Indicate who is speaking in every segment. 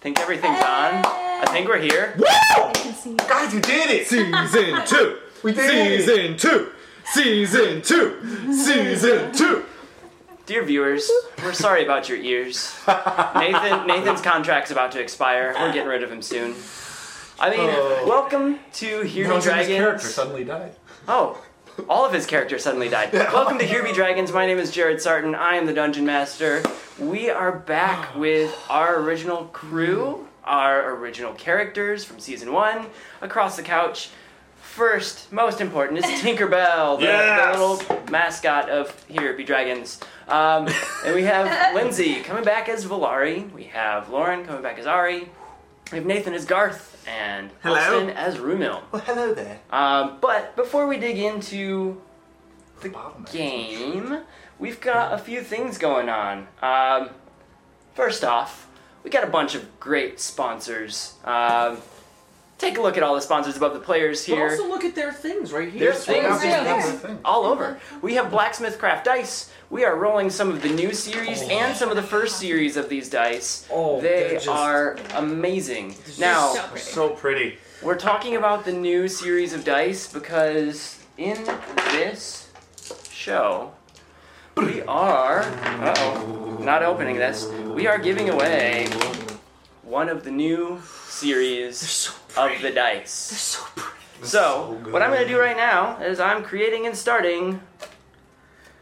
Speaker 1: think everything's on. I think we're here.
Speaker 2: Woo!
Speaker 3: can see.
Speaker 2: Guys, we did it!
Speaker 4: Season two.
Speaker 2: We did it.
Speaker 4: Season two. Season two. Season two.
Speaker 1: Dear viewers, we're sorry about your ears. Nathan Nathan's contract's about to expire. We're getting rid of him soon. I mean, welcome to Here Be
Speaker 2: Dragons. character
Speaker 1: Dragons.
Speaker 2: suddenly died.
Speaker 1: Oh, all of his characters suddenly died. Welcome to Here Be Dragons. My name is Jared Sarton. I am the Dungeon Master. We are back with our original crew, our original characters from season one, across the couch. First, most important, is Tinkerbell, the,
Speaker 2: Yes!
Speaker 1: the little mascot of Here Be Dragons. Um, and we have Lindsay coming back as Valari. We have Lauren coming back as Ari. We have Nathan as Garth and
Speaker 4: Hello.
Speaker 1: Austin as Rumil.
Speaker 2: Well, hello there.
Speaker 1: Um, but before we dig into the
Speaker 2: Bottleneck.
Speaker 1: game, we've got a few things going on. Um, first off, we got a bunch of great sponsors. Um, take a look at all the sponsors above the players
Speaker 5: But
Speaker 1: here.
Speaker 5: also look at their things right here.
Speaker 1: Their
Speaker 5: Right
Speaker 1: things.
Speaker 5: there.
Speaker 3: Yeah.
Speaker 2: That's the thing.
Speaker 1: all over. We have Blacksmith Craft Dice. We are rolling some of the new series and some of the first series of these dice.
Speaker 5: Oh, they're
Speaker 1: they
Speaker 5: just-
Speaker 1: are amazing.
Speaker 5: just
Speaker 1: Now,
Speaker 3: So pretty.
Speaker 2: So pretty.
Speaker 1: we're talking about the new series of dice because in this show, we are. Uh oh, not opening this. We are giving away one of the new series
Speaker 5: So
Speaker 1: of the dice.
Speaker 5: so pretty.
Speaker 1: So, what I'm going to do right now is I'm creating and starting.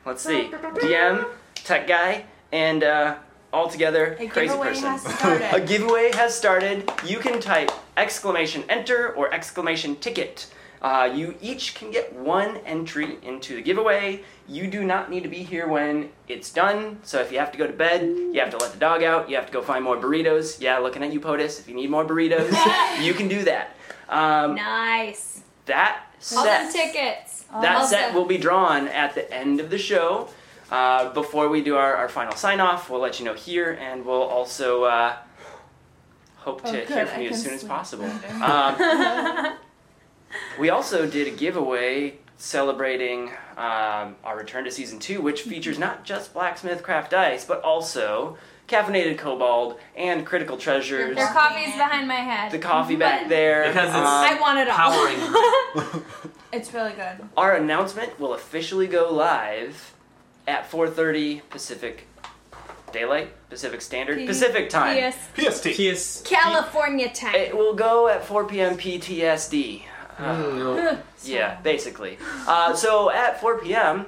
Speaker 1: Let's see. DM, tech guy, and uh, all together,
Speaker 3: A
Speaker 1: crazy
Speaker 3: giveaway
Speaker 1: person.
Speaker 3: has
Speaker 1: A
Speaker 3: started.
Speaker 1: giveaway has started. You can type exclamation enter or exclamation ticket. Uh, you each can get one entry into the giveaway. You do not need to be here when it's done. So if you have to go to bed, you have to let the dog out, you have to go find more burritos. Yeah, looking at you, POTUS. If you need more burritos, you can do that. Um,
Speaker 3: nice.
Speaker 1: that
Speaker 3: All
Speaker 1: set,
Speaker 3: the tickets.
Speaker 1: that
Speaker 3: All
Speaker 1: set
Speaker 3: the-
Speaker 1: will be drawn at the end of the show. Uh, before we do our, our final sign off, we'll let you know here, and we'll also uh, hope to
Speaker 3: Oh, good.
Speaker 1: hear from
Speaker 3: I
Speaker 1: you as
Speaker 3: can
Speaker 1: soon as
Speaker 3: sleep
Speaker 1: possible. Um, we also did a giveaway celebrating um, our return to season two, which
Speaker 3: Mm-hmm.
Speaker 1: features not just blacksmith craft dice, but also caffeinated kobold and critical treasures.
Speaker 3: Their coffee's behind my head.
Speaker 1: The coffee
Speaker 3: Mm-hmm.
Speaker 1: back there.
Speaker 6: Because it's-
Speaker 1: um,
Speaker 3: I want it all.
Speaker 6: Powering.
Speaker 3: it's really good.
Speaker 1: our announcement will officially go live at 4:30 Pacific Daylight Pacific Standard
Speaker 3: P-
Speaker 1: Pacific Time.
Speaker 3: P.S.
Speaker 2: PST.
Speaker 6: PS.
Speaker 3: California time.
Speaker 1: It will go at 4 p.m. PTSD. Uh,
Speaker 5: Mm.
Speaker 1: Yeah, basically. Uh, so at 4 p.m.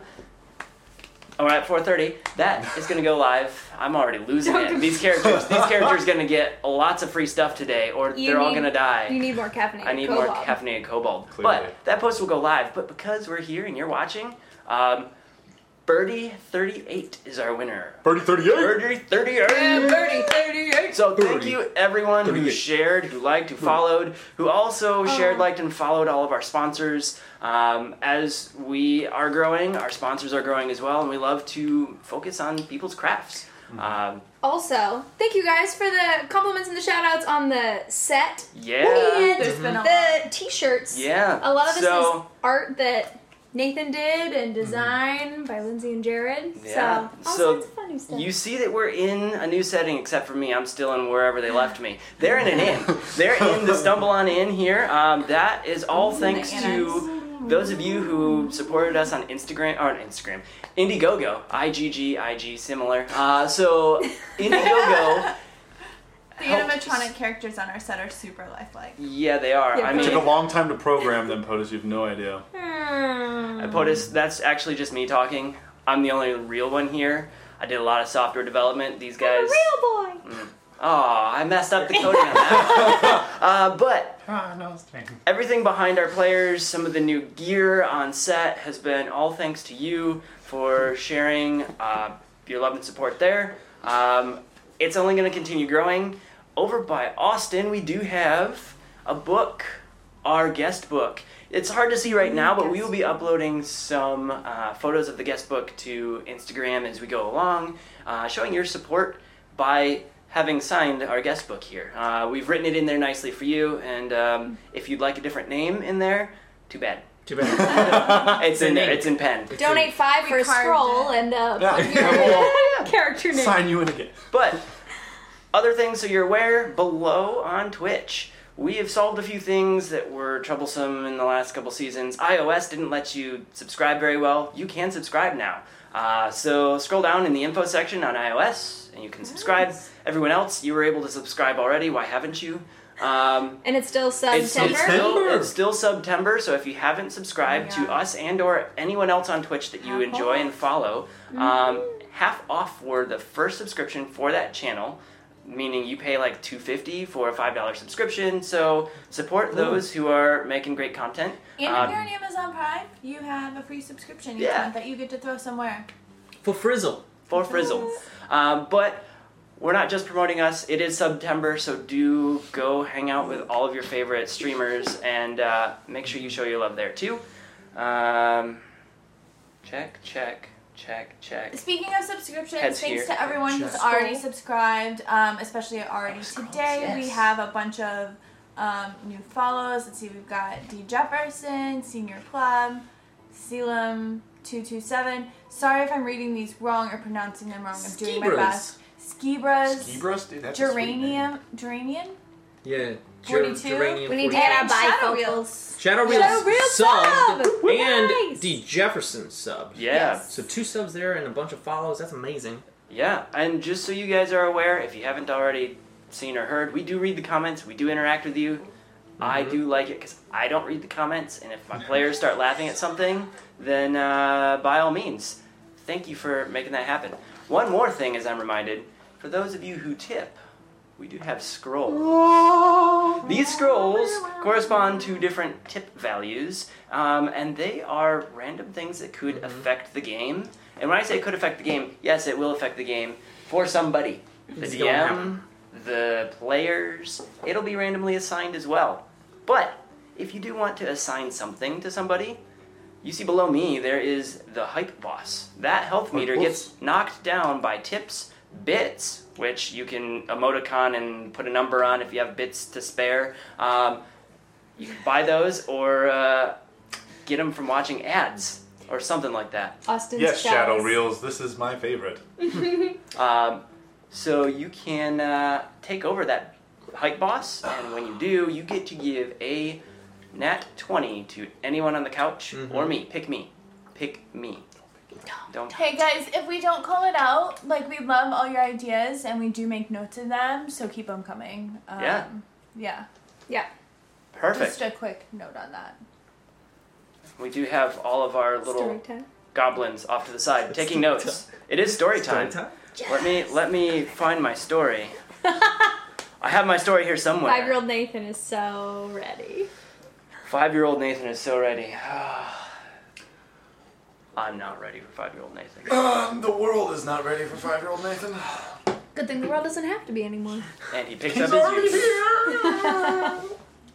Speaker 1: or at 4:30, that is going to go live. I'm already losing it. These characters, these characters, going to get lots of free stuff today, or
Speaker 3: You
Speaker 1: they're all
Speaker 3: need-
Speaker 1: going to die.
Speaker 3: You need more caffeinated
Speaker 1: I need
Speaker 3: Cobalt.
Speaker 1: more caffeinated cobalt.
Speaker 2: Clearly.
Speaker 1: But that post will go live. But because we're here and you're watching, um, Birdie38 is our winner.
Speaker 2: Birdie 38.
Speaker 1: Birdie38!
Speaker 3: Yeah, Birdie 38.
Speaker 1: So thank
Speaker 4: Birdie.
Speaker 1: you everyone who
Speaker 4: 38.
Speaker 1: shared, who liked, who followed, who also shared,
Speaker 3: Aw.
Speaker 1: liked, and followed all of our sponsors. Um, as we are growing, our sponsors are growing as well, and we love to focus on people's crafts. Um,
Speaker 3: Also, thank you guys for the compliments and the shout outs on the set
Speaker 1: yeah,
Speaker 3: and
Speaker 5: There's been a
Speaker 3: the t shirts.
Speaker 1: yeah.
Speaker 3: A lot of this
Speaker 1: so, Mm-hmm.
Speaker 3: is art that Nathan did and design by Lindsay and Jared.
Speaker 1: Yeah.
Speaker 3: So, all
Speaker 1: So
Speaker 3: sorts of funny stuff.
Speaker 1: You see that we're in a new setting, except for me. I'm still in wherever they left me. They're in an inn. They're in the Stumble On Inn here. Um, that is all thanks to those of you who supported us on Instagram, or on Instagram, Indiegogo, IGG, IG, similar. Uh, so, Indiegogo,
Speaker 7: The
Speaker 1: helped-
Speaker 7: animatronic characters on our set are super lifelike.
Speaker 1: yeah, they are.
Speaker 3: Yeah,
Speaker 1: I
Speaker 3: but-
Speaker 2: Took a
Speaker 1: mean,
Speaker 2: long time to program them, POTUS. You have no idea.
Speaker 3: Hmm.
Speaker 1: I POTUS, that's actually just me talking. I'm the only real one here. I did a lot of software development. These guys.
Speaker 3: real boy.
Speaker 1: Oh, I messed up the coding on that. uh, but
Speaker 2: Ah, no, it's fine.
Speaker 1: everything behind our players, some of the new gear on set has been all thanks to you for sharing uh, your love and support there. Um, it's only going to continue growing. Over by Austin, we do have a book, our guest book. It's hard to see right now, but we will be uploading some uh, photos of the guest book to Instagram as we go along, uh, showing your support by having signed our guest book here. Uh, we've written it in there nicely for you, and um, if you'd like a different name in there, too bad.
Speaker 4: Too bad.
Speaker 1: It's in there.
Speaker 4: name.
Speaker 1: It's in pen.
Speaker 3: Donate five for a
Speaker 7: carved
Speaker 3: scroll
Speaker 7: it.
Speaker 3: and uh,
Speaker 2: Yeah.
Speaker 3: put your character name.
Speaker 2: Sign you in again.
Speaker 1: But Other things so you're aware below on Twitch. We have solved a few things that were troublesome in the last couple seasons. iOS didn't let you subscribe very well. You can subscribe now. Uh, so scroll down in the info section on iOS and you can subscribe. Everyone else, you were able to subscribe already. Why haven't you? Um,
Speaker 3: And it's still
Speaker 1: it's,
Speaker 3: September.
Speaker 1: it's still it's still September, so if you haven't subscribed to
Speaker 7: Yeah.
Speaker 1: us and or anyone else on Twitch that you
Speaker 7: Half
Speaker 1: enjoy
Speaker 7: off. Mm.
Speaker 1: and follow, um, half off for the first subscription for that channel, meaning you pay like two fifty for a five dollar subscription. So support those who are making great content.
Speaker 7: And if
Speaker 1: Um,
Speaker 7: you're on Amazon Prime, you have a free subscription each
Speaker 1: Yeah.
Speaker 7: month that you get to throw somewhere.
Speaker 5: For Frizzle.
Speaker 1: for Frizzle. Um, but we're not just promoting us. It is September, so do go hang out with all of your favorite streamers and uh, make sure you show your love there too. Um, check, check, check, check.
Speaker 7: Speaking of subscriptions,
Speaker 1: Heads
Speaker 7: thanks
Speaker 1: here.
Speaker 7: to everyone who's
Speaker 5: Just-
Speaker 7: already subscribed, um, especially already
Speaker 1: Scrolls,
Speaker 7: today. We
Speaker 1: yes.
Speaker 7: have a bunch of um, new follows. Let's see, we've got D Jefferson, Senior Club, Selim. 227. Sorry if I'm reading these wrong or pronouncing them wrong. I'm doing my
Speaker 5: Skibras.
Speaker 7: best. Skibras.
Speaker 2: Skibros, dude. That's a sweet name.
Speaker 7: Geranium. Geranium?
Speaker 5: Yeah. Ger-
Speaker 7: 42?
Speaker 5: geranium
Speaker 3: we
Speaker 5: 42.
Speaker 3: need to get our
Speaker 7: Shadow
Speaker 3: bifocals.
Speaker 5: Shadow Real
Speaker 3: Shadow Real
Speaker 5: subbed
Speaker 3: sub!
Speaker 5: and
Speaker 3: Nice!
Speaker 5: D Jefferson subbed.
Speaker 1: Yeah,
Speaker 7: Yes.
Speaker 5: So two subs there and a bunch of follows. That's amazing.
Speaker 1: yeah. And just so you guys are aware, if you haven't already seen or heard, we do read the comments, we do interact with you. I
Speaker 5: Mhm.
Speaker 1: do like it because I don't read the comments, and if my players start laughing at something, then uh, by all means, thank you for making that happen. One more thing, as I'm reminded, for those of you who tip, we do have scrolls.
Speaker 2: Oh.
Speaker 1: These scrolls correspond to different tip values, um, and they are random things that could
Speaker 5: Mm-hmm.
Speaker 1: affect the game. And when I say could affect the game, yes, it will affect the game for somebody. The
Speaker 5: It's gonna happen.
Speaker 1: DM, the players, it'll be randomly assigned as well. But if you do want to assign something to somebody, you see below me there is the hype boss. That health meter
Speaker 2: boss.
Speaker 1: gets knocked down by tips, bits, which you can emoticon and put a number on if you have bits to spare. Um, you can buy those or uh, get them from watching ads or something like that.
Speaker 3: Austin's
Speaker 2: Yes, Shadow
Speaker 3: Shadows.
Speaker 2: Reels. This is my favorite.
Speaker 1: Um, so you can uh, take over that hype boss, and when you do, you get to give a nat 20 to anyone on the couch
Speaker 5: Mhm.
Speaker 1: or me. Pick me. Pick me. Don't.
Speaker 7: Hey guys, if we don't call it out, like we love all your ideas and we do make notes of them, so keep them coming. Um,
Speaker 1: Yeah.
Speaker 7: Yeah.
Speaker 1: Perfect.
Speaker 7: Just a quick note on that.
Speaker 1: We do have all of our
Speaker 3: Story
Speaker 1: little
Speaker 3: time.
Speaker 1: goblins off to the side taking
Speaker 5: Story
Speaker 1: notes. It is story time. Let me let me find my story. I have my story here somewhere.
Speaker 3: Five year old Nathan is so ready.
Speaker 1: Five-year-old Nathan is so ready. I'm not ready for five-year-old Nathan.
Speaker 2: Um, the world is not ready for five-year-old Nathan.
Speaker 3: Good thing the world doesn't have to be anymore.
Speaker 1: And he picks up his user.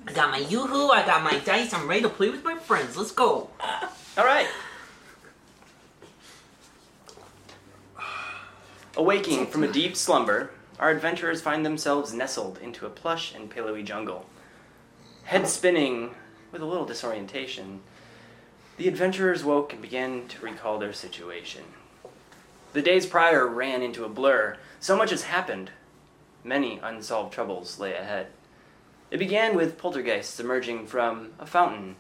Speaker 5: I got my Yoo-Hoo, I got my dice, I'm ready to play with my friends. Let's go.
Speaker 1: All right. Awaking from a deep slumber, our adventurers find themselves nestled into a plush and pillowy jungle. Head spinning with a little disorientation, the adventurers woke and began to recall their situation. The days prior ran into a blur. So much has happened. Many unsolved troubles lay ahead. It began with poltergeists emerging from a fountain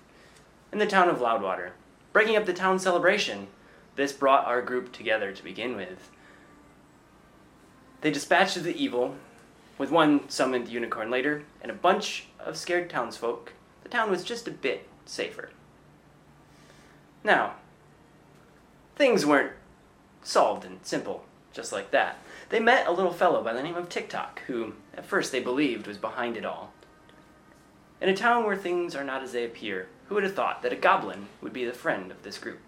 Speaker 1: in the town of Loudwater, breaking up the town celebration. This brought our group together to begin with. They dispatched the evil, with one summoned unicorn later, and a bunch of scared townsfolk. The town was just a bit safer. Now, things weren't solved and simple, just like that. They met a little fellow by the name of TikTok, who at first they believed was behind it all. In a town where things are not as they appear, who would have thought that a goblin would be the friend of this group?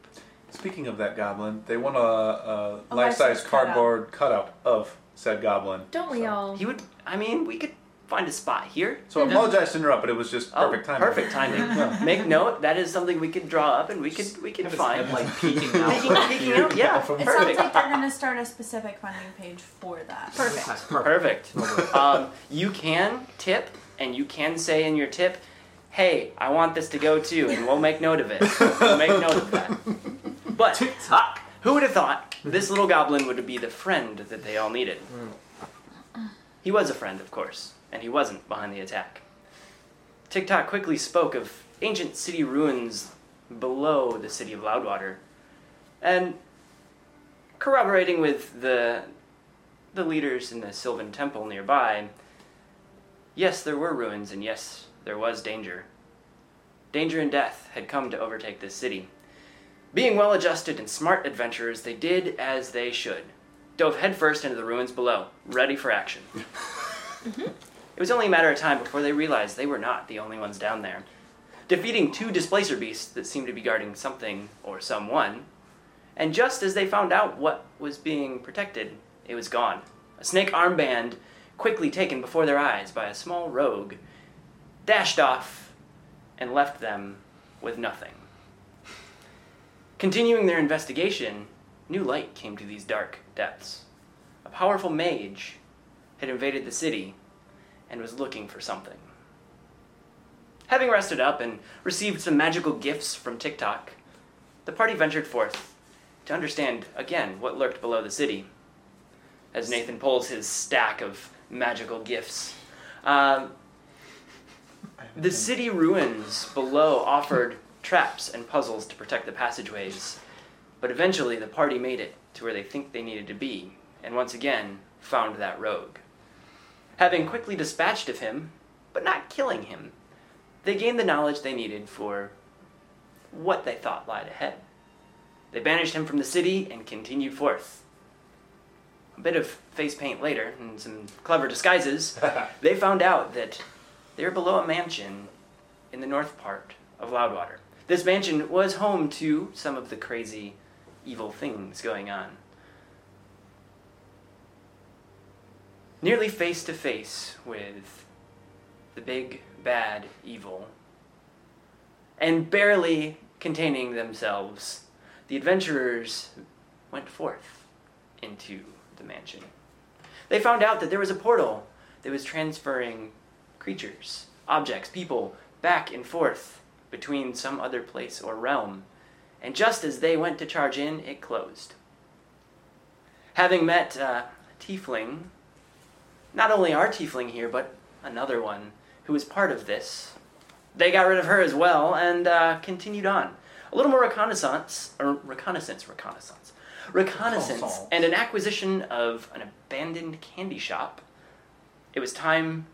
Speaker 2: Speaking of that goblin, they want a, a, life-size
Speaker 7: A life-size cutout.
Speaker 2: cardboard cutout. of said goblin.
Speaker 3: Don't we
Speaker 2: So-
Speaker 3: all?
Speaker 1: He would, I mean, we could find a spot here.
Speaker 2: So I apologize to interrupt, but it was just
Speaker 1: Oh,
Speaker 2: perfect timing.
Speaker 1: Perfect timing. Make note, that is something we could draw up and we could we could find. Like,
Speaker 5: peeking
Speaker 1: peeking, peeking out, yeah,
Speaker 7: It sounds
Speaker 1: perfect.
Speaker 7: like they're gonna start a specific funding page for that.
Speaker 5: Perfect.
Speaker 1: Perfect. Um, you can tip, and you can say in your tip, "Hey, I want this to go to," and we'll make note of it. We'll make note of that. But
Speaker 5: TikTok.
Speaker 1: who would have thought this little goblin would be the friend that they all needed? He was a friend, of course, and he wasn't behind the attack. TikTok quickly spoke of ancient city ruins below the city of Loudwater, and corroborating with the the leaders in the Sylvan Temple nearby, yes, there were ruins, and yes, there was danger. Danger and death had come to overtake this city. Being well adjusted and smart adventurers, they did as they should. Dove headfirst into the ruins below, ready for action. It was only a matter of time before they realized they were not the only ones down there. Defeating two displacer beasts that seemed to be guarding something or someone, and just as they found out what was being protected, it was gone. A snake armband, quickly taken before their eyes by a small rogue, dashed off and left them with nothing. Continuing their investigation, new light came to these dark depths. A powerful mage had invaded the city and was looking for something. Having rested up and received some magical gifts from TikTok, the party ventured forth to understand again what lurked below the city. As Nathan pulls his stack of magical gifts, um, the city ruins below offered traps and puzzles to protect the passageways, but eventually the party made it to where they think they needed to be, and once again found that rogue. Having quickly dispatched of him, but not killing him, they gained the knowledge they needed for what they thought lied ahead. They banished him from the city and continued forth. A bit of face paint later and some clever disguises, they found out that they were below a mansion in the north part of Loudwater. This mansion was home to some of the crazy, evil things going on. Nearly face to face with the big, bad, evil, and barely containing themselves, the adventurers went forth into the mansion. They found out that there was a portal that was transferring creatures, objects, people back and forth between some other place or realm. And just as they went to charge in, it closed. Having met uh, a tiefling, not only our tiefling here, but another one who was part of this, they got rid of her as well and uh, continued on. A little more reconnaissance, or reconnaissance, reconnaissance, reconnaissance,
Speaker 5: Reconnaissance.
Speaker 1: and an acquisition of an abandoned candy shop. It was time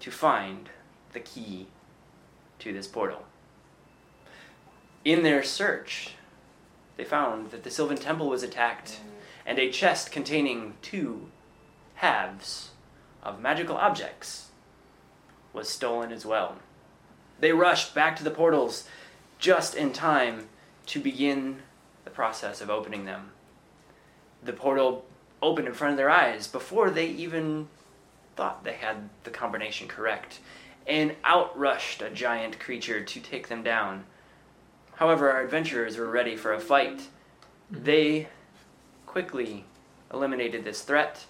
Speaker 1: to find the key to this portal. In their search, they found that the Sylvan Temple was attacked and a chest containing two halves of magical objects was stolen as well. They rushed back to the portals just in time to begin the process of opening them. The portal opened in front of their eyes before they even thought they had the combination correct, and out rushed a giant creature to take them down. However, our adventurers were ready for a fight. They quickly eliminated this threat,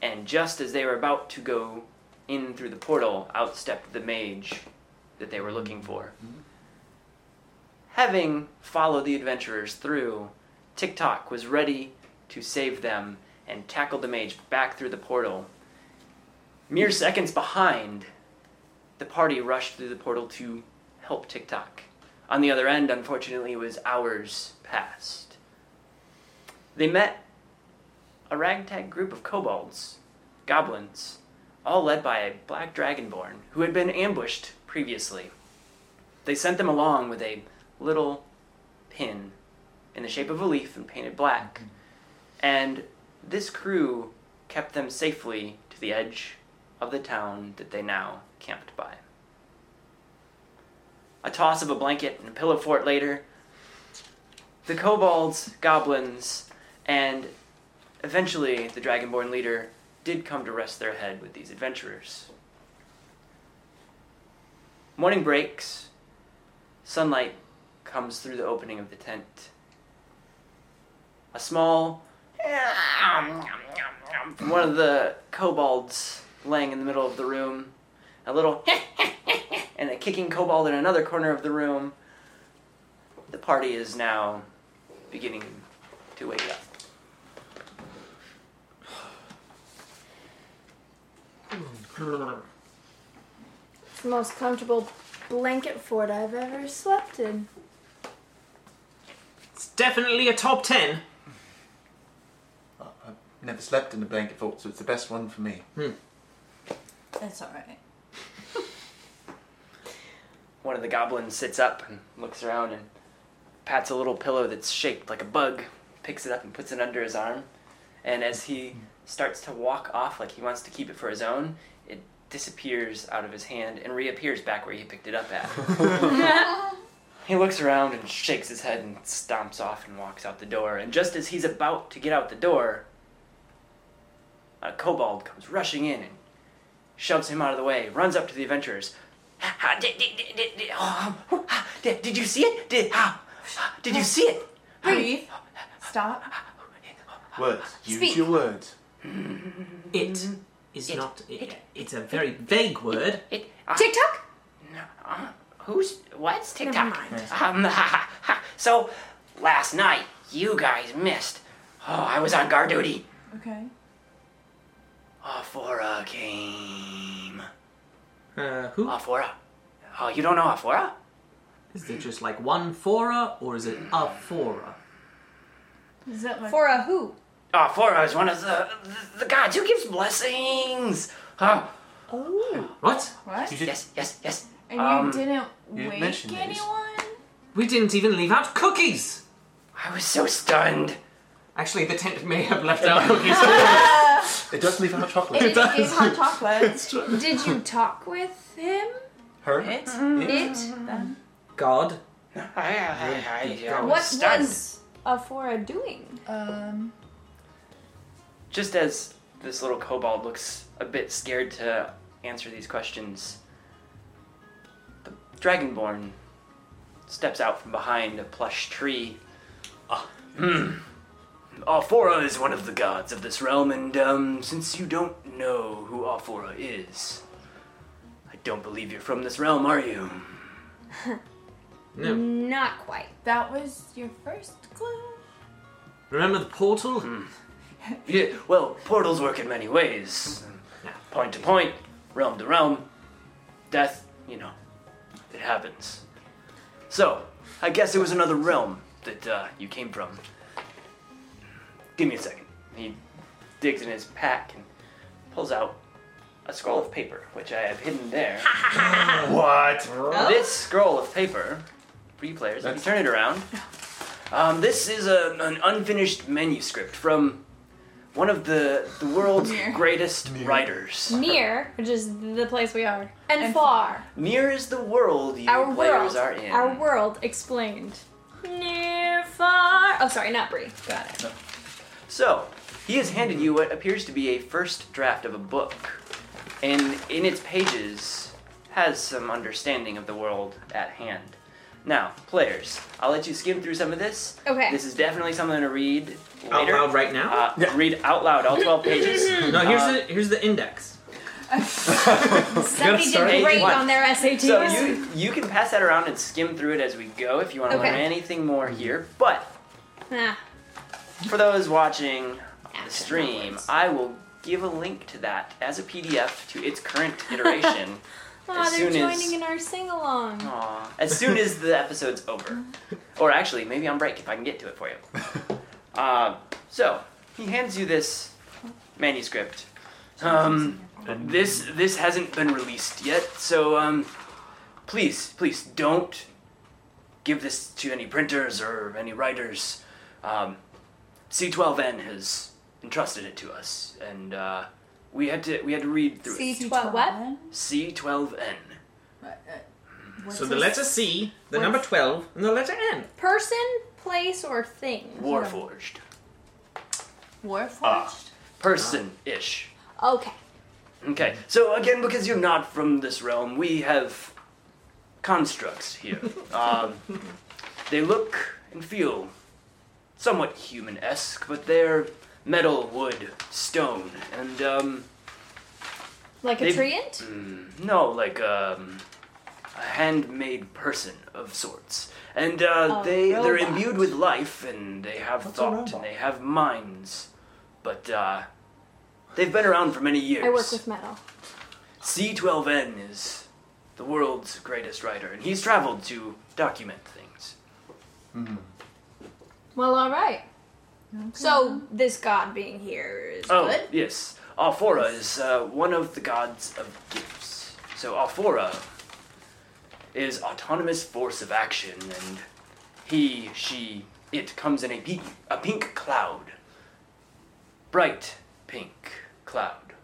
Speaker 1: and just as they were about to go in through the portal, out stepped the mage that they were looking for. Having followed the adventurers through, TikTok was ready to save them and tackled the mage back through the portal. Mere seconds behind, the party rushed through the portal to help TikTok. On the other end, unfortunately, it was hours past. They met a ragtag group of kobolds, goblins, all led by a black dragonborn who had been ambushed previously. They sent them along with a little pin in the shape of a leaf and painted black, and this crew kept them safely to the edge of the town that they now camped by. A toss of a blanket and a pillow fort later, the kobolds, goblins, and eventually the dragonborn leader did come to rest their head with these adventurers. Morning breaks, sunlight comes through the opening of the tent. A small from one of the kobolds laying in the middle of the room, a little and a kicking kobold in another corner of the room. The party is now beginning to wake up.
Speaker 3: It's the most comfortable blanket fort I've ever slept in.
Speaker 5: It's definitely a top 10.
Speaker 2: I've never slept in a blanket fort, so it's the best one for me.
Speaker 7: That's alright.
Speaker 1: One of the goblins sits up and looks around and pats a little pillow that's shaped like a bug, picks it up and puts it under his arm. And as he starts to walk off like he wants to keep it for his own, it disappears out of his hand and reappears back where he picked it up at. He looks around and shakes his head and stomps off and walks out the door. And just as he's about to get out the door, a kobold comes rushing in and shoves him out of the way, runs up to the adventurers. "Ha, ha, Did, did, did, did, did, oh, um, ha, did, did you see it? Did, ha, ha, did you see it?
Speaker 7: Breathe. Stop.
Speaker 1: Ah,
Speaker 2: Words. Use
Speaker 3: Speak.
Speaker 2: your words.
Speaker 5: It is not. It, it's a very vague word.
Speaker 1: It, uh,
Speaker 3: TikTok?
Speaker 1: uh, who's, what's TikTok?
Speaker 3: mind.
Speaker 1: Um, ha, ha, ha. So, last night, you guys missed. Oh, I was on guard duty.
Speaker 7: Okay.
Speaker 1: Afora came.
Speaker 5: Uh, who?
Speaker 1: Afora. Oh, you don't know Afora?
Speaker 5: Is there just like one fora or is it a fora?
Speaker 7: Is that my
Speaker 3: For a who?
Speaker 1: Afora is one of the, the, the gods who gives blessings. Oh,
Speaker 5: What?
Speaker 7: what?
Speaker 2: You did-
Speaker 1: yes, yes, yes.
Speaker 7: And you
Speaker 1: Um,
Speaker 7: didn't
Speaker 2: didn't
Speaker 7: wake
Speaker 2: mention these.
Speaker 7: anyone?
Speaker 5: We didn't even leave out cookies!
Speaker 1: I was so stunned.
Speaker 5: Actually, the tent may have left out cookies.
Speaker 2: It does leave out chocolate.
Speaker 3: It
Speaker 5: does.
Speaker 3: is
Speaker 7: Hot chocolate.
Speaker 3: Did you talk with him?
Speaker 2: Her?
Speaker 7: it.
Speaker 1: Mm-hmm.
Speaker 3: It?
Speaker 5: God.
Speaker 1: I, I, I, I was
Speaker 3: What
Speaker 1: stunned.
Speaker 3: was Afora doing?
Speaker 7: Um.
Speaker 1: Just as this little kobold looks a bit scared to answer these questions, the dragonborn steps out from behind a plush tree. Ah, hmm. Alfora hmm. is one of the gods of this realm, and um, since you don't know who Alfora is, I don't believe you're from this realm, are you?
Speaker 5: No.
Speaker 3: Not quite.
Speaker 7: That was your first clue.
Speaker 5: Remember the portal?
Speaker 1: Hmm. Yeah, well, portals work in many ways. Point to point, realm to realm, death, you know, it happens. So, I guess it was another realm that uh, you came from. Give me a second. He digs in his pack and pulls out a scroll of paper, which I have hidden there.
Speaker 2: What?
Speaker 1: This scroll of paper, three players, if you
Speaker 2: That's-
Speaker 1: turn it around, um, this is a, an unfinished manuscript from one of the, the world's
Speaker 7: Mir.
Speaker 1: greatest writers.
Speaker 3: Near, which is the place we are, and,
Speaker 7: And
Speaker 3: far.
Speaker 1: Near is the world you
Speaker 3: Our
Speaker 1: players
Speaker 3: world.
Speaker 1: are in.
Speaker 3: Our world explained. Near, far. Oh, sorry, not Bree. Got it.
Speaker 1: So, he has handed you what appears to be a first draft of a book, and in its pages has some understanding of the world at hand. Now, players, I'll let you skim through some of this.
Speaker 3: Okay.
Speaker 1: This is definitely something to read
Speaker 5: Out
Speaker 1: later.
Speaker 5: loud right now?
Speaker 1: Uh, Read out loud all 12 pages.
Speaker 5: no, here's
Speaker 1: uh,
Speaker 5: the here's the index.
Speaker 3: Somebody
Speaker 2: start
Speaker 3: did great
Speaker 1: at one.
Speaker 3: on their SATs.
Speaker 1: so you you can pass that around and skim through it as we go if you want to
Speaker 3: Okay.
Speaker 1: learn anything more here. But
Speaker 3: Ah,
Speaker 1: for those watching the
Speaker 3: Action
Speaker 1: stream,
Speaker 3: words.
Speaker 1: I will give a link to that as a PDF to its current iteration. As
Speaker 3: Aw, Oh, they're
Speaker 1: soon
Speaker 3: joining
Speaker 1: as-
Speaker 3: in our sing along.
Speaker 1: Aw, as soon as the episode's over. Or actually, maybe on break if I can get to it for you. Uh, so, he hands you this manuscript. Um, this this hasn't been released yet, so um, please, please don't give this to any printers or any writers. Um, C12N has entrusted it to us, and uh, we had to we had to read through it.
Speaker 3: C12. What?
Speaker 1: C12N.
Speaker 7: uh,
Speaker 5: So the letter C, the number 12, and the letter N.
Speaker 3: Person, place, or thing.
Speaker 1: Warforged.
Speaker 7: Warforged.
Speaker 1: Person ish.
Speaker 3: Okay.
Speaker 1: Okay, so again, because you're not from this realm, we have constructs here. um, they look and feel somewhat human esque, but they're metal, wood, stone, and um,
Speaker 3: Like a
Speaker 1: They-
Speaker 3: treant?
Speaker 1: no, like um, a handmade person of sorts. And uh,
Speaker 3: A
Speaker 1: they they're
Speaker 3: robot.
Speaker 1: imbued with life, and they have
Speaker 2: What's a
Speaker 1: thought,
Speaker 2: robot?
Speaker 1: and they have minds, but uh, they've been around for many years.
Speaker 3: I work with metal.
Speaker 1: C12N is the world's greatest writer, and he's traveled to document things.
Speaker 3: Well, all right. So this god being here is
Speaker 1: Oh,
Speaker 3: good.
Speaker 1: yes. Alfora is uh, one of the gods of gifts. So Alfora is autonomous force of action, and he, she, it comes in a pink, a pink cloud. Bright pink cloud.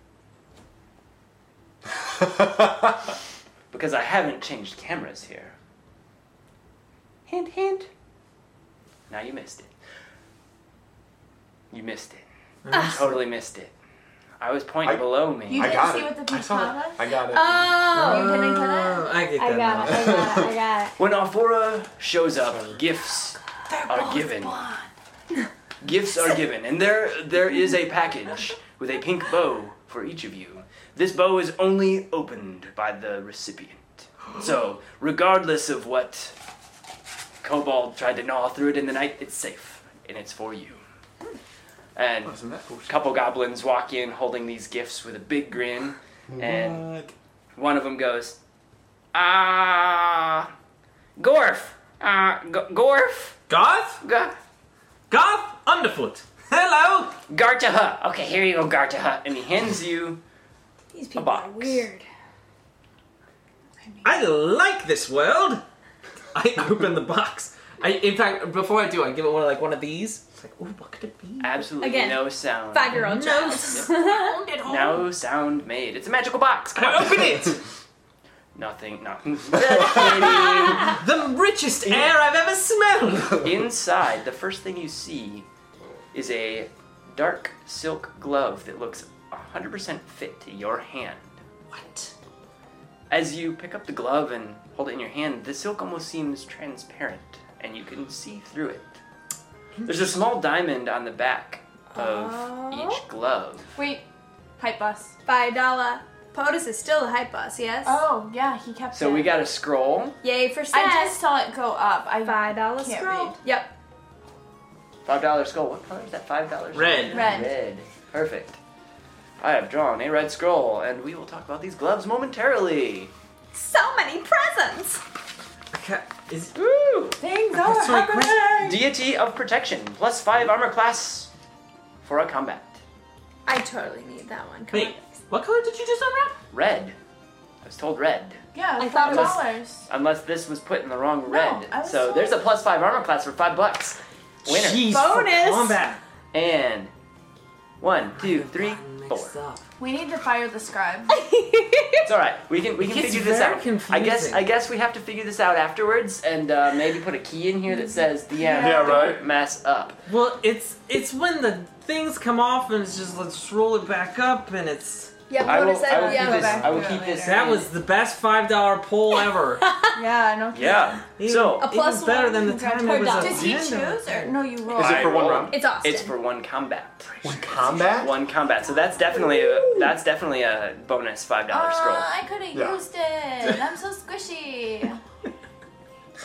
Speaker 1: because I haven't changed cameras here. Hint, hint. Now you missed it. You missed it. Totally missed it. I was pointing
Speaker 2: I-
Speaker 1: below me.
Speaker 7: You
Speaker 2: I
Speaker 7: didn't
Speaker 2: got
Speaker 7: see
Speaker 2: it.
Speaker 7: what the
Speaker 2: I
Speaker 7: pink
Speaker 2: saw
Speaker 7: cloud
Speaker 2: it.
Speaker 7: was?
Speaker 2: I got it.
Speaker 3: Oh,
Speaker 7: you didn't get it?
Speaker 5: I get that.
Speaker 3: I got it. I
Speaker 5: now.
Speaker 3: got it. I got it.
Speaker 1: when Alfora shows up, gifts are given. Gifts are given, and there there is a package with a pink bow for each of you. This bow is only opened by the recipient. So, regardless of what Cobalt tried to gnaw through it in the night, it's safe and it's for you. And
Speaker 2: Isn't that cool?
Speaker 1: a couple goblins walk in holding these gifts with a big grin, and
Speaker 2: What?
Speaker 1: one of them goes, Ah, Gorf, uh, G- Gorf,
Speaker 5: Goth?
Speaker 1: G-
Speaker 5: Goth Underfoot. Hello!
Speaker 1: Gartaha. Okay, here you go, Gartaha. And he hands you.
Speaker 3: These people
Speaker 1: box.
Speaker 3: are weird.
Speaker 5: I like this world. I open the box. I, in fact, before I do, I give it one of like one of these. It's like, ooh, what could it be?
Speaker 1: Absolutely
Speaker 3: Again,
Speaker 1: no sound.
Speaker 3: Five year old
Speaker 5: No
Speaker 3: child.
Speaker 1: No sound made. It's a magical box. Come on.
Speaker 5: I open it.
Speaker 1: Nothing. No. Just
Speaker 5: The richest air I've ever smelled.
Speaker 1: kidding. Inside, the first thing you see is a dark silk glove that looks 100% fit to your hand.
Speaker 5: What?
Speaker 1: As you pick up the glove and hold it in your hand, the silk almost seems transparent, and you can see through it. There's a small diamond on the back of
Speaker 3: Oh.
Speaker 1: each glove.
Speaker 7: Wait, hype bus.
Speaker 3: Five dollar. POTUS is still the hype boss, yes?
Speaker 7: Oh yeah, he kept.
Speaker 1: So
Speaker 7: it.
Speaker 1: we got a scroll,
Speaker 3: Yay for sex.
Speaker 7: I just saw it go up. I
Speaker 3: Five dollar
Speaker 7: Can't
Speaker 3: scroll.
Speaker 7: read.
Speaker 3: Yep.
Speaker 1: five dollar scroll. What color is that? Five dollars.
Speaker 5: Red.
Speaker 7: Red.
Speaker 1: Red. Perfect. I have drawn a red scroll, and we will talk about these gloves momentarily.
Speaker 3: So many presents.
Speaker 5: Okay, is
Speaker 1: Woo!
Speaker 7: things are
Speaker 5: That's my
Speaker 7: happening.
Speaker 1: Deity of protection, plus five armor class for a combat.
Speaker 3: I totally need that one. Come
Speaker 5: wait, what color did you just unwrap?
Speaker 1: Red. I was told red.
Speaker 7: Yeah,
Speaker 3: I
Speaker 7: I
Speaker 3: thought
Speaker 7: thought
Speaker 3: it
Speaker 1: was-
Speaker 7: dollars.
Speaker 1: Unless this was put in the wrong red.
Speaker 7: I was
Speaker 1: so
Speaker 7: told-
Speaker 1: there's a plus five armor class for five bucks. Winner.
Speaker 5: Jeez,
Speaker 3: Bonus.
Speaker 5: For combat.
Speaker 1: And one, two, three, four.
Speaker 5: Mixed up.
Speaker 7: We need to fire the scribe.
Speaker 1: It's all right. We can we can
Speaker 5: gets
Speaker 1: figure this out.
Speaker 5: very
Speaker 1: I guess
Speaker 5: confusing.
Speaker 1: I guess we have to figure this out afterwards, and uh, maybe put a key in here that says DM.
Speaker 7: Yeah,
Speaker 1: don't
Speaker 2: right.
Speaker 1: Mess up.
Speaker 5: Well, it's it's when the things come off and it's just let's roll it back up and it's
Speaker 3: yeah,
Speaker 1: I will,
Speaker 3: POTUS
Speaker 1: I will
Speaker 3: said
Speaker 7: Go
Speaker 1: keep
Speaker 3: yeah.
Speaker 1: this.
Speaker 7: back
Speaker 1: I will
Speaker 7: to it
Speaker 1: keep this.
Speaker 7: later.
Speaker 5: that
Speaker 1: in.
Speaker 5: was the best five dollar poll ever.
Speaker 7: yeah, no. kidding.
Speaker 1: yeah. So
Speaker 3: A
Speaker 5: Even
Speaker 3: plus
Speaker 5: better
Speaker 3: one
Speaker 5: than the time it
Speaker 3: per
Speaker 5: was
Speaker 3: dollar.
Speaker 5: up.
Speaker 7: Does he
Speaker 5: Yeah.
Speaker 7: choose or no? You roll.
Speaker 2: Is it
Speaker 1: I
Speaker 2: for one
Speaker 1: roll.
Speaker 2: round?
Speaker 3: It's Austin.
Speaker 1: It's for one combat.
Speaker 2: One combat?
Speaker 1: One combat. So that's definitely a that's definitely a bonus five dollar
Speaker 7: Aw,
Speaker 1: scroll.
Speaker 7: Ah, I could have
Speaker 2: Yeah.
Speaker 7: used it. I'm so squishy.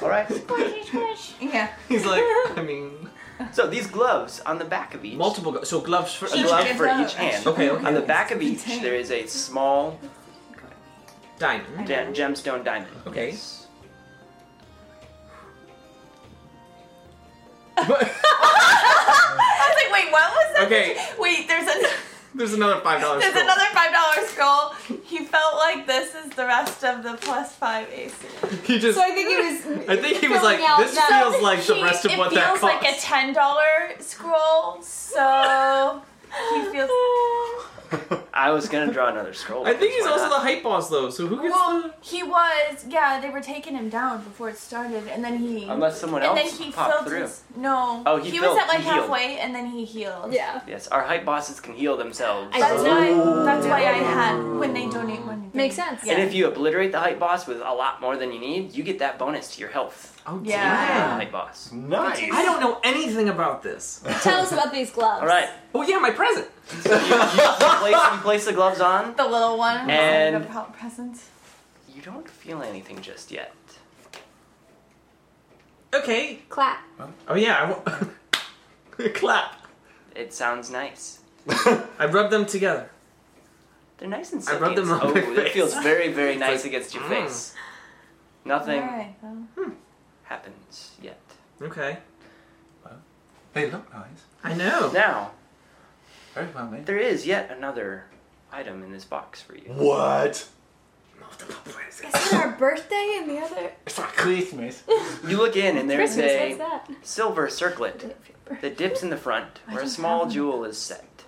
Speaker 1: All right.
Speaker 7: squishy, squish. Yeah.
Speaker 5: He's like, I mean,
Speaker 1: So these gloves on the back of each
Speaker 5: multiple glo- so gloves for
Speaker 1: a
Speaker 5: each
Speaker 1: glove
Speaker 7: hand.
Speaker 1: for each hand.
Speaker 5: Okay, okay.
Speaker 1: On the back of each, there is a small
Speaker 5: diamond.
Speaker 1: da- gemstone diamond.
Speaker 5: Okay.
Speaker 1: Yes.
Speaker 7: I was like, wait, what was that?
Speaker 5: Okay.
Speaker 7: Wait, there's an
Speaker 5: There's another five dollars.
Speaker 7: there's another five dollar scroll. He felt like this is the rest of the plus five AC.
Speaker 5: He just.
Speaker 3: So I think he was.
Speaker 5: I think he was
Speaker 3: filling
Speaker 5: like,
Speaker 3: out
Speaker 5: this
Speaker 3: that-
Speaker 5: feels like the
Speaker 7: He-
Speaker 5: rest of
Speaker 7: it
Speaker 5: what
Speaker 7: feels
Speaker 5: that costs.
Speaker 7: like a ten dollar scroll, so he feels.
Speaker 1: I was gonna draw another scroll.
Speaker 5: I think he's
Speaker 1: Why
Speaker 5: also
Speaker 1: not?
Speaker 5: the hype boss though. So who gets
Speaker 7: Well, he was. Yeah, they were taking him down before it started, and then he.
Speaker 1: Unless someone
Speaker 7: and then
Speaker 1: else
Speaker 7: he
Speaker 1: popped
Speaker 7: filled
Speaker 1: through.
Speaker 7: his. No.
Speaker 1: Oh, he
Speaker 7: was
Speaker 1: filled-
Speaker 7: at like
Speaker 1: he healed.
Speaker 7: halfway, and then he healed.
Speaker 3: Yeah.
Speaker 1: Yes, our hype bosses can heal themselves.
Speaker 3: I-
Speaker 7: That's why. That's why I had when they donate money. they-
Speaker 3: Makes sense.
Speaker 7: Yeah.
Speaker 1: And if you obliterate the hype boss with a lot more than you need, you get that bonus to your health.
Speaker 5: the? Oh
Speaker 1: from
Speaker 7: Yeah.
Speaker 1: the hype boss.
Speaker 2: Nice.
Speaker 5: damn. I don't know anything about this.
Speaker 3: Tell us about these gloves.
Speaker 1: All right,
Speaker 5: Oh yeah, my present.
Speaker 1: you place, you place the gloves on.
Speaker 7: The little one.
Speaker 1: And-
Speaker 7: about presents.
Speaker 1: You don't feel anything just yet.
Speaker 5: Okay.
Speaker 3: Clap.
Speaker 5: Oh yeah. I w- Clap.
Speaker 1: It sounds nice.
Speaker 5: I rub them together.
Speaker 1: They're nice and
Speaker 5: I
Speaker 1: silky.
Speaker 5: rubbed them
Speaker 1: It's-
Speaker 5: on
Speaker 1: oh,
Speaker 5: my
Speaker 1: that
Speaker 5: face.
Speaker 1: feels very, very
Speaker 5: It's
Speaker 1: nice
Speaker 5: like,
Speaker 1: against your
Speaker 5: mm.
Speaker 1: face. Nothing
Speaker 7: Alright, well,
Speaker 1: happens yet.
Speaker 5: Okay.
Speaker 2: They look nice.
Speaker 5: I know.
Speaker 1: Now,
Speaker 2: Very well made.
Speaker 1: there is yet another item in this box for you.
Speaker 2: What?
Speaker 3: Is it our birthday and the other?
Speaker 2: It's not Christmas.
Speaker 1: You look in, and there's
Speaker 3: Christmas,
Speaker 1: a
Speaker 3: what's that?
Speaker 1: silver circlet that dips in the front where a small jewel is set.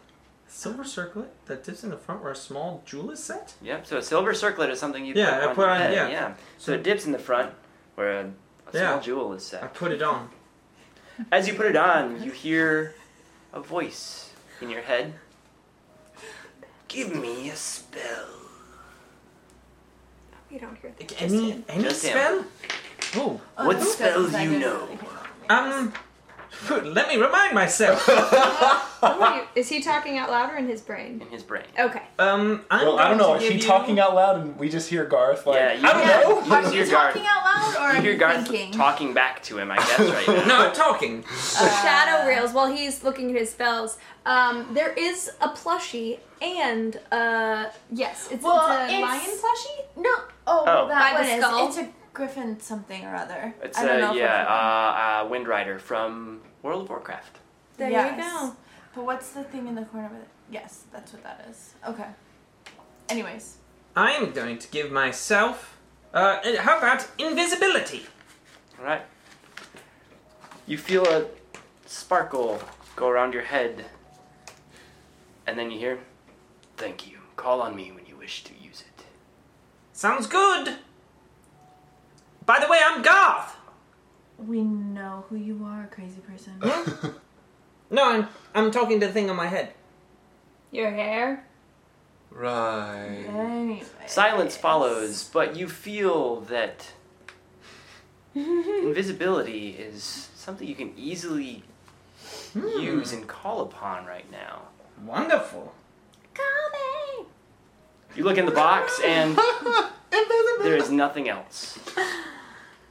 Speaker 5: Silver circlet that dips in the front where a small jewel is set?
Speaker 1: Yep, so a silver circlet is something you
Speaker 5: Yeah, I
Speaker 1: put on
Speaker 5: put
Speaker 1: your
Speaker 5: on-
Speaker 1: head,
Speaker 5: yeah.
Speaker 1: So it dips in the front where a, a
Speaker 5: Yeah.
Speaker 1: small jewel is set.
Speaker 5: I put it on.
Speaker 1: As you put it on, you hear a voice in your head. Give me a spell.
Speaker 3: We don't hear that.
Speaker 5: Any any
Speaker 1: Just him.
Speaker 5: spell? Oh.
Speaker 7: oh,
Speaker 1: what
Speaker 7: that was
Speaker 1: spell
Speaker 7: good,
Speaker 1: do you
Speaker 7: I
Speaker 1: know?
Speaker 7: guess.
Speaker 5: Um let me remind myself.
Speaker 3: Wait, is he talking out loud or in his brain?
Speaker 1: In his brain.
Speaker 3: Okay.
Speaker 5: Um I'm
Speaker 2: Well, I don't
Speaker 5: going
Speaker 2: know.
Speaker 5: to
Speaker 2: Is
Speaker 5: give
Speaker 2: he
Speaker 5: you-
Speaker 2: talking out loud and we just hear Garth like,
Speaker 1: yeah, you
Speaker 2: I don't
Speaker 7: Yeah.
Speaker 2: know.
Speaker 1: Hear,
Speaker 7: Are
Speaker 1: you
Speaker 7: you
Speaker 1: hear Garth,
Speaker 7: talking out loud or
Speaker 1: you
Speaker 7: are
Speaker 1: hear
Speaker 7: you
Speaker 1: Garth
Speaker 7: thinking?
Speaker 1: talking back to him, I guess, right now.
Speaker 5: No, I'm talking.
Speaker 7: Uh,
Speaker 3: Shadow rails while he's looking at his spells. Um, there is a plushie and uh, yes, it's,
Speaker 7: Well,
Speaker 3: it's a
Speaker 7: it's-
Speaker 3: lion plushie.
Speaker 7: No. Oh, well,
Speaker 1: Oh.
Speaker 7: that
Speaker 3: By
Speaker 7: one
Speaker 3: the
Speaker 7: is.
Speaker 3: skull?
Speaker 7: It's a griffin something or other.
Speaker 1: It's
Speaker 7: I don't know
Speaker 1: a,
Speaker 7: if it's-
Speaker 1: yeah, uh, uh, Wind Rider from World of Warcraft.
Speaker 3: There you
Speaker 7: Yes.
Speaker 3: go.
Speaker 7: But what's the thing in the corner with it? Yes, that's what that is. Okay. Anyways.
Speaker 5: I'm going to give myself uh how about invisibility?
Speaker 1: All right. You feel a sparkle go around your head, and then you hear, "Thank you. Call on me when you wish to use it."
Speaker 5: Sounds good. By the way, I'm Garth.
Speaker 7: We know who you are, crazy person.
Speaker 5: No, I'm I'm talking to the thing on my head.
Speaker 3: Your hair.
Speaker 2: Right.
Speaker 7: Anyway.
Speaker 1: Silence follows, but you feel that invisibility is something you can easily
Speaker 2: Hmm.
Speaker 1: use and call upon right now.
Speaker 5: Wonderful.
Speaker 3: Call me.
Speaker 1: You look in the box, and there is nothing else.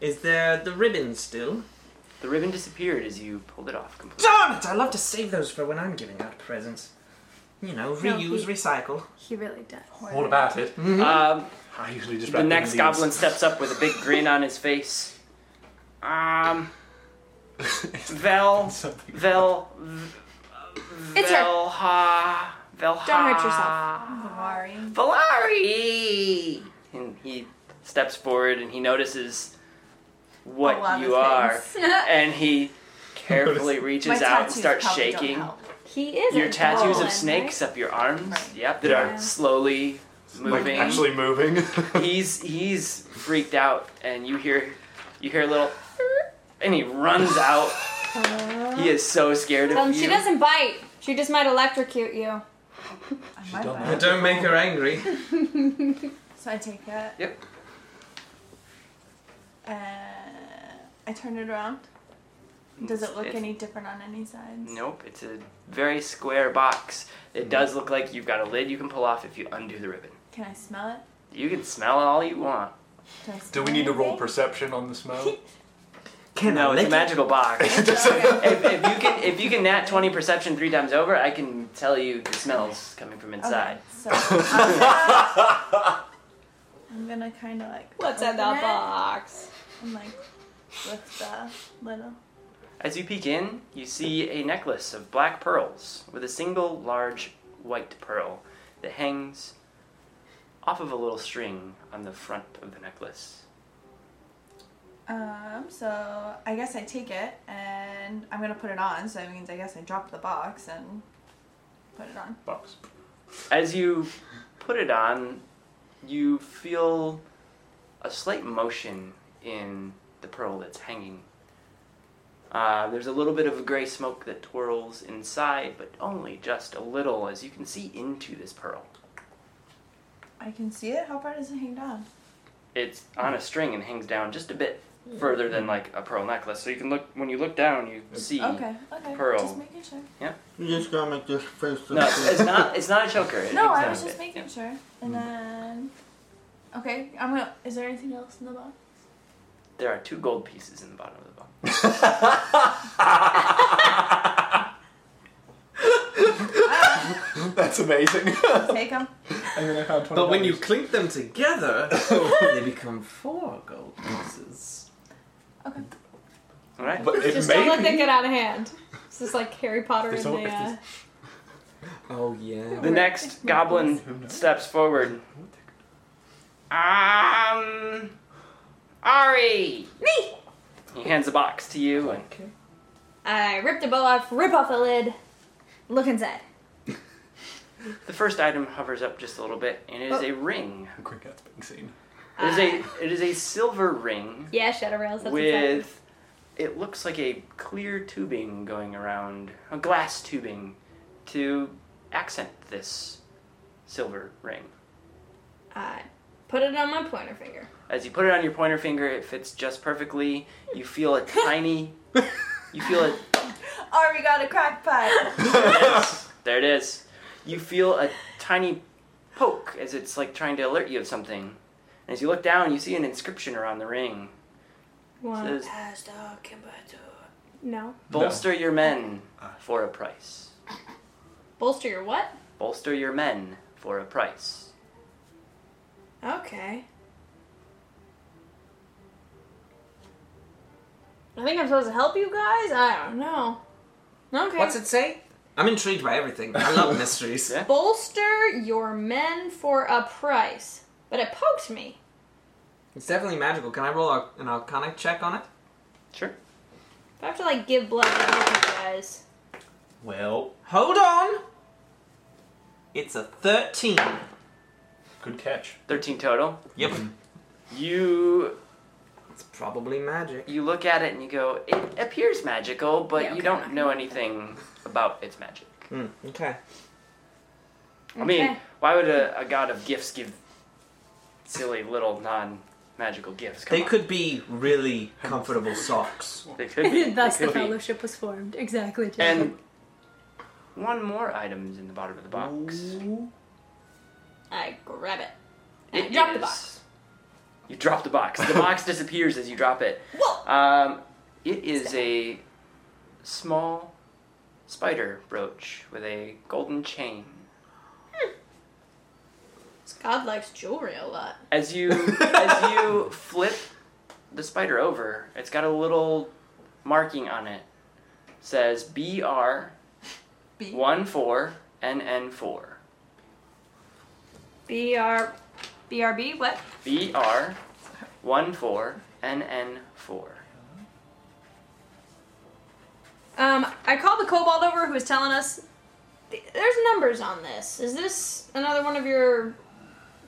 Speaker 5: Is there the ribbon still?
Speaker 1: The ribbon disappeared as you pulled it off completely.
Speaker 5: Darn it! I love to save those for when I'm giving out presents. You know, reuse,
Speaker 3: he-
Speaker 5: recycle.
Speaker 3: He really does.
Speaker 2: All about it.
Speaker 1: Um,
Speaker 2: I usually just
Speaker 1: The
Speaker 2: wrap it in
Speaker 1: next
Speaker 2: leaves.
Speaker 1: goblin steps up with a big grin on his face. Um, Vel,
Speaker 2: Something.
Speaker 1: Vel, v-
Speaker 3: It's her.
Speaker 1: Velha, Velha.
Speaker 3: Don't hurt yourself.
Speaker 7: Sorry.
Speaker 1: Valari. And he steps forward and he notices
Speaker 7: A lot
Speaker 1: what
Speaker 7: of
Speaker 1: you are,
Speaker 7: things.
Speaker 1: and he carefully reaches
Speaker 7: My
Speaker 1: out and
Speaker 7: tattoos
Speaker 1: starts
Speaker 7: probably don't
Speaker 1: shaking.
Speaker 7: help.
Speaker 3: He is
Speaker 1: Your
Speaker 3: a
Speaker 1: tattoos
Speaker 3: goblin,
Speaker 1: of snakes up your arms,
Speaker 7: Right.
Speaker 1: yep, that
Speaker 2: Yeah.
Speaker 1: are slowly
Speaker 2: Like,
Speaker 1: moving.
Speaker 2: actually moving.
Speaker 1: he's he's freaked out and you hear you hear a little and he runs out he is so scared
Speaker 3: Right?
Speaker 1: of
Speaker 3: Tell him
Speaker 1: you
Speaker 3: Um, she doesn't bite. She just might electrocute you.
Speaker 7: I
Speaker 2: She's
Speaker 7: might
Speaker 2: done
Speaker 7: buy
Speaker 2: that.
Speaker 7: it.
Speaker 5: Don't make her angry.
Speaker 7: So I take that.
Speaker 1: Yep.
Speaker 7: Uh, I turn it around. Does it look
Speaker 1: It's-
Speaker 7: any different on any sides?
Speaker 1: nope it's a very square box it does look like you've got a lid you can pull off if you undo the ribbon
Speaker 7: Can I smell it?
Speaker 1: you can smell all you want
Speaker 7: Do, I
Speaker 2: Do
Speaker 7: smell
Speaker 2: we need to roll
Speaker 7: anything?
Speaker 2: perception on the smell?
Speaker 5: Can
Speaker 1: no
Speaker 5: I
Speaker 1: it's
Speaker 5: lick
Speaker 1: a
Speaker 5: it?
Speaker 1: magical box if,
Speaker 7: Okay.
Speaker 1: if you can if you can nat 20 perception three times over i can tell you the smells coming from inside
Speaker 7: Okay, so I'm gonna, I'm gonna kind of like.
Speaker 3: What's in
Speaker 7: open
Speaker 3: that
Speaker 7: it.
Speaker 3: box?
Speaker 7: I'm like, with the little.
Speaker 1: As you peek in, you see a necklace of black pearls with a single large white pearl that hangs off of a little string on the front of the necklace.
Speaker 7: Um, so I guess I take it and I'm gonna put it on. So that means I guess I drop the box and put it on.
Speaker 2: Box.
Speaker 1: As you put it on, you feel a slight motion in the pearl that's hanging. Uh, there's a little bit of gray smoke that twirls inside, but only just a little, as you can see into this pearl.
Speaker 7: I can see it. How far does it hang down?
Speaker 1: it's on a string and hangs down just a bit
Speaker 7: Hmm.
Speaker 1: further than like a pearl necklace. So you can look when you look down, you see.
Speaker 7: Okay, okay.
Speaker 1: Pearl.
Speaker 7: Just making sure.
Speaker 8: You just gotta make this face.
Speaker 1: No, it's not. It's not a choker. It
Speaker 7: No,
Speaker 1: hangs
Speaker 7: I
Speaker 1: down
Speaker 7: was
Speaker 1: a
Speaker 7: just
Speaker 1: bit.
Speaker 7: making sure.
Speaker 1: Mm.
Speaker 7: And then, okay, I'm gonna. Is there anything else in the box?
Speaker 1: There are two gold pieces in the bottom of the box.
Speaker 2: That's amazing.
Speaker 1: Oh.
Speaker 7: Take them.
Speaker 2: And then I found twenty.
Speaker 5: But when you clink them together, they become four gold pieces.
Speaker 1: All right.
Speaker 2: but it
Speaker 3: Just
Speaker 2: may
Speaker 3: don't let that
Speaker 2: be-
Speaker 3: get out of hand. This is like Harry Potter
Speaker 2: There's
Speaker 3: and
Speaker 2: al-
Speaker 3: the. Uh,
Speaker 5: Oh yeah.
Speaker 1: The next goblin steps forward. Um, Ari.
Speaker 3: me.
Speaker 1: He hands a box to you. And
Speaker 5: Okay.
Speaker 3: I rip the bow off, rip off the lid, look inside.
Speaker 1: the first item hovers up just a little bit, and
Speaker 7: Oh.
Speaker 1: it is a ring.
Speaker 2: Quick, that's being seen.
Speaker 1: It is a it is a silver ring
Speaker 3: Yeah, Shadow Rails. That's what's up.
Speaker 1: with it looks like a clear tubing going around, a glass tubing, to accent this silver ring.
Speaker 3: I put it on my pointer finger.
Speaker 1: As you put it on your pointer finger, it fits just perfectly. You feel a tiny. You feel a
Speaker 7: Or Oh, we got a crack pipe.
Speaker 1: Yes, there it is. You feel a tiny poke as it's like trying to alert you of something. And as you look down, you see an inscription around the ring. It
Speaker 3: One.
Speaker 1: says,
Speaker 3: No.
Speaker 1: Bolster your men for a price.
Speaker 3: Bolster your what?
Speaker 1: Bolster your men for a price.
Speaker 3: Okay. I think I'm supposed to help you guys? I don't know. Okay.
Speaker 5: What's it say? I'm intrigued by everything. I love mysteries.
Speaker 1: Yeah.
Speaker 3: Bolster your men for a price. But it poked me.
Speaker 5: It's definitely magical. Can I roll a, an arcana check on it?
Speaker 1: Sure.
Speaker 3: If I have to like give blood to help you guys.
Speaker 2: Well,
Speaker 5: Hold on. It's a thirteen.
Speaker 2: good catch.
Speaker 1: 13 total.
Speaker 5: Yep.
Speaker 1: You
Speaker 5: It's probably magic.
Speaker 1: you look at it and you go, it appears magical, but
Speaker 3: Yeah,
Speaker 1: you
Speaker 3: okay, I'm
Speaker 1: don't
Speaker 3: not
Speaker 1: know anything about its magic.
Speaker 5: Hmm, okay.
Speaker 1: I mean,
Speaker 3: Okay.
Speaker 1: why would a, a god of gifts give silly little non magical gifts? Come
Speaker 5: They
Speaker 1: on.
Speaker 5: could be really comfortable socks.
Speaker 1: They could be.
Speaker 3: Thus
Speaker 1: They
Speaker 3: the
Speaker 1: could be.
Speaker 3: fellowship was formed. Exactly. Jacob.
Speaker 1: And one more item is in the bottom of the box.
Speaker 3: I grab it. I
Speaker 1: It
Speaker 3: drop the
Speaker 1: is-
Speaker 3: box.
Speaker 1: You drop the box. The box disappears as you drop it.
Speaker 3: Whoa!
Speaker 1: Um, it is a small spider brooch with a golden chain.
Speaker 3: This god likes jewelry a lot.
Speaker 1: As you as you flip the spider over, it's got a little marking on it. Says B R
Speaker 7: B.
Speaker 1: one four N N four.
Speaker 3: B R B R B what?
Speaker 1: BR one four NN four.
Speaker 3: Um, I called the kobold over who was telling us th- there's numbers on this. Is this another one of your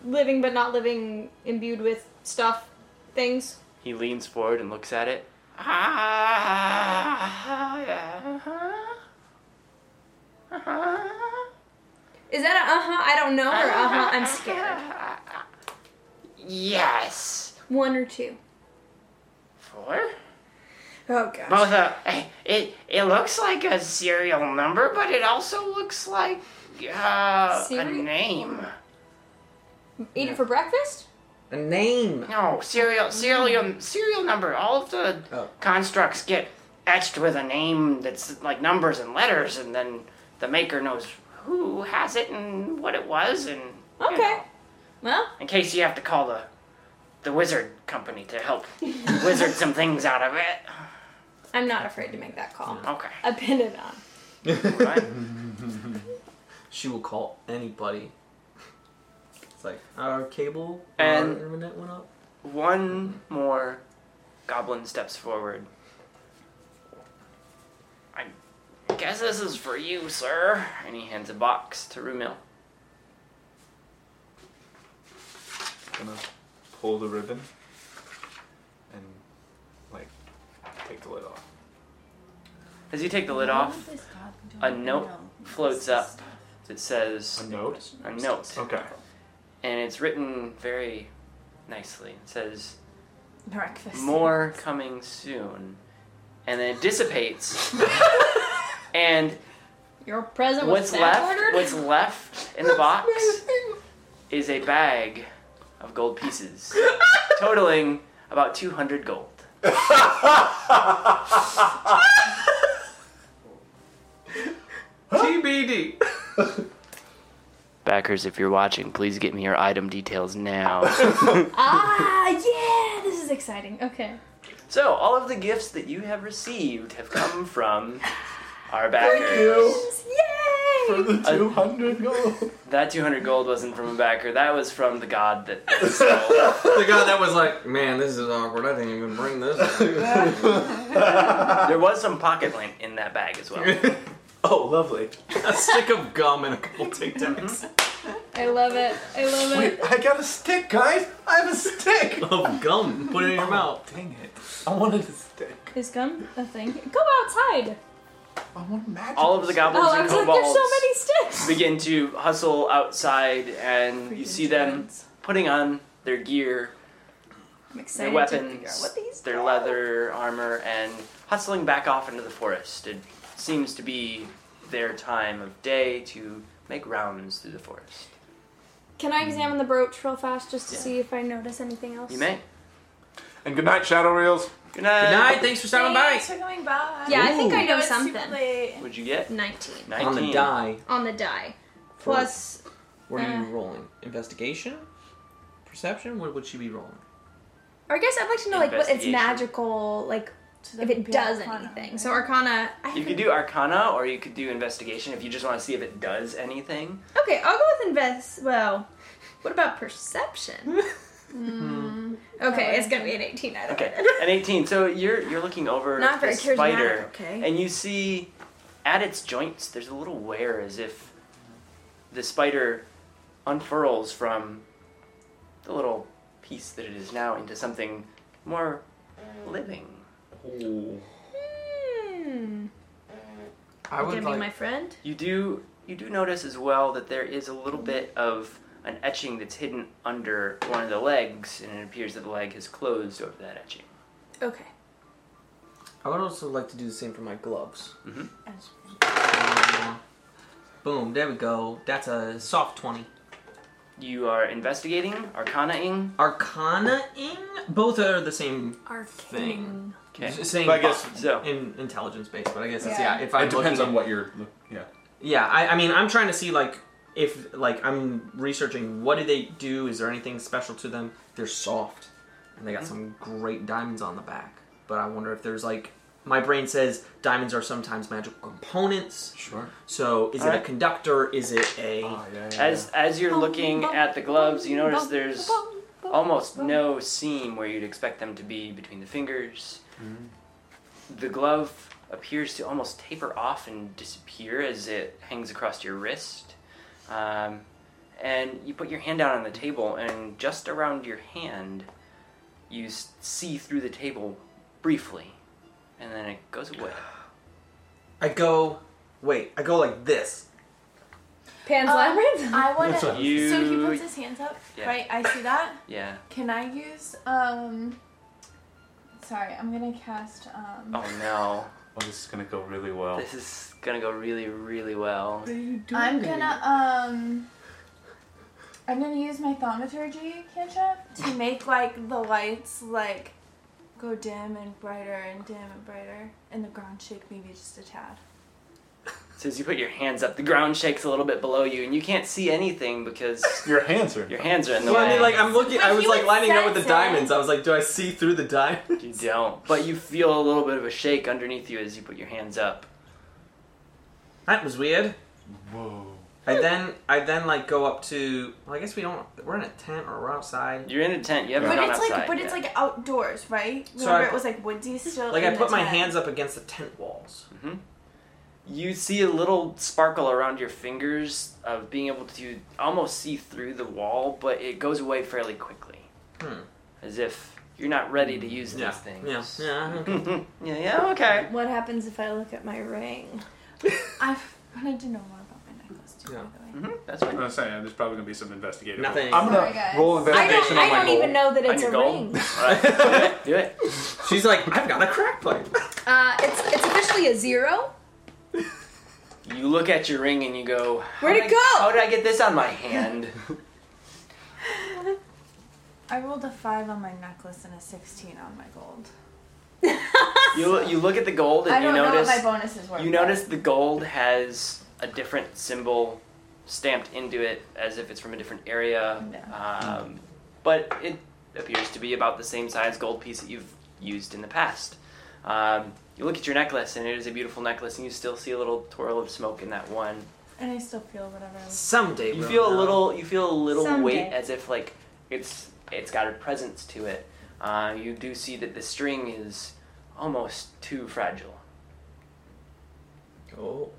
Speaker 3: living but not living imbued with stuff things?
Speaker 1: He leans forward and looks at it. Ah, Uh-huh.
Speaker 3: Is that a uh huh? I don't know or uh huh? I'm scared.
Speaker 1: Yes.
Speaker 3: One or two.
Speaker 1: Four?
Speaker 3: Oh gosh.
Speaker 1: Both a, it it looks like a serial number, but it also looks like uh, a
Speaker 3: Serial-
Speaker 1: name.
Speaker 3: Eat it for breakfast?
Speaker 5: A name.
Speaker 1: No, serial serial serial number. All of the
Speaker 5: Oh.
Speaker 1: constructs get etched with a name that's like numbers and letters, and then the maker knows who has it and what it was, and you
Speaker 3: Okay.
Speaker 1: know,
Speaker 3: Well,
Speaker 1: in case you have to call the the wizard company to help wizard some things out of it.
Speaker 3: I'm not afraid to make that call.
Speaker 1: Okay.
Speaker 3: I pinned it on.
Speaker 1: Right.
Speaker 5: She will call anybody. It's like our cable
Speaker 1: And-
Speaker 5: our internet went up.
Speaker 1: One more goblin steps forward. I guess this is for you, sir. And he hands a box to Rumil.
Speaker 2: Gonna pull the ribbon and like take the lid off.
Speaker 1: As you take the lid off, a note floats up that says
Speaker 2: A note.
Speaker 1: a note,
Speaker 2: Okay.
Speaker 1: and it's written very nicely. It says
Speaker 7: Breakfast.
Speaker 1: more coming soon, and then it dissipates. and
Speaker 3: Your present was
Speaker 1: what's
Speaker 3: back
Speaker 1: left?
Speaker 3: ordered?
Speaker 1: What's left in the box is a bag of gold pieces, totaling about two hundred gold.
Speaker 5: TBD.
Speaker 1: Backers, if you're watching, please get me your item details now.
Speaker 3: Ah, yeah, this is exciting. Okay.
Speaker 1: so, all of the gifts that you have received have come from our backers.
Speaker 3: Yay!
Speaker 2: For the 200 gold.
Speaker 1: That 200 gold wasn't from a backer, that was from the god that sold.
Speaker 5: the guy that was like, man, this is awkward. I didn't even bring this.
Speaker 1: there was some pocket lint in that bag as well.
Speaker 2: Oh, lovely.
Speaker 5: a stick of gum and a couple Tic Tacs
Speaker 3: I love it. I love
Speaker 2: Wait,
Speaker 3: it.
Speaker 2: I got a stick, guys. I have a stick.
Speaker 5: of gum. Put it in your mouth.
Speaker 2: Oh, Dang it. I wanted a stick.
Speaker 3: Is gum a thing? Go outside.
Speaker 2: I want magic.
Speaker 1: All of the goblins
Speaker 3: oh, I
Speaker 1: and
Speaker 3: was like, there's so
Speaker 1: kobolds
Speaker 3: many sticks.
Speaker 1: begin to hustle outside, and you see them putting on their gear,
Speaker 3: I'm excited
Speaker 1: their
Speaker 3: to figure out
Speaker 1: weapons,
Speaker 3: what these
Speaker 1: their
Speaker 3: are.
Speaker 1: leather armor, and hustling back off into the forest. It seems to be their time of day to make rounds through the forest.
Speaker 3: Can I examine the brooch real fast just to
Speaker 1: Yeah.
Speaker 3: see if I notice anything else?
Speaker 1: You may.
Speaker 2: And good night, Shadow Reels.
Speaker 1: Good night.
Speaker 2: Uh,
Speaker 5: Good night. Thanks for stopping by.
Speaker 7: Thanks for coming by.
Speaker 3: Yeah, I think I
Speaker 7: Ooh.
Speaker 3: know
Speaker 7: it's super
Speaker 3: something.
Speaker 7: late.
Speaker 1: What'd you get?
Speaker 3: 19
Speaker 1: 19.
Speaker 5: On the die.
Speaker 3: on the die.
Speaker 5: for-
Speaker 3: Plus,
Speaker 5: What are you
Speaker 3: uh,
Speaker 5: rolling? Investigation? Perception? What would she be rolling?
Speaker 3: or I guess I'd like to know like what it's
Speaker 1: Investigation.
Speaker 3: magical, like
Speaker 7: So that
Speaker 3: if
Speaker 7: would
Speaker 3: it
Speaker 7: be
Speaker 3: does
Speaker 7: Arcana,
Speaker 3: anything.
Speaker 7: right?
Speaker 3: So Arcana, I
Speaker 1: You could do Arcana, or you could do Investigation if you just want to see if it does anything.
Speaker 3: Okay, I'll go with invest. Well, what about perception?
Speaker 7: Mm.
Speaker 3: Mm. okay, it's gonna be an 18 out of
Speaker 1: Okay, an 18. So you're you're looking over
Speaker 3: Not very
Speaker 1: the spider,
Speaker 3: charismatic, okay.
Speaker 1: and you see at its joints there's a little wear as if the spider unfurls from the little piece that it is now into something more living.
Speaker 3: Hmm.
Speaker 5: I
Speaker 3: You gonna be my friend?
Speaker 1: You do you do notice as well that there is a little bit of an etching that's hidden under one of the legs, and it appears that the leg has closed over that etching.
Speaker 3: Okay.
Speaker 5: I would also like to do the same for my gloves.
Speaker 1: Mhm.
Speaker 5: Um, boom, there we go. That's a soft 20.
Speaker 1: You are investigating, arcanaing.
Speaker 5: Arcana ing? Both are the same
Speaker 3: Arcane.
Speaker 1: Okay.
Speaker 5: Same
Speaker 2: But I guess-
Speaker 5: bu-
Speaker 1: so-
Speaker 5: in intelligence based, but I guess it's
Speaker 7: Yeah.
Speaker 5: yeah. If I
Speaker 2: it depends on
Speaker 5: what.
Speaker 2: what you're. look- Yeah.
Speaker 5: Yeah, I, I mean, I'm trying to see like if like I'm researching what do they do? Is there anything special to them? They're soft, and
Speaker 1: Mm-hmm.
Speaker 5: they got some great diamonds on the back. But I wonder if there's like my brain says diamonds are sometimes magical components.
Speaker 2: Sure.
Speaker 5: So is it
Speaker 1: Alright.
Speaker 5: a conductor? Is it a
Speaker 2: Oh, yeah, yeah,
Speaker 1: As as you're looking at the gloves, you notice there's almost no seam where you'd expect them to be between the fingers.
Speaker 2: Mm-hmm.
Speaker 1: The glove appears to almost taper off and disappear as it hangs across your wrist. Um, and you put your hand down on the table, and just around your hand, you s- see through the table briefly, and then it goes away.
Speaker 5: I go wait, I go like this.
Speaker 3: Pan's
Speaker 7: Um,
Speaker 3: labyrinth.
Speaker 7: I want
Speaker 2: That's
Speaker 7: to.
Speaker 2: what-
Speaker 1: You-
Speaker 7: So he puts his hands up.
Speaker 1: Yeah.
Speaker 7: Right, I see that.
Speaker 1: Yeah.
Speaker 7: Can I use um? Sorry, I'm gonna cast um.
Speaker 1: Oh no.
Speaker 2: Oh, this is gonna go really well.
Speaker 1: This is gonna go really, really well.
Speaker 7: I'm gonna um. I'm gonna use my thaumaturgy cantrip to make like the lights like go dim and brighter and dim and brighter, and the ground shake maybe just a tad.
Speaker 1: So as you put your hands up, the ground shakes a little bit below you, and you can't see anything because
Speaker 2: Your hands are.
Speaker 1: your hands are in the
Speaker 5: Well, I
Speaker 1: way.
Speaker 5: mean, like I'm looking.
Speaker 7: But
Speaker 5: I was
Speaker 7: you
Speaker 5: like
Speaker 7: would
Speaker 5: lining it up with the
Speaker 7: sense it.
Speaker 5: diamonds. I was like, do I see through the diamond?
Speaker 1: you don't, but you feel a little bit of a shake underneath you as you put your hands up.
Speaker 5: That was weird.
Speaker 2: Whoa.
Speaker 5: I then I then like go up to. Well, I guess we don't. We're in a tent or we're outside.
Speaker 1: You're in a tent. You haven't
Speaker 7: But
Speaker 1: gone
Speaker 7: it's
Speaker 1: outside.
Speaker 7: like, but it's
Speaker 1: yet.
Speaker 7: like outdoors, right?
Speaker 5: So
Speaker 7: Remember,
Speaker 5: I-
Speaker 7: it was like woodsy still.
Speaker 5: Like
Speaker 7: in
Speaker 5: I put
Speaker 7: the
Speaker 5: my
Speaker 7: tent.
Speaker 5: hands up against the tent walls.
Speaker 1: you see a little sparkle around your fingers of being able to almost see through the wall, but it goes away fairly quickly,
Speaker 5: Hmm.
Speaker 1: as if you're not ready to use
Speaker 5: Yeah.
Speaker 1: these
Speaker 5: Yeah.
Speaker 1: things.
Speaker 5: Yeah. okay.
Speaker 1: yeah, yeah, okay.
Speaker 3: What happens if I look at my ring?
Speaker 7: I wanted to know more about my necklace too.
Speaker 5: Yeah.
Speaker 7: By the way.
Speaker 1: hmm that's fine.
Speaker 9: I'm saying there's probably gonna be some investigative.
Speaker 5: Nothing.
Speaker 2: I'm
Speaker 7: Sorry,
Speaker 2: gonna
Speaker 7: guys.
Speaker 2: roll
Speaker 3: I don't.
Speaker 2: investigation
Speaker 3: I
Speaker 2: on my
Speaker 3: don't
Speaker 2: gold.
Speaker 3: even know that
Speaker 1: On
Speaker 3: it's a
Speaker 1: your goal?
Speaker 3: ring.
Speaker 1: All right, do it. Do it.
Speaker 5: She's like, I've got a crack pipe.
Speaker 3: Uh, it's it's officially a zero.
Speaker 1: You look at your ring and you go, "How
Speaker 3: Where'd
Speaker 1: did
Speaker 3: it
Speaker 1: I-
Speaker 3: go?"
Speaker 1: How did I get this on my hand?
Speaker 7: I rolled a five on my necklace and a sixteen on my gold.
Speaker 1: you you look at the gold and
Speaker 7: I don't
Speaker 1: you
Speaker 7: know
Speaker 1: notice
Speaker 7: what my bonuses were.
Speaker 1: you
Speaker 7: but-
Speaker 1: notice the gold has a different symbol stamped into it as if it's from a different area.
Speaker 7: No.
Speaker 1: Um, but it appears to be about the same size gold piece that you've used in the past. Um, you look at your necklace, and it is a beautiful necklace, and you still see a little twirl of smoke in that one.
Speaker 7: And I still feel whatever. I was.
Speaker 5: Someday
Speaker 1: You
Speaker 5: we'll
Speaker 1: feel a
Speaker 5: know.
Speaker 1: little. You feel a little
Speaker 3: Someday.
Speaker 1: weight, as if like it's it's got a presence to it. Uh, you do see that the string is almost too fragile.
Speaker 5: Oh.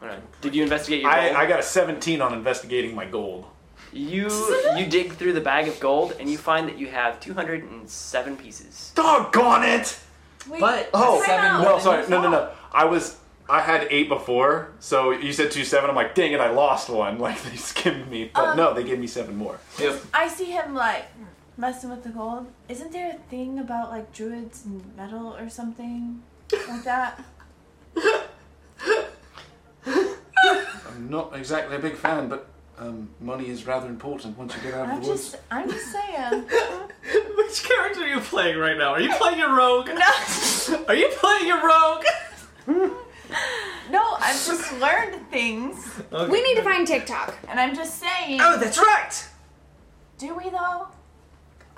Speaker 1: I don't know. Did you investigate your?
Speaker 2: I,
Speaker 1: gold?
Speaker 2: I got a 17 on investigating my gold.
Speaker 1: You you dig through the bag of gold and you find that you have 207 pieces.
Speaker 2: Doggone it!
Speaker 7: Wait,
Speaker 5: But-
Speaker 2: Oh,
Speaker 7: time
Speaker 5: seven-
Speaker 7: out.
Speaker 2: No, sorry, no, no, no. I was, I had eight before, so you said two seven. I'm like, dang it, I lost one. Like they skimmed me, but
Speaker 7: Um,
Speaker 2: no, they gave me seven more.
Speaker 5: Yep.
Speaker 7: I see him like messing with the gold. Isn't there a thing about like druids and metal or something like that?
Speaker 2: I'm not exactly a big fan, but um, money is rather important once you get out of
Speaker 7: I'm
Speaker 2: the woods.
Speaker 7: just, I'm just saying.
Speaker 5: Which character are you playing right now? Are you playing a rogue?
Speaker 7: No,
Speaker 5: Are you playing a rogue?
Speaker 7: no, I've just learned things,
Speaker 5: Okay.
Speaker 3: We need to find TikTok.
Speaker 7: and I'm just saying.
Speaker 5: Oh, that's right.
Speaker 7: Do we though?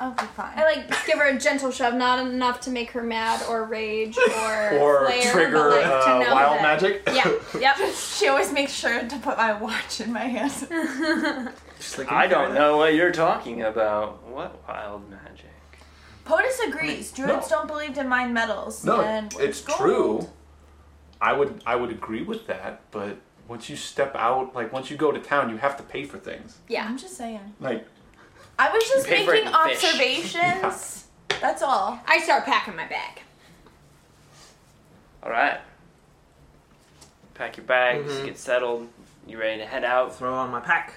Speaker 7: Okay, fine.
Speaker 3: I like give her a gentle shove, not enough to make her mad or rage or
Speaker 2: or
Speaker 3: flare,
Speaker 2: trigger
Speaker 3: but, like,
Speaker 2: uh,
Speaker 3: to know
Speaker 2: wild
Speaker 3: that-
Speaker 2: magic.
Speaker 3: Yeah. Yep.
Speaker 7: she always makes sure to put my watch in my hand.
Speaker 5: Just like
Speaker 1: I don't know what you're talking about. What wild magic?
Speaker 7: POTUS agrees. Druids don't believe in mine metals.
Speaker 2: No,
Speaker 7: and
Speaker 2: it's
Speaker 7: gold.
Speaker 2: true. I would I would agree with that, but once you step out, like once you go to town, you have to pay for things.
Speaker 3: Yeah.
Speaker 7: I'm just saying.
Speaker 2: Like
Speaker 7: I was just
Speaker 1: pay for it
Speaker 7: making
Speaker 1: in fish.
Speaker 7: observations. That's all.
Speaker 3: I start packing my bag.
Speaker 1: All right. Pack your bags,
Speaker 5: Mhm.
Speaker 1: get settled. You ready to head out?
Speaker 5: Throw on my pack.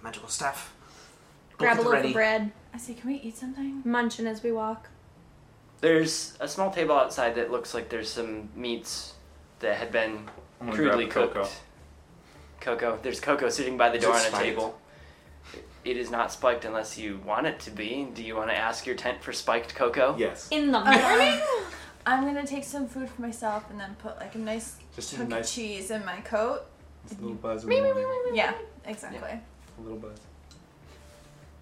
Speaker 5: Magical stuff.
Speaker 3: Grab a
Speaker 5: Book is
Speaker 3: loaf
Speaker 5: ready.
Speaker 3: of bread,
Speaker 7: I say, can we eat something?
Speaker 3: munching as we walk.
Speaker 1: There's a small table outside that looks like there's some meats that had been
Speaker 10: I'm gonna
Speaker 1: crudely
Speaker 10: grab the
Speaker 1: cooked.
Speaker 10: cocoa.
Speaker 1: Cocoa. There's cocoa sitting by the
Speaker 2: Is
Speaker 1: door
Speaker 2: it
Speaker 1: on a
Speaker 2: spiked?
Speaker 1: table. It is not spiked unless you want it to be. Do you want to ask your tent for spiked cocoa?
Speaker 2: yes,
Speaker 3: In the
Speaker 7: Uh,
Speaker 3: morning?
Speaker 7: I'm gonna take some food for myself and then put like a nice
Speaker 2: just a
Speaker 7: chunk of
Speaker 2: nice
Speaker 7: cheese in my coat.
Speaker 2: little buzz. in the morning.
Speaker 7: Yeah, exactly.
Speaker 2: A little buzz.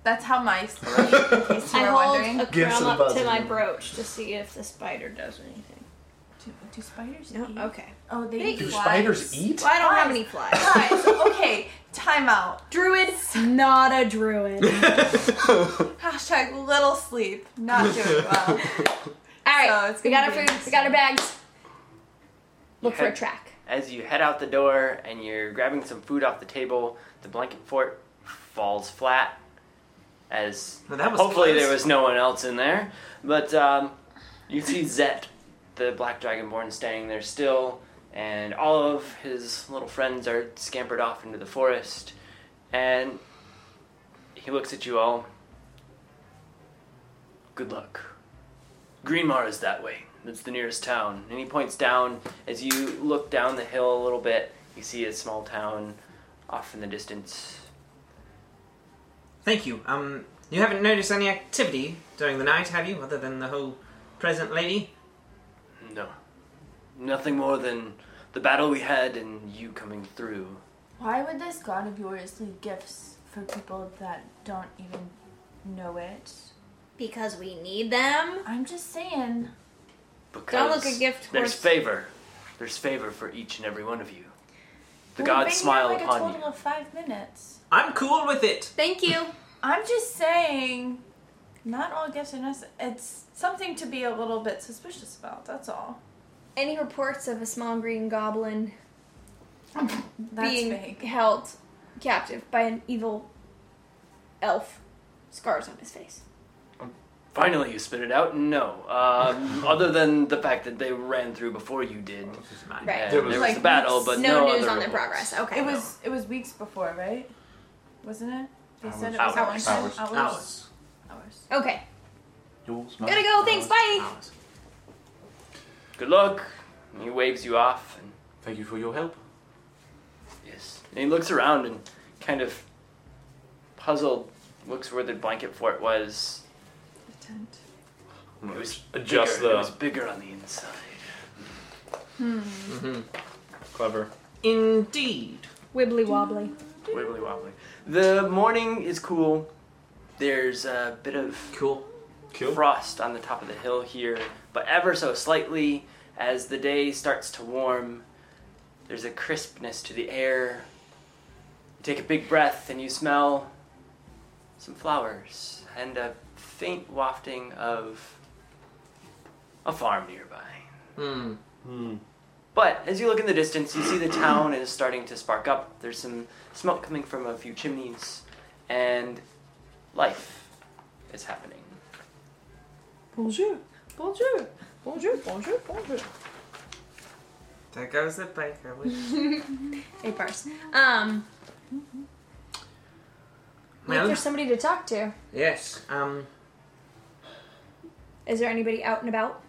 Speaker 7: That's how my story. In case you
Speaker 3: I
Speaker 7: were
Speaker 3: hold
Speaker 7: wondering.
Speaker 3: a
Speaker 2: Give us
Speaker 3: crumb
Speaker 2: a
Speaker 3: up
Speaker 2: buzz
Speaker 3: to my
Speaker 2: in.
Speaker 3: brooch to see if the spider does anything.
Speaker 7: do, do spiders eat?
Speaker 3: No? Okay.
Speaker 7: Oh, they
Speaker 3: They
Speaker 7: eat
Speaker 2: Do
Speaker 3: eat
Speaker 7: flies.
Speaker 2: spiders eat?
Speaker 3: Well, I don't have
Speaker 7: Flies.
Speaker 3: any flies.
Speaker 7: Guys, okay, time out.
Speaker 3: druid? Not a druid.
Speaker 7: Hashtag little sleep. Not doing well. So
Speaker 3: Alright,
Speaker 7: it's
Speaker 3: we
Speaker 7: gonna
Speaker 3: got our
Speaker 7: be
Speaker 3: food, we got our bags. Look for a
Speaker 1: Okay.
Speaker 3: track.
Speaker 1: As you head out the door and you're grabbing some food off the table, the blanket fort falls flat. As
Speaker 5: Well, that was
Speaker 1: hopefully
Speaker 5: close.
Speaker 1: there was no one else in there, but um, you see Zet, the black dragonborn, standing there still, and all of his little friends are scampered off into the forest, and he looks at you all. Good luck. Greenmar is that way. That's the nearest town. And he points down. As you look down the hill a little bit, you see a small town off in the distance.
Speaker 5: Thank you. Um, you haven't noticed any activity during the night, have you? Other than the whole present lady?
Speaker 1: No. Nothing more than the battle we had and you coming through.
Speaker 7: Why would this god of yours leave gifts for people that don't even know it?
Speaker 3: Because we need them.
Speaker 7: I'm just saying.
Speaker 1: Because
Speaker 3: look a gift
Speaker 1: there's
Speaker 3: horse.
Speaker 1: favor. There's favor for each and every one of you. The
Speaker 7: We've been
Speaker 1: gods
Speaker 7: here,
Speaker 1: smile
Speaker 7: like a
Speaker 1: upon
Speaker 7: total
Speaker 1: you.
Speaker 7: of five minutes.
Speaker 5: I'm cool with it.
Speaker 3: Thank you.
Speaker 7: I'm just saying. Not all gifts are necessary. It's something to be a little bit suspicious about. That's all.
Speaker 3: Any reports of a small green goblin
Speaker 7: That's
Speaker 3: being
Speaker 7: fake.
Speaker 3: held captive by an evil elf? Scars on his face.
Speaker 1: Finally, you spit it out? No. Um, other than the fact that they ran through before you did.
Speaker 3: Right.
Speaker 1: And
Speaker 2: There
Speaker 1: there
Speaker 2: was-
Speaker 1: was,
Speaker 7: Like,
Speaker 1: the battle, but
Speaker 3: no,
Speaker 1: no,
Speaker 3: news
Speaker 1: other
Speaker 3: on their
Speaker 1: reports.
Speaker 3: progress. Okay.
Speaker 7: It was it was weeks before, right? Wasn't it? They said it was
Speaker 1: Hours.
Speaker 7: at one
Speaker 2: Hours.
Speaker 7: time. Hours.
Speaker 5: Hours.
Speaker 7: Hours.
Speaker 3: Okay.
Speaker 2: Yours, mine,
Speaker 3: Gotta go. Thanks.
Speaker 2: ours.
Speaker 3: Bye.
Speaker 5: Hours.
Speaker 1: Good luck. And he waves you off, and
Speaker 2: Thank you for your help.
Speaker 1: yes. And he looks around and kind of puzzled, looks where the blanket fort was.
Speaker 7: The tent.
Speaker 1: It was
Speaker 10: Adjust
Speaker 2: uh,
Speaker 1: bigger. It
Speaker 10: the-
Speaker 1: was bigger on the inside.
Speaker 5: Mm-hmm.
Speaker 2: Clever.
Speaker 5: Indeed.
Speaker 3: Wibbly wobbly.
Speaker 1: Wibbly wobbly. The morning is cool. There's a bit of
Speaker 5: Cool.
Speaker 2: Cool.
Speaker 1: frost on the top of the hill here, but ever so slightly as the day starts to warm. There's a crispness to the air. You take a big breath and you smell some flowers and a faint wafting of a farm nearby.
Speaker 5: Hmm.
Speaker 1: But as you look in the distance, you see the town is starting to spark up. There's some smoke coming from a few chimneys, and life is happening.
Speaker 3: Bonjour. Bonjour. Bonjour. Bonjour. Bonjour.
Speaker 5: There goes the baker. Man,
Speaker 3: Hey, Pars. Um, look for somebody to talk to.
Speaker 5: yes. Um.
Speaker 3: Is there anybody out and about?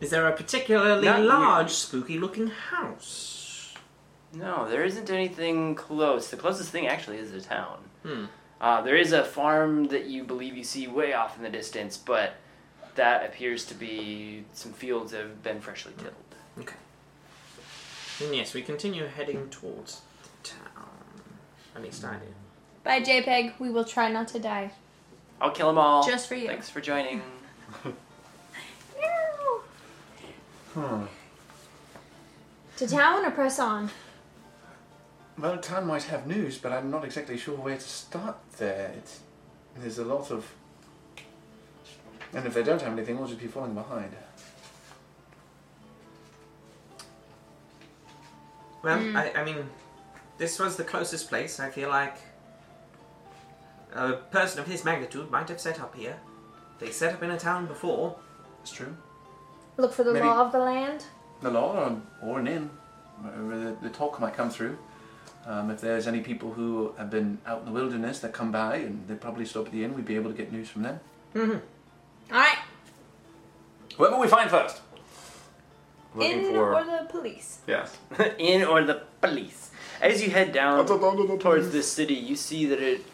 Speaker 5: Is there a particularly
Speaker 1: Not
Speaker 5: large,
Speaker 1: you.
Speaker 5: spooky-looking house?
Speaker 1: No, there isn't anything close. The closest thing actually is the town.
Speaker 5: Hmm.
Speaker 1: Uh, there is a farm that you believe you see way off in the distance, but that appears to be some fields that have been freshly tilled.
Speaker 5: And yes, we continue heading towards the town. At least I do.
Speaker 3: Bye, JPEG. We will try not to die.
Speaker 1: I'll kill them all.
Speaker 3: Just for you.
Speaker 1: Thanks for joining.
Speaker 3: No. To town or press on?
Speaker 2: Well, town might have news, but I'm not exactly sure where to start there. It's, there's a lot of. And if they don't have anything, we'll just be falling behind.
Speaker 5: Well,
Speaker 1: Hmm.
Speaker 5: I, I mean, this was the closest place. I feel like a person of his magnitude might have set up here. They set up in a town before.
Speaker 2: It's true.
Speaker 3: Look for the
Speaker 2: Maybe-
Speaker 3: law of the land.
Speaker 2: The law or, or an inn, where the, the talk might come through. Um, if there's any people who have been out in the wilderness that come by and they probably stop at the inn, we'd be able to get news from them.
Speaker 3: All right.
Speaker 2: Whoever we find first.
Speaker 11: Looking
Speaker 3: In
Speaker 11: for.
Speaker 3: or the police.
Speaker 11: yes.
Speaker 1: In or the police. As you head down towards this city, you see that it,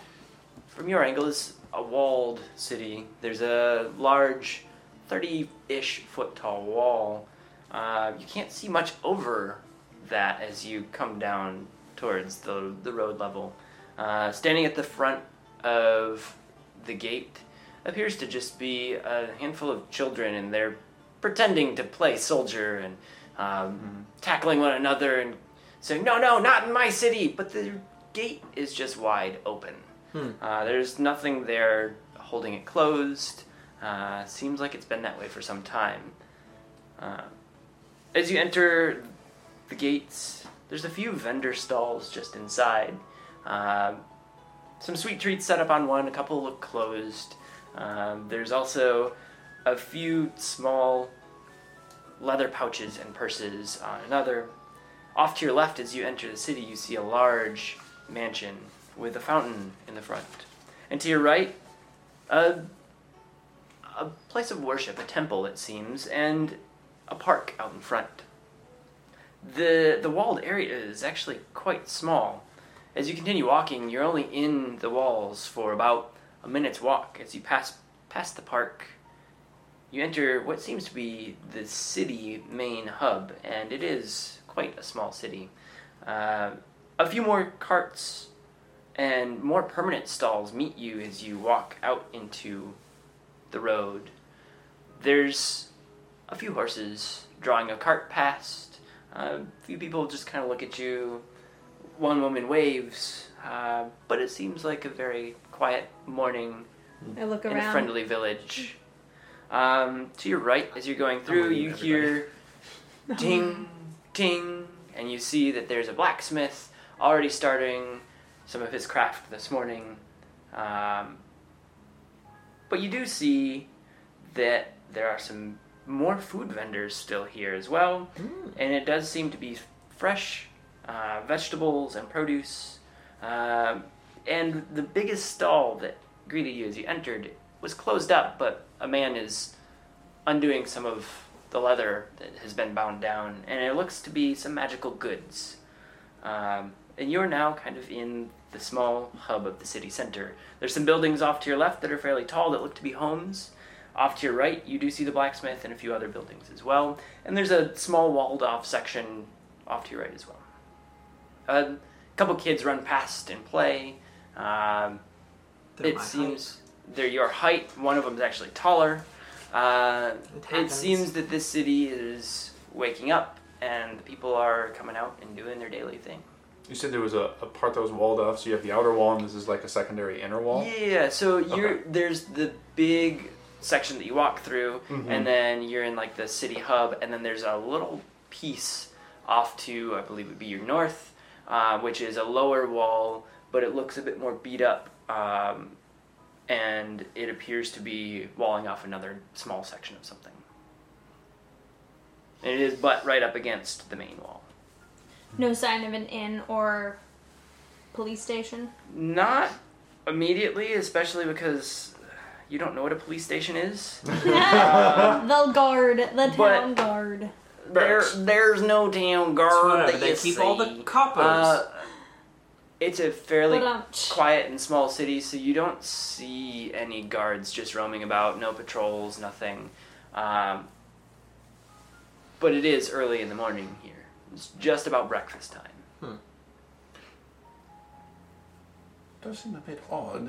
Speaker 1: from your angle, is a walled city. There's a large, 30 ish foot tall wall. Uh, you can't see much over that as you come down towards the, the road level. Uh, standing at the front of the gate appears to just be a handful of children, and they're pretending to play soldier and um, tackling one another and saying, "No, no, not in my city!" But the gate is just wide open. Uh, there's nothing there holding it closed. Uh, seems like it's been that way for some time. Uh, as you enter the gates, there's a few vendor stalls just inside. Uh, some sweet treats set up on one, a couple look closed. Um, there's also a few small leather pouches and purses on another. Off to your left, as you enter the city, you see a large mansion with a fountain in the front. And to your right, a, a place of worship, a temple, it seems, and a park out in front. The, the walled area is actually quite small. As you continue walking, you're only in the walls for about a minute's walk. As you pass past the park, you enter what seems to be the city main hub, and it is quite a small city. Uh, a few more carts and more permanent stalls meet you as you walk out into the road. There's a few horses drawing a cart past. Uh, a few people just kind of look at you. One woman waves, uh, but it seems like a very quiet morning
Speaker 3: I look
Speaker 1: in a
Speaker 3: around.
Speaker 1: friendly village. Um, to your right, as you're going through, you hear ting, ting, and you see that there's a blacksmith already starting some of his craft this morning. Um, but you do see that there are some more food vendors still here as well, and it does seem to be fresh uh, vegetables and produce. Um, and the biggest stall that greeted you as you entered was closed up, but a man is undoing some of the leather that has been bound down, and it looks to be some magical goods. Um, and you're now kind of in the small hub of the city center. There's some buildings off to your left that are fairly tall that look to be homes. Off to your right, you do see the blacksmith and a few other buildings as well. And there's a small walled off section off to your right as well. a couple kids run past and play. Um,
Speaker 5: They're
Speaker 1: it
Speaker 5: my
Speaker 1: seems they're your height. One of them is actually taller. Uh,
Speaker 5: height.
Speaker 1: it
Speaker 5: happens.
Speaker 1: seems that this city is waking up and the people are coming out and doing their daily thing.
Speaker 12: You said there was a, a part that was walled off, so you have the outer wall, and this is like a secondary inner wall.
Speaker 1: Yeah, so you're there's the big section that you walk through,
Speaker 12: Mhm.
Speaker 1: and then you're in like the city hub, and then there's a little piece off to I believe it would be your north, uh, which is a lower wall, but it looks a bit more beat up, um, and it appears to be walling off another small section of something. And it is butt right up against the main wall.
Speaker 3: No sign of an inn or police station.
Speaker 1: Not immediately, especially because you don't know what a police station is.
Speaker 3: the guard, the
Speaker 1: But-
Speaker 3: town guard.
Speaker 1: There,
Speaker 12: Barracks.
Speaker 1: there's no town
Speaker 5: It's
Speaker 1: guard
Speaker 5: whatever,
Speaker 1: that
Speaker 5: they
Speaker 1: you
Speaker 5: keep
Speaker 1: see.
Speaker 5: all the coppers.
Speaker 1: Uh, it's a fairly
Speaker 3: But, um,
Speaker 1: quiet and small city, so you don't see any guards just roaming about. No patrols, nothing. Um, but it is early in the morning here. It's just about breakfast time.
Speaker 2: does seem a bit odd.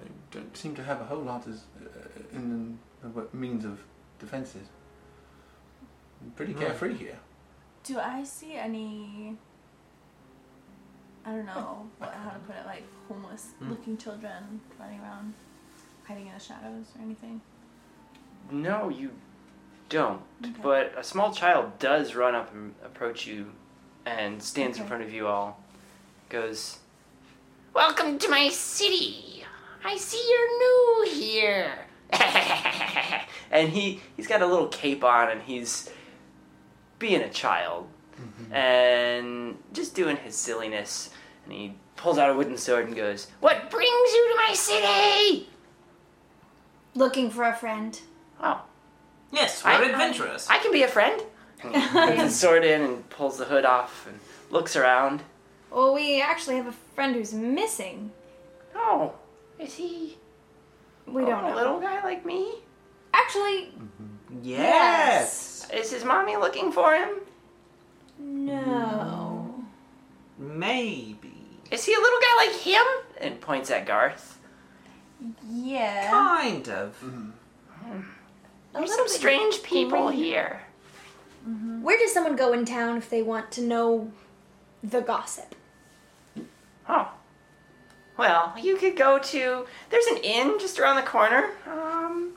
Speaker 2: They don't seem to have a whole lot as, uh, in the w- means of defenses. Pretty
Speaker 5: No.
Speaker 2: carefree here.
Speaker 7: Do I see any? I don't know what, how to put it. Like
Speaker 1: Hmm.
Speaker 7: homeless-looking children running around, hiding in the shadows or anything.
Speaker 1: No, you don't.
Speaker 7: Okay.
Speaker 1: But a small child does run up and approach you and stands in
Speaker 7: Okay.
Speaker 1: front of you all. Goes, Welcome to my city. I see you're new here. and he, he's got a little cape on and he's being a child and just doing his silliness. And he pulls out a wooden sword and goes, What brings you to my city?
Speaker 3: Looking for a friend.
Speaker 1: Oh,
Speaker 5: yes,
Speaker 1: I-
Speaker 5: we're adventurous.
Speaker 1: I can be a friend. And he puts his sword in and pulls the hood off and looks around.
Speaker 3: Well, we actually have a friend who's missing.
Speaker 1: Oh, is he
Speaker 3: We don't
Speaker 1: Oh, a
Speaker 3: know.
Speaker 1: little guy like me?
Speaker 3: Actually,
Speaker 5: yes.
Speaker 1: Is his mommy looking for him?
Speaker 3: no.
Speaker 5: Maybe.
Speaker 1: Is he a little guy like him? And points at Garth. Hmm. Um,
Speaker 7: Yeah.
Speaker 5: Kind of.
Speaker 1: There's some strange people here.
Speaker 3: Where does someone go in town if they want to know the gossip?
Speaker 1: Oh. Well, you could go to. There's an inn just around the corner. Um,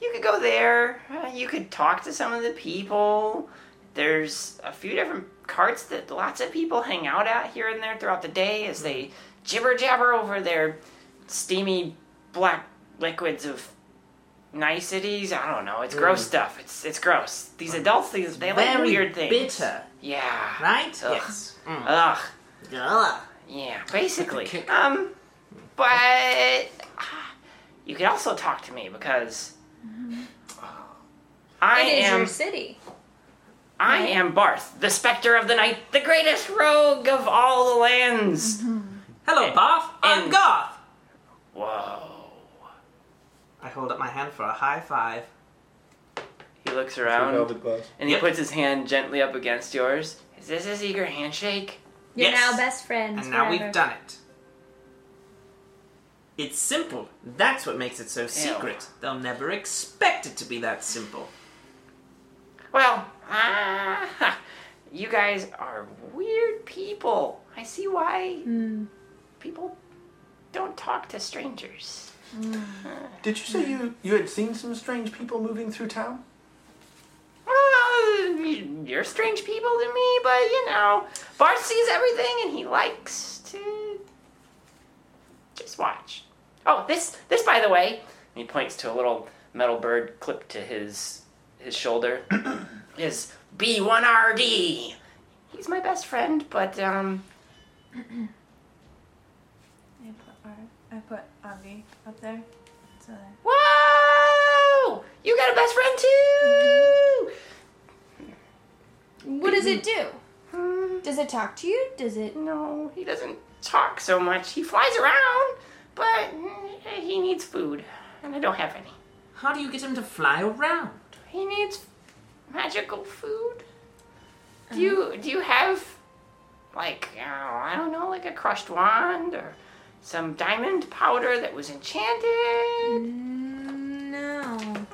Speaker 1: you could go there. Uh, you could talk to some of the people. There's a few different carts that lots of people hang out at here and there throughout the day as they jibber jabber over their steamy black liquids of niceties. I don't know. It's gross stuff. It's it's gross. These adults, these they like
Speaker 5: Mm. Very
Speaker 1: weird things.
Speaker 5: Bitter,
Speaker 1: Yeah.
Speaker 5: right?
Speaker 1: Ugh.
Speaker 5: Yes. Mm.
Speaker 1: Ugh.
Speaker 5: Ugh.
Speaker 1: Yeah, basically. um, but ah, you could also talk to me because I
Speaker 3: Mm-hmm. it is
Speaker 1: am
Speaker 3: your city.
Speaker 1: I am Barth, the specter of the night, the greatest rogue of all the lands. Eh,
Speaker 5: Hello, Barth. I'm
Speaker 1: And-
Speaker 5: Garth.
Speaker 3: Mm-hmm.
Speaker 1: Whoa!
Speaker 5: I hold up my hand for a high five.
Speaker 1: He looks
Speaker 2: Through
Speaker 1: around
Speaker 2: velvet glass.
Speaker 1: and he puts his hand gently up against yours. Is this his eager handshake?
Speaker 3: You're
Speaker 5: Yes.
Speaker 3: now best friends.
Speaker 5: And now
Speaker 3: forever.
Speaker 5: we've done it. It's simple. That's what makes it so secret. They'll never expect it to be that simple.
Speaker 1: Well, ah, you guys are weird people. I see why
Speaker 3: Hmm.
Speaker 1: people don't talk to strangers.
Speaker 2: Did you say you, you had seen some strange people moving through town?
Speaker 1: Well, you- you're strange people to me, but you know, Bart sees everything and he likes to just watch. Oh, this this by the way, and he points to a little metal bird clipped to his his shoulder. is B1RD. He's my best friend, but um
Speaker 7: I put our, I put Avi up there. So there.
Speaker 1: whoa! You got a best friend too.
Speaker 3: What does it
Speaker 5: Mm-hmm.
Speaker 3: do?
Speaker 1: Hmm.
Speaker 3: Does it talk to you? Does it?
Speaker 1: No, he doesn't talk so much. He flies around, but eh, he needs food, and I don't have any.
Speaker 5: How do you get him to fly around?
Speaker 1: He needs magical food. Do you do you have like uh, I don't know, like a crushed wand or some diamond powder that was enchanted.
Speaker 3: Mm, No. Mm,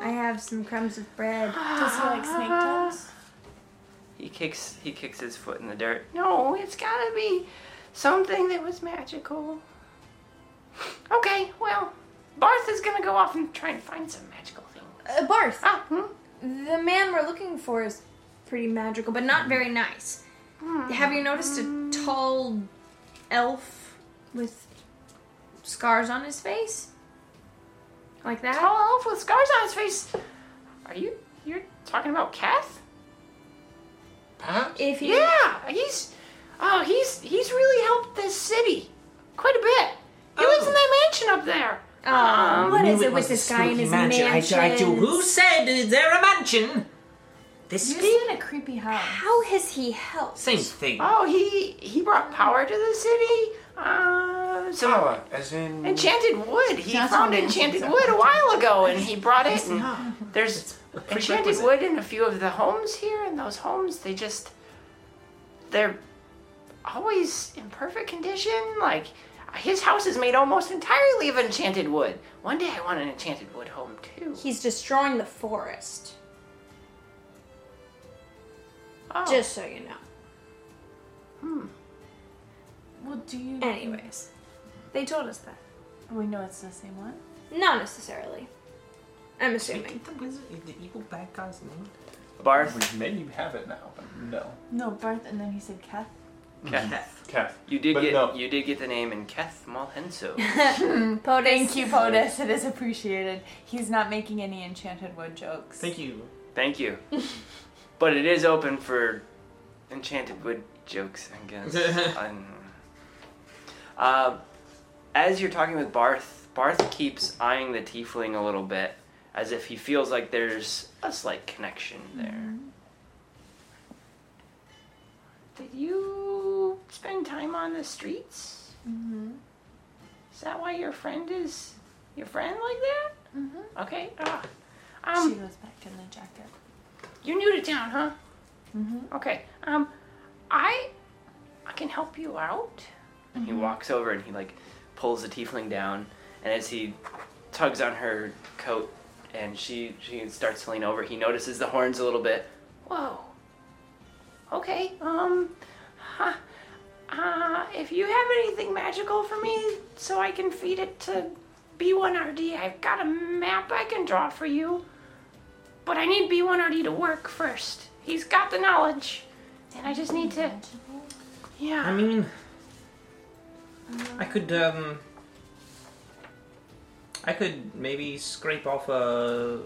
Speaker 3: I have some crumbs of bread. Uh,
Speaker 7: Does he like snake tongues?
Speaker 1: He kicks he kicks his foot in the dirt. No, it's gotta be something that was magical. Okay, well, Barth is gonna go off and try and find some magical thing.
Speaker 3: Uh, Barth,
Speaker 1: Ah, hmm?
Speaker 3: the man we're looking for is pretty magical, but not very nice.
Speaker 5: Hmm.
Speaker 3: Have you noticed a tall elf with scars on his face? Like that?
Speaker 1: Tall elf with scars on his face. Are you you're talking about Kath?
Speaker 13: Pat?
Speaker 3: If you
Speaker 1: Yeah, he's oh he's he's really helped this city quite a bit. He lives in that mansion up there.
Speaker 3: Oh,
Speaker 1: Um,
Speaker 3: what
Speaker 5: Knew
Speaker 3: is it
Speaker 5: was
Speaker 3: with
Speaker 5: the
Speaker 3: this guy and
Speaker 5: spooky
Speaker 3: his
Speaker 5: mansion. I tried to.
Speaker 3: mansions?
Speaker 5: Who said is there a mansion? This
Speaker 7: You
Speaker 5: is
Speaker 7: live in a creepy house.
Speaker 3: How has he helped?
Speaker 5: same thing.
Speaker 1: Oh, he he brought power to the city. Uh, some
Speaker 13: Power, as in.
Speaker 1: enchanted wood. He
Speaker 7: That's
Speaker 1: found
Speaker 7: what
Speaker 1: enchanted
Speaker 7: mansions are.
Speaker 1: wood a while ago, and he brought it. And there's enchanted
Speaker 5: prerequisite.
Speaker 1: wood in a few of the homes here, and those homes they just they're always in perfect condition. Like his house is made almost entirely of enchanted wood. One day I want an enchanted wood home too.
Speaker 3: He's destroying the forest.
Speaker 1: Oh.
Speaker 3: Just so you know.
Speaker 7: Well, do you?
Speaker 3: Anyways, they told us that.
Speaker 7: we know it's the same one.
Speaker 3: Not necessarily.
Speaker 5: Did
Speaker 3: I'm
Speaker 5: we
Speaker 3: assuming.
Speaker 5: get the wizard, the evil bad guy's name?
Speaker 1: Barth,
Speaker 2: We maybe have it now, but no.
Speaker 7: No, Barth, and then he said Keth.
Speaker 1: Keth.
Speaker 2: Kath.
Speaker 1: You did
Speaker 2: but
Speaker 1: get
Speaker 2: No.
Speaker 1: you did get the name in Keth Malhenso.
Speaker 3: POTUS.
Speaker 7: Thank you, POTUS. It is appreciated. He's not making any enchanted wood jokes.
Speaker 5: Thank you.
Speaker 1: Thank you. but it is open for enchanted wood jokes, I guess. Um, uh, as you're talking with Barth, Barth keeps eyeing the tiefling a little bit, as if he feels like there's a slight connection there.
Speaker 7: Mm-hmm.
Speaker 1: Did you spend time on the streets?
Speaker 7: Mm-hmm.
Speaker 1: Is that why your friend is your friend like that?
Speaker 7: Mm-hmm.
Speaker 1: Okay. Ah.
Speaker 7: she
Speaker 1: Um,
Speaker 7: goes back in the jacket.
Speaker 1: you're new to town, huh?
Speaker 7: Mm-hmm.
Speaker 1: Okay. Um, I I can help you out. And he walks over and he like pulls the tiefling down, and as he tugs on her coat, and she she starts to lean over, he notices the horns a little bit. Whoa. Okay. Um. Huh. Uh, if you have anything magical for me, so I can feed it to B1RD, I've got a map I can draw for you. But I need B1RD to work first. He's got the knowledge. And I just need to.
Speaker 5: I
Speaker 1: Yeah.
Speaker 5: mean, I could um, I could maybe scrape off a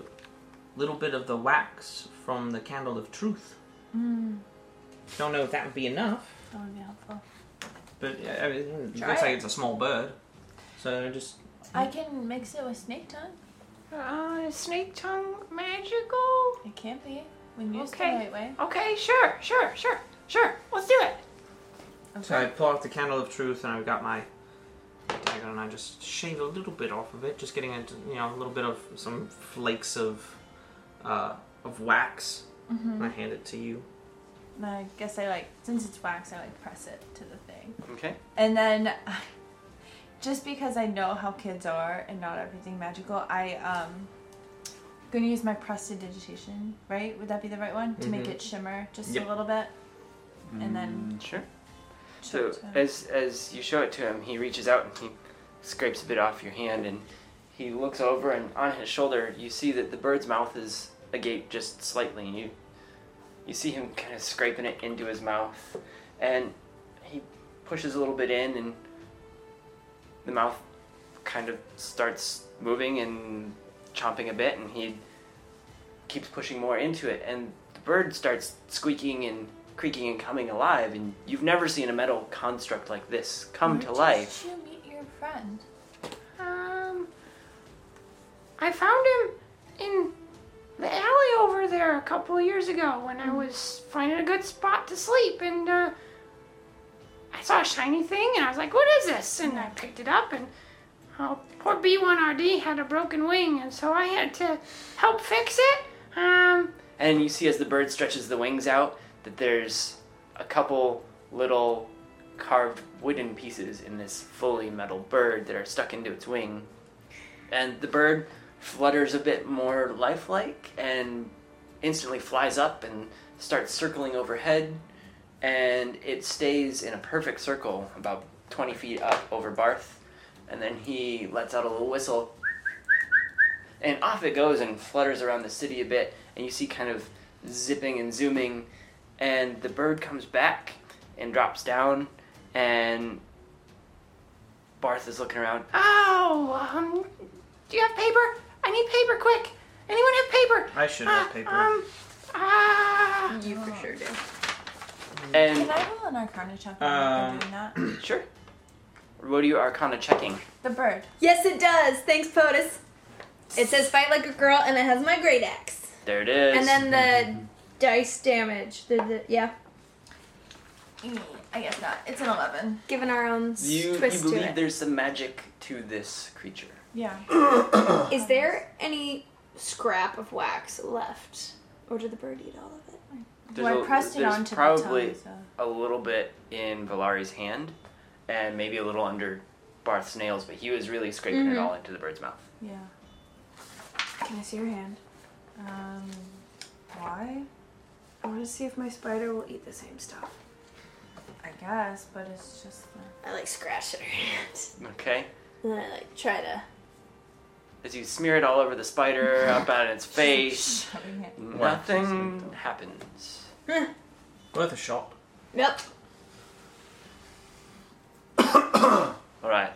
Speaker 5: little bit of the wax from the candle of truth.
Speaker 7: Mm,
Speaker 5: Don't know if that would be enough,
Speaker 7: that would be helpful.
Speaker 5: but uh, I mean, it
Speaker 7: Try
Speaker 5: looks like
Speaker 7: it.
Speaker 5: it's a small bird. So just
Speaker 7: I can mix it with snake tongue.
Speaker 1: Uh, snake tongue magical?
Speaker 7: It can be when used
Speaker 1: Okay.
Speaker 7: the right way.
Speaker 1: Okay, sure, sure, sure, sure. Let's do it.
Speaker 5: so I pull out the candle of truth, and I've got my dagger, and I just shave a little bit off of it, just getting a you know a little bit of some flakes of uh, of wax,
Speaker 7: Mm-hmm.
Speaker 5: and I hand it to you.
Speaker 7: And I guess I like since it's wax, I like press it to the thing.
Speaker 1: Okay.
Speaker 7: And then, just because I know how kids are and not everything magical, I um, gonna use my prestidigitation. Right? Would that be the right one to make
Speaker 5: Mhm.
Speaker 7: it shimmer just
Speaker 5: Yep.
Speaker 7: a little bit, and
Speaker 2: Mm.
Speaker 7: then
Speaker 1: Sure.
Speaker 7: show
Speaker 1: So
Speaker 7: it to him.
Speaker 1: as as you show it to him, he reaches out and he scrapes a bit off your hand, and he looks over, and on his shoulder, you see that the bird's mouth is agape just slightly, and you you see him kind of scraping it into his mouth, and he pushes a little bit in, and the mouth kind of starts moving and chomping a bit, and he keeps pushing more into it, and the bird starts squeaking and creaking and coming alive, and you've never seen a metal construct like this come to
Speaker 7: Where
Speaker 1: life.
Speaker 7: Did you meet your friend?
Speaker 1: Um, I found him in the alley over there a couple of years ago when I was finding a good spot to sleep, and uh, I saw a shiny thing, and I was like, "What is this?" And I picked it up, and oh, poor B1RD had a broken wing, and so I had to help fix it. Um, and you see as the bird stretches the wings out that there's a couple
Speaker 14: little carved wooden pieces in this fully metal bird that are stuck into its wing. And the bird flutters a bit more lifelike and instantly flies up and starts circling overhead. And it stays in a perfect circle about 20 feet up over Barth. And then he lets out a little whistle. And off it goes and flutters around the city a bit. And you see kind of zipping and zooming. And the bird comes back and drops down. And Barth is looking around.
Speaker 1: oh,
Speaker 14: Ow! Um, do you have paper? I need paper quick! Anyone have paper?
Speaker 5: I should
Speaker 1: Uh,
Speaker 5: have paper.
Speaker 7: um,
Speaker 1: um,
Speaker 14: ah!
Speaker 3: You for sure do.
Speaker 14: And
Speaker 7: Can I roll an Arcana check while
Speaker 5: Um,
Speaker 7: I'm doing that?
Speaker 14: sure. What are you arcana checking?
Speaker 7: The bird.
Speaker 3: Yes, it does. Thanks, POTUS. It says fight like a girl, and it has my great axe.
Speaker 14: There it is.
Speaker 3: And then the dice damage. The, the, yeah,
Speaker 7: Mm, I guess not. It's an 11.
Speaker 3: giving our own s-
Speaker 14: you, you
Speaker 3: twist
Speaker 14: believe
Speaker 3: to it.
Speaker 14: there's some magic to this creature.
Speaker 7: Yeah.
Speaker 3: Is there any scrap of wax left, or did the bird eat all of it?
Speaker 14: There's
Speaker 7: Well,
Speaker 14: a-
Speaker 7: I pressed it
Speaker 14: there's
Speaker 7: onto
Speaker 14: probably
Speaker 7: the tongue,
Speaker 14: a little bit in Valari's hand, and maybe a little under Barth's nails, but he was really scraping it
Speaker 3: Mhm.
Speaker 14: all into the bird's mouth.
Speaker 7: so. Yeah. Can I see your hand? Um, why?
Speaker 3: I want to see if my spider will eat the same stuff.
Speaker 7: I guess, but it's just.
Speaker 3: I like scratch at her hand,
Speaker 14: Okay?
Speaker 3: and then I like try to.
Speaker 14: As you smear it all over the spider, up on its face,
Speaker 7: Shoving it.
Speaker 14: nothing happens.
Speaker 5: Worth a shot.
Speaker 3: Yep.
Speaker 14: Alright.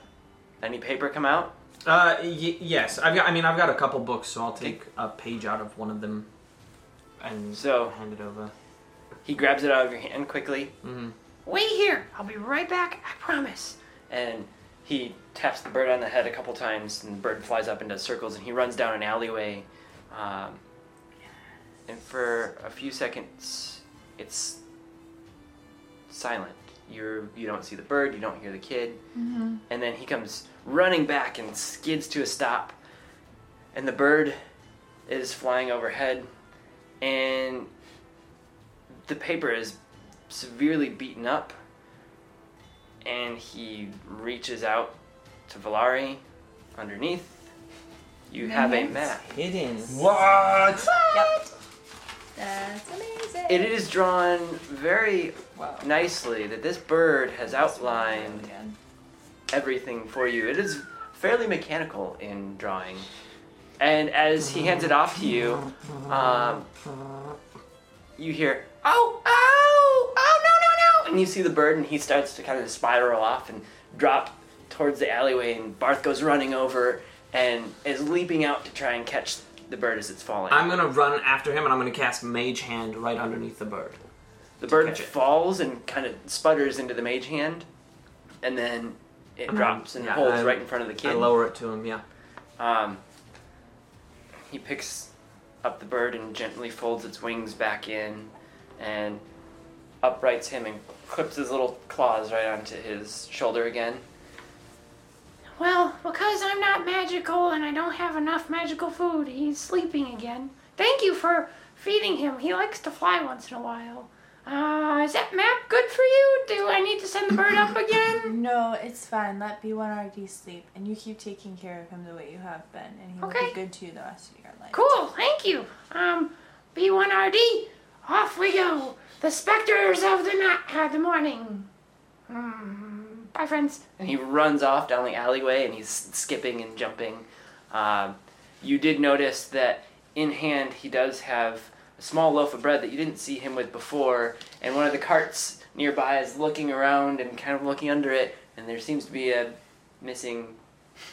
Speaker 14: Any paper come out?
Speaker 5: Uh, y- yes, I've got. I mean, I've got a couple books, so I'll take a page out of one of them and
Speaker 14: So
Speaker 5: hand it over.
Speaker 14: he grabs it out of your hand quickly.
Speaker 5: Mhm.
Speaker 14: Wait here! I'll be right back, I promise! And he taps the bird on the head a couple times, and the bird flies up and does circles, and he runs down an alleyway. Um, and for a few seconds, it's silent. You're, you don't see the bird, you don't hear the kid. And then he comes running back and skids to a stop. And the bird is flying overhead, and the paper is severely beaten up, and he reaches out to Valari underneath. You have a
Speaker 7: Nice.
Speaker 14: map.
Speaker 5: Hidden.
Speaker 2: What?
Speaker 3: That's amazing.
Speaker 14: It is drawn very
Speaker 7: Wow.
Speaker 14: nicely that this bird has outlined everything for you. It is fairly mechanical in drawing. And as he hands it off to you, um, you hear, oh, oh, oh, no, no, no! And you see the bird, and he starts to kind of spiral off and drop towards the alleyway, and Barth goes running over and is leaping out to try and catch the bird as it's falling.
Speaker 5: I'm gonna run after him, and I'm gonna cast Mage Hand right underneath the bird.
Speaker 14: The bird
Speaker 5: catch it.
Speaker 14: falls and kind of sputters into the mage hand, and then it
Speaker 5: I'm-
Speaker 14: drops and
Speaker 5: yeah,
Speaker 14: holds
Speaker 5: I-
Speaker 14: right in front of the kid.
Speaker 5: I lower it to him. Yeah.
Speaker 14: Um, he picks up the bird and gently folds its wings back in, and uprights him and clips his little claws right onto his shoulder again.
Speaker 1: Well, because I'm not magical and I don't have enough magical food, he's sleeping again. Thank you for feeding him. He likes to fly once in a while. Uh, is that map good for you? Do I need to send the bird up again?
Speaker 7: No, it's fine. Let B1RD sleep, and you keep taking care of him the way you have been, and he will
Speaker 1: Okay.
Speaker 7: be good to you the rest of your life.
Speaker 1: Cool, thank you. Um, B1RD, off we go. The specters of the night, uh, the morning. Hmm. Bye, friends.
Speaker 14: And he runs off down the alleyway and he's skipping and jumping. Um, you did notice that in hand he does have a small loaf of bread that you didn't see him with before, and one of the carts nearby is looking around and kind of looking under it, and there seems to be a missing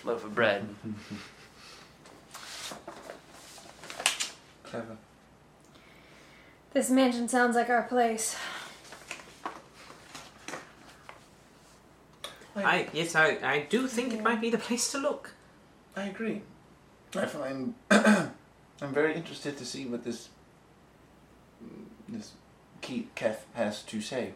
Speaker 14: loaf of bread.
Speaker 2: Clever.
Speaker 3: This mansion sounds like our place.
Speaker 5: I yes, I I do think it might be the place to look.
Speaker 2: I agree. I find I'm very interested to see what this this Ke- Kef has to say.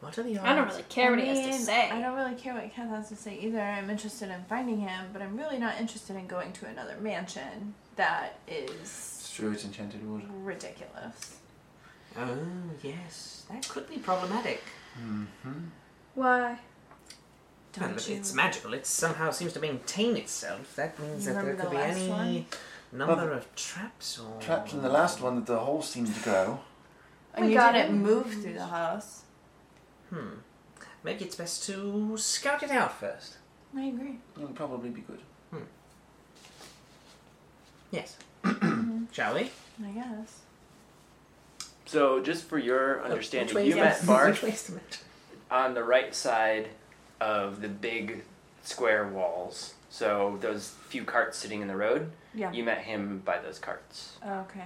Speaker 5: What are the odds?
Speaker 3: I don't really care what he has to
Speaker 7: mean,
Speaker 3: say.
Speaker 7: I don't really care what Ken has to say either. I'm interested in finding him, but I'm really not interested in going to another mansion that is
Speaker 2: It's true. It's enchanted wood.
Speaker 7: ridiculous.
Speaker 5: Oh, yes. That could be problematic.
Speaker 14: Mm-hmm.
Speaker 7: Why?
Speaker 5: Well,
Speaker 7: Don't
Speaker 5: if
Speaker 7: you-
Speaker 5: it's magical. It somehow seems to maintain itself. That means
Speaker 7: You
Speaker 5: that there
Speaker 7: remember
Speaker 5: could
Speaker 7: the
Speaker 5: be
Speaker 7: last
Speaker 5: any
Speaker 7: one?
Speaker 5: number
Speaker 2: Well,
Speaker 5: of traps or.
Speaker 2: Trapped in the last one that the hole seemed to go.
Speaker 3: Oh
Speaker 7: We got it moved through the house.
Speaker 5: Hmm. Maybe it's best to scout it out first.
Speaker 7: I agree.
Speaker 2: It'll probably be good.
Speaker 5: Yes. Shall we?
Speaker 7: I guess.
Speaker 14: So, just for your
Speaker 5: Which
Speaker 14: understanding,
Speaker 5: way is
Speaker 14: you met
Speaker 5: it?
Speaker 14: Bart
Speaker 5: Which way is the match?
Speaker 14: on the right side of the big square walls. So, those few carts sitting in the road,
Speaker 7: Yeah.
Speaker 14: you met him by those carts.
Speaker 7: Okay.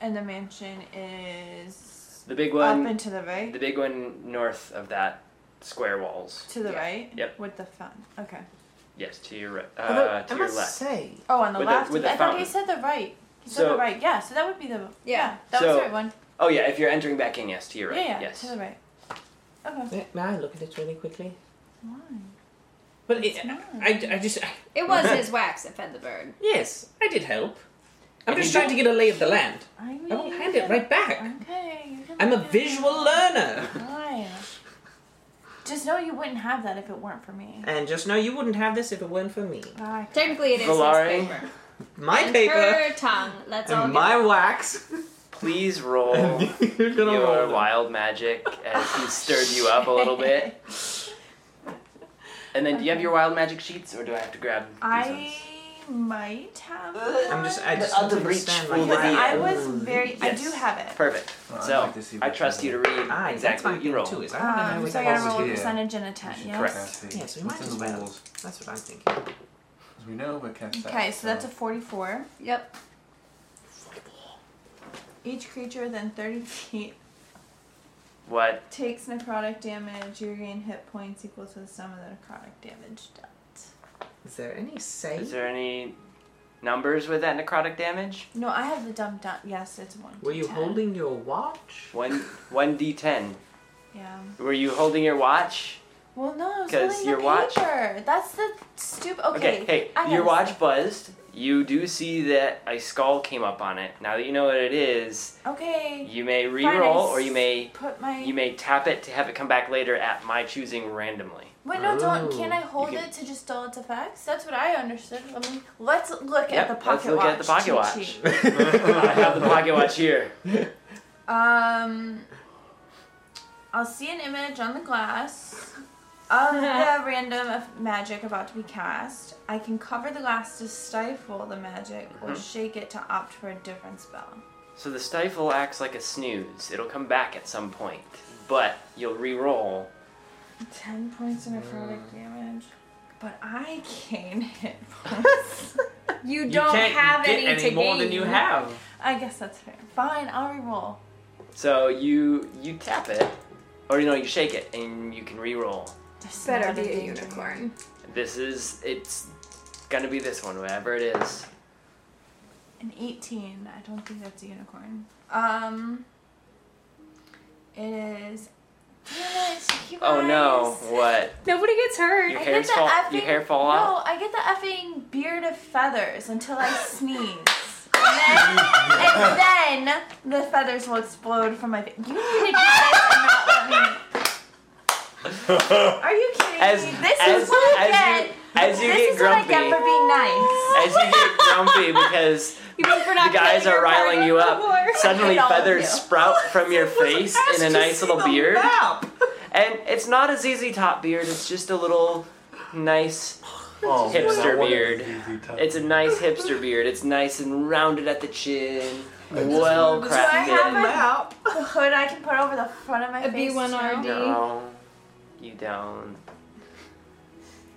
Speaker 7: And the mansion is
Speaker 14: The big
Speaker 7: up
Speaker 14: one,
Speaker 7: and to the right.
Speaker 14: the big one north of that square walls.
Speaker 7: to the
Speaker 14: Yeah.
Speaker 7: right.
Speaker 14: Yep.
Speaker 7: With the fountain. Okay.
Speaker 14: Yes, to your right.
Speaker 5: Although,
Speaker 14: Uh, to
Speaker 5: I
Speaker 14: your
Speaker 5: must
Speaker 14: left.
Speaker 5: say,
Speaker 7: Oh, on the
Speaker 14: With the-
Speaker 7: left.
Speaker 14: with the
Speaker 7: I thought he
Speaker 14: fountain.
Speaker 7: said the right. He said
Speaker 14: So-
Speaker 7: the right. Yeah. So that would be the. Yeah. that
Speaker 14: So-
Speaker 7: was the right one.
Speaker 14: Oh yeah, if you're entering back in, yes, to your right.
Speaker 7: Yeah. Yeah.
Speaker 14: yes.
Speaker 7: To the right. Okay.
Speaker 5: may may I look at it really quickly?
Speaker 7: Why?
Speaker 5: But it,
Speaker 7: It's
Speaker 5: I,
Speaker 7: not.
Speaker 5: I just
Speaker 3: It was his wax that fed the bird.
Speaker 5: yes, I did help. I'm
Speaker 14: If
Speaker 5: just
Speaker 14: you
Speaker 5: trying to get a lay of the land.
Speaker 7: I mean.
Speaker 5: I will hand
Speaker 7: you
Speaker 5: it
Speaker 7: can-
Speaker 5: right back.
Speaker 7: Okay. you can
Speaker 5: I'm a
Speaker 7: look at it.
Speaker 5: visual learner.
Speaker 7: Fine. Just know you wouldn't have that if it weren't for me.
Speaker 5: And just know you wouldn't have this if it weren't for me.
Speaker 7: Bye.
Speaker 3: Technically, it is
Speaker 14: Valari.
Speaker 3: his paper.
Speaker 5: My
Speaker 3: and
Speaker 5: paper
Speaker 3: her tongue. Let's all
Speaker 5: and
Speaker 3: get
Speaker 5: my wax.
Speaker 14: Please roll
Speaker 5: You're gonna
Speaker 14: your
Speaker 5: roll them.
Speaker 14: wild magic as he stirred you up a little bit. And then, do you have your wild magic sheets, or do I have to grab? These
Speaker 7: I
Speaker 14: ones?
Speaker 7: might have.
Speaker 5: I'm just. I
Speaker 14: The
Speaker 5: just
Speaker 14: other
Speaker 5: don't
Speaker 14: reach
Speaker 5: understand
Speaker 14: for
Speaker 5: why
Speaker 14: the
Speaker 7: Because
Speaker 14: DM.
Speaker 7: I was very. I
Speaker 14: Yes.
Speaker 7: do have it.
Speaker 14: Perfect.
Speaker 2: Well, I'd
Speaker 14: so
Speaker 2: like to see
Speaker 14: I
Speaker 2: what
Speaker 14: trust you to read
Speaker 5: Ah, that's
Speaker 14: exactly
Speaker 5: my
Speaker 14: what you
Speaker 5: thing
Speaker 14: roll.
Speaker 5: too. Is I want to know
Speaker 7: Um,
Speaker 5: what
Speaker 7: so I
Speaker 5: that
Speaker 7: gotta
Speaker 5: was.
Speaker 7: roll a
Speaker 2: here.
Speaker 7: percentage and a ten.
Speaker 2: We should
Speaker 7: Yes.
Speaker 14: Correct.
Speaker 2: cast the-
Speaker 5: Yes, we
Speaker 2: what's
Speaker 5: might
Speaker 2: in
Speaker 5: as
Speaker 2: the
Speaker 5: well.
Speaker 2: walls?
Speaker 5: That's what I'm thinking.
Speaker 2: 'Cause We know we're cast out,
Speaker 7: Okay, so that's a forty-four.
Speaker 3: Yep.
Speaker 7: Each creature within thirty feet
Speaker 14: What?
Speaker 7: takes necrotic damage. You regain hit points equal to the sum of the necrotic damage dealt.
Speaker 5: Is there any
Speaker 14: Is
Speaker 5: save?
Speaker 14: there any numbers with that necrotic damage?
Speaker 7: No, I have the dump down. Yes, it's one.
Speaker 5: Were you
Speaker 7: 10.
Speaker 5: holding your watch?
Speaker 14: One, one d10.
Speaker 7: Yeah.
Speaker 14: Were you holding your watch?
Speaker 7: Well, no, it's
Speaker 14: 'Cause
Speaker 7: holding
Speaker 14: your
Speaker 7: the
Speaker 14: watch-
Speaker 7: paper. That's the stupid. Okay.
Speaker 14: hey,
Speaker 7: I
Speaker 14: your
Speaker 7: gotta
Speaker 14: watch buzzed. You do see that a skull came up on it. Now that you know what it is,
Speaker 7: Okay.
Speaker 14: you may
Speaker 7: I
Speaker 14: re-roll,
Speaker 7: s-
Speaker 14: or you may
Speaker 7: Put my.
Speaker 14: You may tap it to have it come back later at my choosing randomly.
Speaker 7: Wait, no, don't.
Speaker 5: Oh.
Speaker 7: Can I hold
Speaker 14: You can-
Speaker 7: it to just dull its effects? That's what I understood. Let me. Let's look
Speaker 14: Yep,
Speaker 7: at the
Speaker 14: let's
Speaker 7: pocket
Speaker 14: look
Speaker 7: watch.
Speaker 14: at the pocket
Speaker 7: cheat
Speaker 14: watch.
Speaker 7: sheet.
Speaker 14: I have the pocket watch here.
Speaker 7: Um. I'll see an image on the glass of the random of magic about to be cast. I can cover the glass to stifle the magic or shake it to opt for a different spell.
Speaker 14: So the stifle acts like a snooze. It'll come back at some point, but you'll re-roll.
Speaker 7: Ten points of necrotic damage, but I gain hit points.
Speaker 3: You don't have any, to
Speaker 5: more than
Speaker 3: gain.
Speaker 5: you have.
Speaker 7: I guess that's fair. Fine, I'll re-roll.
Speaker 14: So you you tap it, or you know you shake it and you can re-roll.
Speaker 7: Just
Speaker 3: Better
Speaker 7: not
Speaker 3: be a
Speaker 7: danger.
Speaker 3: unicorn.
Speaker 14: This is it's gonna be this one, whatever it is.
Speaker 7: An 18. I don't think that's a unicorn. Um. It is. Damn it, you
Speaker 14: Oh no!
Speaker 7: guys.
Speaker 14: What?
Speaker 3: Nobody gets hurt.
Speaker 14: Your
Speaker 7: I
Speaker 14: hairs
Speaker 7: get the
Speaker 14: fall.
Speaker 7: effing-
Speaker 14: Your hair fall out.
Speaker 7: No, I get the effing beard of feathers until I sneeze. And then, and then the feathers will explode from my face. You need to do this and not let me. Are you kidding
Speaker 14: As
Speaker 7: me? This
Speaker 14: as
Speaker 7: is what I
Speaker 14: as
Speaker 7: get.
Speaker 14: you as you
Speaker 7: this
Speaker 14: get
Speaker 7: is
Speaker 14: grumpy,
Speaker 7: what I get for being nice.
Speaker 14: as you get grumpy because
Speaker 3: You mean for not
Speaker 14: the guys
Speaker 3: killing
Speaker 14: are
Speaker 3: your
Speaker 14: riling
Speaker 3: partner
Speaker 14: you up.
Speaker 3: before?
Speaker 14: Suddenly,
Speaker 7: Hate all of
Speaker 14: feathers
Speaker 7: you.
Speaker 14: sprout from your face in a nice little beard. And it's not a ZZ Top beard, it's just a little nice.
Speaker 15: Oh, man, I
Speaker 14: Hipster
Speaker 15: wanted
Speaker 14: beard.
Speaker 15: ZZ Top.
Speaker 14: It's a nice hipster beard. It's nice and rounded at the chin, well
Speaker 7: Do I have
Speaker 14: crafted.
Speaker 7: a the hood I can put over the front of my
Speaker 3: A
Speaker 7: face?
Speaker 3: B1RD.
Speaker 7: too?
Speaker 14: No, you don't.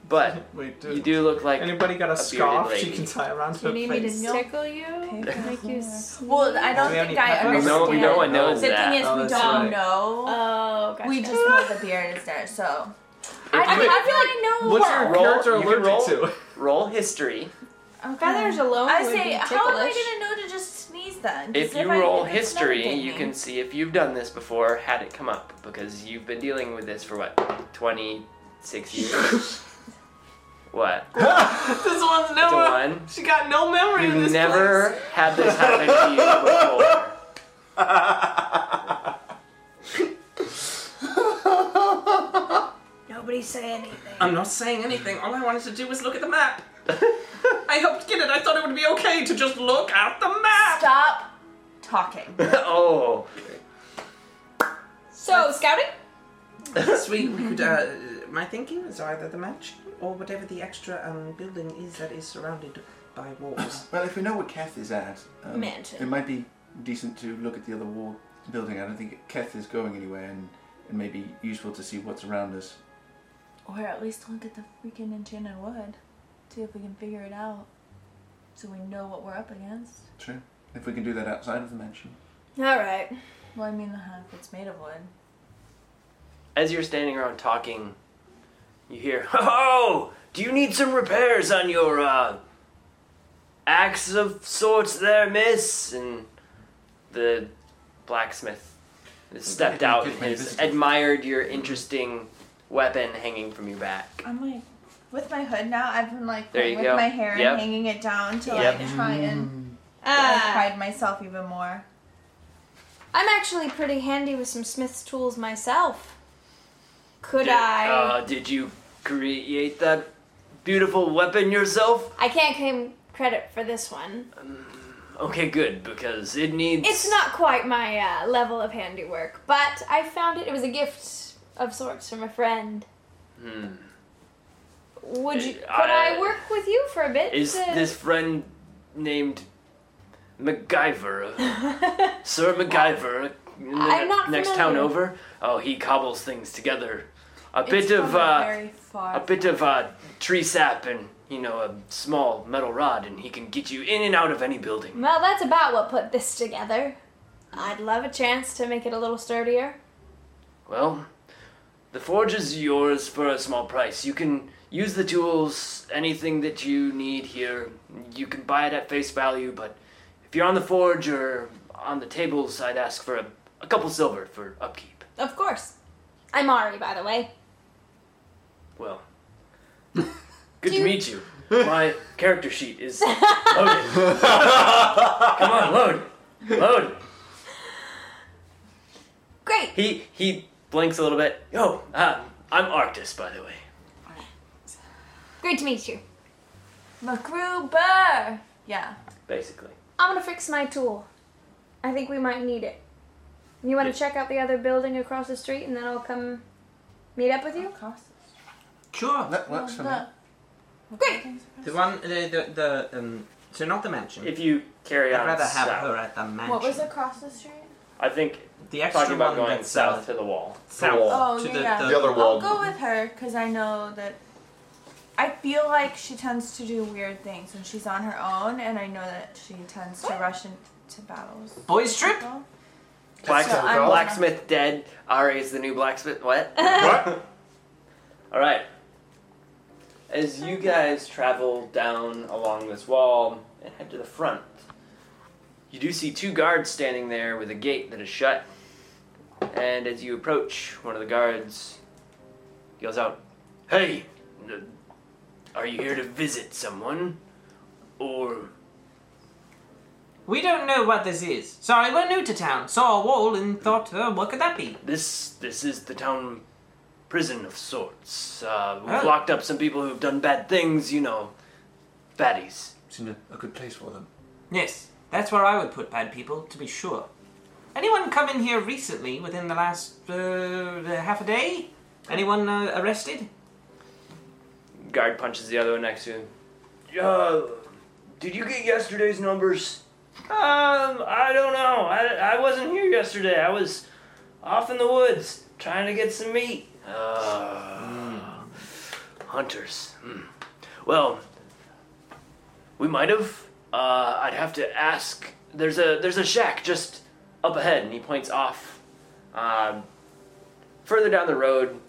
Speaker 14: But
Speaker 5: Wait,
Speaker 14: you do look like.
Speaker 5: Anybody got a,
Speaker 14: bearded
Speaker 5: scarf she
Speaker 14: lady.
Speaker 5: can tie around her
Speaker 3: You need me
Speaker 5: face?
Speaker 3: to tickle you?
Speaker 7: Okay.
Speaker 3: Make you
Speaker 7: Well, I don't
Speaker 5: Do we have
Speaker 7: think
Speaker 5: any
Speaker 7: I
Speaker 5: peppers?
Speaker 7: understand.
Speaker 14: No, no one knows
Speaker 7: the thing
Speaker 14: that.
Speaker 7: is,
Speaker 5: Oh,
Speaker 7: we
Speaker 5: that's
Speaker 7: don't
Speaker 5: right.
Speaker 7: know.
Speaker 3: Oh, gotcha.
Speaker 7: we just know the beard is there, so. I,
Speaker 14: If
Speaker 7: I,
Speaker 14: you-
Speaker 7: I know.
Speaker 5: What's your
Speaker 14: Roll-
Speaker 5: character
Speaker 14: you can
Speaker 5: allergic
Speaker 14: roll.
Speaker 5: to?
Speaker 14: Roll history.
Speaker 7: Okay.
Speaker 3: feathers alone
Speaker 7: I
Speaker 3: would
Speaker 7: say,
Speaker 3: be ticklish.
Speaker 7: how am I gonna know to just sneeze then? 'Cause
Speaker 14: If you
Speaker 7: I
Speaker 14: roll
Speaker 7: think it's
Speaker 14: history,
Speaker 7: nothing.
Speaker 14: you can see if you've done this before, had it come up, because you've been dealing with this for what, 26 years? what?
Speaker 5: This one's
Speaker 14: It's a
Speaker 5: never.
Speaker 14: one?
Speaker 5: She got no memory of
Speaker 14: You've
Speaker 5: this
Speaker 14: never had this happen to you before.
Speaker 1: nobody say anything.
Speaker 5: I'm not saying anything. All I wanted to do was look at the map. I helped get it. I thought it would be okay to just look at the map.
Speaker 7: Stop talking.
Speaker 14: oh.
Speaker 3: So scouting.
Speaker 5: Sweet. We could. Uh, my thinking is either the match or whatever the extra um, building is that is surrounded by walls.
Speaker 2: Well, if we know what Keth is at, um,
Speaker 3: Mansion.
Speaker 2: it might be decent to look at the other wall building. I don't think Keth is going anywhere, and it may be useful to see what's around us.
Speaker 7: Or at least look at the freaking enchanted wood. See if we can figure it out. So we know what we're up against.
Speaker 2: True. If we can do that outside of the mansion.
Speaker 3: All right.
Speaker 7: Well, I mean, huh, if it's made of wood.
Speaker 14: As you're standing around talking, you hear, "Ho! Do you need some repairs on your uh, axe of sorts, there, Miss?" And the blacksmith has stepped out and has admired your interesting weapon hanging from your back.
Speaker 7: I'm like, with my hood now, I've been like
Speaker 14: There
Speaker 7: playing
Speaker 14: you
Speaker 7: with
Speaker 14: go.
Speaker 7: my hair
Speaker 14: Yep.
Speaker 7: and hanging it down to
Speaker 14: Yep.
Speaker 7: like try
Speaker 2: Mm-hmm.
Speaker 7: and like,
Speaker 3: Uh,
Speaker 7: hide myself even more.
Speaker 3: I'm actually pretty handy with some Smith's tools myself. Could
Speaker 14: Did-
Speaker 3: I?
Speaker 14: Uh, did you create that beautiful weapon yourself?
Speaker 3: I can't claim credit for this one.
Speaker 14: Okay, good because it needs.
Speaker 3: It's not quite my uh, level of handiwork, but I found it. It was a gift of sorts from a friend.
Speaker 14: Hmm.
Speaker 3: Would you? Could
Speaker 14: I-
Speaker 3: I, work with you for a bit?
Speaker 14: Is
Speaker 3: to-
Speaker 14: this friend named MacGyver, Sir MacGyver, in the
Speaker 3: I'm not
Speaker 14: next town
Speaker 3: familiar.
Speaker 14: over? Oh, he cobbles things together. A
Speaker 7: It's
Speaker 14: bit of
Speaker 7: from a
Speaker 14: uh,
Speaker 7: very far.
Speaker 14: a bit of uh, tree sap and you know a small metal rod, and he can get you in and out of any building.
Speaker 3: Well, that's about what put this together. I'd love a chance to make it a little sturdier.
Speaker 14: Well, the forge is yours for a small price. You can use the tools, anything that you need here. You can buy it at face value, but if you're on the forge or on the tables, I'd ask for a, a couple silver for upkeep.
Speaker 3: Of course. I'm Ari, by the way.
Speaker 14: Well, good
Speaker 3: Do-
Speaker 14: to meet you. My character sheet is loaded. Come on, load, load.
Speaker 3: Great.
Speaker 14: He he blinks a little bit. Yo, uh, I'm Arctis, by the way.
Speaker 3: Great to meet you.
Speaker 7: MacGruber! Yeah.
Speaker 14: Basically,
Speaker 3: I'm gonna fix my tool. I think we might need it. You want to
Speaker 14: Yeah.
Speaker 3: check out the other building across the street, and then I'll come meet up with you.
Speaker 7: Across
Speaker 5: Sure.
Speaker 2: Mm. That works for me.
Speaker 3: Great.
Speaker 5: The one, uh, the the, the um. So not the mansion.
Speaker 14: if you carry on
Speaker 5: I'd rather have
Speaker 14: south,
Speaker 5: her at the mansion.
Speaker 7: What was across the street?
Speaker 14: I think
Speaker 5: The extra
Speaker 14: talking
Speaker 5: one
Speaker 14: about going
Speaker 5: that's uh,
Speaker 14: south
Speaker 5: south.
Speaker 14: to the wall.
Speaker 5: south
Speaker 7: Oh,
Speaker 5: to
Speaker 7: yeah,
Speaker 5: the,
Speaker 7: yeah.
Speaker 5: the,
Speaker 15: The other
Speaker 7: I'll
Speaker 15: wall.
Speaker 7: go with her because I know that. I feel like she tends to do weird things when she's on her own, and I know that she tends to rush into battles.
Speaker 5: boys trip.
Speaker 7: So-
Speaker 14: Blacks-
Speaker 7: Oh, So I'm-
Speaker 14: blacksmith dead. Ari is the new blacksmith. What?
Speaker 15: What?
Speaker 14: All right. As you guys travel down along this wall and head to the front, you do see two guards standing there with a gate that is shut. And as you approach, one of the guards yells out, "Hey, n- are you here to visit someone, or
Speaker 5: We don't know what this is. Sorry, we're new to town. Saw a wall and thought, oh, what could that be?
Speaker 14: this this is the town prison of sorts? Uh, we've
Speaker 5: Oh.
Speaker 14: locked up some people who've done bad things, you know, baddies."
Speaker 2: Seemed a, a good place for them.
Speaker 5: Yes, that's where I would put bad people, to be sure. Anyone come in here recently, within the last uh, half a day? Anyone uh, arrested?
Speaker 14: Guard punches the other one next to him. Uh, did you get yesterday's numbers? Um, I don't know. I, I wasn't here yesterday. I was off in the woods trying to get some meat. Uh, Hunters. Hmm. Well, we might have. Uh, I'd have to ask. There's a there's a shack just up ahead, and he points off. Um, further down the road,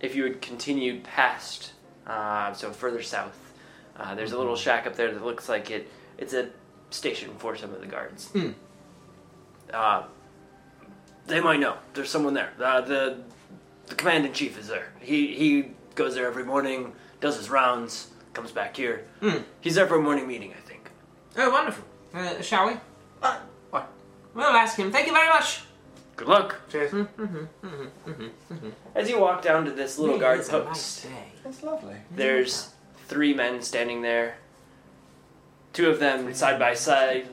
Speaker 14: if you had continued past, uh, so further south, uh, there's a little
Speaker 5: Mm-hmm.
Speaker 14: shack up there that looks like it. It's a station for some of the guards.
Speaker 5: Hmm.
Speaker 14: Uh, they might know. There's someone there. Uh, the the command in chief is there. He he goes there every morning, does his rounds, comes back here.
Speaker 5: Hmm.
Speaker 14: He's there for a morning meeting, I think.
Speaker 5: Oh, wonderful. Uh, shall we?
Speaker 2: why?
Speaker 5: We'll ask him. Thank you very much. Mm-hmm,
Speaker 14: Good luck.
Speaker 15: Cheers.
Speaker 14: As you walk down to this little guard
Speaker 5: It's mm-hmm. a nice
Speaker 14: post,
Speaker 5: day.
Speaker 2: That's lovely.
Speaker 14: there's three men standing there. Two of them side by side,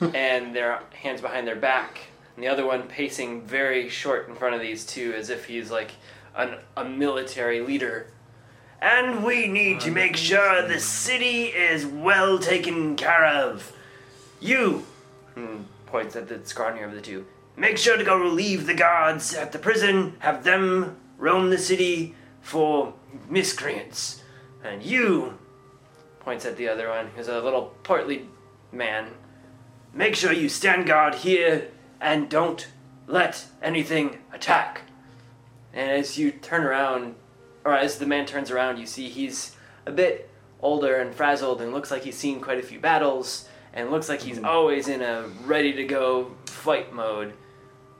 Speaker 14: and their hands behind their back, and the other one pacing very short in front of these two, as if he's like an, a military leader. And we need to make sure the city is well taken care of. You, and points at the scrawnier of the two, make sure to go relieve the guards at the prison. Have them roam the city for miscreants. And you, points at the other one, who's a little portly man, Make sure you stand guard here and don't let anything attack. And as you turn around, or as the man turns around, you see he's a bit older and frazzled and looks like he's seen quite a few battles and looks like he's always in a ready to go fight mode.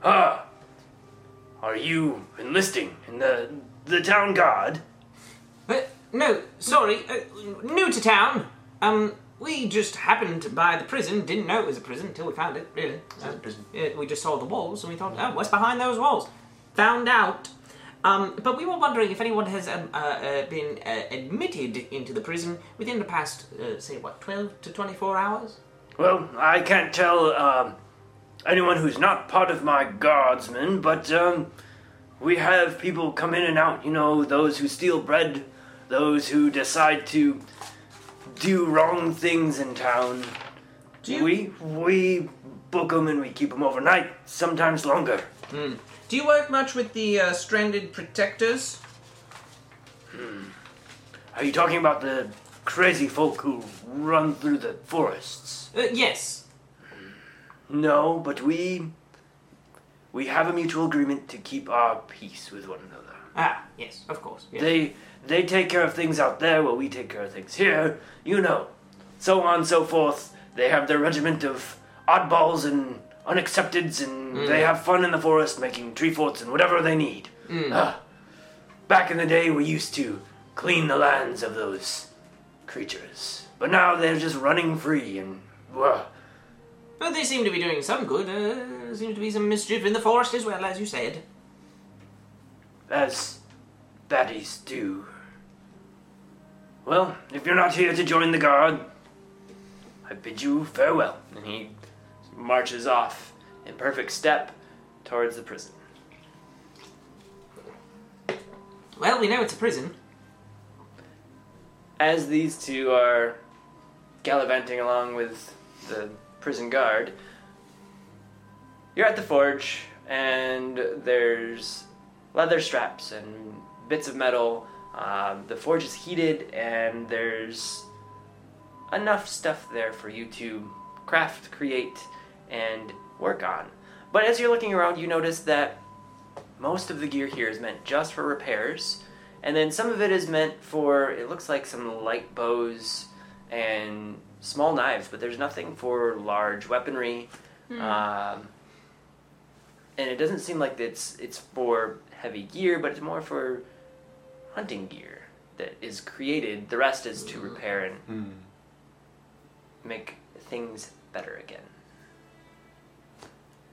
Speaker 14: Ah! Are you enlisting in the the town guard?
Speaker 5: Uh, no, sorry, uh, new to town. Um, we just happened by the prison. Didn't know it was a prison until we found it. Really, Uh,
Speaker 15: prison.
Speaker 5: uh, we just saw the walls and we thought, oh, what's behind those walls? Found out. Um, but we were wondering if anyone has um, uh, uh, been uh, admitted into the prison within the past, uh, say, what, twelve to twenty-four hours?
Speaker 14: Well, I can't tell um, anyone who's not part of my guardsmen, but um, we have people come in and out. You know, those who steal bread, those who decide to do wrong things in town.
Speaker 5: Do you-
Speaker 14: We we book 'em and we keep 'em overnight, sometimes longer.
Speaker 5: Do you work much with the uh, stranded protectors?
Speaker 14: Are you talking about the crazy folk who run through the forests?
Speaker 5: Uh, yes.
Speaker 14: No, but we we have a mutual agreement to keep our peace with one another.
Speaker 5: Ah, yes, of course. yes.
Speaker 14: They they take care of things out there while we take care of things here, you know. So on so forth. They have their regiment of oddballs and unaccepteds and they have fun in the forest making tree forts and whatever they need.
Speaker 5: Mm.
Speaker 14: Ah. back in the day we used to clean the lands of those creatures. But now they're just running free and well,
Speaker 5: But they seem to be doing some good. Uh, seems to be some mischief in the forest as well, as you said.
Speaker 14: as baddies do. Well, if you're not here to join the guard, I bid you farewell. And he marches off in perfect step towards the prison.
Speaker 5: Well, we know it's a prison.
Speaker 14: As these two are gallivanting along with the prison guard, you're at the forge, and there's leather straps and bits of metal. Um, the forge is heated, and there's enough stuff there for you to craft, create, and work on. But as you're looking around, you notice that most of the gear here is meant just for repairs, and then some of it is meant for, it looks like some light bows and small knives, but there's nothing for large weaponry. Um, and it doesn't seem like it's it's for heavy gear, but it's more for hunting gear that is created. The rest is to repair and
Speaker 2: Hmm.
Speaker 14: make things better again.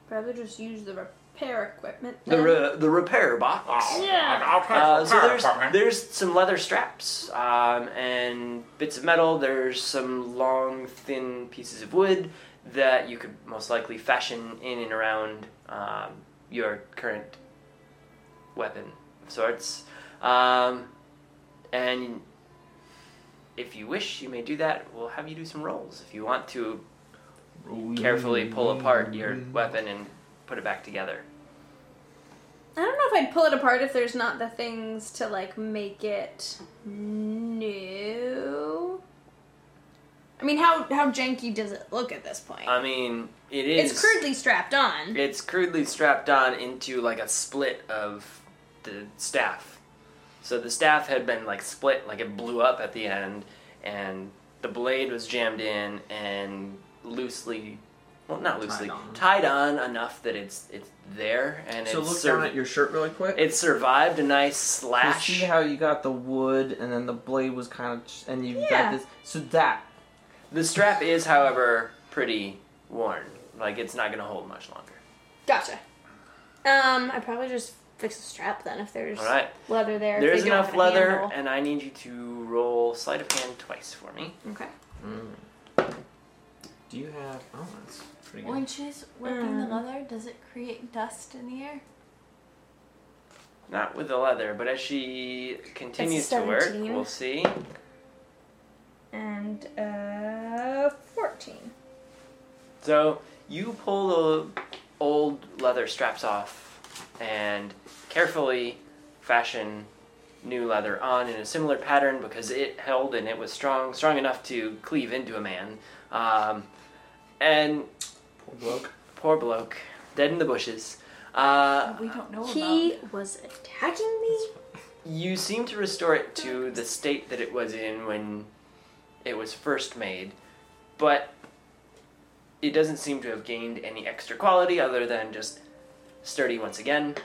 Speaker 3: Rather just use the repair equipment.
Speaker 14: The
Speaker 3: then.
Speaker 14: re- the repair box.
Speaker 3: Yeah.
Speaker 15: I'll pay for
Speaker 14: Uh, so
Speaker 15: power
Speaker 14: there's
Speaker 15: department.
Speaker 14: there's some leather straps um, and bits of metal. There's some long, thin pieces of wood that you could most likely fashion in and around um, your current weapon of sorts. Um, and if you wish, you may do that. We'll have you do some rolls if you want to carefully
Speaker 2: Hmm.
Speaker 14: pull apart your weapon and put it back together.
Speaker 3: I don't know if I'd pull it apart if there's not the things to like make it new. I mean, how how janky does it look at this point?
Speaker 14: I mean, Um, it is.
Speaker 3: it's crudely strapped on.
Speaker 14: It's crudely strapped on into like a split of the staff. So the staff had been like split, like it blew up at the end, and the blade was jammed in and loosely, well, not loosely,
Speaker 5: on.
Speaker 14: tied on, enough that it's it's there and
Speaker 5: So
Speaker 14: it's
Speaker 5: look
Speaker 14: sur-
Speaker 5: down at your shirt really quick.
Speaker 14: it survived a nice
Speaker 5: you
Speaker 14: slash.
Speaker 5: see how you got the wood, and then the blade was kind of, and you
Speaker 3: Yeah.
Speaker 5: got this. So that
Speaker 14: the strap is, however, pretty worn. Like it's not gonna hold much longer.
Speaker 3: Gotcha. Um, I probably just fix the strap then if there's
Speaker 14: All right.
Speaker 3: leather there. if
Speaker 14: There's
Speaker 3: they don't
Speaker 14: enough
Speaker 3: have a
Speaker 14: leather,
Speaker 3: handle.
Speaker 14: and I need you to roll sleight of hand twice for me.
Speaker 3: Okay.
Speaker 5: mm. Do you have? Oh, that's pretty
Speaker 7: When
Speaker 5: good.
Speaker 7: she's whipping
Speaker 3: Mm.
Speaker 7: the leather, does it create dust in the air?
Speaker 14: Not with the leather, but as she continues to work,
Speaker 3: 17.
Speaker 14: we'll see.
Speaker 3: And uh, fourteen.
Speaker 14: So you pull the old leather straps off and carefully fashion new leather on in a similar pattern because it held and it was strong, strong enough to cleave into a man. Um, and
Speaker 15: Poor bloke.
Speaker 14: poor bloke, dead in the bushes. Uh,
Speaker 7: We don't know about.
Speaker 3: He was attacking me.
Speaker 14: you seem to restore it to the state that it was in when it was first made, but it doesn't seem to have gained any extra quality other than just sturdy once again.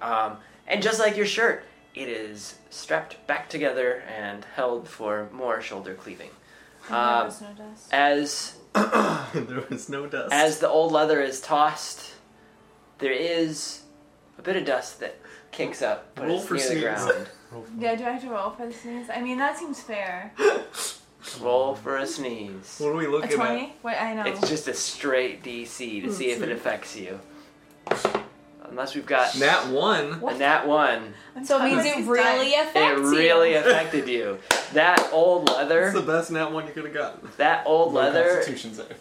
Speaker 14: Um, and just like your shirt, it is strapped back together and held for more shoulder cleaving.
Speaker 7: I
Speaker 14: Um,
Speaker 7: know there's no dust.
Speaker 14: as
Speaker 5: there was no dust.
Speaker 14: as the old leather is tossed, there is a bit of dust that kicks up, but
Speaker 5: Roll
Speaker 14: it's
Speaker 5: for
Speaker 14: near the
Speaker 5: sneeze.
Speaker 14: ground.
Speaker 7: Yeah, do I have to roll for the sneeze? I mean, that seems fair.
Speaker 14: Roll for a sneeze.
Speaker 5: what are we
Speaker 7: A
Speaker 5: looking at?
Speaker 7: 20? Wait, I know.
Speaker 14: It's just a straight DC to see if it affects you. Unless we've got
Speaker 5: Nat one.
Speaker 14: a nat one,
Speaker 7: I'm
Speaker 3: So it
Speaker 7: telling
Speaker 3: means
Speaker 7: you,
Speaker 3: it
Speaker 7: she's
Speaker 3: really
Speaker 7: dying.
Speaker 14: it
Speaker 3: affects you.
Speaker 14: really affected you. That old leather,
Speaker 5: That's the best nat one you could have gotten.
Speaker 14: that old leather
Speaker 15: Constitution save.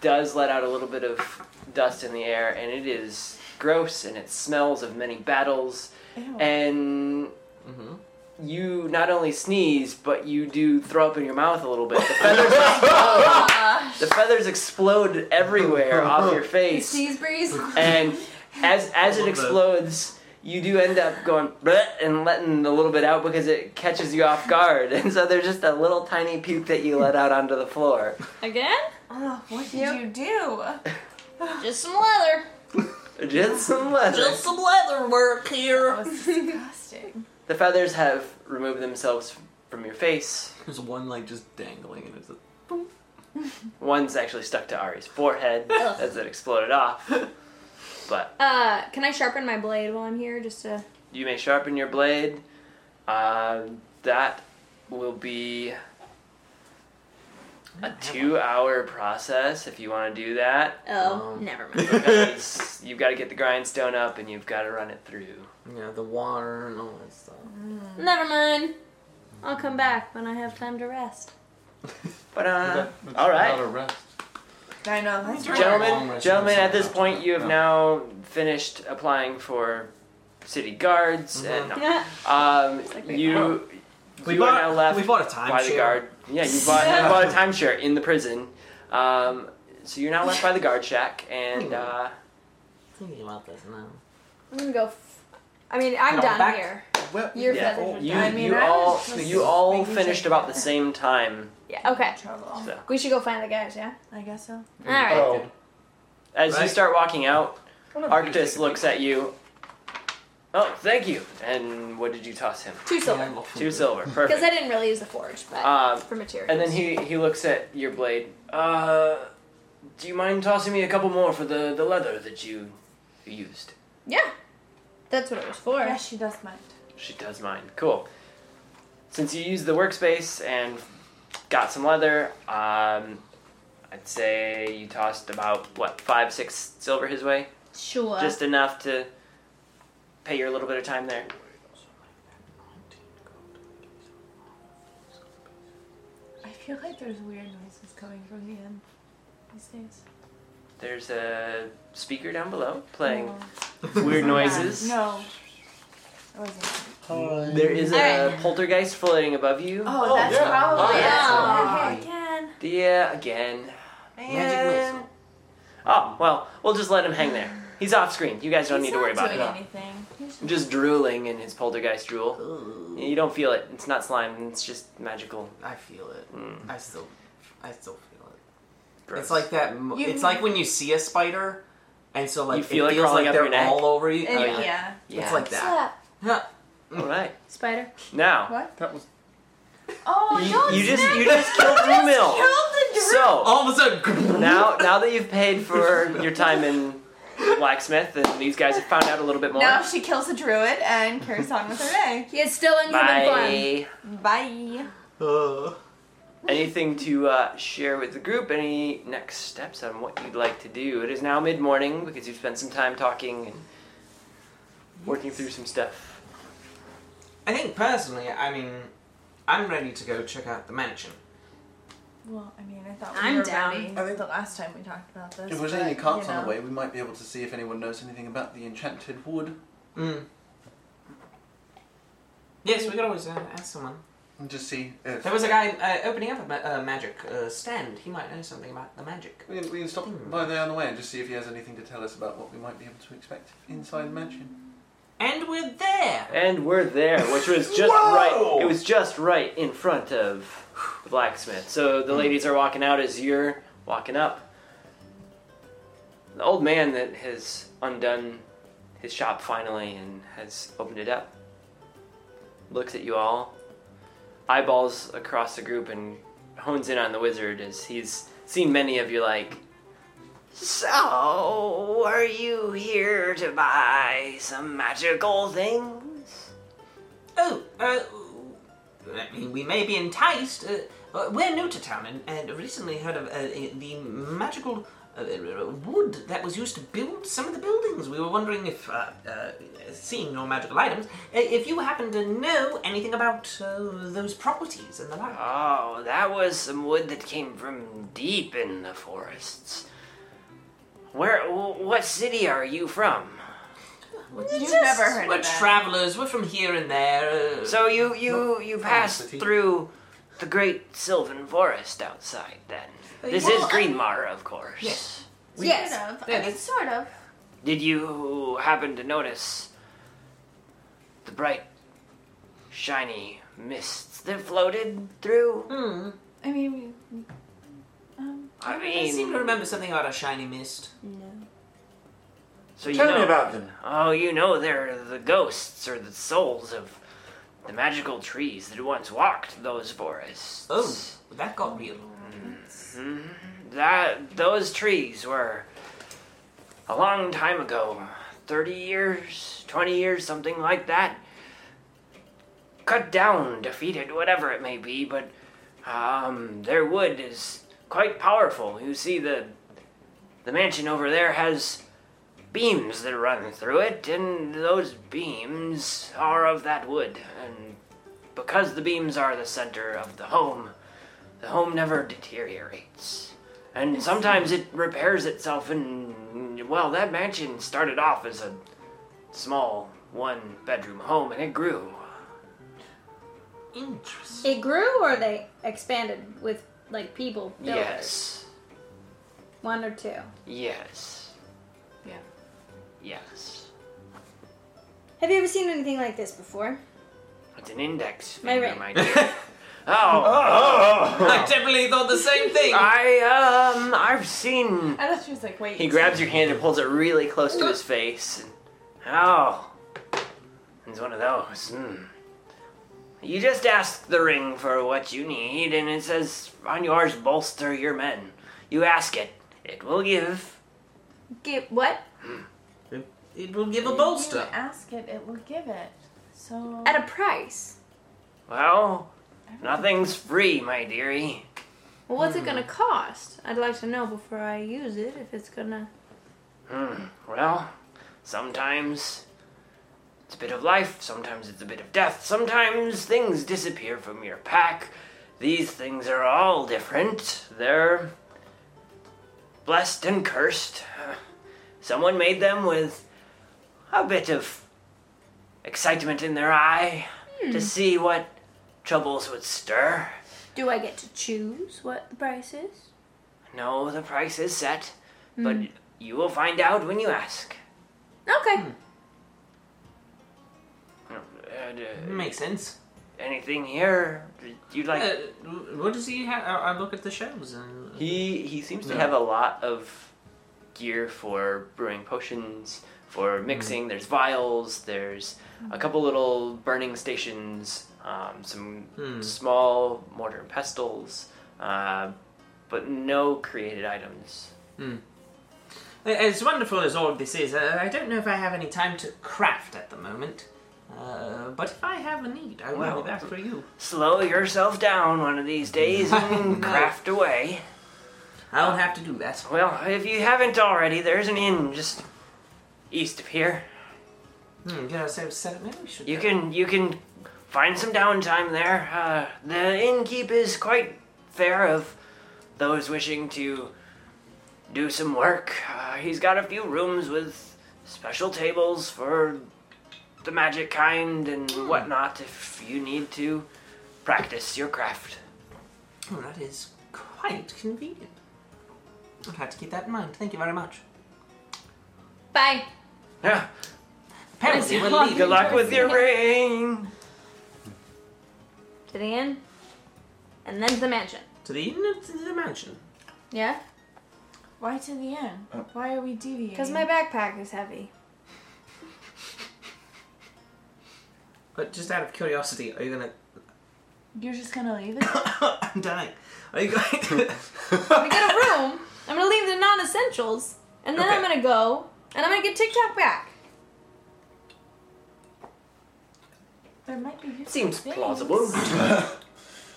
Speaker 14: does let out a little bit of dust in the air, and it is gross, and it smells of many battles,
Speaker 7: Ew.
Speaker 14: and
Speaker 5: Mm-hmm.
Speaker 14: you not only sneeze, but you do throw up in your mouth a little bit. The feathers explode,
Speaker 7: Ah,
Speaker 14: the feathers explode everywhere off your face,
Speaker 3: Sneeze breeze.
Speaker 14: and as as
Speaker 5: A little
Speaker 14: it
Speaker 5: bit.
Speaker 14: explodes, you do end up going bleh and letting a little bit out because it catches you off guard, and so there's just a little tiny puke that you let out onto the floor.
Speaker 3: Again?
Speaker 7: ugh, Oh, what did
Speaker 3: Yep.
Speaker 7: you do?
Speaker 3: Just some leather.
Speaker 14: Just some leather.
Speaker 3: some leather work here.
Speaker 7: That was disgusting.
Speaker 14: The feathers have removed themselves from your face.
Speaker 5: There's one like just dangling, and it's a,
Speaker 14: One's actually stuck to Ari's forehead
Speaker 3: Ugh.
Speaker 14: as it exploded off. But
Speaker 3: Uh, can I sharpen my blade while I'm here? Just to.
Speaker 14: You may sharpen your blade. Uh, that will be a two hour process if you want to do that.
Speaker 3: Oh,
Speaker 5: Um.
Speaker 3: never mind.
Speaker 14: Because you've got to get the grindstone up and you've got to run it through.
Speaker 5: yeah, the water and all that stuff.
Speaker 14: Mm-hmm.
Speaker 3: never mind. I'll come back when I have time to rest.
Speaker 14: But uh,
Speaker 2: That- that's
Speaker 14: all right.
Speaker 2: Not a rest.
Speaker 7: I know. That's
Speaker 2: Gentlemen-
Speaker 7: really-
Speaker 2: Long
Speaker 14: gentlemen,
Speaker 2: rest
Speaker 14: gentlemen,
Speaker 2: is
Speaker 14: at this
Speaker 2: not
Speaker 14: point
Speaker 2: good.
Speaker 14: you have
Speaker 2: No.
Speaker 14: now finished applying for city guards
Speaker 2: Mm-hmm.
Speaker 14: and
Speaker 3: Yeah.
Speaker 14: um,
Speaker 3: like they
Speaker 14: you.
Speaker 5: We
Speaker 14: you
Speaker 5: bought,
Speaker 14: are now left
Speaker 5: we bought a time
Speaker 14: by the guard. Yeah, you bought, you bought a timeshare in the prison. Um, so you're now left by the guard shack,
Speaker 7: Hmm.
Speaker 14: and uh,
Speaker 5: Thinking about this now.
Speaker 3: I'm gonna go. F- I mean, I'm
Speaker 5: No,
Speaker 3: done
Speaker 5: back-
Speaker 3: here.
Speaker 2: Well,
Speaker 3: Your
Speaker 14: Yeah.
Speaker 3: feathers are
Speaker 14: you,
Speaker 3: done.
Speaker 7: I mean,
Speaker 14: you
Speaker 7: I was
Speaker 14: all
Speaker 7: just
Speaker 14: you all
Speaker 7: making
Speaker 14: finished
Speaker 7: sure. Oh,
Speaker 14: about the same time.
Speaker 3: Yeah. Okay.
Speaker 7: Trouble.
Speaker 14: So
Speaker 3: We should go find the guys. Yeah.
Speaker 7: I guess so.
Speaker 3: All right.
Speaker 2: Oh.
Speaker 14: as you
Speaker 5: Right.
Speaker 14: start walking out,
Speaker 2: Well, no,
Speaker 14: Arctis
Speaker 2: please take a
Speaker 14: looks at you. Oh, thank you. And what did you toss him?
Speaker 3: Two silver.
Speaker 14: Two silver.
Speaker 3: Because
Speaker 14: Perfect.
Speaker 3: I didn't really use the forge, but
Speaker 14: Um,
Speaker 3: for materials.
Speaker 14: and then he he looks at your blade. Uh, do you mind tossing me a couple more for the the leather that you used?
Speaker 3: Yeah. That's what it was for.
Speaker 7: Yes, she does mind.
Speaker 14: She does mind. Cool. Since you used the workspace and got some leather, um, I'd say you tossed about what five, six silver his way,
Speaker 3: Sure.
Speaker 14: just enough to pay your little bit of time there.
Speaker 7: I feel like there's weird noises coming from the end these days.
Speaker 14: There's a speaker down below playing
Speaker 7: Oh.
Speaker 14: weird noises.
Speaker 7: No. It wasn't.
Speaker 14: There is a
Speaker 3: Alright.
Speaker 14: poltergeist floating above you.
Speaker 7: Oh, that's
Speaker 2: yeah.
Speaker 7: probably
Speaker 2: Oh,
Speaker 3: yeah.
Speaker 7: it. Okay, again.
Speaker 14: Yeah, again.
Speaker 5: Magic whistle.
Speaker 14: Oh well, we'll just let him hang there. He's off screen. You guys don't
Speaker 7: He's
Speaker 14: need to worry
Speaker 7: not
Speaker 14: about it.
Speaker 7: doing anything. He's just-
Speaker 14: Just drooling in his poltergeist drool. You don't feel it. It's not slime. It's just magical.
Speaker 5: I feel it.
Speaker 14: Mm,
Speaker 5: I still, I still feel it.
Speaker 14: gross.
Speaker 5: It's like that. mo-
Speaker 7: You-
Speaker 5: it's like when you see a spider, and so like
Speaker 14: You feel it
Speaker 5: it feels
Speaker 14: crawling
Speaker 5: like
Speaker 14: up
Speaker 5: they're
Speaker 14: your neck?
Speaker 5: all over you.
Speaker 7: And,
Speaker 5: Oh,
Speaker 7: yeah.
Speaker 14: yeah.
Speaker 5: It's like that.
Speaker 3: Slap.
Speaker 5: Huh.
Speaker 14: all right.
Speaker 3: Spider.
Speaker 14: Now
Speaker 2: That was
Speaker 7: Oh, no,
Speaker 14: you, you just
Speaker 7: snap.
Speaker 14: you just killed Drew Mill.
Speaker 7: Killed the dr-
Speaker 14: So
Speaker 5: All of a sudden,
Speaker 14: now now that you've paid for your time in blacksmith, and these guys have found out a little bit more.
Speaker 7: Now she kills a druid and carries on with her day.
Speaker 3: It's still in human form.
Speaker 14: Bye.
Speaker 7: Bye.
Speaker 5: Uh,
Speaker 14: Anything to uh, share with the group? Any next steps on what you'd like to do? It is now mid morning because you've spent some time talking and working through some stuff.
Speaker 5: I think personally, I mean, I'm ready to go check out the mansion.
Speaker 7: Well, I mean, I thought we
Speaker 3: I'm
Speaker 7: were
Speaker 3: down.
Speaker 7: ready
Speaker 2: I think-
Speaker 7: the last time we talked about this.
Speaker 2: If there's
Speaker 7: but,
Speaker 2: any carts
Speaker 7: you
Speaker 2: on
Speaker 7: know.
Speaker 2: the way, we might be able to see if anyone knows anything about the enchanted wood.
Speaker 5: Mm. Yes, we could always uh, ask someone.
Speaker 2: And just see if.
Speaker 5: There was a guy uh, opening up a ma- uh, magic uh, stand. He might know something about the magic.
Speaker 2: We can, we can stop
Speaker 5: Hmm.
Speaker 2: by there on the way and just see if he has anything to tell us about what we might be able to expect inside the mansion.
Speaker 5: And we're there.
Speaker 14: And we're there, which was just
Speaker 5: Whoa!
Speaker 14: right. It was just right in front of the blacksmith. So the ladies are walking out as you're walking up. The old man that has undone his shop finally and has opened it up looks at you all, eyeballs across the group, and hones in on the wizard as he's seen many of you like. So, are you here to buy some magical things?
Speaker 5: Oh, uh, I mean, we may be enticed. Uh, uh, we're new to town and, and recently heard of uh, uh, the magical uh, uh, wood that was used to build some of the buildings. We were wondering if, uh, uh, seeing your magical items, uh, if you happen to know anything about uh, those properties and the like.
Speaker 14: Oh, that was some wood that came from deep in the forests. Where? wh- What city are you from?
Speaker 7: You've
Speaker 5: We're
Speaker 7: never heard of that.
Speaker 5: travelers. We're from here and there. Uh,
Speaker 14: So you you you passed
Speaker 2: city.
Speaker 14: through the great sylvan forest outside. Then this
Speaker 7: Well,
Speaker 14: is
Speaker 7: I-
Speaker 14: Greenmar, of course.
Speaker 5: Uh, Yes.
Speaker 7: Yes.
Speaker 3: Yes.
Speaker 7: Sort of.
Speaker 5: Yeah,
Speaker 7: I mean,
Speaker 5: that's-
Speaker 7: sort of.
Speaker 14: Did you happen to notice the bright, shiny mists that floated through?
Speaker 5: hmm.
Speaker 7: I mean, we- we- um,
Speaker 14: I
Speaker 5: I seem to
Speaker 14: mean,
Speaker 5: remember something about a shiny mist.
Speaker 14: so you
Speaker 2: tell
Speaker 14: know,
Speaker 2: me about them.
Speaker 14: Oh, you know they're the ghosts or the souls of the magical trees that once walked those forests.
Speaker 5: Oh, that got real.
Speaker 14: Mhm. That those trees were a long time ago, 30 years, 20 years, something like that. Cut down, defeated, whatever it may be, but um, their wood is quite powerful. You see the the mansion over there has beams that run through it, and those beams are of that wood. And because the beams are the center of the home, the home never deteriorates. And sometimes it repairs itself, and well, that mansion started off as a small one bedroom home and it grew.
Speaker 5: Interesting.
Speaker 3: It grew or they expanded with like people? builders?
Speaker 14: Yes.
Speaker 3: One or two.
Speaker 14: Yes.
Speaker 7: Yeah.
Speaker 14: Yes.
Speaker 3: Have you ever seen anything like this before?
Speaker 14: It's an index
Speaker 3: My
Speaker 14: finger,
Speaker 3: ring.
Speaker 14: my dear. oh,
Speaker 5: I definitely thought the same thing.
Speaker 14: I, um, I've seen.
Speaker 7: I thought she was like, wait.
Speaker 14: He grabs your hand and pulls it really close to his face. And, oh, it's one of those. Hmm. You just ask the ring for what you need, and it says on yours, bolster your men. You ask it, it will give.
Speaker 7: Get what?
Speaker 5: It will give a bolster.
Speaker 7: You ask it, it will give it. So.
Speaker 3: At a price.
Speaker 14: Well, nothing's free, my dearie.
Speaker 3: Well, what's it
Speaker 14: Hmm.
Speaker 3: gonna cost? I'd like to know before I use it if it's gonna.
Speaker 14: Hmm. Well, sometimes it's a bit of life, sometimes it's a bit of death, sometimes things disappear from your pack. These things are all different. They're blessed and cursed. Someone made them with a bit of excitement in their eye to see what troubles would stir.
Speaker 3: Do I get to choose what the price is?
Speaker 14: No, the price is set, but you will find out when you ask.
Speaker 3: Okay.
Speaker 14: Uh, uh,
Speaker 5: Makes sense.
Speaker 14: anything here you'd like?
Speaker 5: Uh, what does he have? I, I look at the shelves and.
Speaker 14: he he seems to
Speaker 5: No.
Speaker 14: have a lot of gear for brewing potions,
Speaker 5: Mm.
Speaker 14: for mixing. There's vials. There's a couple little burning stations. Um, some
Speaker 5: Hmm.
Speaker 14: small mortar and pestles, uh, but no created items.
Speaker 5: As wonderful as all this is, uh, I don't know if I have any time to craft at the moment. Uh, but if I have a need, I will
Speaker 14: Well,
Speaker 5: be back for you.
Speaker 14: Slow yourself down one of these days and craft away.
Speaker 5: I'll have to do that.
Speaker 14: Well, if you haven't already, there's an inn just east of here.
Speaker 5: Hmm, yeah, so set it. Maybe we should.
Speaker 14: You
Speaker 5: go.
Speaker 14: can you can find some downtime there. Uh, the innkeep is quite fair of those wishing to do some work. Uh, he's got a few rooms with special tables for the magic kind and whatnot. If you need to practice your craft,
Speaker 5: Oh, that is quite convenient. I'll have to keep that in mind. Thank you very much.
Speaker 3: Bye.
Speaker 14: yeah.
Speaker 5: Apparently, we're leaving.
Speaker 14: Good luck with your ring.
Speaker 3: To the inn, and then to the mansion.
Speaker 5: To the inn or to the mansion?
Speaker 3: Yeah?
Speaker 7: Why to the end? Why are we deviating?
Speaker 3: Because my backpack is heavy.
Speaker 5: But just out of curiosity, are you gonna?
Speaker 7: You're just gonna leave it?
Speaker 5: I'm dying. Are you going? To...
Speaker 3: We got a room. I'm gonna leave the non-essentials, and then I'm
Speaker 5: Okay.
Speaker 3: gonna go, and I'm gonna get TikTok back.
Speaker 7: there might be useful
Speaker 14: Seems
Speaker 7: things
Speaker 14: plausible.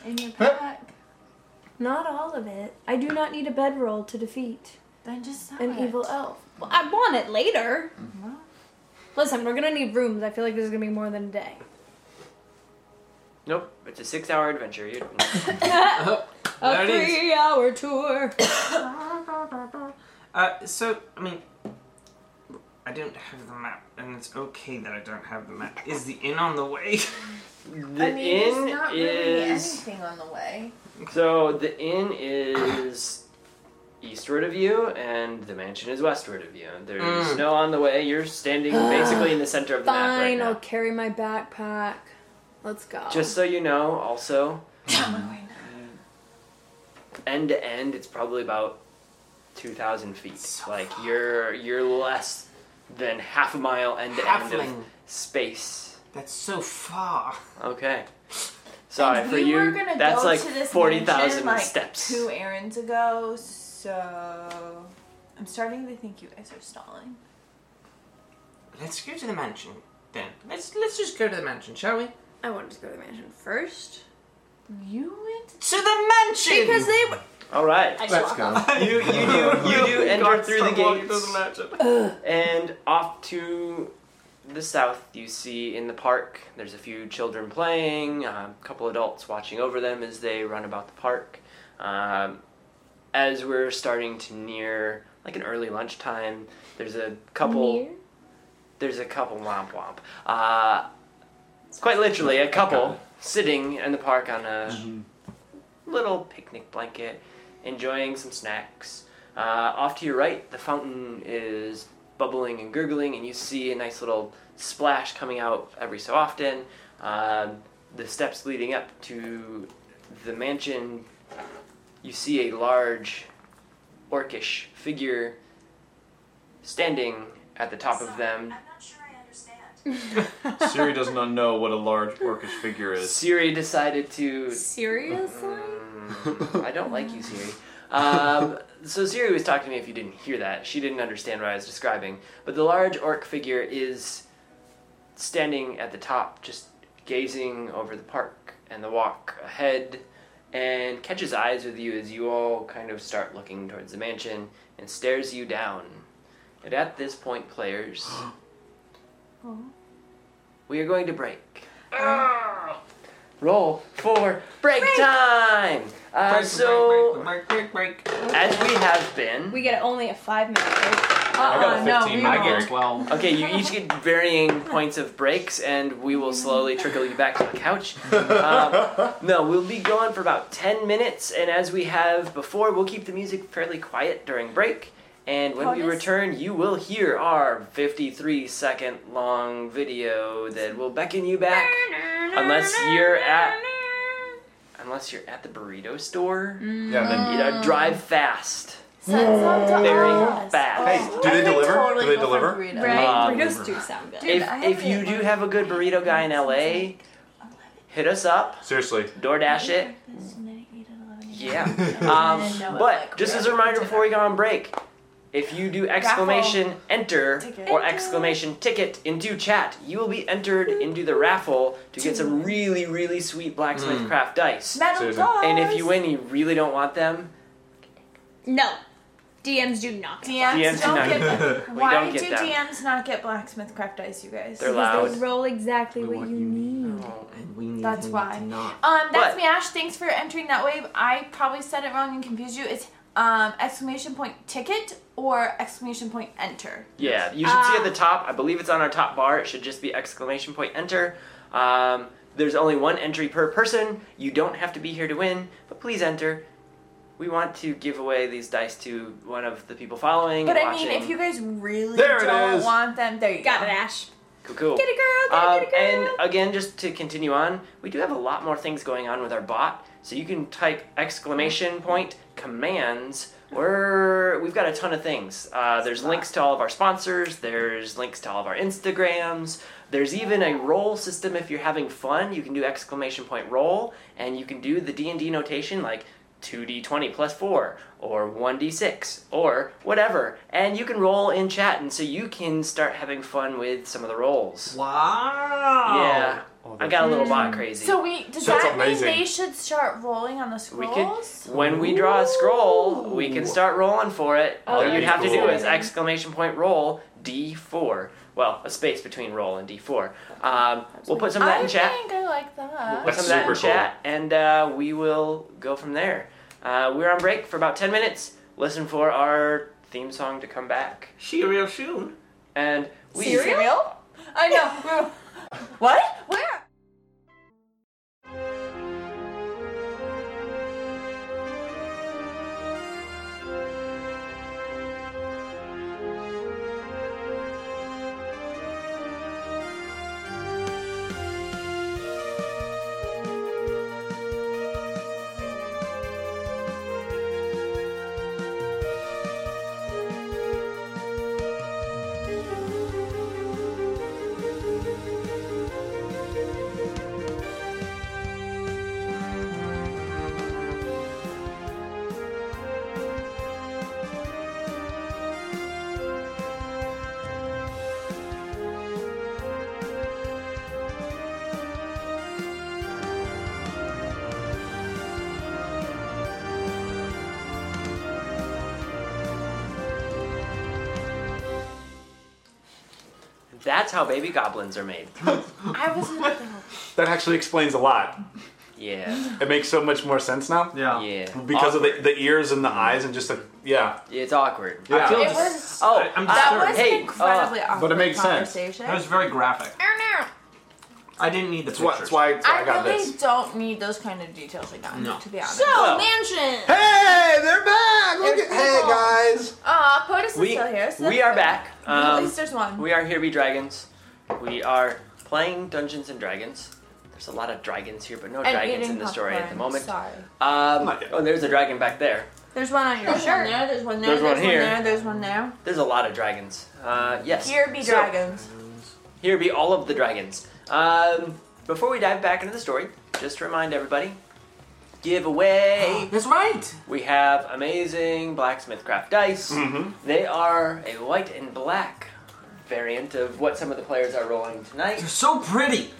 Speaker 7: In your pack.
Speaker 3: Not all of it. I do not need a bedroll to defeat
Speaker 7: Then just stop
Speaker 3: an
Speaker 7: it.
Speaker 3: evil elf. Well, I want it later. Listen, we're gonna need rooms. I feel like this is gonna be more than a day.
Speaker 14: Nope, it's a six-hour adventure. You
Speaker 5: Oh, there
Speaker 3: A
Speaker 5: it is.
Speaker 3: three-hour tour.
Speaker 5: Uh, so I mean, I don't have the map, and it's okay that I don't have the map. Is the inn on the way?
Speaker 7: I
Speaker 14: the
Speaker 7: mean, there's
Speaker 14: inn
Speaker 7: not really
Speaker 14: is.
Speaker 7: anything on the way.
Speaker 14: So the inn is eastward of you, and the mansion is westward of you. There's
Speaker 7: Hmm.
Speaker 5: Mm.
Speaker 14: no on the way. You're standing basically in the center of the map right
Speaker 3: Fine,
Speaker 14: now.
Speaker 3: I'll carry my backpack. Let's go.
Speaker 14: Just so you know, also Mm.
Speaker 7: Fine.
Speaker 14: end to end, it's probably about two thousand feet. like you're you're less than half a mile end to end of
Speaker 5: Halfling.
Speaker 14: space.
Speaker 5: That's so far.
Speaker 14: Okay. Sorry
Speaker 7: And
Speaker 14: for
Speaker 7: we
Speaker 14: you.
Speaker 7: Were gonna
Speaker 14: that's
Speaker 7: go
Speaker 14: like
Speaker 7: to this
Speaker 14: forty
Speaker 7: mansion,
Speaker 14: thousand
Speaker 7: like,
Speaker 14: steps.
Speaker 7: Two errands ago, so I'm starting to think you guys are stalling.
Speaker 5: Let's go to the mansion then. Let's let's just go to the mansion, shall we?
Speaker 3: I wanted to go to the mansion first
Speaker 7: You went.
Speaker 5: To the mansion.
Speaker 3: because they. were-
Speaker 14: All right.
Speaker 3: I
Speaker 2: Let's
Speaker 3: saw-
Speaker 2: go.
Speaker 14: You you do you do enter
Speaker 5: Got
Speaker 14: through the
Speaker 5: someone to
Speaker 14: gates.
Speaker 5: mansion.
Speaker 7: Uh,
Speaker 14: And off to the south, you see in the park, there's a few children playing, um, a couple adults watching over them as they run about the park. Um, as we're starting to near like an early lunchtime, there's a couple.
Speaker 3: Near?
Speaker 14: There's a couple womp womp. Uh, quite literally, a couple sitting in the park on a little picnic blanket, enjoying some snacks. Uh, off to your right, the fountain is bubbling and gurgling, and you see a nice little splash coming out every so often. Um the steps leading up to the mansion, you see a large orcish figure standing at the top of them.
Speaker 15: Siri does not know what a large orcish figure is.
Speaker 14: Siri decided to
Speaker 3: Seriously?
Speaker 14: Mm, I don't like you, Siri. Um, so Siri was talking to me if you didn't hear that. She didn't understand what I was describing. But the large orc figure is standing at the top, just gazing over the park and the walk ahead, and catches eyes with you as you all kind of start looking towards the mansion and stares you down. And at this point, players,
Speaker 5: Oh.
Speaker 14: we are going to break. Roll for break, time. Uh,
Speaker 5: Break,
Speaker 14: so
Speaker 5: break, break, break, break.
Speaker 14: as we have been,
Speaker 3: We get only a five minute break.
Speaker 7: Uh
Speaker 15: I got a
Speaker 7: no,
Speaker 15: 15.
Speaker 7: reroll.
Speaker 15: I get
Speaker 5: twelve.
Speaker 14: okay, you each get varying points of breaks, and we will slowly trickle you back to the couch. Um, no, we'll be gone for about ten minutes, and as we have before, we'll keep the music fairly quiet during break. And when we
Speaker 7: Promise?
Speaker 14: return, you will hear our 53 second long video that will beckon you back. Unless you're at. Unless you're at the burrito store.
Speaker 2: Mm.
Speaker 15: Yeah, then
Speaker 14: You know, drive fast.
Speaker 7: So it's up to
Speaker 14: Very
Speaker 7: us.
Speaker 14: fast.
Speaker 15: Hey, do they
Speaker 7: I could
Speaker 15: deliver?
Speaker 7: Totally
Speaker 15: Do they
Speaker 7: go for
Speaker 15: deliver?
Speaker 7: burrito.
Speaker 3: Right?
Speaker 14: Um,
Speaker 3: Burritos do sound good.
Speaker 7: Dude,
Speaker 14: if
Speaker 7: I
Speaker 14: if
Speaker 7: haven't
Speaker 14: you do have a good burrito guy in LA, hit us up,
Speaker 15: Seriously.
Speaker 14: DoorDash it.
Speaker 7: Breakfast and then eat at 11 a.m.
Speaker 14: Yeah.
Speaker 7: And then
Speaker 14: Um,
Speaker 7: know it,
Speaker 14: but
Speaker 7: like,
Speaker 14: just as
Speaker 7: right
Speaker 14: a reminder
Speaker 7: after
Speaker 14: before we go on break, If you do exclamation enter
Speaker 7: Ticket.
Speaker 14: or exclamation ticket into chat, you will be entered into the raffle to get some really, really sweet blacksmith
Speaker 5: Mm.
Speaker 14: craft dice.
Speaker 7: Metal
Speaker 15: Susan.
Speaker 7: bars.
Speaker 14: And if you win, you really don't want them.
Speaker 3: No. DMs do not. get
Speaker 7: DMs,
Speaker 14: DMs do
Speaker 7: don't
Speaker 14: not
Speaker 7: get
Speaker 14: get
Speaker 7: them.
Speaker 14: We
Speaker 7: Why
Speaker 14: don't get
Speaker 7: do
Speaker 14: them.
Speaker 7: DMs not get blacksmith craft dice, you guys?
Speaker 14: They're
Speaker 3: black.
Speaker 14: loud.
Speaker 3: They roll exactly what you need.
Speaker 7: Hmm.
Speaker 5: And we need
Speaker 7: That's
Speaker 5: him
Speaker 7: why.
Speaker 5: to not.
Speaker 7: Um, that's
Speaker 14: But-
Speaker 7: me, Ash. Thanks for entering that way. I probably said it wrong and confused you. It's um, exclamation point ticket or exclamation point enter.
Speaker 14: Yeah, you should see at the
Speaker 7: Uh,
Speaker 14: top. I believe it's on our top bar. It should just be exclamation point enter. Um, there's only one entry per person. You don't have to be here to win, but please enter. We want to give away these dice to one of the people following.
Speaker 7: But
Speaker 14: and
Speaker 7: I mean,
Speaker 14: watching.
Speaker 7: if you guys really
Speaker 15: There it
Speaker 7: don't
Speaker 15: is.
Speaker 7: want them, there you
Speaker 3: Got
Speaker 7: go.
Speaker 3: it, Ash.
Speaker 14: cool, cool.
Speaker 3: Get a girl, get,
Speaker 14: Um,
Speaker 3: a- get a
Speaker 14: and
Speaker 3: girl.
Speaker 14: again, just to continue on, we do have a lot more things going on with our bot. So you can type exclamation point commands. We're, we've got a ton of things. Uh, there's links to all of our sponsors. There's links to all of our Instagrams. There's even a roll system if you're having fun. You can do exclamation point roll, and you can do the D and D notation like 2d20 plus 4 or 1d6 or whatever and you can roll in chat and so you can start having fun with some of the rolls
Speaker 5: Wow.
Speaker 14: yeah.
Speaker 15: Oh,
Speaker 14: I
Speaker 15: that's
Speaker 14: got a little bot crazy.
Speaker 7: So we does
Speaker 15: So it's
Speaker 7: that mean
Speaker 15: amazing.
Speaker 7: they should start rolling on the
Speaker 14: we could,
Speaker 7: scrolls?
Speaker 14: when we draw a scroll, we can start rolling for it.
Speaker 7: Oh,
Speaker 14: All
Speaker 15: that'd
Speaker 14: you'd
Speaker 15: be
Speaker 14: have to do
Speaker 15: cool.
Speaker 14: is exclamation point roll D4. Well, a space between roll and D4. Um, we'll put some of that
Speaker 7: I
Speaker 14: in chat.
Speaker 7: think I like that.
Speaker 14: Put
Speaker 15: That's
Speaker 14: some of that in
Speaker 15: super cool.
Speaker 14: chat, and uh, we will go from there. Uh, we're on break for about 10 minutes. Listen for our theme song to come back.
Speaker 5: She real soon.
Speaker 14: And we.
Speaker 7: Cereal? I know. what? Where?
Speaker 14: That's how baby goblins are made.
Speaker 7: I was not
Speaker 15: That actually explains a lot.
Speaker 14: Yeah.
Speaker 15: It makes so much more sense now.
Speaker 5: Yeah.
Speaker 14: Yeah.
Speaker 15: Because of the, the ears and the eyes and just the yeah.
Speaker 14: It's awkward.
Speaker 15: Mm-hmm. Yeah.
Speaker 5: I feel
Speaker 7: It
Speaker 5: just,
Speaker 7: was-
Speaker 14: Oh,
Speaker 5: I, am
Speaker 14: uh,
Speaker 7: That
Speaker 5: disturbed.
Speaker 7: was
Speaker 14: Hey,
Speaker 7: an incredibly awkward
Speaker 15: but it makes sense.
Speaker 7: conversation.
Speaker 5: that was very graphic.
Speaker 7: I
Speaker 5: I didn't need the
Speaker 15: That's why,
Speaker 5: pictures.
Speaker 15: that's why, that's why I,
Speaker 7: don't know. I
Speaker 15: got
Speaker 7: really
Speaker 15: this.
Speaker 7: don't need those kind of details again,
Speaker 5: No.
Speaker 7: to be honest.
Speaker 3: So,
Speaker 14: Well.
Speaker 3: mansion.
Speaker 15: Hey, they're back! Look
Speaker 7: They're
Speaker 15: at hey
Speaker 7: people.
Speaker 15: guys.
Speaker 7: Aw, Uh, POTUS is
Speaker 14: We,
Speaker 7: still here. So
Speaker 14: we
Speaker 7: that's
Speaker 14: are
Speaker 7: good.
Speaker 14: back.
Speaker 7: At
Speaker 14: Um,
Speaker 7: least there's one.
Speaker 14: we are Here Be Dragons. We are playing Dungeons and Dragons. There's a lot of dragons here, but no
Speaker 7: And
Speaker 14: dragons
Speaker 7: eating
Speaker 14: in the story at the
Speaker 7: popcorn.
Speaker 14: moment. Um,
Speaker 7: Sorry.
Speaker 14: oh,
Speaker 15: Not yet.
Speaker 14: there's a dragon back there.
Speaker 7: There's one on your
Speaker 3: There's
Speaker 7: shirt.
Speaker 3: one
Speaker 7: there, there's one
Speaker 14: there, There's one there's one here. there,
Speaker 7: there's one there.
Speaker 14: There's a lot of dragons. Uh, yes.
Speaker 7: Here be
Speaker 14: So,
Speaker 7: dragons.
Speaker 14: Here be all of the dragons. Um, before we dive back into the story, just to remind everybody giveaway.
Speaker 5: That's right.
Speaker 14: we have amazing blacksmith craft dice.
Speaker 15: Mm-hmm.
Speaker 14: They are a white and black variant of what some of the players are rolling tonight.
Speaker 5: They're so pretty.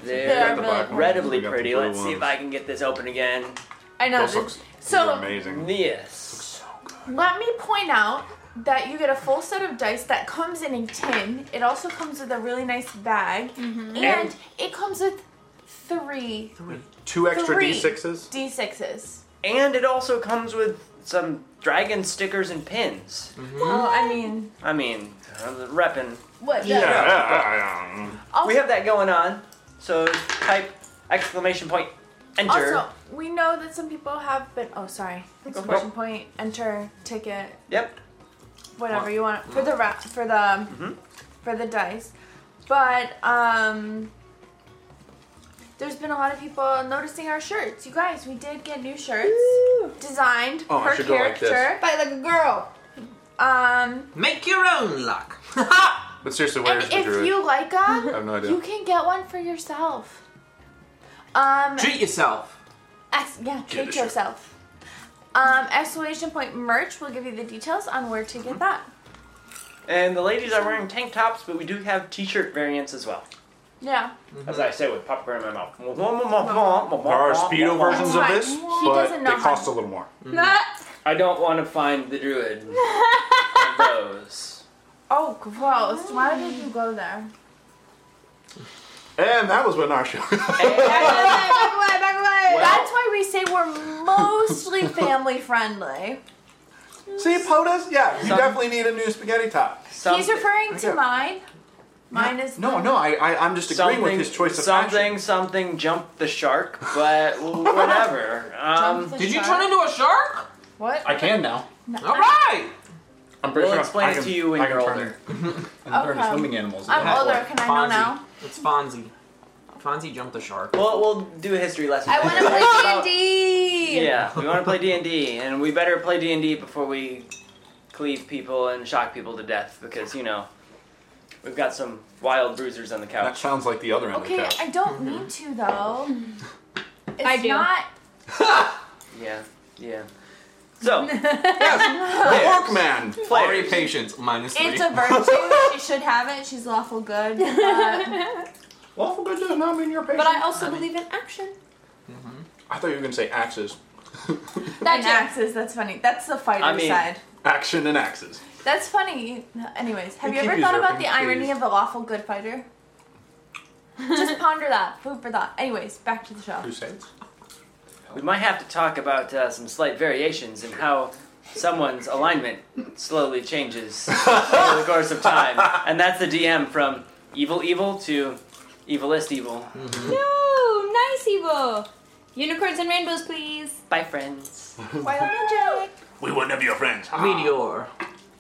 Speaker 7: They're
Speaker 14: They're
Speaker 7: really
Speaker 14: incredibly
Speaker 15: We got the
Speaker 14: pretty.
Speaker 15: blue
Speaker 14: Let's see if
Speaker 15: ones.
Speaker 14: I can get this open again.
Speaker 7: I know.
Speaker 15: Those
Speaker 7: this-
Speaker 15: looks
Speaker 7: so-
Speaker 15: so amazing.
Speaker 14: Yes.
Speaker 7: Let me point out that you get a full set of dice that comes in a tin. It also comes with a really nice bag, and it comes with three
Speaker 15: Two extra
Speaker 7: Three.
Speaker 15: d6s.
Speaker 7: d6s.
Speaker 14: And it also comes with some dragon stickers and pins.
Speaker 7: Well, I mean,
Speaker 14: I mean, I'm reppin'.
Speaker 7: what?
Speaker 15: Yeah.
Speaker 7: the-
Speaker 15: yeah, yeah.
Speaker 7: Also,
Speaker 14: We have that going on. So type exclamation point enter.
Speaker 7: also, we know that some people have been. Oh, sorry. Exclamation point. Enter ticket.
Speaker 14: yep.
Speaker 7: whatever you want for
Speaker 15: Mm-hmm.
Speaker 7: the ra- for the um, for the dice. But um there's been a lot of people noticing our shirts. You guys, we did get new shirts designed
Speaker 15: Oh, I
Speaker 7: per
Speaker 15: should go like this.
Speaker 7: character.
Speaker 3: Fight like a girl.
Speaker 7: um
Speaker 5: Make your own luck.
Speaker 15: But seriously,
Speaker 7: and
Speaker 15: where's the
Speaker 7: if
Speaker 15: druid?
Speaker 7: you like
Speaker 15: I
Speaker 7: them,
Speaker 15: have no idea.
Speaker 7: you can get one for yourself. Um
Speaker 5: Treat yourself.
Speaker 7: ex- yeah,
Speaker 15: Get a
Speaker 7: treat
Speaker 15: shirt. Mm-hmm.
Speaker 7: yourself. Um, exclamation point merch will give you the details on where to get that.
Speaker 14: And the ladies are wearing tank tops, but we do have t-shirt variants as well.
Speaker 7: Yeah.
Speaker 14: As I say with popcorn in my mouth. There
Speaker 15: There are speedo versions of
Speaker 7: fine.
Speaker 15: this,
Speaker 7: He
Speaker 15: but
Speaker 7: doesn't know
Speaker 15: they
Speaker 7: how-
Speaker 15: cost a little more.
Speaker 14: I don't want to find the druid. of those.
Speaker 7: Oh, gross. Why did you go there?
Speaker 15: And that was when our show.
Speaker 7: Back away, back away.
Speaker 14: Well-
Speaker 7: That's why we say we're mostly family friendly.
Speaker 15: See, POTUS? Yeah, you
Speaker 14: Some-
Speaker 15: definitely need a new spaghetti top.
Speaker 14: Something,
Speaker 7: He's referring to
Speaker 15: Okay.
Speaker 7: mine. Mine is
Speaker 15: No, no, I, I, I'm just agreeing
Speaker 14: something,
Speaker 15: with his choice of
Speaker 14: something,
Speaker 15: fashion.
Speaker 14: something jumped the shark, but whatever. Um,
Speaker 7: Jump the
Speaker 5: Did you
Speaker 7: shark.
Speaker 5: turn into a shark?
Speaker 7: What?
Speaker 2: I can now.
Speaker 5: All right.
Speaker 2: I'm pretty
Speaker 14: we'll
Speaker 2: sure
Speaker 14: explain
Speaker 2: I
Speaker 14: it
Speaker 2: can,
Speaker 14: to you when
Speaker 2: I can
Speaker 14: you're
Speaker 2: turn
Speaker 14: older.
Speaker 2: in- And turn
Speaker 7: Okay.
Speaker 2: swimming animals.
Speaker 7: I'm
Speaker 2: Yeah.
Speaker 7: older. Can I know
Speaker 5: Fonzie.
Speaker 7: now?
Speaker 5: It's Fonzie. Fonzie jumped the shark.
Speaker 14: We'll, we'll do a history lesson.
Speaker 7: I want to play
Speaker 14: About-
Speaker 7: D&D.
Speaker 14: Yeah, we want to play D and D, and we better play D and D before we cleave people and shock people to death because you know we've got some wild bruisers on the
Speaker 15: That
Speaker 14: couch.
Speaker 15: sounds like the other end of
Speaker 7: Okay,
Speaker 15: the couch.
Speaker 7: I don't need to though. It's
Speaker 3: I do.
Speaker 7: not.
Speaker 14: Yeah, yeah. So
Speaker 15: Yes, the orc man.
Speaker 5: Flurry patience minus three.
Speaker 7: It's a virtue. she should have it. She's lawful good. But,
Speaker 15: Lawful good does not mean you're a patient.
Speaker 7: but I also believe in action.
Speaker 15: I thought you were going to say axes.
Speaker 7: That's axes. That's funny. That's the fighter
Speaker 14: I mean-
Speaker 7: side.
Speaker 15: Action and axes.
Speaker 7: That's funny. Anyways, have
Speaker 15: We
Speaker 7: you
Speaker 15: keep
Speaker 7: ever thought about
Speaker 15: usurping,
Speaker 7: the irony
Speaker 15: please.
Speaker 7: of a lawful good fighter? Just ponder that. Food for thought. Anyways, back to the show.
Speaker 15: Crusades?
Speaker 14: we might have to talk about uh, some slight variations in how someone's alignment slowly changes over the course of time, and that's the DM from evil evil to evilist evil.
Speaker 3: No, nice evil. Unicorns and rainbows, please.
Speaker 14: Bye, friends.
Speaker 7: Wild magic.
Speaker 15: We were never your friends.
Speaker 5: a meteor.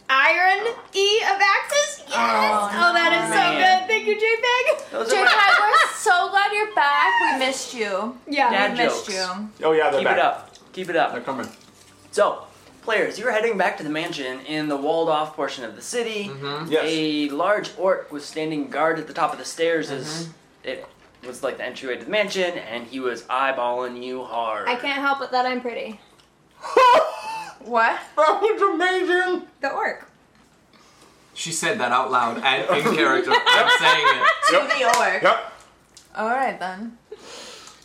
Speaker 3: Iron E of Axis. Yes. Oh, that is so
Speaker 14: man.
Speaker 3: good. Thank you, JPEG.
Speaker 14: Those are
Speaker 7: Jake,
Speaker 14: my
Speaker 7: we're so glad you're back. oh, We missed you.
Speaker 3: Yeah.
Speaker 14: Dad
Speaker 7: we missed
Speaker 14: jokes.
Speaker 7: you.
Speaker 15: Oh, yeah, they're
Speaker 14: Keep
Speaker 15: back.
Speaker 14: it up. Keep it up.
Speaker 15: They're coming.
Speaker 14: So, players, you're heading back to the mansion in the walled off portion of the city.
Speaker 5: Mm-hmm.
Speaker 15: Yes.
Speaker 14: A large orc was standing guard at the top of the stairs as it was like the entryway to the mansion, and he was eyeballing you hard.
Speaker 3: I can't help but that I'm pretty.
Speaker 7: What?
Speaker 15: That was amazing.
Speaker 3: The orc.
Speaker 5: She said that out loud and in character. I'm saying it.
Speaker 15: Yep.
Speaker 7: To the orc.
Speaker 15: Yep.
Speaker 7: All right then.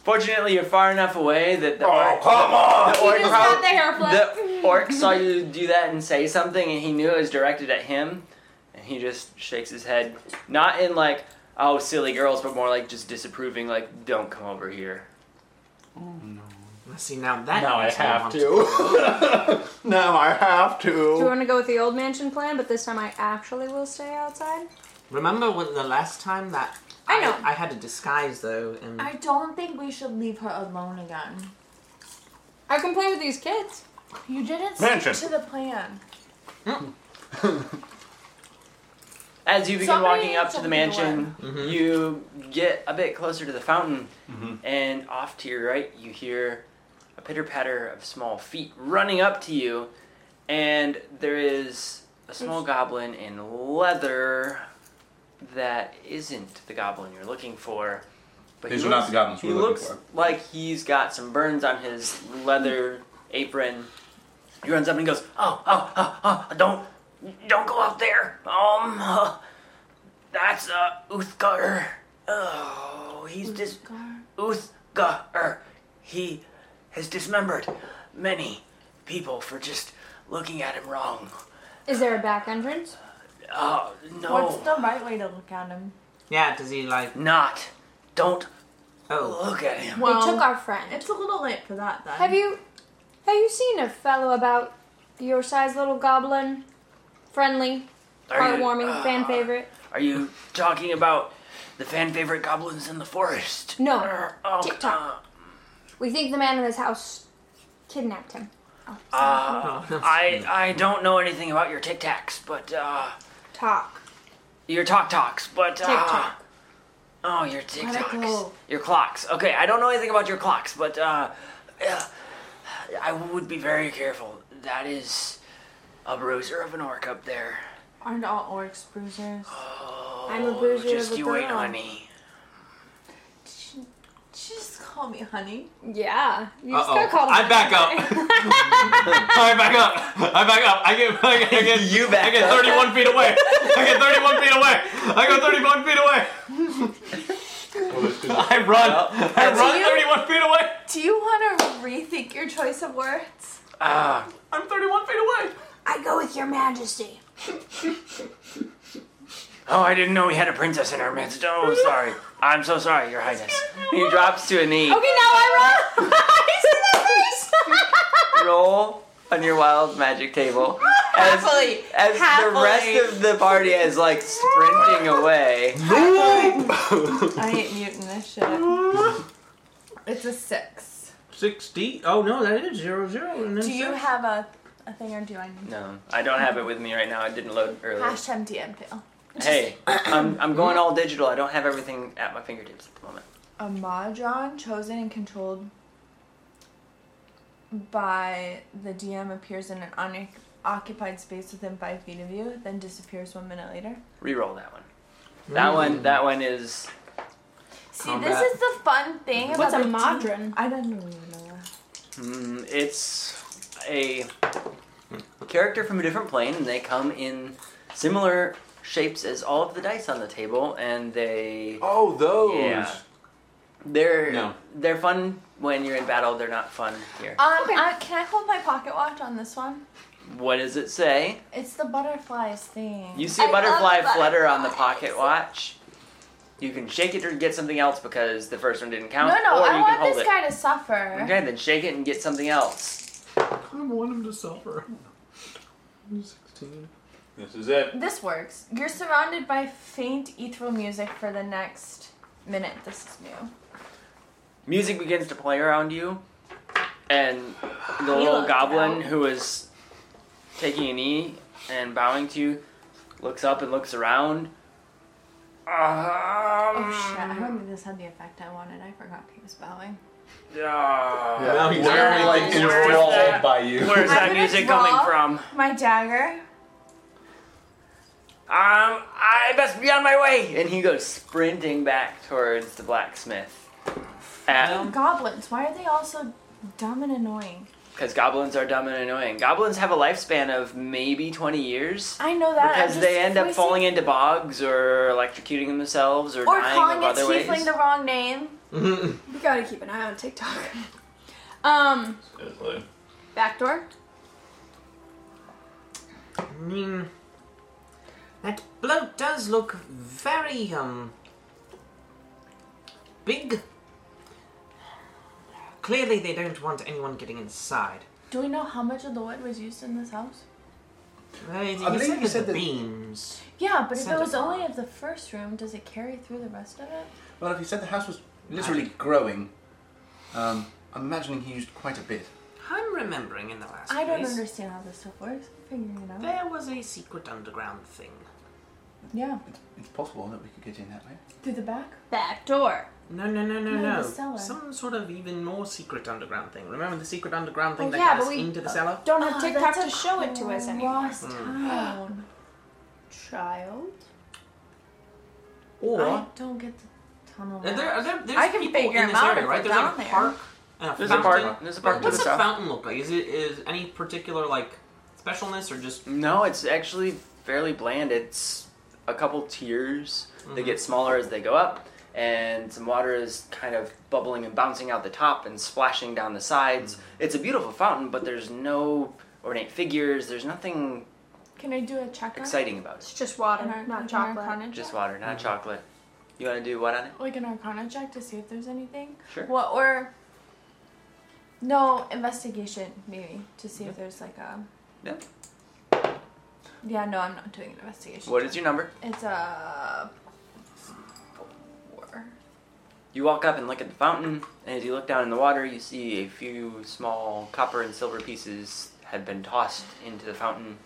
Speaker 14: Fortunately, you're far enough away that the
Speaker 15: Oh,
Speaker 14: orc,
Speaker 15: come on.
Speaker 14: the orc,
Speaker 3: Just
Speaker 14: prob-
Speaker 3: got the hair flip.
Speaker 14: the orc saw you do that and say something, and he knew it was directed at him, and he just shakes his head, not in like "oh silly girls," but more like just disapproving, like "don't come over here."
Speaker 5: Let's see now that.
Speaker 2: Now I
Speaker 5: makes me
Speaker 2: have
Speaker 5: want
Speaker 15: to. now I have
Speaker 3: Do you
Speaker 15: to.
Speaker 3: want to go with the old mansion plan, but this time I actually will stay outside?
Speaker 5: Remember when the last time that
Speaker 3: I know.
Speaker 5: I, had to disguise though,
Speaker 14: Mm.
Speaker 5: and
Speaker 7: I don't think we should leave her alone again.
Speaker 3: I can play with these kids.
Speaker 7: You didn't
Speaker 15: Mansion.
Speaker 7: stick to the plan.
Speaker 14: As you begin
Speaker 7: Somebody
Speaker 14: walking up to the
Speaker 7: told me the
Speaker 14: mansion,
Speaker 5: Mm-hmm.
Speaker 14: you get a bit closer to the fountain, and off to your right, you hear a pitter patter of small feet running up to you, and there is a small goblin in leather that isn't the goblin you're looking for. But
Speaker 2: These
Speaker 14: he
Speaker 2: are not
Speaker 14: looks-
Speaker 2: the goblins
Speaker 14: He
Speaker 2: we're looking
Speaker 14: looks
Speaker 2: for.
Speaker 14: like he's got some burns on his leather apron. He runs up and he goes, "Oh, oh, oh, oh! Don't, don't go out there. Um, uh, that's uh, Uthgar. Oh, he's dis Uthgar. He has dismembered many people for just looking at him wrong.
Speaker 3: Is there a back entrance?
Speaker 14: Oh no,
Speaker 7: What's the right way to look at him?
Speaker 5: yeah, does he like?
Speaker 14: not. Don't
Speaker 5: Oh,
Speaker 14: look at him.
Speaker 7: Well,
Speaker 3: they took our friend.
Speaker 7: It's a little late for that then.
Speaker 3: Have you have you seen a fellow about your size little goblin? Friendly,
Speaker 14: Are you-
Speaker 3: heartwarming,
Speaker 5: Ah.
Speaker 14: uh,
Speaker 3: fan favorite.
Speaker 14: Are you talking about the fan favorite goblins in the forest?
Speaker 3: No.
Speaker 14: Uh, oh,
Speaker 3: TikTok. We think the man in this house kidnapped him.
Speaker 14: Uh,
Speaker 5: oh,
Speaker 14: uh, I I don't know anything about your Tic Tacs, but uh,
Speaker 3: Talk.
Speaker 14: your Tok Toks, but uh,
Speaker 5: Ah.
Speaker 3: TikTok.
Speaker 14: Oh, your Tic
Speaker 3: Let it
Speaker 14: Tacs,
Speaker 3: go.
Speaker 14: your clocks. Okay, I don't know anything about your clocks, but uh, uh, I would be very careful. That is a bruiser of an orc up there.
Speaker 7: Aren't all orcs bruisers?
Speaker 14: Oh,
Speaker 3: I'm a bruiser of
Speaker 14: Just
Speaker 3: a
Speaker 14: you wait,
Speaker 3: girl.
Speaker 14: honey.
Speaker 7: Just call me honey.
Speaker 3: Yeah. You just
Speaker 5: Uh-oh.
Speaker 3: got called.
Speaker 5: I back up. I back up. I back up. I get. I get. I get
Speaker 14: You back
Speaker 5: I get
Speaker 14: up.
Speaker 5: 31 feet away. I get 31 feet away. I go 31 feet away.
Speaker 15: Well, this is-
Speaker 5: I run. I
Speaker 14: That's
Speaker 5: run
Speaker 7: you.
Speaker 5: 31 feet away.
Speaker 7: Do you want to rethink your choice of words?
Speaker 14: Ah,
Speaker 5: I'm 31 feet away.
Speaker 7: I go with your majesty.
Speaker 14: oh, I didn't know we had a princess in our midst. Oh, sorry. I'm so sorry, Your Highness. He drops to a knee.
Speaker 3: Okay, now I roll. I see the first.
Speaker 14: Roll on your wild magic table. As,
Speaker 7: Happily.
Speaker 14: as the
Speaker 7: happily.
Speaker 14: rest of the party is like sprinting away.
Speaker 7: I ain't muting this shit. It's a six.
Speaker 5: 60. Oh no, that is zero zero. And then
Speaker 7: Do you
Speaker 5: six.
Speaker 7: have a, a thing or do I need
Speaker 14: No, I don't have it with me right now. I didn't load earlier.
Speaker 7: Hashtag DM fail.
Speaker 14: Hey, I'm, I'm going all digital. I don't have everything at my fingertips at the moment.
Speaker 7: A Mahjong chosen and controlled by the DM appears in an unoccupied space within five feet of you, then disappears one minute later.
Speaker 14: Reroll that one.
Speaker 5: Mm.
Speaker 14: That one. That one is
Speaker 7: See,
Speaker 5: Combat.
Speaker 7: this is the fun thing
Speaker 3: What's a
Speaker 7: about the
Speaker 3: modron?
Speaker 7: I don't even know. that.
Speaker 14: Mm, it's a character from a different plane, and they come in similar shapes as all of the dice on the table, and they
Speaker 15: oh, those.
Speaker 14: Yeah. they're
Speaker 15: No.
Speaker 14: they're fun when you're in battle. They're not fun here.
Speaker 7: Um, I, can I hold my pocket watch on this one?
Speaker 14: What does it say?
Speaker 7: It's the butterflies thing.
Speaker 14: You see
Speaker 7: I
Speaker 14: a
Speaker 7: love
Speaker 14: butterfly flutter on the
Speaker 7: butterflies.
Speaker 14: pocket watch. You can shake it or get something else because the first one didn't
Speaker 7: No,
Speaker 14: count.
Speaker 7: no, I
Speaker 14: or you can
Speaker 7: want
Speaker 14: hold
Speaker 7: this
Speaker 14: it.
Speaker 7: guy to suffer.
Speaker 14: Okay, then shake it and get something else.
Speaker 5: I kind of want him to suffer. 16.
Speaker 15: This is it.
Speaker 7: This works. You're surrounded by faint ethereal music for the next minute. This is new.
Speaker 14: Music begins to play around you, and
Speaker 7: He
Speaker 14: the little
Speaker 7: looked
Speaker 14: goblin
Speaker 7: out.
Speaker 14: who is taking a knee and bowing to you looks up and looks around.
Speaker 7: Oh shit, I
Speaker 14: Um,
Speaker 7: don't think this had the effect I wanted. I forgot he was bowing.
Speaker 14: ah,
Speaker 5: Now he's
Speaker 7: Where-
Speaker 5: already like
Speaker 7: where is
Speaker 14: that?
Speaker 5: enthralled by you.
Speaker 14: Where's
Speaker 7: I'm
Speaker 14: that
Speaker 7: gonna
Speaker 14: music
Speaker 7: draw.
Speaker 14: coming from?
Speaker 7: My dagger.
Speaker 14: Um, I best be on my way. And he goes sprinting back towards the blacksmith. Because
Speaker 7: Goblins, why are they all so dumb and annoying?
Speaker 14: goblins are dumb and annoying. Goblins have a lifespan of maybe 20 years.
Speaker 7: I know that. I'm
Speaker 14: Because
Speaker 7: just
Speaker 14: they end up
Speaker 7: voicing-
Speaker 14: falling into bogs or electrocuting themselves or,
Speaker 7: Or
Speaker 14: dying
Speaker 7: calling
Speaker 14: of
Speaker 7: a
Speaker 14: other
Speaker 7: tiefling
Speaker 14: ways.
Speaker 7: the wrong name.
Speaker 5: Mm-hmm.
Speaker 3: We gotta keep an eye on TikTok. Um,
Speaker 15: Seriously.
Speaker 3: backdoor.
Speaker 5: I mean, that bloke does look very, um, big. Clearly, they don't want anyone getting inside.
Speaker 7: Do we know how much of the wood was used in this house?
Speaker 5: Uh, he
Speaker 2: believe
Speaker 5: said
Speaker 2: you
Speaker 5: with
Speaker 2: said
Speaker 5: the
Speaker 2: that-
Speaker 5: beams.
Speaker 7: Yeah, but if it
Speaker 5: Santa
Speaker 7: was only
Speaker 5: Claus.
Speaker 7: of the first room, does it carry through the rest of it?
Speaker 2: Well, if he said the house was literally growing, um, I'm imagining he used quite a bit.
Speaker 5: I'm remembering in the last
Speaker 7: I don't
Speaker 5: place,
Speaker 7: understand how this stuff works. Figuring it out.
Speaker 5: There was a secret underground thing.
Speaker 7: Yeah,
Speaker 2: It's, it's possible that we could get in that way.
Speaker 7: through the back.
Speaker 3: Backdoor.
Speaker 5: No, no, no, no, no.
Speaker 7: No, the cellar.
Speaker 5: Some sort of even more secret underground thing. Remember the secret underground thing
Speaker 3: Well,
Speaker 5: that
Speaker 3: yeah,
Speaker 5: got
Speaker 3: but
Speaker 5: us
Speaker 3: we-
Speaker 5: into the cellar?
Speaker 3: Don't have
Speaker 7: Ah,
Speaker 3: TikTok
Speaker 7: that's
Speaker 3: to
Speaker 7: a
Speaker 3: show it to us anymore.
Speaker 7: Cross town.
Speaker 3: Child.
Speaker 5: Or
Speaker 7: I don't get the tunnel.
Speaker 5: Are there, are there, there's
Speaker 7: I can
Speaker 5: people
Speaker 7: figure
Speaker 5: in
Speaker 7: them
Speaker 5: this
Speaker 7: out
Speaker 5: area,
Speaker 7: if
Speaker 5: right?
Speaker 7: they're
Speaker 5: There's like
Speaker 7: down
Speaker 5: a
Speaker 7: there.
Speaker 5: park and a
Speaker 14: There's a
Speaker 5: fountain.
Speaker 14: park. There's a park to the
Speaker 5: What's a
Speaker 14: south.
Speaker 5: fountain look like? Is it is any particular like specialness or just
Speaker 14: No, it's actually fairly bland. It's a couple tiers. They get smaller as they go up, and some water is kind of bubbling and bouncing out the top and splashing down the sides. It's a beautiful fountain, but there's no ornate figures. There's nothing
Speaker 7: Can I do a check? on it?
Speaker 14: exciting about it.
Speaker 3: It's just water,
Speaker 7: An ar-
Speaker 3: not
Speaker 7: an
Speaker 3: chocolate.
Speaker 7: arcana
Speaker 14: Just
Speaker 7: check?
Speaker 14: water, not chocolate. You want to do what on it?
Speaker 7: Like an arcana check to see if there's anything.
Speaker 14: Sure.
Speaker 7: What or no investigation maybe to see if there's like a.
Speaker 14: Yeah.
Speaker 7: Yeah, no, I'm not doing an investigation.
Speaker 14: What is your number?
Speaker 7: It's a four.
Speaker 14: You walk up and look at the fountain, and as you look down in the water, you see a few small copper and silver pieces have been tossed into the fountain.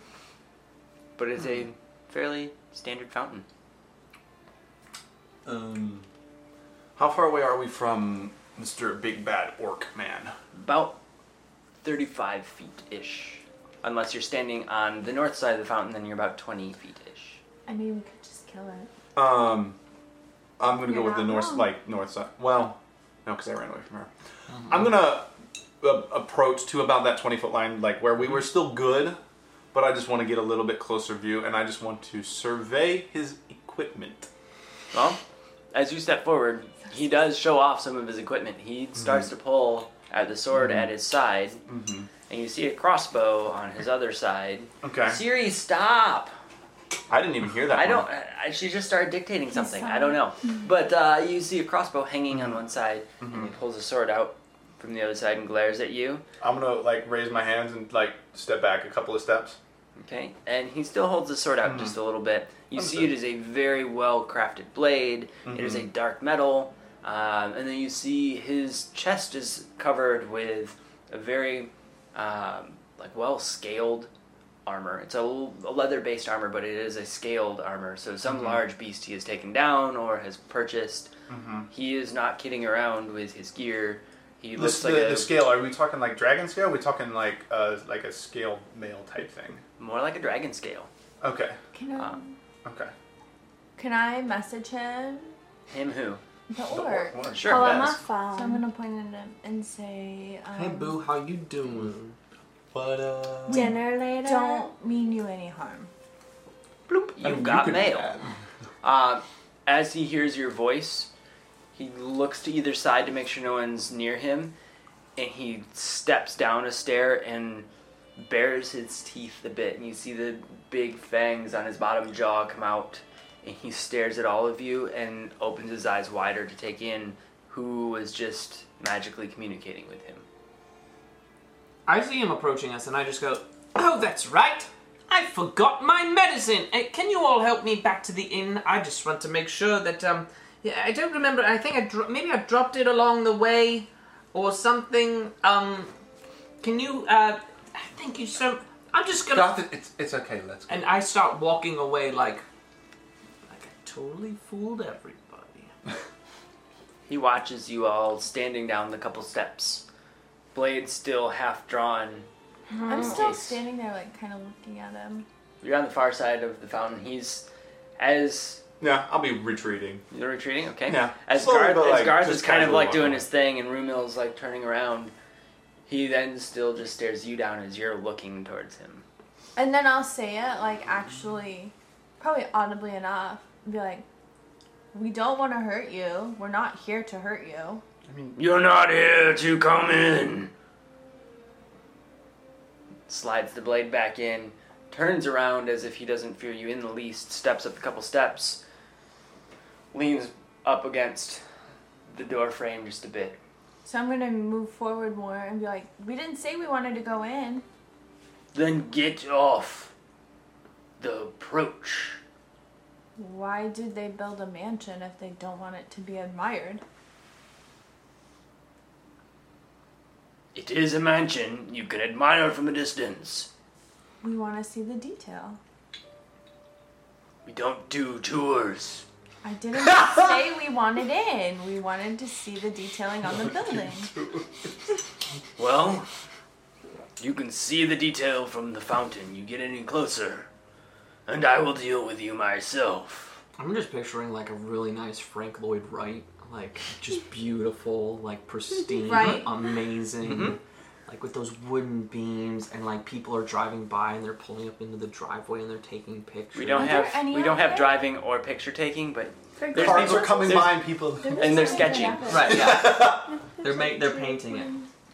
Speaker 14: But it's a
Speaker 15: Hmm.
Speaker 14: fairly standard fountain.
Speaker 15: Um, how far away are we from Mr. Big Bad Orc Man?
Speaker 14: About 35 feet ish. Unless you're standing on the north side of the fountain, then you're about 20 feet ish.
Speaker 7: I mean, we could just kill it.
Speaker 15: Um, I'm gonna
Speaker 7: You're
Speaker 15: go with the
Speaker 7: not
Speaker 15: north,
Speaker 7: wrong.
Speaker 15: like north side. Well, No, because I ran away from her. I'm gonna uh, approach to about that 20 foot line, like where we were still good, but I just want to get a little bit closer view, and I just want to survey his equipment.
Speaker 14: Well, as you step forward, he does show off some of his equipment. He
Speaker 15: Hmm.
Speaker 14: starts to pull at the sword at his side,
Speaker 15: Mm-hmm.
Speaker 14: and you see a crossbow on his other side.
Speaker 15: Okay.
Speaker 14: Siri, stop!
Speaker 15: I didn't even hear that.
Speaker 14: I
Speaker 15: one.
Speaker 14: don't. I, she just started dictating something. I don't know. But uh, you see a crossbow hanging on one side, and he pulls a sword out from the other side and glares at you.
Speaker 15: I'm gonna like raise my hands and like step back a couple of steps.
Speaker 14: Okay, and he still holds the sword out just a little bit. You see,
Speaker 15: Understood.
Speaker 14: it is a very well crafted blade. It is a dark metal, um, and then you see his chest is covered with a very um, like well scaled armor. It's a, leather based armor, but it is a scaled armor. So some large beast he has taken down or has purchased.
Speaker 15: Mhm.
Speaker 14: He is not kidding around with his gear. He
Speaker 15: The,
Speaker 14: looks
Speaker 15: the,
Speaker 14: like a
Speaker 15: the scale. Are we talking like dragon scale? Are we talking like uh, like a scaled male type thing?
Speaker 14: more like a dragon scale.
Speaker 15: Okay.
Speaker 7: Can I,
Speaker 14: Um,
Speaker 15: Okay.
Speaker 7: can I message him?
Speaker 14: Him who?
Speaker 7: The
Speaker 15: The
Speaker 7: orc.
Speaker 15: orc.
Speaker 14: Sure.
Speaker 3: Call out
Speaker 14: yes.
Speaker 3: my phone.
Speaker 7: So I'm gonna point at him and say, um,
Speaker 5: Hey, Boo, how you doing?
Speaker 15: But uh,
Speaker 3: Dinner later.
Speaker 7: Don't mean you any harm.
Speaker 14: Bloop,
Speaker 15: I
Speaker 14: you've
Speaker 15: mean, you
Speaker 14: got
Speaker 15: could do
Speaker 14: mail.
Speaker 15: that.
Speaker 14: Uh, as he hears your voice, he looks to either side to make sure no one's near him, and he steps down a stair and bares his teeth a bit, and you see the big fangs on his bottom jaw come out, and he stares at all of you and opens his eyes wider to take in who was just magically communicating with him.
Speaker 5: I see him approaching us, and I just go, "Oh, that's right. I forgot my medicine. Uh, can you all help me back to the inn? I just want to make sure that um, yeah, I don't remember. I think I dro- maybe I dropped it along the way, or something. Um, can you? Uh, thank you so. I'm just gonna.
Speaker 2: Garth, it- it's, it's okay, let's go.
Speaker 5: And I start walking away like, like I totally fooled everybody.
Speaker 14: He watches you all standing down the couple steps, blade still half drawn,
Speaker 7: I'm still
Speaker 14: Nice.
Speaker 7: standing there, like, kind of looking at him.
Speaker 14: You're on the far side of the fountain. He's as
Speaker 15: yeah, I'll be retreating.
Speaker 14: you're retreating, okay?
Speaker 15: Yeah.
Speaker 14: As
Speaker 15: Slowly,
Speaker 14: Garth,
Speaker 15: but,
Speaker 14: as
Speaker 15: like,
Speaker 14: Garth
Speaker 15: just
Speaker 14: is kind of
Speaker 15: casually
Speaker 14: like doing
Speaker 15: walking.
Speaker 14: his thing, and Rumil's like turning around. He then still just stares you down as you're looking towards him.
Speaker 7: And then I'll say it, like, actually, probably audibly enough, and be like, we don't want to hurt you. We're not here to hurt you.
Speaker 14: You're not here to come in. Slides the blade back in, turns around as if he doesn't fear you in the least, steps up a couple steps, leans up against the door frame just a bit.
Speaker 7: So I'm gonna move forward more and be like, we didn't say we wanted to go in.
Speaker 14: Then get off the approach.
Speaker 7: Why did they build a mansion if they don't want it to be admired?
Speaker 14: It is a mansion you can admire from a distance.
Speaker 7: We want to see the detail.
Speaker 14: We don't do tours.
Speaker 7: I didn't say we wanted in. We wanted to see the detailing on the building.
Speaker 14: Well, you can see the detail from the fountain. You get any closer, and I will deal with you myself.
Speaker 5: I'm just picturing like a really nice Frank Lloyd Wright, like just beautiful, like pristine,
Speaker 7: Right.
Speaker 5: amazing,
Speaker 2: Mm-hmm.
Speaker 5: like with those wooden beams, and like people are driving by and they're pulling up into the driveway and they're taking pictures.
Speaker 14: We don't
Speaker 7: Are there
Speaker 14: have
Speaker 7: any
Speaker 14: we don't
Speaker 7: out
Speaker 14: have
Speaker 7: there?
Speaker 14: driving or picture taking, but
Speaker 7: They're
Speaker 14: There's
Speaker 15: Cars
Speaker 14: people-
Speaker 15: are coming
Speaker 14: there's-
Speaker 15: by and people.
Speaker 14: and they're sketching.
Speaker 5: Right, yeah. they're ma- they're painting it.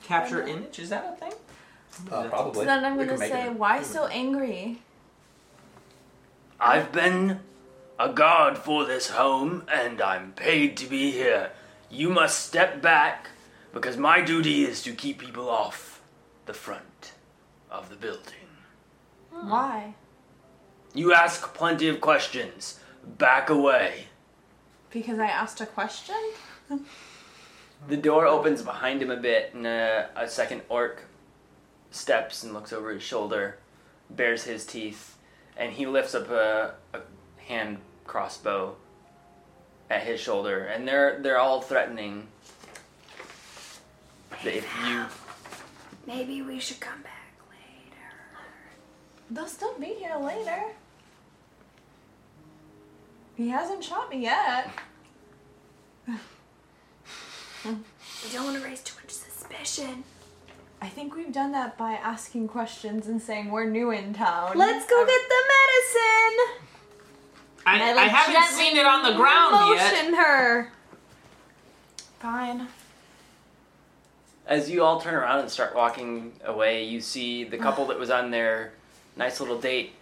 Speaker 5: Capture image is that a thing?
Speaker 2: Uh, probably.
Speaker 7: So then I'm
Speaker 2: We
Speaker 7: gonna
Speaker 2: can make
Speaker 7: say,
Speaker 2: it.
Speaker 7: why so angry?
Speaker 14: I've been a guard for this home, and I'm paid to be here. You must step back, because my duty is to keep people off the front of the building.
Speaker 7: Why?
Speaker 14: You ask plenty of questions. Back away.
Speaker 7: Because I asked a question.
Speaker 14: The door opens behind him a bit, and a, a second orc steps and looks over his shoulder, bares his teeth, and he lifts up a, a hand crossbow at his shoulder, and they're they're all threatening that if you
Speaker 1: Maybe we should come back later.
Speaker 7: They'll still be here later. He hasn't shot me yet. We don't want to raise too much suspicion. I think we've done that by asking questions and saying we're new in town.
Speaker 3: Let's go get the medicine.
Speaker 5: I,
Speaker 3: And
Speaker 5: I
Speaker 3: like
Speaker 5: haven't
Speaker 3: gently
Speaker 5: seen it on the ground yet.
Speaker 3: Motion her.
Speaker 7: Fine.
Speaker 14: As you all turn around and start walking away, you see the couple that was on their nice little date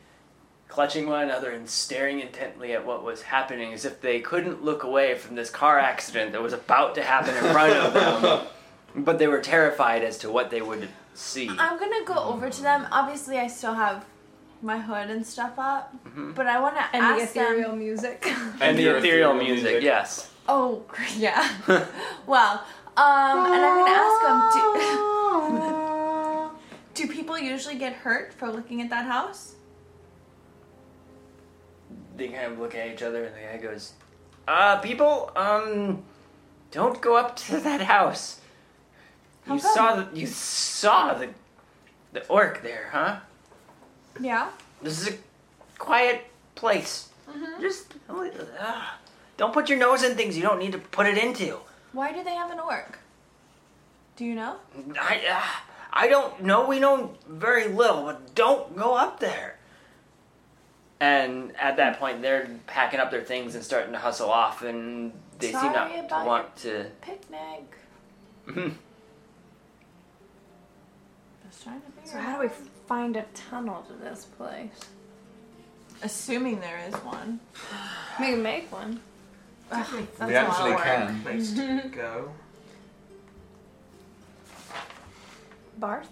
Speaker 14: clutching one another and staring intently at what was happening as if they couldn't look away from this car accident that was about to happen in front of them. But they were terrified as to what they would see.
Speaker 7: I'm gonna go over to them. Obviously, I still have my hood and stuff up, but I want to
Speaker 3: And the
Speaker 7: ask
Speaker 3: ethereal
Speaker 7: them.
Speaker 3: music.
Speaker 14: And, the
Speaker 15: your
Speaker 14: ethereal, music, yes.
Speaker 7: Oh, yeah. well, um, and I'm gonna ask them. Do, do people usually get hurt for looking at that house?
Speaker 14: They kind of look at each other and the guy goes, Uh, people, um, don't go up to that house.
Speaker 7: How
Speaker 14: you
Speaker 7: come?
Speaker 14: saw the, you saw the the orc there, huh?
Speaker 7: Yeah.
Speaker 14: This is a quiet place.
Speaker 7: Mm-hmm.
Speaker 14: Just uh, don't put your nose in things you don't need to put it into.
Speaker 7: Why do they have an orc? Do you know?
Speaker 14: I uh, I don't know. We know very little, but don't go up there. And at that point, they're packing up their things and starting to hustle off, and they seem not
Speaker 7: Sorry
Speaker 14: to
Speaker 7: about
Speaker 14: want to.
Speaker 7: Picnic. Just trying to figure
Speaker 3: So
Speaker 7: out.
Speaker 3: how do we find a tunnel to this place?
Speaker 7: Assuming there is one.
Speaker 3: We can make one.
Speaker 7: Ugh, that's
Speaker 2: we
Speaker 7: a lot of
Speaker 2: actually
Speaker 7: work.
Speaker 2: can.
Speaker 5: Place to go.
Speaker 7: Barth?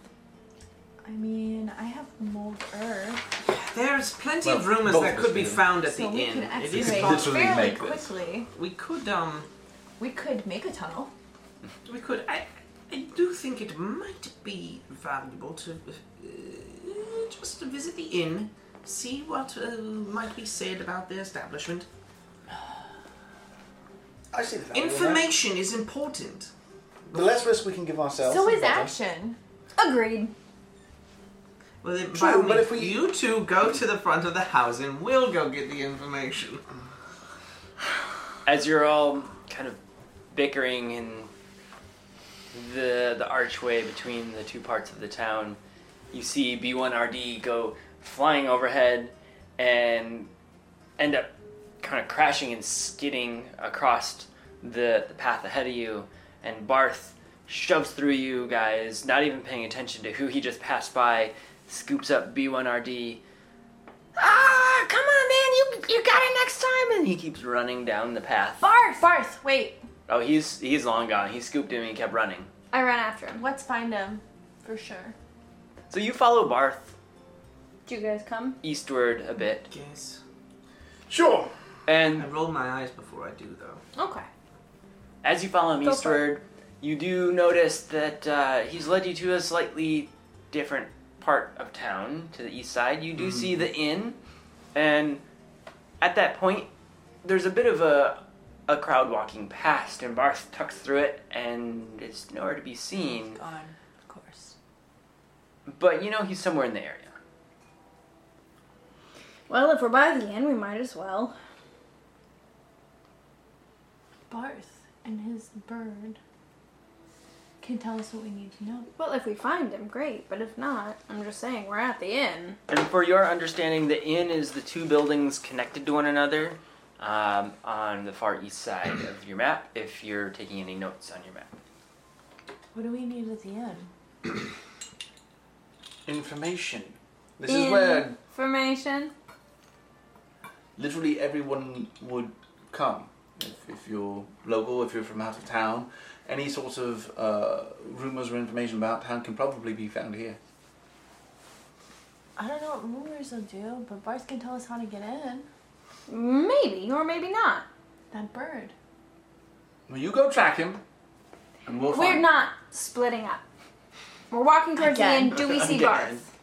Speaker 7: I mean, I have mold earth.
Speaker 5: There's plenty of
Speaker 2: Well,
Speaker 5: rumors
Speaker 2: both
Speaker 5: that
Speaker 2: of
Speaker 5: could
Speaker 2: us
Speaker 5: be
Speaker 2: do.
Speaker 5: found at
Speaker 7: So
Speaker 5: the
Speaker 7: we
Speaker 5: inn.
Speaker 7: could
Speaker 5: It is
Speaker 7: excavate
Speaker 5: possible.
Speaker 2: literally
Speaker 7: fairly
Speaker 2: make this.
Speaker 7: quickly.
Speaker 5: We could um.
Speaker 7: We could make a tunnel.
Speaker 5: We could. I, I do think it might be valuable to uh, just to visit the inn, see what uh, might be said about the establishment.
Speaker 16: I see the value in that.
Speaker 5: Information is important.
Speaker 16: The less risk we can give ourselves.
Speaker 7: So
Speaker 16: the
Speaker 7: is
Speaker 16: better.
Speaker 7: action.
Speaker 3: Agreed.
Speaker 5: Well, then, by
Speaker 16: True,
Speaker 5: all
Speaker 16: but
Speaker 5: means,
Speaker 16: if we-
Speaker 5: you two go to the front of the house and we'll go get the information.
Speaker 14: As you're all kind of bickering in the the archway between the two parts of the town, you see B1RD go flying overhead and end up kind of crashing and skidding across the, the path ahead of you. And Barth shoves through you guys, not even paying attention to who he just passed by, scoops up B1RD. Ah, come on, man, you, you got it next time! And he keeps running down the path.
Speaker 7: Barth! Barth, wait.
Speaker 14: Oh, he's he's long gone. He scooped him and he kept running.
Speaker 3: I ran after him.
Speaker 7: Let's find him. For sure.
Speaker 14: So you follow Barth
Speaker 3: Do you guys come?
Speaker 14: eastward a bit,
Speaker 5: Yes.
Speaker 16: Sure.
Speaker 5: I
Speaker 14: and
Speaker 5: roll my eyes before I do, though.
Speaker 3: Okay.
Speaker 14: as you follow him
Speaker 3: Go for it.
Speaker 14: eastward, you do notice that uh, he's led you to a slightly different part of town to the east side. You do see the inn, and at that point, there's a bit of a a crowd walking past, and Barth tucks through it, and it's nowhere to be seen.
Speaker 7: Gone. Of course.
Speaker 14: But you know he's somewhere in the area.
Speaker 3: Well, if we're by the end, we might as well.
Speaker 7: Barth and his bird can tell us what we need to know.
Speaker 3: Well, if we find him, great. But if not, I'm just saying we're at the inn.
Speaker 14: And for your understanding, the inn is the two buildings connected to one another um, on the far east side of your map, if you're taking any notes on your map.
Speaker 7: What do we need at the end?
Speaker 16: Information. This is where
Speaker 3: Information.
Speaker 16: literally everyone would come. If, if you're local, if you're from out of town, any sort of uh, rumours or information about town can probably be found here.
Speaker 7: I don't know what rumors will do, but Barth can tell us how to get in.
Speaker 3: Maybe or maybe not.
Speaker 7: That bird.
Speaker 16: Well, you go track him, and we'll
Speaker 3: We're
Speaker 16: find.
Speaker 3: not splitting up. We're walking towards
Speaker 7: Again.
Speaker 3: the inn. Do we see
Speaker 14: Again.
Speaker 3: Barth?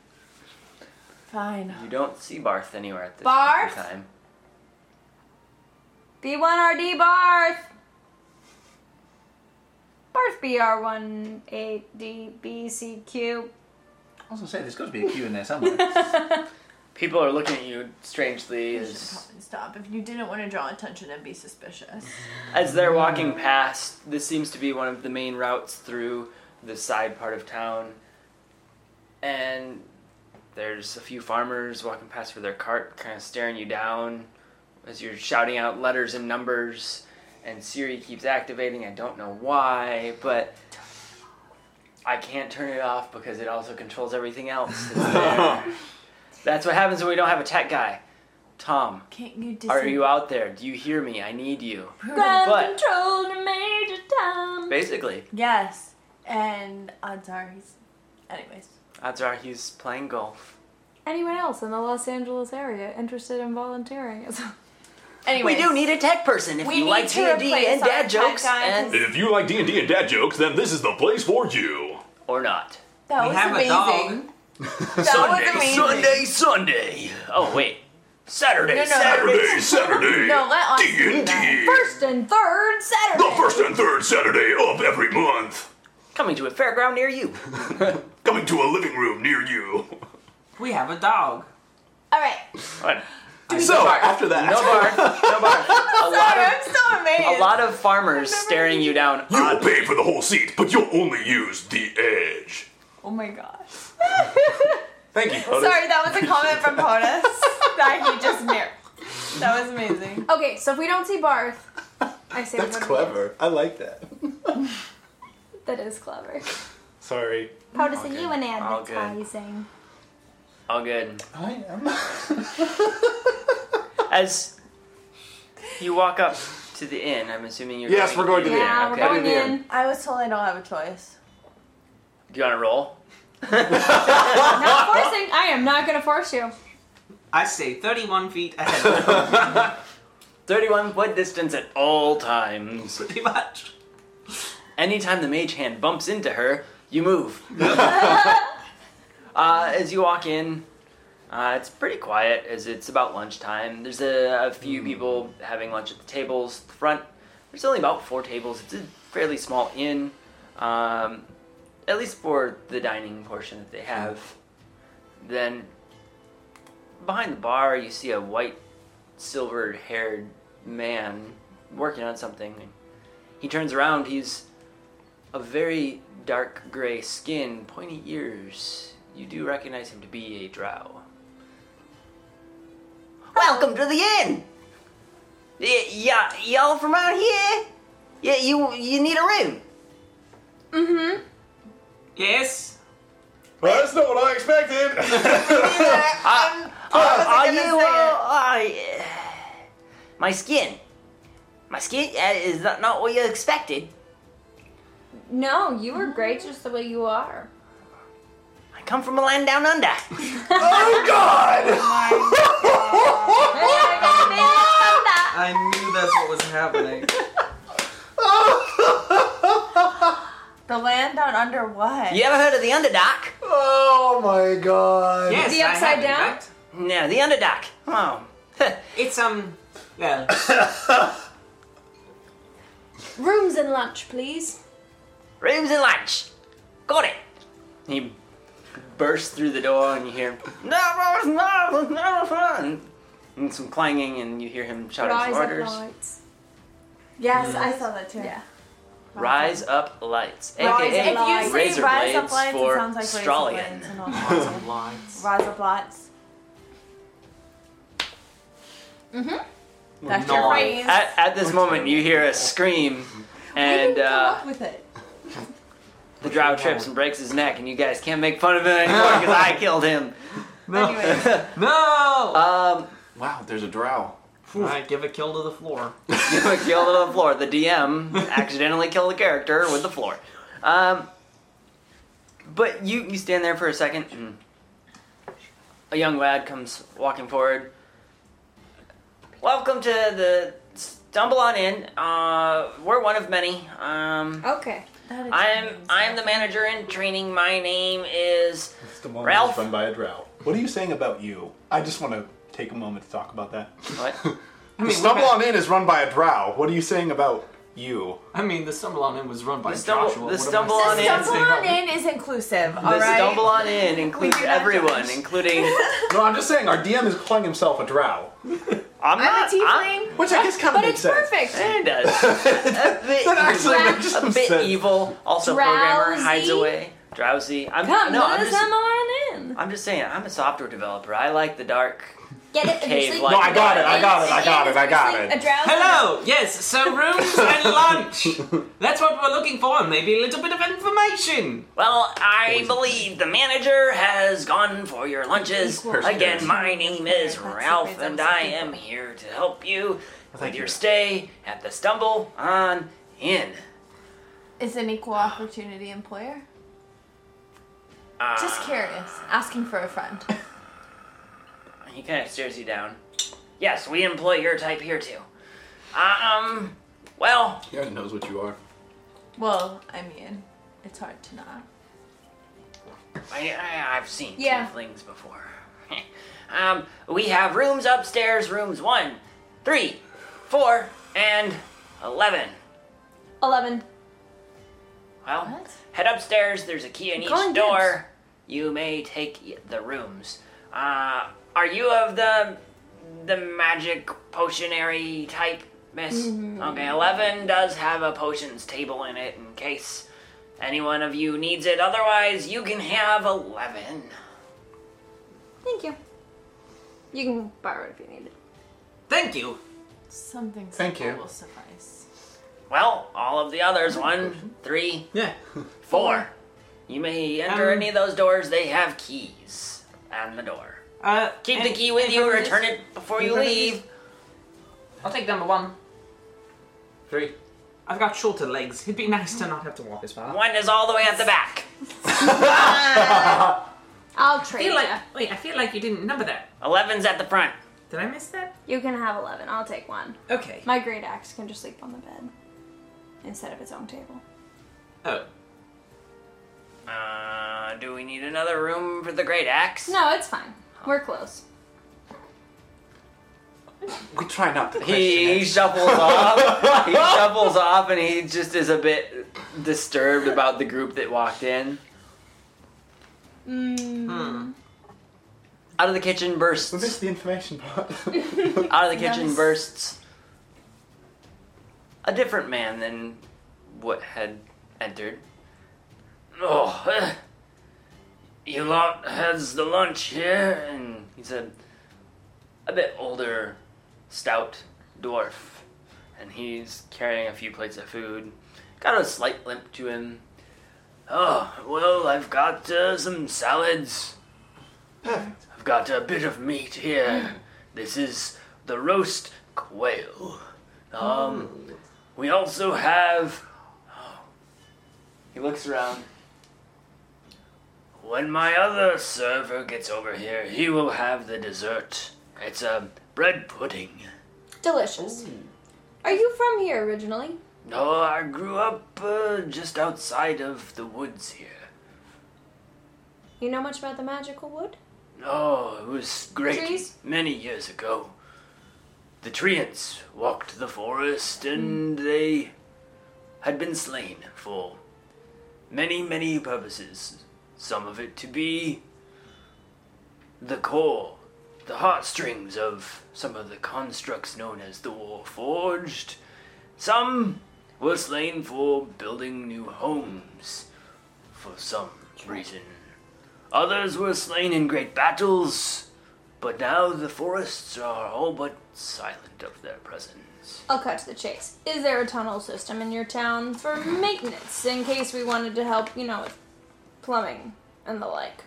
Speaker 7: Fine.
Speaker 14: You don't see Barth anywhere at this
Speaker 3: Barth?
Speaker 14: point in time.
Speaker 3: B1RD Barth. Barth BR18DBCQ.
Speaker 16: I was gonna say there's got to be a queue in there somewhere.
Speaker 14: People are looking at you strangely
Speaker 7: You should
Speaker 14: as
Speaker 7: probably stop if you didn't want to draw attention and be suspicious.
Speaker 14: as they're walking past. This seems to be one of the main routes through the side part of town, and there's a few farmers walking past with their cart, kind of staring you down as you're shouting out letters and numbers. And Siri keeps activating. I don't know why, but I can't turn it off because it also controls everything else. that's there. That's what happens when we don't have a tech guy. Tom,
Speaker 7: Can't you dis-
Speaker 14: are you out there? Do you hear me? I need you.
Speaker 7: Brutal.
Speaker 14: But-
Speaker 7: control to Major Tom.
Speaker 14: Basically,
Speaker 7: Yes, and odds are he's. Anyways,
Speaker 14: odds are he's playing golf.
Speaker 3: Anyone else in the Los Angeles area interested in volunteering? Is-
Speaker 7: anyways,
Speaker 14: a tech person if
Speaker 7: We need to replace our tech guy 'cause-
Speaker 15: If you like D and D and dad jokes, then this is the place for you.
Speaker 14: or not.
Speaker 7: That
Speaker 5: We
Speaker 7: was
Speaker 5: have a
Speaker 7: amazing. That was amazing.
Speaker 14: Sunday. Oh wait, Saturday,
Speaker 7: No, no.
Speaker 14: Saturday.
Speaker 15: Saturday.
Speaker 7: No, let us do that.
Speaker 15: D&D.
Speaker 3: First and third Saturday.
Speaker 15: The first and third Saturday of every month.
Speaker 14: Coming to a fairground near you.
Speaker 15: Coming to a living room near you.
Speaker 5: We have a dog.
Speaker 7: All right.
Speaker 15: So after that,
Speaker 14: No bar, no bar. A lot
Speaker 7: Sorry,
Speaker 14: of
Speaker 7: I'm so amazed.
Speaker 14: a lot of farmers staring you down.
Speaker 15: you will pay for the whole seat, but you'll only use the edge.
Speaker 7: Oh my gosh.
Speaker 15: Thank you. Otis.
Speaker 7: Sorry, that was a comment from POTUS that he just narrowed. That was amazing.
Speaker 3: Okay, so if we don't see Barth, I say
Speaker 16: That's
Speaker 3: what it
Speaker 16: clever. I like that.
Speaker 3: is. That is clever.
Speaker 15: Sorry.
Speaker 3: How does it you and
Speaker 14: All good.
Speaker 3: advertising?
Speaker 14: All good.
Speaker 16: I am.
Speaker 14: As you walk up to the inn, I'm assuming you're.
Speaker 15: Yes, we're going to the inn.
Speaker 3: Yeah,
Speaker 14: Okay.
Speaker 3: we're going
Speaker 16: Yeah.
Speaker 3: in.
Speaker 7: I was told I don't have a choice.
Speaker 14: Do you want to roll?
Speaker 3: Not forcing. I am not gonna force you.
Speaker 5: I say 31 feet ahead,
Speaker 14: 31 foot distance at all times.
Speaker 5: pretty much.
Speaker 14: Anytime the mage hand bumps into her, you move. uh, as you walk in, uh, it's pretty quiet as it's about lunchtime. There's a, a few people having lunch at the tables. The front, there's only about four tables. It's a fairly small inn, um, at least for the dining portion that they have. Then, behind the bar, you see a white, silver haired man working on something. He turns around. He's a very dark gray skin, pointy ears. You do recognize him to be a drow. Welcome to the inn. Yeah, y'all from out here? Yeah, you you need a room.
Speaker 3: Mm-hmm.
Speaker 5: Yes.
Speaker 15: Well, that's not what I expected.
Speaker 14: Uh, are
Speaker 7: gonna
Speaker 14: you?
Speaker 7: say
Speaker 14: Uh, uh, my skin. My skin uh, is that not what you expected?
Speaker 3: No, you were great just the way you are.
Speaker 14: I come from a land down under.
Speaker 15: oh God!
Speaker 5: I knew that's what was happening.
Speaker 7: The land down under what?
Speaker 14: You ever heard of the Underdark?
Speaker 16: Oh my god.
Speaker 5: Yes.
Speaker 3: The
Speaker 5: I
Speaker 3: upside
Speaker 5: have, in
Speaker 3: down?
Speaker 5: fact.
Speaker 14: No, the Underdark. Oh.
Speaker 5: It's um. Well,
Speaker 3: Rooms and lunch, please.
Speaker 14: Rooms and lunch. Got it. He bursts through the door and you hear no, no, no, no, no," and some clanging and you hear him shouting
Speaker 3: Rise
Speaker 14: some
Speaker 3: up
Speaker 14: orders.
Speaker 3: lights.
Speaker 7: Yes, I saw that too. Yeah.
Speaker 14: Rise up lights.
Speaker 7: Rise,
Speaker 14: AKA
Speaker 7: if you say
Speaker 14: razor
Speaker 7: rise
Speaker 14: blades
Speaker 7: up lights,
Speaker 14: for
Speaker 7: it sounds like razor
Speaker 14: Stralian.
Speaker 7: blades and all that.
Speaker 5: lights.
Speaker 7: Rise up lights.
Speaker 3: Mhm.
Speaker 7: Mm-hmm. That's
Speaker 5: Nice.
Speaker 7: your phrase.
Speaker 14: At, at this moment, you hear a scream, and
Speaker 7: Come
Speaker 14: uh,
Speaker 7: up with it.
Speaker 14: the drow trips and breaks his neck, and you guys can't make fun of him anymore because I killed him.
Speaker 7: Anyways,
Speaker 5: No.
Speaker 14: Um,
Speaker 16: Wow, there's a drow.
Speaker 5: All right, give a kill to the floor.
Speaker 14: killed it on the floor. The DM accidentally killed the character with the floor. Um, but you you stand there for a second, and a young lad comes walking forward. Welcome to the stumble on in. Uh, we're one of many. Um,
Speaker 3: Okay.
Speaker 7: that is
Speaker 14: I am
Speaker 7: amazing.
Speaker 14: I am the manager in training. My name is
Speaker 15: It's the one
Speaker 14: Ralph?
Speaker 15: that's run by a drought. What are you saying about you? I just want to take a moment to talk about that.
Speaker 14: what?
Speaker 5: I mean,
Speaker 15: Stumble
Speaker 5: we're-
Speaker 15: on In is run by a drow. What are you saying about you.
Speaker 5: I mean, the stumble on in was run by
Speaker 14: The stumble-
Speaker 5: Joshua.
Speaker 14: the
Speaker 5: What am I
Speaker 14: stumble
Speaker 5: saying?
Speaker 14: on in-
Speaker 7: Stumble on in is inclusive,
Speaker 14: The
Speaker 7: all right?
Speaker 14: stumble on in includes
Speaker 7: do not
Speaker 14: everyone,
Speaker 7: judge.
Speaker 14: including.
Speaker 15: No, I'm just saying our DM is calling himself a drow.
Speaker 14: I'm
Speaker 7: I'm a
Speaker 14: not. I'm-
Speaker 7: tiefling,
Speaker 15: Which I guess kind of
Speaker 7: but
Speaker 15: makes
Speaker 7: it's
Speaker 15: sense.
Speaker 7: perfect.
Speaker 14: it does. Uh, a bit,
Speaker 15: That actually
Speaker 14: evil.
Speaker 15: makes
Speaker 14: a
Speaker 15: some
Speaker 14: bit
Speaker 15: sense.
Speaker 14: evil. Also, programmer hides
Speaker 3: Drowsy.
Speaker 14: away. Drowsy. I'm
Speaker 3: Come,
Speaker 14: no.
Speaker 3: let
Speaker 14: I'm
Speaker 3: us
Speaker 14: just,
Speaker 3: come on in.
Speaker 14: I'm just saying. I'm a software developer. I like the dark.
Speaker 3: Get it?
Speaker 14: Cave
Speaker 3: Sleep-
Speaker 14: like- No, I
Speaker 15: got it, I got it, I got it, I got
Speaker 3: Sleep-
Speaker 15: it.
Speaker 3: A drowsy.
Speaker 5: Hello. Yes. So rooms and lunch. That's what we're looking for. Maybe a little bit of information.
Speaker 14: Well, I believe the manager has gone for your lunches.
Speaker 7: Equal
Speaker 14: Again,
Speaker 7: shares.
Speaker 14: my name is
Speaker 7: That's
Speaker 14: Ralph,
Speaker 7: amazing.
Speaker 14: and I am here to help you with
Speaker 15: Thank
Speaker 14: your
Speaker 15: you.
Speaker 14: stay at the Stumble on Inn.
Speaker 7: Is an equal opportunity employer?
Speaker 14: Uh,
Speaker 7: Just curious. Asking for a friend.
Speaker 14: Uh, He kind of stares you down. Yes, we employ your type here too. Um, well,
Speaker 15: He already knows what you are.
Speaker 7: Well, I mean, it's hard to not.
Speaker 14: I, I, I've seen
Speaker 7: Yeah.
Speaker 14: tieflings before. um, we have rooms upstairs, rooms one, three, four, and eleven.
Speaker 3: Eleven.
Speaker 14: Well,
Speaker 7: What?
Speaker 14: head upstairs. There's a key in
Speaker 3: calling
Speaker 14: each door. You may take the rooms. Uh, are you of the the magic potionary type, Miss?
Speaker 7: Mm-hmm.
Speaker 14: Okay, eleven does have a potions table in it in case anyone of you needs it. Otherwise, you can have eleven.
Speaker 3: Thank you. You can borrow it if you need it.
Speaker 5: Thank you.
Speaker 7: Something
Speaker 16: Thank
Speaker 7: simple
Speaker 16: you.
Speaker 7: will suffice.
Speaker 14: Well, all of the others one, three,
Speaker 5: Yeah.
Speaker 14: four. You may enter
Speaker 5: Um,
Speaker 14: any of those doors. They have keys on the door.
Speaker 5: Uh,
Speaker 14: Keep the
Speaker 5: any-
Speaker 14: key with
Speaker 5: any
Speaker 14: you.
Speaker 5: beverages?
Speaker 14: Return it before
Speaker 5: Any
Speaker 14: you
Speaker 5: beverages?
Speaker 14: leave.
Speaker 5: I'll take number one.
Speaker 16: Three.
Speaker 5: I've got shorter legs. It'd be nice to not have to walk as far.
Speaker 14: One is all the way at the back.
Speaker 3: I'll
Speaker 5: I
Speaker 3: trade
Speaker 5: feel like wait. I feel like you didn't number that.
Speaker 14: Eleven's at the front.
Speaker 5: Did I miss that?
Speaker 3: you. You can have eleven. I'll take one.
Speaker 5: Okay.
Speaker 3: My great axe can just sleep on the bed instead of its own table.
Speaker 5: Oh.
Speaker 14: Uh, do we need another room for the great axe?
Speaker 3: No, it's fine. We're close.
Speaker 16: We try not to question
Speaker 14: He, he
Speaker 16: it.
Speaker 14: shuffles off. He shuffles off, and he just is a bit disturbed about the group that walked in.
Speaker 3: Mm.
Speaker 5: Hmm.
Speaker 14: Out of the kitchen bursts.
Speaker 16: Was this the information part?
Speaker 14: Out of the kitchen
Speaker 7: Nice.
Speaker 14: bursts a different man than what had entered. Oh, eh. you lot has the lunch here, and he's a a bit older, stout dwarf, and he's carrying a few plates of food. Got a slight limp to him. Oh, well, I've got uh, some salads. I've got a bit of meat here. This is the roast quail. Um, we also have. He looks around. When my other server gets over here, he will have the dessert. It's a bread pudding.
Speaker 3: Delicious. Are you from here originally?
Speaker 14: No, I grew up uh, just outside of the woods here.
Speaker 3: You know much about the magical wood?
Speaker 14: No, Oh, it was great
Speaker 3: Trees?
Speaker 14: many years ago. The Treants walked the forest and they had been slain for many, many purposes. Some of it to be the core, the heartstrings of some of the constructs known as the War Forged. Some were slain for building new homes for some reason. Others were slain in great battles, but now the forests are all but silent of their presence.
Speaker 3: I'll cut to the chase. Is there a tunnel system in your town for maintenance in case we wanted to help, you know, with plumbing and the like?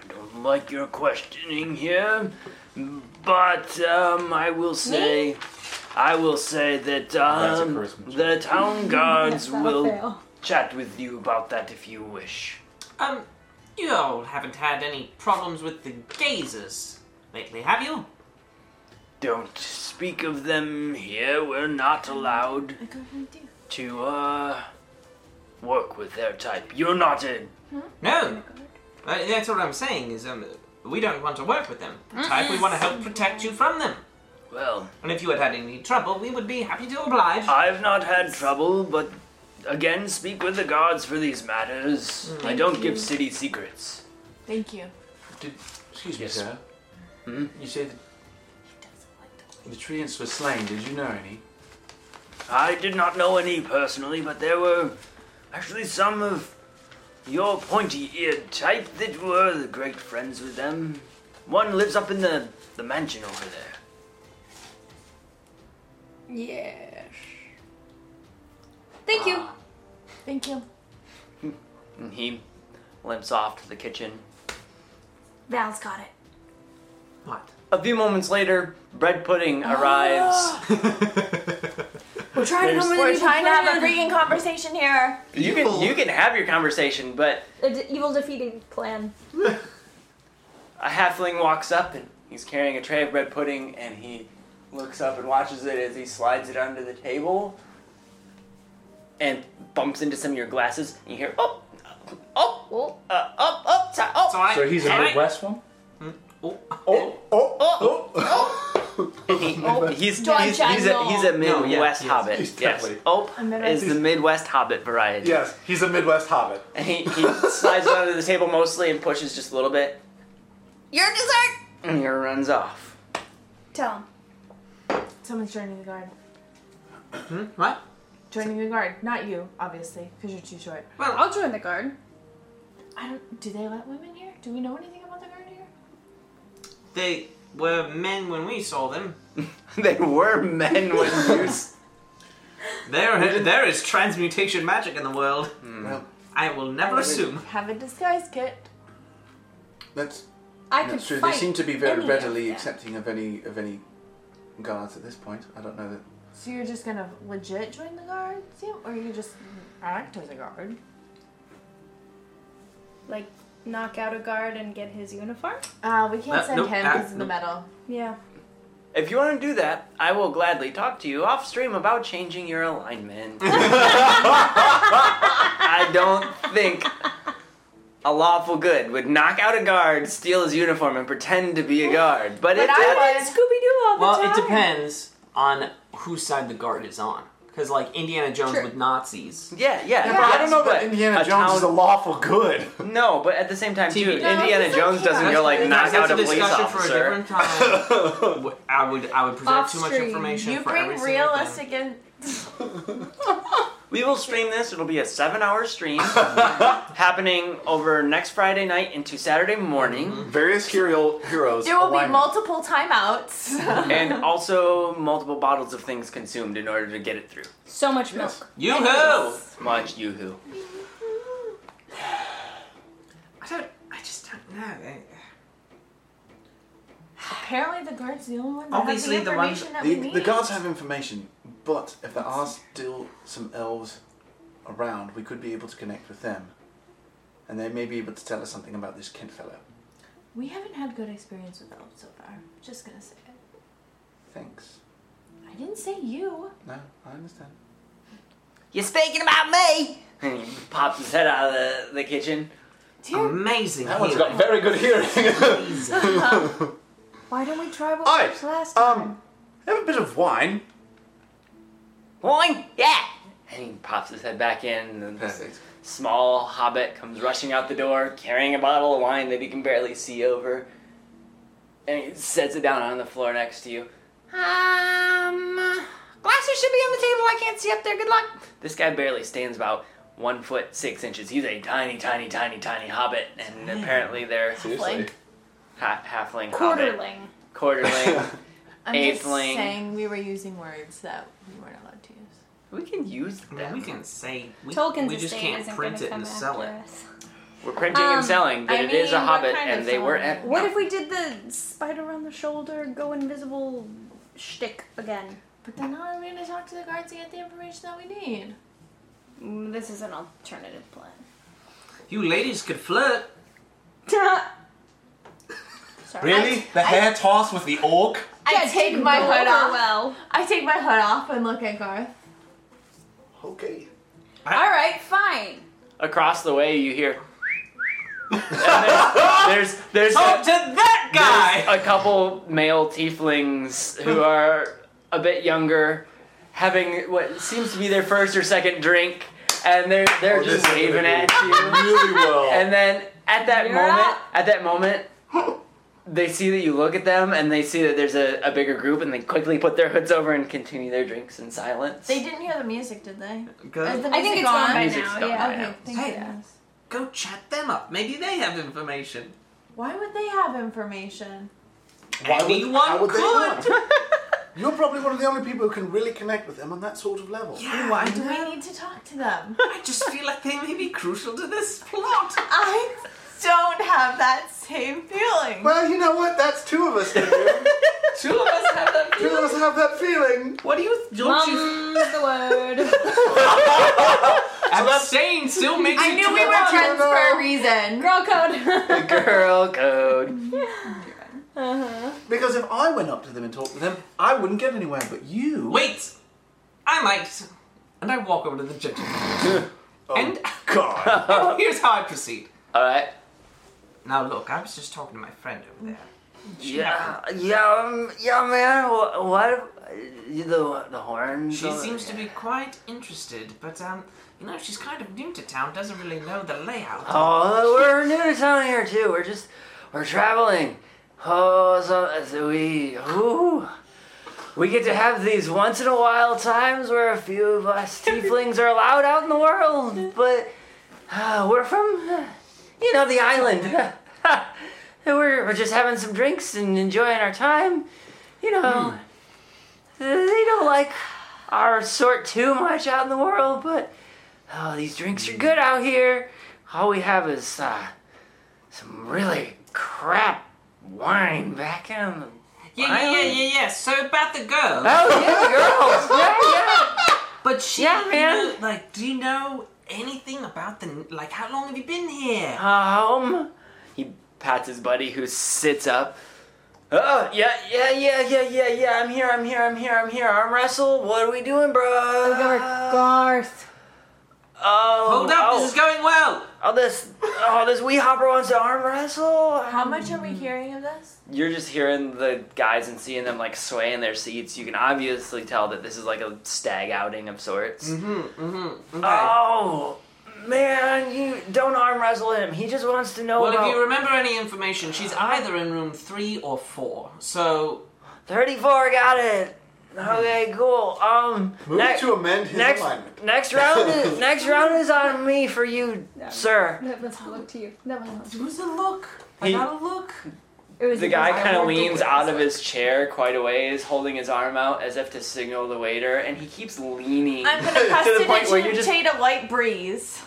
Speaker 14: I don't like your questioning here, but um, I will say, I will say that
Speaker 15: That's a
Speaker 14: um,
Speaker 15: charisma
Speaker 14: the town guards
Speaker 3: Yes, that'll
Speaker 14: will
Speaker 3: fail.
Speaker 14: chat with you about that if you wish.
Speaker 5: Um, you all haven't had any problems with the gazers lately, have you?
Speaker 14: Don't speak of them here. We're not allowed
Speaker 7: I don't really do.
Speaker 14: to uh, work with their type. You're not in.
Speaker 5: No. Uh, that's what I'm saying. Is um, we don't want to work with them. The type we want to help protect you from them.
Speaker 14: Well,
Speaker 5: And if you had had any trouble, we would be happy to oblige.
Speaker 14: I've not had trouble, but again, speak with the gods for these matters. I
Speaker 7: Thank
Speaker 14: don't
Speaker 7: you.
Speaker 14: give city secrets.
Speaker 7: Thank you.
Speaker 16: Did, excuse me,
Speaker 14: Yes.
Speaker 16: sir.
Speaker 14: Hmm?
Speaker 16: You said the treants were slain. Did you know any?
Speaker 14: I did not know any personally, but there were actually some of your pointy-eared type that were great friends with them. One lives up in the, the mansion over there.
Speaker 3: Yes. Thank you.
Speaker 7: Thank you.
Speaker 14: And he limps off to the kitchen.
Speaker 7: Val's got it.
Speaker 5: What?
Speaker 14: A few moments later, bread pudding arrives.
Speaker 3: We're trying
Speaker 14: There's-
Speaker 3: to come
Speaker 7: We're
Speaker 3: with
Speaker 7: trying to have a freaking conversation here.
Speaker 14: You can you can have your conversation, but
Speaker 3: evil defeating plan.
Speaker 14: a halfling walks up and he's carrying a tray of bread pudding and he looks up and watches it as he slides it under the table and bumps into some of your glasses and you hear oh oh
Speaker 3: Oh.
Speaker 14: uh, up up ti- oh
Speaker 5: I,
Speaker 2: So he's a Midwest one?
Speaker 5: Oh,
Speaker 2: Oh, oh,
Speaker 14: oh, and he, oh he's, he's, he's,
Speaker 3: John
Speaker 14: a,
Speaker 3: Chadwell.
Speaker 14: he's a
Speaker 5: No, yeah,
Speaker 14: Midwest
Speaker 5: he is.
Speaker 14: Hobbit.
Speaker 2: He's
Speaker 14: yes.
Speaker 2: definitely-
Speaker 14: Oh
Speaker 7: A Midwest-
Speaker 14: is the Midwest Hobbit variety.
Speaker 2: Yes, he's a Midwest hobbit.
Speaker 14: And he, he slides it under the table mostly and pushes just a little bit.
Speaker 3: Your dessert.
Speaker 14: And he runs off.
Speaker 7: Tell him. Someone's joining the guard.
Speaker 5: Hmm? What?
Speaker 7: Joining the guard. Not you, obviously, because you're too short.
Speaker 5: Well,
Speaker 3: I'll join the guard.
Speaker 7: I don't. Do they let women here? Do we know anything about the guard here?
Speaker 5: They were men when we saw them.
Speaker 14: they were men when used.
Speaker 5: There, there is transmutation magic in the world.
Speaker 16: Well,
Speaker 5: I will never assume.
Speaker 7: Have a disguise kit.
Speaker 16: that's
Speaker 3: I could
Speaker 16: that's true. They
Speaker 3: fight.
Speaker 16: seem to be very
Speaker 3: any of
Speaker 16: readily
Speaker 3: them.
Speaker 16: accepting of any of any guards at this point. I don't know that.
Speaker 7: So you're just gonna legit join the guard, Sam, or you just act as a guard?
Speaker 17: Like knock out a guard and get his uniform?
Speaker 7: Uh, we can't
Speaker 5: Uh,
Speaker 7: send
Speaker 5: nope,
Speaker 7: him
Speaker 5: uh,
Speaker 7: because of the
Speaker 5: nope.
Speaker 7: medal.
Speaker 17: Yeah.
Speaker 14: If you want to do that, I will gladly talk to you off stream about changing your alignment. I don't think a lawful good would knock out a guard, steal his uniform, and pretend to be a guard. But,
Speaker 7: But
Speaker 14: it
Speaker 7: I want
Speaker 14: does.
Speaker 7: Scooby Doo all the
Speaker 5: Well,
Speaker 7: time.
Speaker 5: it depends on whose side the guard is on. Because, like, Indiana Jones
Speaker 3: Sure.
Speaker 5: with Nazis.
Speaker 14: Yeah, yeah.
Speaker 7: but
Speaker 14: yes,
Speaker 2: I don't know
Speaker 14: but
Speaker 2: that Indiana
Speaker 14: a
Speaker 2: Jones
Speaker 14: town-
Speaker 2: is a lawful good.
Speaker 14: No, but at the same time,
Speaker 5: TV.
Speaker 14: too,
Speaker 5: No,
Speaker 14: Indiana
Speaker 7: it's
Speaker 14: Jones
Speaker 7: okay.
Speaker 14: doesn't go like knock
Speaker 5: That's
Speaker 14: out
Speaker 5: a
Speaker 14: a police
Speaker 5: discussion for a
Speaker 14: officer.
Speaker 5: different time. W- I would, I would present too much
Speaker 3: Off-stream.
Speaker 5: information
Speaker 7: You
Speaker 5: for every
Speaker 7: bring
Speaker 5: single thing.
Speaker 7: realistic in.
Speaker 14: We will stream this. It'll be a seven-hour stream happening over next Friday night into Saturday morning.
Speaker 2: Various hero- heroes.
Speaker 7: There will be
Speaker 2: alignment.
Speaker 7: multiple
Speaker 5: Mm-hmm.
Speaker 7: timeouts.
Speaker 14: and also multiple bottles of things consumed in order to get it through.
Speaker 3: So much milk.
Speaker 5: You who?
Speaker 14: Much yoo-hoo.
Speaker 5: I don't. I just don't know. I-
Speaker 7: Apparently, the guard's the only one that
Speaker 5: Obviously,
Speaker 7: has the
Speaker 5: the ones-
Speaker 7: information that we
Speaker 16: The,
Speaker 7: need.
Speaker 16: the guards have information, but if there are still some elves around, we could be able to connect with them, and they may be able to tell us something about this kin fellow.
Speaker 7: We haven't had good experience with elves so far. Just gonna say it.
Speaker 16: Thanks.
Speaker 7: I didn't say you.
Speaker 16: No, I understand.
Speaker 14: You're speaking about me! And he pops his head out of the, the
Speaker 5: Um,
Speaker 14: kitchen.
Speaker 7: Dear,
Speaker 5: Amazing.
Speaker 2: That one's got very
Speaker 5: healing.
Speaker 2: good hearing.
Speaker 7: why don't we try what
Speaker 2: Aye,
Speaker 7: worked last time?
Speaker 2: um, have a bit of wine.
Speaker 14: Wine? Yeah! And he pops his head back in, and then this
Speaker 16: Perfect.
Speaker 14: small hobbit comes rushing out the door, carrying a bottle of wine that he can barely see over. And he sets it down on the floor next to you. Um, glasses should be on the table. I can't see up there. Good luck. This guy barely stands about one foot six inches. He's a tiny, tiny, tiny, tiny hobbit, and apparently they're
Speaker 2: Seriously.
Speaker 14: ha- halfling, hobbit,
Speaker 3: Quarterling.
Speaker 14: quarterling.
Speaker 7: I'm just
Speaker 14: Atheling.
Speaker 7: saying we were using words that we weren't allowed to use.
Speaker 14: we can use
Speaker 5: I
Speaker 14: them.
Speaker 5: mean, we can say we,
Speaker 17: Tolkien's
Speaker 5: we just
Speaker 17: estate
Speaker 5: can't
Speaker 17: isn't
Speaker 5: print
Speaker 17: gonna
Speaker 5: it and
Speaker 17: come
Speaker 5: sell it.
Speaker 17: after us.
Speaker 14: We're printing
Speaker 3: Um,
Speaker 14: and selling, but
Speaker 3: I
Speaker 14: it is a
Speaker 3: mean, we're
Speaker 14: hobbit,
Speaker 3: kind of
Speaker 14: and they were
Speaker 3: selling
Speaker 14: at.
Speaker 3: it.
Speaker 17: What if we did the spider on the shoulder, go invisible shtick again?
Speaker 7: But then how are we gonna talk to the guards to get the information that we need?
Speaker 17: Mm, This is an alternative plan.
Speaker 5: You ladies could flirt.
Speaker 17: Sorry.
Speaker 2: Really? The hair toss with the orc?
Speaker 7: I take my
Speaker 3: Go
Speaker 7: hood
Speaker 3: over
Speaker 7: off.
Speaker 3: Well.
Speaker 7: I take my hood off and look at Garth.
Speaker 16: Okay.
Speaker 3: All right, fine.
Speaker 14: Across the way, you hear. and there's there's, there's
Speaker 5: Talk to that
Speaker 14: guy. a couple male tieflings who are a bit younger, having what seems to be their first or second drink, and they're they're
Speaker 15: Oh, this
Speaker 14: just
Speaker 15: is gonna Oh.
Speaker 14: waving
Speaker 15: go
Speaker 14: at you
Speaker 15: really well.
Speaker 14: And then at that
Speaker 3: You're
Speaker 14: moment,
Speaker 3: up.
Speaker 14: at that moment. They see that you look at them and they see that there's a, a bigger group and they quickly put their hoods over and continue their drinks in silence.
Speaker 7: They didn't hear the music, did they?
Speaker 5: Good.
Speaker 7: Is the
Speaker 5: I
Speaker 7: music
Speaker 5: think
Speaker 3: it's gone by
Speaker 14: Music's
Speaker 7: now.
Speaker 14: gone
Speaker 7: yeah.
Speaker 14: by
Speaker 7: okay.
Speaker 14: now.
Speaker 7: Thank
Speaker 5: Hey.
Speaker 7: goodness.
Speaker 5: Go chat them up. Maybe they have information.
Speaker 7: Why would they have information?
Speaker 2: Why would-
Speaker 5: Anyone
Speaker 2: how would they
Speaker 5: could.
Speaker 2: not? You're probably one of the only people who can really connect with them on that sort of level.
Speaker 5: yeah, why
Speaker 7: Do
Speaker 5: do I?
Speaker 7: we need to talk to them?
Speaker 5: I just feel like they may be crucial to this plot.
Speaker 7: I don't have that same feeling.
Speaker 2: Well, you know what? That's two of us. Now.
Speaker 5: Two of us have that.
Speaker 2: two of us have that feeling.
Speaker 5: What do you? Don't you?
Speaker 3: Mum's Um, the word.
Speaker 5: Abstain still makes
Speaker 7: I
Speaker 5: you
Speaker 7: knew
Speaker 5: two
Speaker 7: we were
Speaker 5: of us.
Speaker 7: friends for a reason.
Speaker 3: Girl code.
Speaker 14: Girl code.
Speaker 3: uh-huh.
Speaker 2: Because if I went up to them and talked to them, I wouldn't get anywhere. But you.
Speaker 5: Wait, I might. And I walk over to the judge. and
Speaker 2: God.
Speaker 14: Oh.
Speaker 5: here's how I proceed.
Speaker 14: All right.
Speaker 5: Now look, I was just talking to my friend over there. uh,
Speaker 14: Yeah, yeah, um, yeah, man. What? what you- the the horns.
Speaker 5: She
Speaker 14: on-
Speaker 5: seems to be quite interested, but um, you know, she's kind of new to town, doesn't really know the layout.
Speaker 14: Oh, we're new to town here too. We're just we're traveling. Oh, so, so we ooh, we get to have these once in a while times where a few of us tieflings are allowed out in the world, but uh, we're from uh, you know the island. And we're we're just having some drinks and enjoying our time. You know, they don't like our sort too much out in the world, but oh, these drinks are good out here. All we have is uh, some really crap wine back in the.
Speaker 5: Yeah, yeah, yeah, yeah, yeah. So about the girl.
Speaker 14: Oh, yeah, girls!
Speaker 5: But she,
Speaker 14: Yeah,
Speaker 5: you
Speaker 14: man.
Speaker 5: know, like, do you know anything about the, like, how long have you been here?
Speaker 14: Yeah, yeah! Um. He pats his buddy who sits up. Oh, yeah, yeah, yeah, yeah, yeah, yeah. I'm here, I'm here, I'm here, I'm here. Arm wrestle. What are we doing, bro?
Speaker 3: Garth.
Speaker 14: Oh,
Speaker 5: Hold up,
Speaker 14: oh,
Speaker 5: this is going well.
Speaker 14: oh, this, oh, this wee hopper wants to arm wrestle.
Speaker 7: How much are we hearing of this?
Speaker 14: you're just hearing the guys and seeing them like sway in their seats. You can obviously tell that this is like a stag outing of sorts.
Speaker 5: Mm-hmm, mm-hmm. Okay.
Speaker 14: Oh man, you don't arm wrestle him. He just wants to know
Speaker 5: well,
Speaker 14: about
Speaker 5: if you remember any information, she's either in room three or four. So,
Speaker 14: thirty-four. Got it. Okay, cool. Um,
Speaker 2: Move
Speaker 14: next
Speaker 2: to amend his
Speaker 14: next
Speaker 2: alignment.
Speaker 14: next round is next round is on me for you, sir.
Speaker 17: That must look to you. That must
Speaker 5: it was a look.
Speaker 14: He-
Speaker 5: I got a look.
Speaker 3: It was
Speaker 14: The
Speaker 3: because
Speaker 14: guy
Speaker 5: I
Speaker 14: kind of
Speaker 5: walked
Speaker 14: leans
Speaker 5: away.
Speaker 14: out of his chair quite a ways, holding his arm out as if to signal the waiter, and he keeps leaning.
Speaker 7: I'm
Speaker 2: To
Speaker 7: gonna
Speaker 2: the
Speaker 14: point where you
Speaker 7: prestidigitate
Speaker 14: just-
Speaker 7: a light breeze.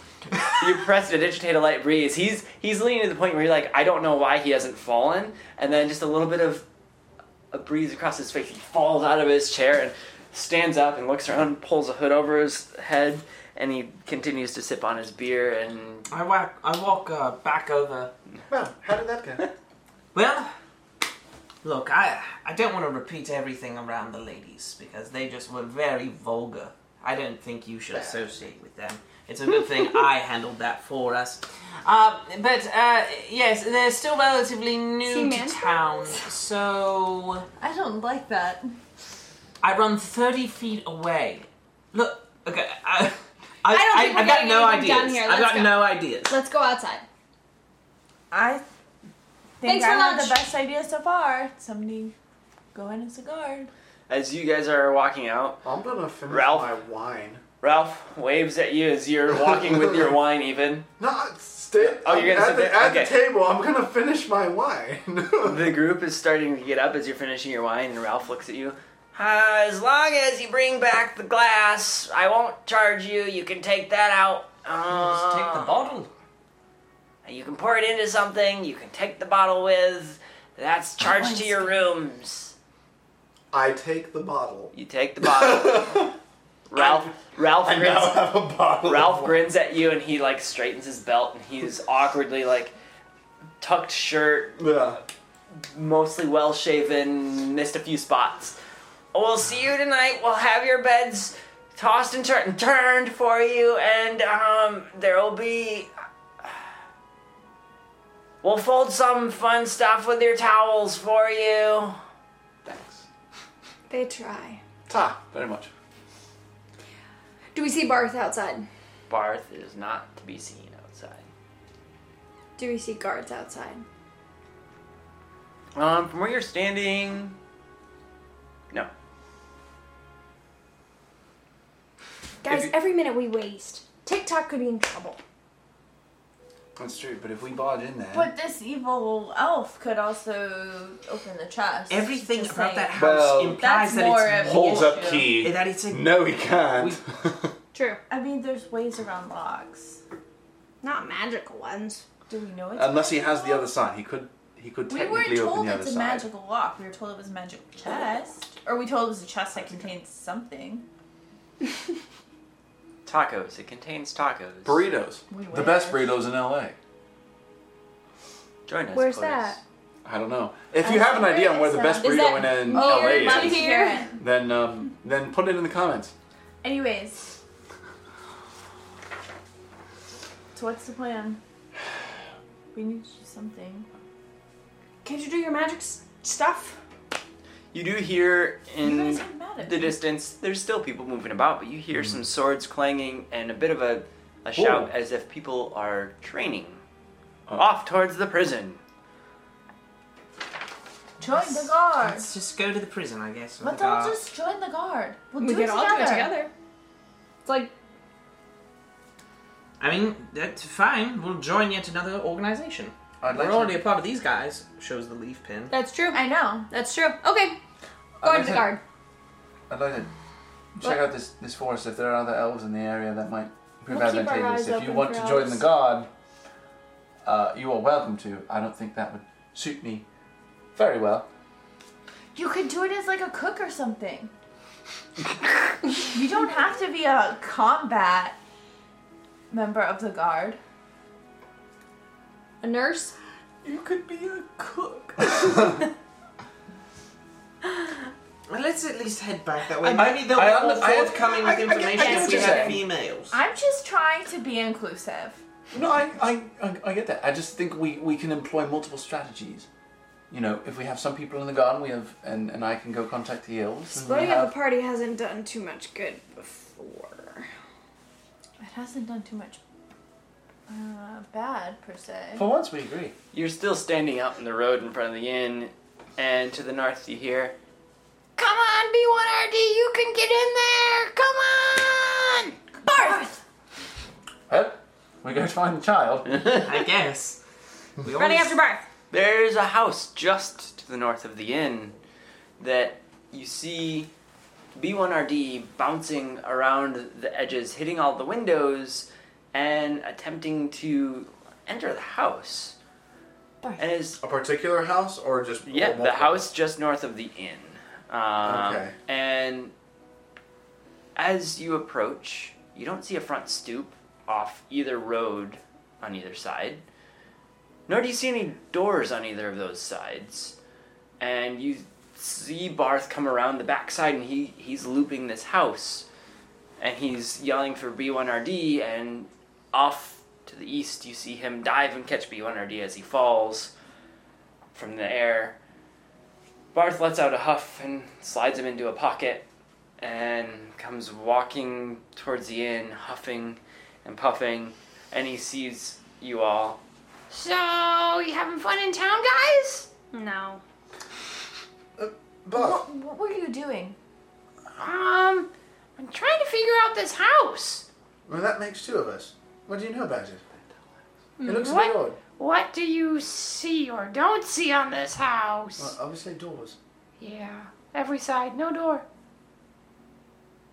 Speaker 14: you press to digitate a light breeze. He's he's leaning to the point where you're like, I don't know why he hasn't fallen, and then just a little bit of a breeze across his face. He falls out of his chair and stands up and looks around, pulls a hood over his head, and he continues to sip on his beer. And
Speaker 5: I walk, I walk uh, back over.
Speaker 2: Well, how did that go?
Speaker 5: Well, look, I I don't want to repeat everything around the ladies because they just were very vulgar. I don't think you should associate with them. It's a good thing I handled that for us. Uh, but uh, yes, they're still relatively new to
Speaker 3: Seaman.
Speaker 5: town, so
Speaker 7: I don't like that.
Speaker 5: I run thirty feet away. Look, okay, I, I,
Speaker 3: I don't
Speaker 5: I,
Speaker 3: think we're
Speaker 5: have got
Speaker 3: getting
Speaker 5: no
Speaker 3: anything
Speaker 5: ideas.
Speaker 3: done here.
Speaker 5: I've
Speaker 3: Let's
Speaker 5: got
Speaker 3: go.
Speaker 5: no ideas.
Speaker 3: Let's go outside.
Speaker 7: I think
Speaker 3: Thanks
Speaker 7: I
Speaker 3: for
Speaker 7: had
Speaker 3: lunch.
Speaker 7: the best idea so far. Somebody go in as a guard.
Speaker 14: as you guys are walking out,
Speaker 2: I'm gonna finish
Speaker 14: Ralph?
Speaker 2: my wine.
Speaker 14: Ralph waves at you as you're walking with your wine. Even
Speaker 2: No, stay.
Speaker 14: Oh, you're gonna
Speaker 2: at,
Speaker 14: sit
Speaker 2: the,
Speaker 14: there?
Speaker 2: at
Speaker 14: Okay.
Speaker 2: the table. I'm gonna finish my wine.
Speaker 14: the group is starting to get up as you're finishing your wine, and Ralph looks at you. Uh, as long as you bring back the glass, I won't charge you. You can take that out.
Speaker 5: Just take the
Speaker 14: Uh,
Speaker 5: bottle.
Speaker 14: You can pour it into something. You can take the bottle with. That's charged to your rooms.
Speaker 2: I take the bottle.
Speaker 14: You take the bottle. Ralph. Ralph
Speaker 2: I now
Speaker 14: grins.
Speaker 2: have a bottle. of
Speaker 14: Ralph
Speaker 2: wine.
Speaker 14: grins at you, and he like straightens his belt, and he's awkwardly like tucked shirt,
Speaker 2: Yeah.
Speaker 14: mostly well shaven, missed a few spots. We'll see you tonight. We'll have your beds tossed and tur- turned for you, and um, there will be. We'll fold some fun stuff with your towels for you.
Speaker 3: They try.
Speaker 14: Ta, very much.
Speaker 3: Do we see Barth outside?
Speaker 14: Barth is not to be seen outside.
Speaker 3: Do we see guards outside?
Speaker 14: Um, from where you're standing, no.
Speaker 3: Guys,
Speaker 2: you-
Speaker 3: every minute we waste, TikTok could be in trouble.
Speaker 2: That's true, but if we barge in there.
Speaker 7: But this evil elf could also open the chest.
Speaker 5: Everything
Speaker 7: Just
Speaker 5: about that
Speaker 7: saying.
Speaker 5: house
Speaker 2: Well,
Speaker 5: implies
Speaker 7: that's
Speaker 5: that
Speaker 7: more
Speaker 5: it's
Speaker 7: of
Speaker 15: Holds
Speaker 5: walled-
Speaker 15: up key.
Speaker 5: That it's a,
Speaker 15: No, he can't.
Speaker 3: True.
Speaker 7: I mean, there's ways around locks.
Speaker 3: Not magical ones.
Speaker 7: Do we know it's
Speaker 2: Unless he has
Speaker 7: magical?
Speaker 2: the other side, he could he could
Speaker 7: We were
Speaker 2: technically open
Speaker 7: told
Speaker 2: the other
Speaker 7: it's a
Speaker 2: side.
Speaker 7: magical lock. We were told it was a magical chest. Or we told it was a chest that contained something.
Speaker 14: Tacos. It contains tacos.
Speaker 2: Burritos.
Speaker 7: We
Speaker 2: the
Speaker 7: wish.
Speaker 2: best burritos in LA.
Speaker 14: Join us.
Speaker 3: Where's
Speaker 14: please.
Speaker 3: that?
Speaker 2: I don't know. If
Speaker 7: I
Speaker 2: you have an
Speaker 7: swear
Speaker 2: idea on where
Speaker 7: it's
Speaker 2: the
Speaker 7: a-
Speaker 2: best
Speaker 7: Is
Speaker 2: burrito in, in
Speaker 7: Oh,
Speaker 2: LA
Speaker 7: you're
Speaker 2: is,
Speaker 7: not here.
Speaker 2: then um, then put it in the comments.
Speaker 7: Anyways. So what's the plan? We need to do something.
Speaker 3: Can't you do your magic s- stuff?
Speaker 14: You do hear
Speaker 7: You
Speaker 14: in
Speaker 7: guys aren't mad at
Speaker 14: the
Speaker 7: me.
Speaker 14: distance, there's still people moving about, but you hear some swords clanging and a bit of a, a shout as if people are training
Speaker 2: Oh.
Speaker 14: off towards the prison.
Speaker 7: Join the guard.
Speaker 5: let's just go to the prison, I guess. with
Speaker 7: But
Speaker 5: the
Speaker 7: don't
Speaker 5: guards.
Speaker 7: just join the guard. We'll
Speaker 3: we
Speaker 7: do
Speaker 3: could
Speaker 7: it
Speaker 3: all
Speaker 7: together.
Speaker 3: do it together. It's like
Speaker 5: I mean, that's fine. We'll join yet another organization.
Speaker 2: I'd like
Speaker 5: We're
Speaker 2: to-
Speaker 5: already a part of these guys. Shows the leaf pin.
Speaker 3: that's true.
Speaker 7: I know.
Speaker 3: That's true. Okay,
Speaker 2: I'd
Speaker 3: go
Speaker 2: like
Speaker 3: to the
Speaker 2: to-
Speaker 3: guard.
Speaker 2: I'd like to check out this, this forest if there are other elves in the area that might prove
Speaker 3: We'll keep our eyes
Speaker 2: advantageous. If you
Speaker 3: open
Speaker 2: want
Speaker 3: for
Speaker 2: to join the
Speaker 3: elves.
Speaker 2: guard, uh, you are welcome to. I don't think that would suit me very well.
Speaker 7: You could do it as like a cook or something. you don't have to be a combat member of the guard.
Speaker 3: A nurse.
Speaker 15: You could be a cook.
Speaker 5: Well, let's at least head back that way.
Speaker 2: I-
Speaker 5: Maybe they'll
Speaker 2: I
Speaker 5: be more
Speaker 2: under- I-
Speaker 5: forthcoming
Speaker 2: I- I
Speaker 5: with
Speaker 2: get- I
Speaker 5: information
Speaker 2: get
Speaker 5: if
Speaker 2: what
Speaker 5: we
Speaker 2: you're
Speaker 5: have
Speaker 2: saying.
Speaker 5: females.
Speaker 7: I'm just trying to be inclusive.
Speaker 2: No, I, I, I, I get that. I just think we, we can employ multiple strategies. You know, if we have some people in the garden, we have, and, and I can go contact the elves. and we
Speaker 3: Splitting up
Speaker 2: have-
Speaker 3: a party hasn't done too much good before.
Speaker 7: It hasn't done too much uh, bad per se.
Speaker 2: For once, we agree.
Speaker 14: You're still standing out in the road in front of the inn, and to the north you hear,
Speaker 1: Come on, B1RD, you can get in there. Come on.
Speaker 7: Barth!
Speaker 2: Well, we go find the child.
Speaker 5: I guess. We
Speaker 3: Running
Speaker 5: always-
Speaker 3: after Barth.
Speaker 14: There's a house just to the north of the inn that you see B1RD bouncing around the edges, hitting all the windows, and attempting to enter the house. And is
Speaker 15: A particular house or just
Speaker 14: yeah, the
Speaker 15: multiple?
Speaker 14: house just north of the inn. Um,
Speaker 15: Okay.
Speaker 14: And as you approach, you don't see a front stoop off either road on either side, nor do you see any doors on either of those sides. And you see Barth come around the backside, and he, he's looping this house, and he's yelling for B1RD, and off to the east, you see him dive and catch B1RD as he falls from the air. Barth lets out a huff and slides him into a pocket and comes walking towards the inn, huffing and puffing, and he sees you all.
Speaker 1: So, you having fun in town, guys?
Speaker 3: No.
Speaker 7: What, what were you doing?
Speaker 1: Um, I'm trying to figure out this house.
Speaker 18: Well, that makes two of us. What do you know about it? It looks
Speaker 1: What?
Speaker 18: a bit odd.
Speaker 1: What do you see or don't see on this
Speaker 18: Well,
Speaker 2: Uh.
Speaker 1: house?
Speaker 18: I would say doors.
Speaker 1: Yeah, every side, no door.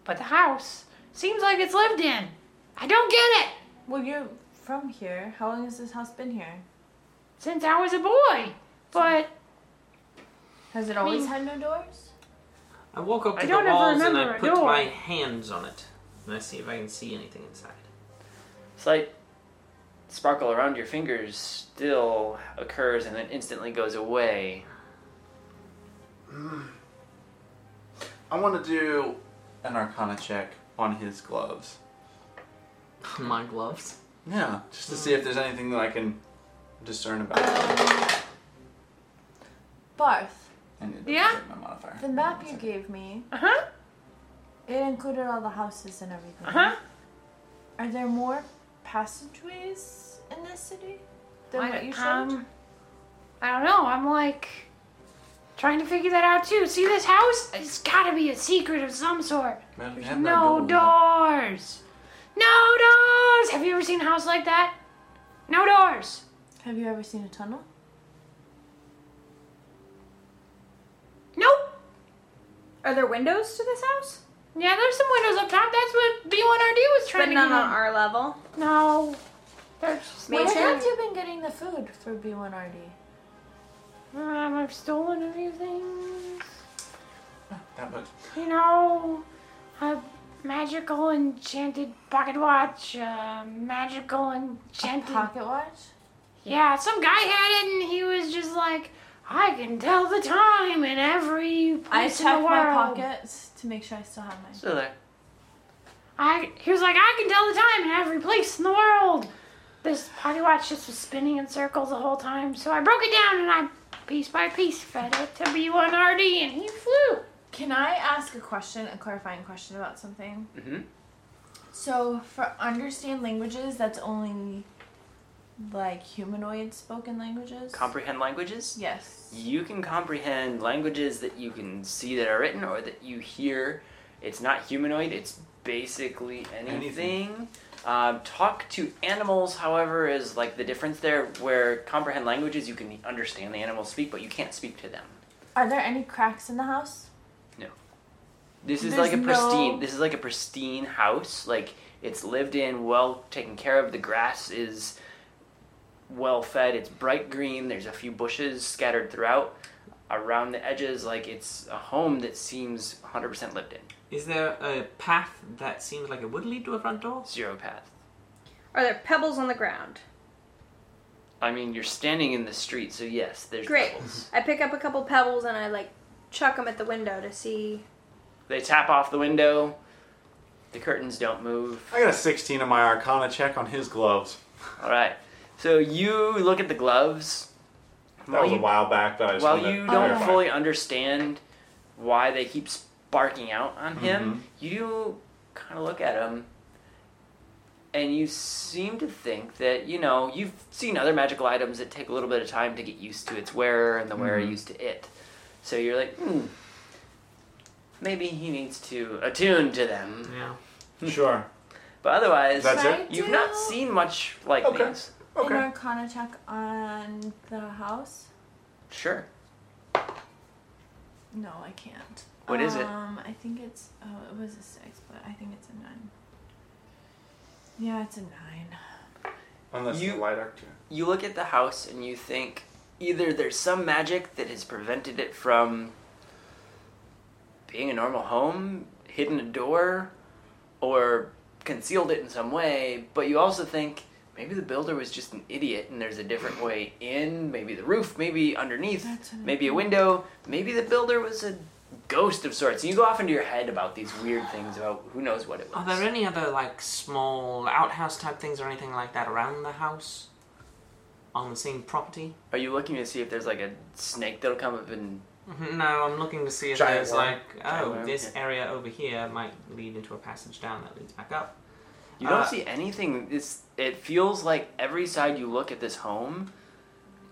Speaker 1: But the house seems like it's lived in. I don't get it.
Speaker 7: Well, you're from here. How long has this house been here?
Speaker 1: Since I was a boy, but
Speaker 7: Has it always
Speaker 1: mean-
Speaker 7: had no doors?
Speaker 5: I walk up
Speaker 1: I
Speaker 5: to the
Speaker 1: don't ever
Speaker 5: walls and I
Speaker 1: remember a
Speaker 5: put
Speaker 1: door.
Speaker 5: my hands on it. And I see if I can see anything inside.
Speaker 14: Slight sparkle around your fingers still occurs and then instantly goes away.
Speaker 2: I want to do an Arcana check on his gloves.
Speaker 5: My gloves.
Speaker 2: Yeah, just to see if there's anything that I can
Speaker 16: discern about.
Speaker 7: Barth,
Speaker 16: I need to
Speaker 7: Yeah?
Speaker 16: check my modifier.
Speaker 7: the map you gave me.
Speaker 1: Uh huh.
Speaker 7: It included all the houses and everything.
Speaker 1: Uh-huh.
Speaker 7: Are there more passageways in this city than
Speaker 1: I-
Speaker 7: what you showed?
Speaker 1: um, I don't know. I'm like trying to figure that out too. See this house? It's got to be a secret of some sort.
Speaker 16: Man, we
Speaker 1: There's
Speaker 16: have
Speaker 1: no doors. No doors. Have you ever seen a house like that? No doors.
Speaker 7: Have you ever seen a tunnel?
Speaker 1: Nope.
Speaker 17: Are there windows to this house?
Speaker 1: Yeah, there's some windows up top. That's what B1RD was trying
Speaker 17: But
Speaker 1: to
Speaker 17: none
Speaker 1: get
Speaker 17: on
Speaker 1: in.
Speaker 17: our level.
Speaker 1: No. There's just
Speaker 7: Where
Speaker 1: nothing.
Speaker 7: have you been getting the food for B1RD?
Speaker 1: Um, I've stolen a few things.
Speaker 16: That much.
Speaker 1: You know, a magical enchanted pocket watch, a magical enchanted
Speaker 7: pocket watch.
Speaker 1: Yeah, some guy had it, and he was just like, "I can tell the time in every
Speaker 7: I
Speaker 1: place
Speaker 7: checked
Speaker 1: in the
Speaker 7: my
Speaker 1: world."
Speaker 7: pockets to make sure I still have mine.
Speaker 14: Still there.
Speaker 1: I he was like, "I can tell the time in every place in the world." This pocket watch just was spinning in circles the whole time, so I broke it down and I piece by piece fed it to B1RD, and he flew.
Speaker 7: Can I ask a question, a clarifying question about something?
Speaker 14: Mm-hmm.
Speaker 7: So, for understand languages, that's only like humanoid spoken languages?
Speaker 14: Comprehend languages?
Speaker 7: yes.
Speaker 14: You can comprehend languages that you can see that are written or that you hear. It's not humanoid, it's basically anything. Um, talk to animals, however, is like the difference there, where comprehend languages, you can understand the animals speak, but you can't speak to them.
Speaker 7: Are there any cracks in the house?
Speaker 14: This is
Speaker 7: There's
Speaker 14: like a pristine.
Speaker 7: no-
Speaker 14: This is like a pristine house. Like it's lived in, well taken care of. The grass is well fed. It's bright green. There's a few bushes scattered throughout around the edges. Like it's a home that seems 100% lived in.
Speaker 5: Is there a path that seems like it would lead to a front door?
Speaker 14: Zero path.
Speaker 17: Are there pebbles on the ground?
Speaker 14: I mean, you're standing in the street, so yes, there's
Speaker 17: Great.
Speaker 14: pebbles.
Speaker 17: I pick up a couple pebbles and I like chuck them at the window to see.
Speaker 14: They tap off the window. The curtains don't move.
Speaker 15: I got a 16 on my Arcana check on his gloves.
Speaker 14: All right. So you look at the gloves.
Speaker 15: That was a
Speaker 14: While you-
Speaker 15: while back, but I just
Speaker 14: While
Speaker 15: wanted to
Speaker 14: you
Speaker 15: clarify.
Speaker 14: don't fully understand why they keep sparking out on
Speaker 15: Mm-hmm.
Speaker 14: him, you do kind of look at him and you seem to think that, you know, you've seen other magical items that take a little bit of time to get used to its wearer and the wearer
Speaker 5: Mhm.
Speaker 14: used to it. So you're like, hmm, maybe he needs to attune to them.
Speaker 5: Yeah.
Speaker 2: Mm-hmm.
Speaker 15: Sure.
Speaker 14: But otherwise,
Speaker 15: That's
Speaker 7: Can
Speaker 15: it?
Speaker 7: I
Speaker 14: you've
Speaker 7: do
Speaker 14: not seen much like
Speaker 15: Okay.
Speaker 14: these.
Speaker 7: An
Speaker 15: Okay.
Speaker 7: arcana check on the house?
Speaker 14: Sure.
Speaker 7: No, I can't.
Speaker 14: What is it?
Speaker 7: Um, I think it's. Oh, it was a six, but I think it's a nine. Yeah, it's a nine.
Speaker 15: Unless
Speaker 14: You-
Speaker 15: the light arcture.
Speaker 14: you look at the house and you think either there's some magic that has prevented it from being a normal home, hidden a door, or concealed it in some way, but you also think maybe the builder was just an idiot and there's a different way in, maybe the roof, maybe underneath,
Speaker 7: That's what I
Speaker 14: maybe a
Speaker 7: think.
Speaker 14: window, maybe the builder was a ghost of sorts. You go off into your head about these weird things about who knows what it was.
Speaker 5: Are there any other like small outhouse type things or anything like that around the house? On the same property?
Speaker 14: Are you looking to see if there's like a snake that'll come up and
Speaker 5: Mhm, No, I'm looking to see if
Speaker 2: Giant
Speaker 5: there's
Speaker 2: worm.
Speaker 5: like,
Speaker 14: Giant
Speaker 5: oh,
Speaker 14: worm,
Speaker 5: this
Speaker 14: yeah.
Speaker 5: area over here might lead into a passage down that leads back up.
Speaker 14: You don't
Speaker 5: Uh,
Speaker 14: see anything. It's it feels like every side you look at this home,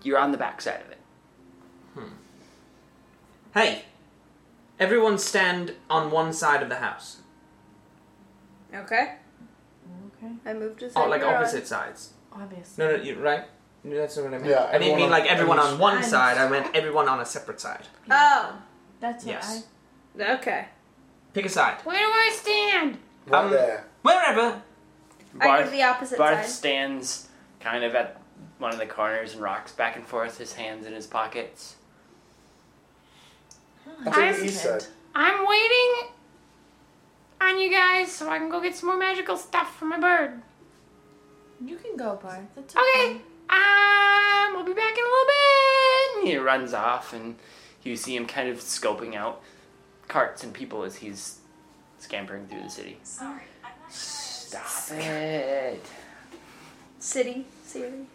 Speaker 14: you're on the backside of it.
Speaker 5: Hey, everyone stand on one side of the house.
Speaker 17: Okay.
Speaker 7: Okay,
Speaker 17: I moved as
Speaker 5: Oh, like opposite sides.
Speaker 7: obviously.
Speaker 5: No, no, you right? No, That's not what I meant.
Speaker 2: Yeah,
Speaker 5: I didn't
Speaker 2: everyone
Speaker 5: mean
Speaker 2: on-
Speaker 5: like everyone on one
Speaker 7: everyone's-
Speaker 5: side. I meant everyone on a separate side.
Speaker 17: Oh.
Speaker 7: That's what
Speaker 5: Yes.
Speaker 17: Okay.
Speaker 5: Pick a side.
Speaker 1: Where do I stand?
Speaker 2: Right
Speaker 5: Um,
Speaker 2: there.
Speaker 5: Wherever.
Speaker 17: I go
Speaker 14: Barth,
Speaker 17: to the opposite
Speaker 14: Barth
Speaker 17: side.
Speaker 14: stands kind of at one of the corners and rocks back and forth, his hands in his pockets.
Speaker 2: I
Speaker 7: I.
Speaker 2: think
Speaker 1: I'm
Speaker 2: the east side.
Speaker 1: I'm waiting on you guys so I can go get some more magical stuff for my bird.
Speaker 7: You can go, Barth. That's
Speaker 1: Okay. Um, we'll be back in a little bit.
Speaker 14: And he runs off, and you see him kind of scoping out carts and people as he's scampering through the city.
Speaker 17: Sorry.
Speaker 14: Stop it,
Speaker 17: City. City.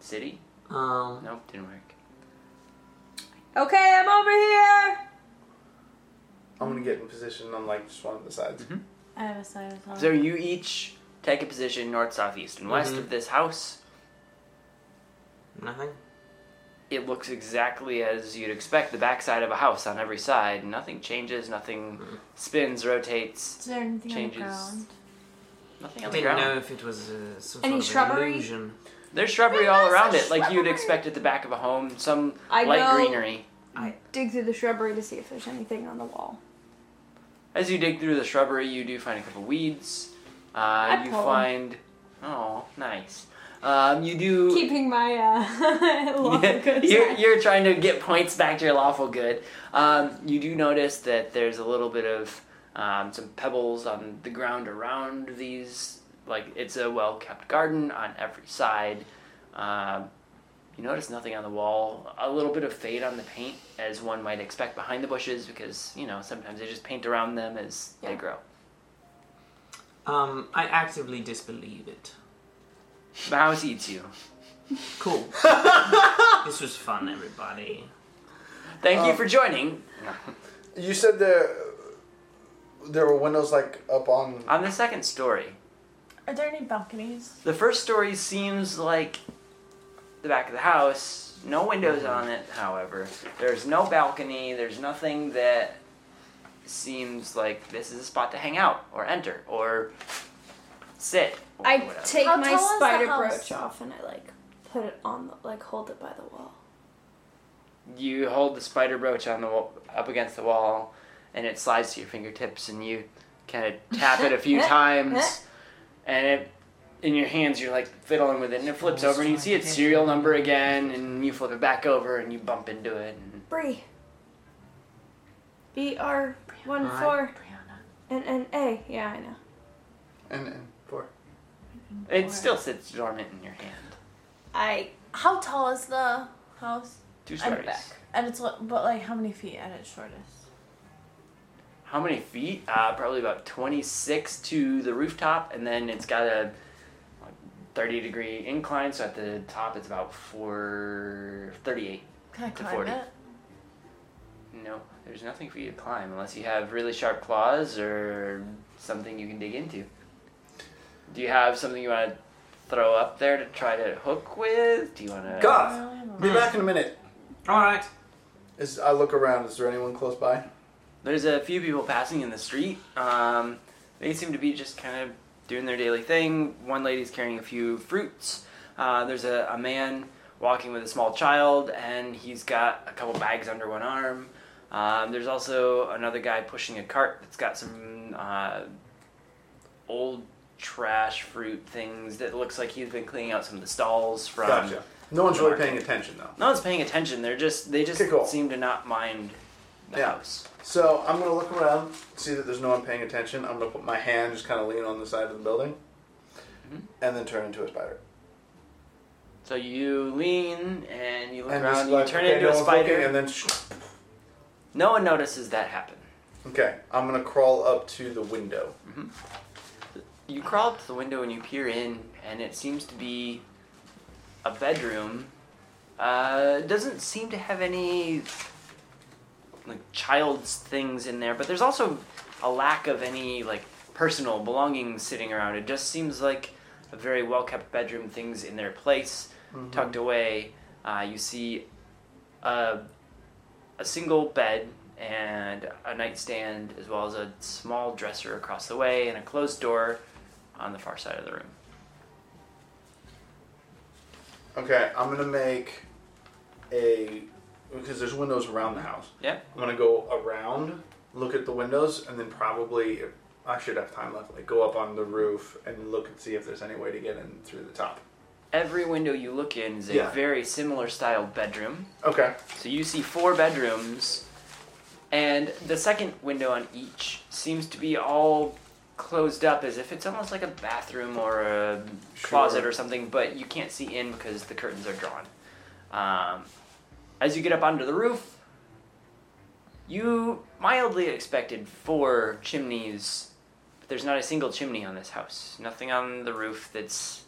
Speaker 14: city.
Speaker 5: Um,
Speaker 14: nope, didn't work.
Speaker 3: Okay, I'm over here.
Speaker 15: I'm gonna get in position on like just one of the sides.
Speaker 7: I have a side as well.
Speaker 17: Um,
Speaker 14: So you each take a position north, south, east, and west
Speaker 5: Mhm.
Speaker 14: of this house.
Speaker 5: Nothing.
Speaker 14: It looks exactly as you'd expect the backside of a house on every side. Nothing changes, nothing spins, rotates,
Speaker 7: Is there anything on
Speaker 14: changes.
Speaker 7: the ground?
Speaker 14: Nothing
Speaker 5: I
Speaker 14: on the
Speaker 5: didn't
Speaker 14: ground.
Speaker 5: know if it was uh, some
Speaker 3: Any
Speaker 5: sort of
Speaker 3: shrubbery?
Speaker 5: illusion.
Speaker 14: There's shrubbery all
Speaker 3: There's
Speaker 14: around it, like
Speaker 3: shrubbery.
Speaker 14: you'd expect at the back of a home. Some
Speaker 3: I
Speaker 14: light
Speaker 3: know.
Speaker 14: greenery.
Speaker 17: Dig through the shrubbery to see if there's anything on the wall.
Speaker 14: As you dig through the shrubbery, you do find a couple weeds. Uh,
Speaker 3: I
Speaker 14: you
Speaker 3: pull 'em.
Speaker 14: find. Oh, nice. Um, you do.
Speaker 3: Keeping my uh, lawful good
Speaker 14: you're,
Speaker 3: side.
Speaker 14: you're trying to get points back to your lawful good. Um, you do notice that there's a little bit of um, some pebbles on the ground around these. Like, it's a well kept garden on every side. Um, you notice nothing on the wall. A little bit of fade on the paint, as one might expect behind the bushes, because, you know, sometimes they just paint around them as they
Speaker 3: Yeah.
Speaker 14: grow.
Speaker 5: Um, I actively disbelieve it.
Speaker 14: The house eats you.
Speaker 5: Cool. this was fun, everybody.
Speaker 14: Thank you
Speaker 15: Um,
Speaker 14: for joining.
Speaker 15: You said there there were windows like up on.
Speaker 14: On the second story,
Speaker 17: Are there any balconies?
Speaker 14: the first story seems like the back of the house. No windows on it, however. There's no balcony. There's nothing that seems like this is a spot to hang out or enter or sit. Or
Speaker 3: I
Speaker 14: whatever.
Speaker 3: take
Speaker 17: How
Speaker 3: my
Speaker 17: tall is the
Speaker 3: spider
Speaker 17: house?
Speaker 3: brooch off and I like put it on the like hold it by the wall.
Speaker 14: you hold the spider brooch on the wall, up against the wall, and it slides to your fingertips, and you kind of tap it a few times, and it in your hands you're like fiddling with it, and it flips over, and you see its serial number again, and you flip it back over, and you bump into it. And
Speaker 17: Bree. B R one
Speaker 5: Alright.
Speaker 17: four N N A. Yeah, I know.
Speaker 2: And, and four.
Speaker 14: it still sits dormant in your hand.
Speaker 7: I. How tall is the house?
Speaker 14: Two
Speaker 7: At the
Speaker 14: stories.
Speaker 7: back. And it's li- but like how many feet at its shortest?
Speaker 14: How many feet? Uh, probably about 26 to the rooftop, and then it's got a like, 30 degree incline, so at the top it's about 4 38.
Speaker 7: Can I
Speaker 14: To
Speaker 7: climb
Speaker 14: 40.
Speaker 7: it?
Speaker 14: No, there's nothing for you to climb unless you have really sharp claws or something you can dig into. Do you have something you want to throw up there to try to hook with? Do you want to?
Speaker 7: I
Speaker 15: Goth,
Speaker 7: only have a-
Speaker 15: be back in a minute.
Speaker 5: All right.
Speaker 15: As I look around, is there anyone close by?
Speaker 14: There's a few people passing in the street. Um, they seem to be just kind of doing their daily thing. One lady's carrying a few fruits. Uh, there's a, a man walking with a small child, and he's got a couple bags under one arm. Um, there's also another guy pushing a cart that's got some uh, old trash fruit things that looks like he's been cleaning out some of the stalls from.
Speaker 15: Gotcha. No one's really paying attention though.
Speaker 14: No one's paying attention. They're just they just
Speaker 15: Okay, cool.
Speaker 14: seem to not mind the
Speaker 15: Yeah.
Speaker 14: house.
Speaker 15: So I'm gonna look around, see that there's no one paying attention. I'm gonna put my hand, just kind of lean on the side of the building,
Speaker 14: Mhm.
Speaker 15: and then turn into a spider.
Speaker 14: So you lean and you look
Speaker 15: And
Speaker 14: around
Speaker 15: just
Speaker 14: and you
Speaker 15: like,
Speaker 14: turn
Speaker 15: okay,
Speaker 14: into
Speaker 15: no
Speaker 14: a
Speaker 15: one's
Speaker 14: spider.
Speaker 15: looking, and then sh-
Speaker 14: No one notices that happen.
Speaker 15: okay, I'm gonna crawl up to the window.
Speaker 14: You crawl up to the window and you peer in, and it seems to be a bedroom. Uh, it doesn't seem to have any like child's things in there, but there's also a lack of any like personal belongings sitting around. It just seems like a very well kept bedroom. Things in their place. tucked away, uh, you see a, a single bed and a nightstand, as well as a small dresser across the way, and a closed door on the far side of the room.
Speaker 15: Okay, I'm gonna make a because there's windows around the house.
Speaker 14: Yep.
Speaker 15: I'm gonna go around, look at the windows, and then probably if I should have time left. Like go up on the roof and look and see if there's any way to get in through the top.
Speaker 14: Every window you look in is a
Speaker 15: Yeah.
Speaker 14: very similar style bedroom.
Speaker 15: Okay.
Speaker 14: So you see four bedrooms, and the second window on each seems to be all closed up as if it's almost like a bathroom or a closet
Speaker 15: Sure.
Speaker 14: or something, but you can't see in because the curtains are drawn. Um, as you get up onto the roof, you mildly expected four chimneys, but there's not a single chimney on this house. Nothing on the roof that's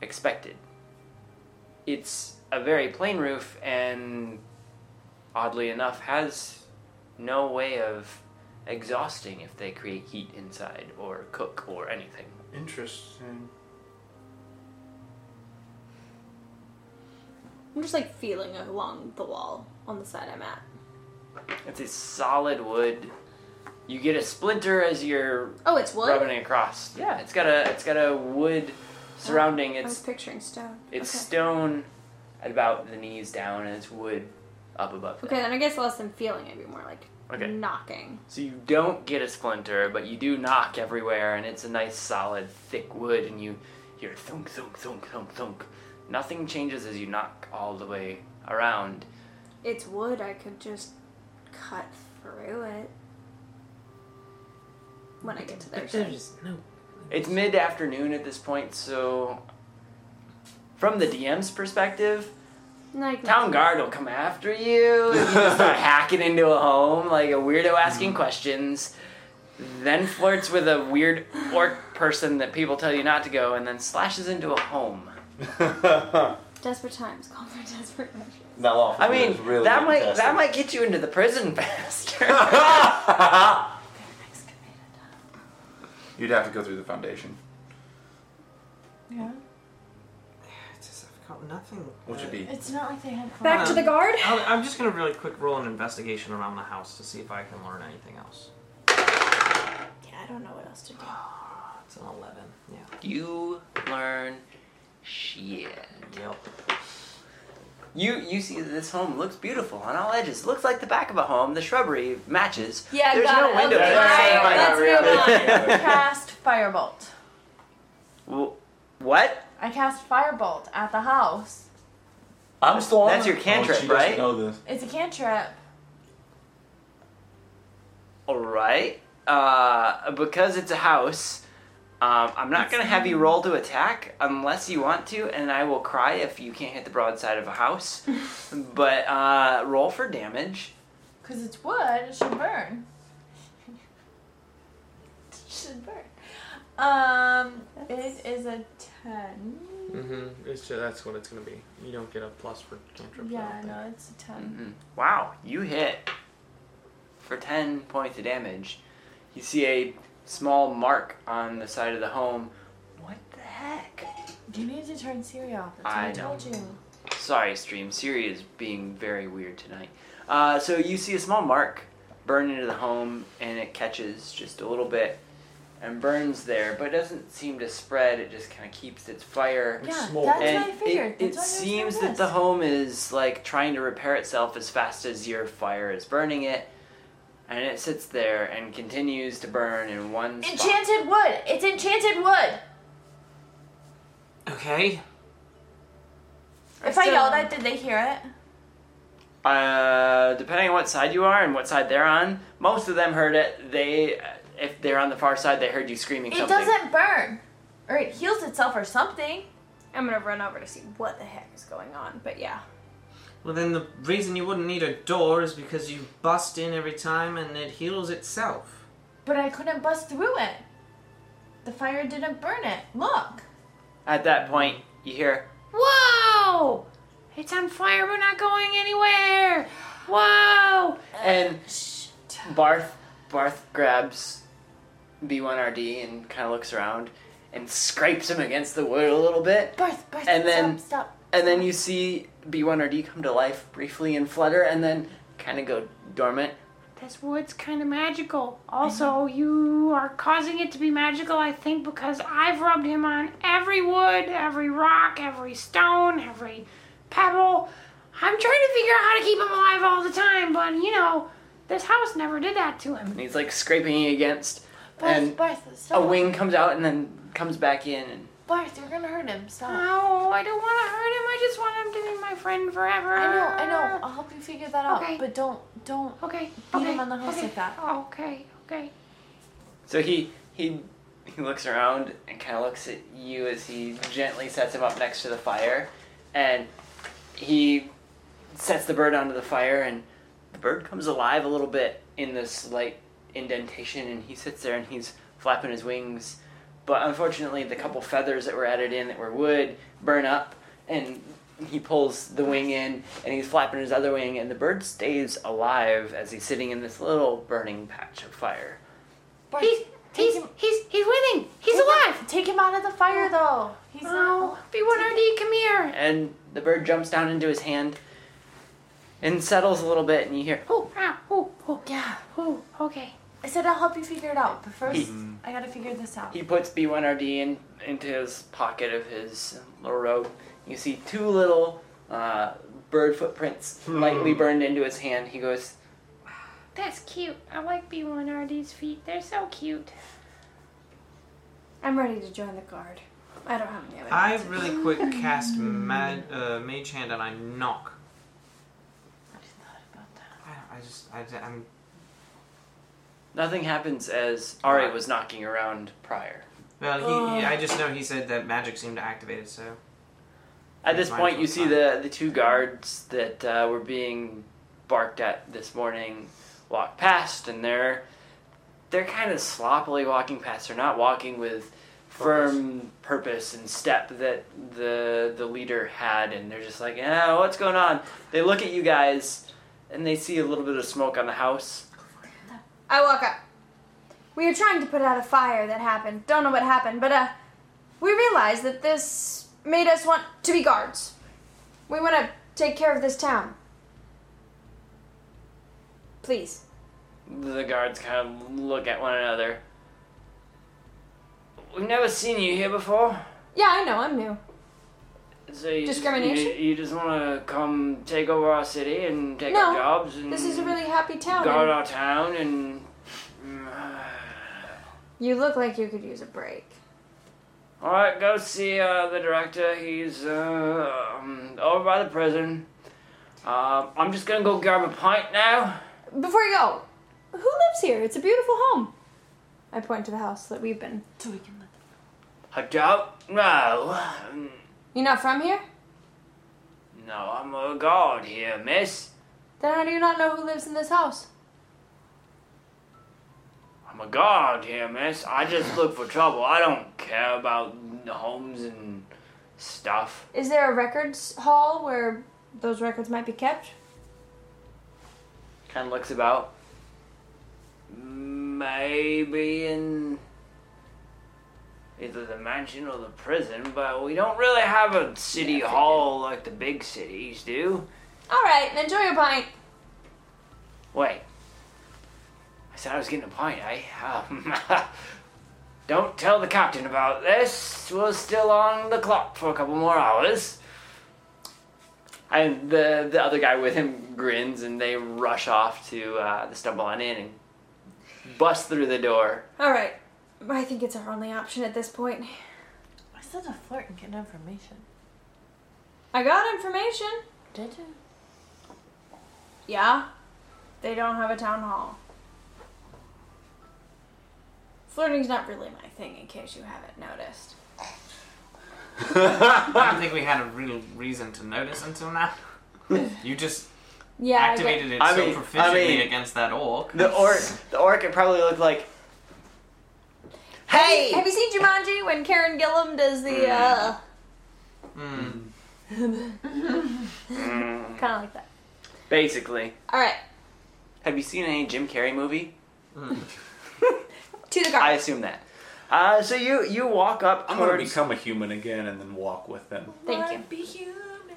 Speaker 14: expected. it's a very plain roof and oddly enough has no way of exhausting if they create heat inside or cook or anything.
Speaker 2: Interesting.
Speaker 3: I'm just like feeling along the wall on the side I'm at.
Speaker 14: It's a solid wood. You get a splinter as you're
Speaker 3: Oh, it's wood?
Speaker 14: rubbing it across. Yeah, it's got a it's got a wood surrounding.
Speaker 17: I was
Speaker 14: It's
Speaker 17: picturing stone.
Speaker 3: Oh,
Speaker 14: it's
Speaker 17: Okay.
Speaker 14: stone at about the knees down, and it's wood up above. that.
Speaker 3: Okay, then I guess less than feeling, it'd be more like
Speaker 14: Okay.
Speaker 3: knocking.
Speaker 14: So you don't get a splinter, but you do knock everywhere, and it's a nice, solid, thick wood, and you hear thunk, thunk, thunk, thunk, thunk. Nothing changes as you knock all the way around.
Speaker 17: It's wood. I could just cut through it.
Speaker 3: When I get to their side.
Speaker 5: There's no.
Speaker 14: It's mid afternoon at this point, so from the DM's perspective,
Speaker 3: Like,
Speaker 14: town guard will come after you if you just start hacking into a home like a weirdo asking questions. Then flirts with a weird orc person that people tell you not to go, and then slashes into a home.
Speaker 3: Desperate times call for desperate measures.
Speaker 15: That law.
Speaker 14: I mean, that might that might get you into the prison faster.
Speaker 15: You'd have to go through the foundation.
Speaker 7: Yeah.
Speaker 5: It's just, I've got nothing.
Speaker 15: What should
Speaker 5: uh,
Speaker 15: be?
Speaker 7: It's not like they had.
Speaker 17: Back
Speaker 3: Um,
Speaker 17: to the guard.
Speaker 5: I'll, I'm just gonna really quick roll an investigation around the house to see if I can learn anything else.
Speaker 17: Yeah, I don't know what else to do.
Speaker 5: It's an eleven. Yeah.
Speaker 14: you learn shit.
Speaker 5: Yep.
Speaker 14: You you see that this home looks beautiful on all edges. Looks like the back of a home. The shrubbery matches.
Speaker 7: Yeah,
Speaker 14: There's
Speaker 7: got
Speaker 14: no
Speaker 7: it.
Speaker 14: windows.
Speaker 7: Okay,
Speaker 14: Yeah,
Speaker 7: alright,
Speaker 14: yeah, yeah,
Speaker 7: let's
Speaker 14: yeah.
Speaker 7: move on. cast firebolt.
Speaker 14: Wh- What?
Speaker 7: I cast firebolt at the house.
Speaker 16: I'm still on.
Speaker 14: That's
Speaker 16: it.
Speaker 14: your cantrip,
Speaker 16: oh, she doesn't
Speaker 14: right?
Speaker 16: Know this.
Speaker 7: It's a cantrip.
Speaker 14: All right. Uh, because it's a house. Um, I'm not gonna have you roll to attack unless you want to, and I will cry if you can't hit the broadside of a house. but uh, roll for damage.
Speaker 7: Because it's wood, it should burn. it should burn. Um, it is a 10.
Speaker 5: Mm-hmm. It's just, that's what it's gonna be. You don't get a plus for cantrips. I
Speaker 7: Yeah,
Speaker 5: don't think.
Speaker 7: no, it's a 10.
Speaker 14: Mhm. Wow, you hit for 10 points of damage. You see a small mark on the side of the home. What the heck?
Speaker 7: You need to turn Siri off. That's what
Speaker 14: I
Speaker 7: I, told you.
Speaker 14: Sorry, stream. Siri is being very weird tonight. Uh, so you see a small mark burn into the home, and it catches just a little bit and burns there, but it doesn't seem to spread. It just kind of keeps its fire.
Speaker 7: Yeah,
Speaker 16: small.
Speaker 7: that's
Speaker 14: and
Speaker 7: what I figured.
Speaker 14: It, it
Speaker 7: that's what I
Speaker 14: seems
Speaker 7: was
Speaker 14: that the home is like trying to repair itself as fast as your fire is burning it, and it sits there and continues to burn in one spot.
Speaker 7: Enchanted wood! It's enchanted wood!
Speaker 5: Okay.
Speaker 7: If I
Speaker 3: So-
Speaker 7: yelled at, did they hear it?
Speaker 14: uh, depending on what side you are and what side they're on, most of them heard it. They, if they're on the far side, they heard you screaming
Speaker 7: It
Speaker 14: something.
Speaker 7: doesn't burn. Or it heals itself or something.
Speaker 3: I'm gonna run over to see what the heck is going on, but yeah.
Speaker 5: Well, then the reason you wouldn't need a door is because you bust in every time and it heals itself.
Speaker 7: But I couldn't bust through it. The fire didn't burn it. Look.
Speaker 14: At that point, you hear
Speaker 1: Whoa! It's on fire. We're not going anywhere. Whoa!
Speaker 14: and Barth Barth grabs B1RD and kind of looks around and scrapes him against the wood a little bit.
Speaker 7: Barth, Barth,
Speaker 14: And then-
Speaker 7: stop, stop.
Speaker 14: And then you see B1RD come to life briefly and flutter and then kind of go dormant.
Speaker 1: This wood's kind of magical. Also, you are causing it to be magical, I think, because I've rubbed him on every wood, every rock, every stone, every pebble. I'm trying to figure out how to keep him alive all the time, but you know, this house never did that to him.
Speaker 14: And he's like scraping against.
Speaker 7: Barth,
Speaker 14: and
Speaker 7: Barth,
Speaker 14: a
Speaker 7: stop.
Speaker 14: wing comes out and then comes back in. And
Speaker 7: Barth, you're gonna hurt him. Stop.
Speaker 1: No, I don't want to hurt him. I just want him to be my friend forever.
Speaker 7: I know, I know. I'll help you figure that out.
Speaker 1: Ah. Okay.
Speaker 7: But don't, don't.
Speaker 1: Okay.
Speaker 7: Beat
Speaker 1: okay,
Speaker 7: him on the house
Speaker 1: okay.
Speaker 7: like that.
Speaker 1: Oh, okay. Okay.
Speaker 14: so he he he looks around and kind of looks at you as he gently sets him up next to the fire, and he sets the bird onto the fire and the bird comes alive a little bit in this light indentation and he sits there and he's flapping his wings but unfortunately the couple feathers that were added in that were wood burn up and he pulls the wing in and he's flapping his other wing, and the bird stays alive as he's sitting in this little burning patch of fire.
Speaker 1: He's, he's, he's, he's winning. He's
Speaker 7: Take him-
Speaker 1: alive. Ah.
Speaker 7: Take him out of the fire, though. He's
Speaker 1: Oh, B1RD, come here.
Speaker 14: And the bird jumps down into his hand and settles a little bit, and you hear,
Speaker 1: Oh, ow, oh, oh.
Speaker 7: Yeah.
Speaker 1: Oh, okay.
Speaker 7: I said I'll help you figure it out, but first
Speaker 14: Mhm.
Speaker 7: I gotta figure this out.
Speaker 14: He puts B1RD in, into his pocket of his little robe. You see two little uh, bird footprints lightly burned into his hand. He goes,
Speaker 1: That's cute. I like B1RD's feet. They're so cute.
Speaker 3: I'm ready to join the guard. I don't have any other
Speaker 5: I
Speaker 3: answers.
Speaker 5: really quick cast mag, uh, Mage Hand and I knock. I, I just, I, I'm.
Speaker 14: Nothing happens as Ari was knocking around prior.
Speaker 5: Well, he, he-
Speaker 14: Oh.
Speaker 5: I just know he said that magic seemed to activate it, so.
Speaker 14: At this
Speaker 5: Might as
Speaker 14: point,
Speaker 5: well
Speaker 14: you see
Speaker 5: fire.
Speaker 14: the, the two guards that uh, were being barked at this morning walk past, and they're they're kind of sloppily walking past. They're not walking with firm purpose and step that the the leader had, and they're just like, "Yeah, what's going on?" They look at you guys, and they see a little bit of smoke on the house.
Speaker 3: I walk up. We were trying to put out a fire that happened. Don't know what happened, but uh, we realized that this made us want to be guards. We want to take care of this town. Please.
Speaker 14: The guards kind of look at one another. We've never seen you here before.
Speaker 3: Yeah, I know. I'm new.
Speaker 14: So you,
Speaker 3: Discrimination?
Speaker 14: You, you just want to come take over our city and take
Speaker 3: no,
Speaker 14: our jobs and
Speaker 3: this is a really happy town.
Speaker 14: guard
Speaker 3: and
Speaker 14: uh, our town and.
Speaker 3: You look like you could use a break.
Speaker 14: All right, go see uh, the director. He's uh, um, over by the prison. Um, I'm just gonna go grab a pint now.
Speaker 3: Before you go, who lives here? It's a beautiful home. I point to the house that we've been. So we can live.
Speaker 14: I don't know.
Speaker 3: You're not from here?
Speaker 14: No, I'm a guard here, miss.
Speaker 3: Then how do you not know who lives in this house?
Speaker 14: I'm a guard here, miss. I just look for trouble. I don't care about homes and stuff.
Speaker 3: Is there a records hall where those records might be kept?
Speaker 14: Kind of looks about. Maybe in either the mansion or the prison, but we don't really have a city hall like the big cities do.
Speaker 3: All right, enjoy your pint.
Speaker 14: Wait. I said I was getting a pint, eh? Um, don't tell the captain about this. We're still on the clock for a couple more hours. And the the other guy with him grins, and they rush off to uh, the stumble on in and bust through the door.
Speaker 3: All right. I think it's our only option at this point.
Speaker 7: I said to flirt and get information.
Speaker 3: I got information.
Speaker 7: Did you?
Speaker 3: Yeah. They don't have a town hall. Flirting's not really my thing, in case you haven't noticed.
Speaker 5: I don't think we had a real reason to notice until now. You just
Speaker 3: Yeah. I get-
Speaker 5: activated it
Speaker 14: I
Speaker 5: so
Speaker 14: mean- I
Speaker 5: proficiently
Speaker 14: mean-
Speaker 5: against that orc.
Speaker 14: The orc, the orc, it probably looked like. Hey!
Speaker 3: Have you seen Jumanji when Karen Gillum does the uh,
Speaker 5: Mm.
Speaker 14: Mm,
Speaker 3: kind of like that?
Speaker 14: Basically,
Speaker 3: All right.
Speaker 14: have you seen any Jim Carrey movie?
Speaker 3: To the
Speaker 14: I
Speaker 3: guard.
Speaker 14: assume that. Uh, so you you walk up
Speaker 15: I'm gonna
Speaker 14: towards
Speaker 15: become a human again and then walk with them.
Speaker 3: Thank you.
Speaker 7: Be human.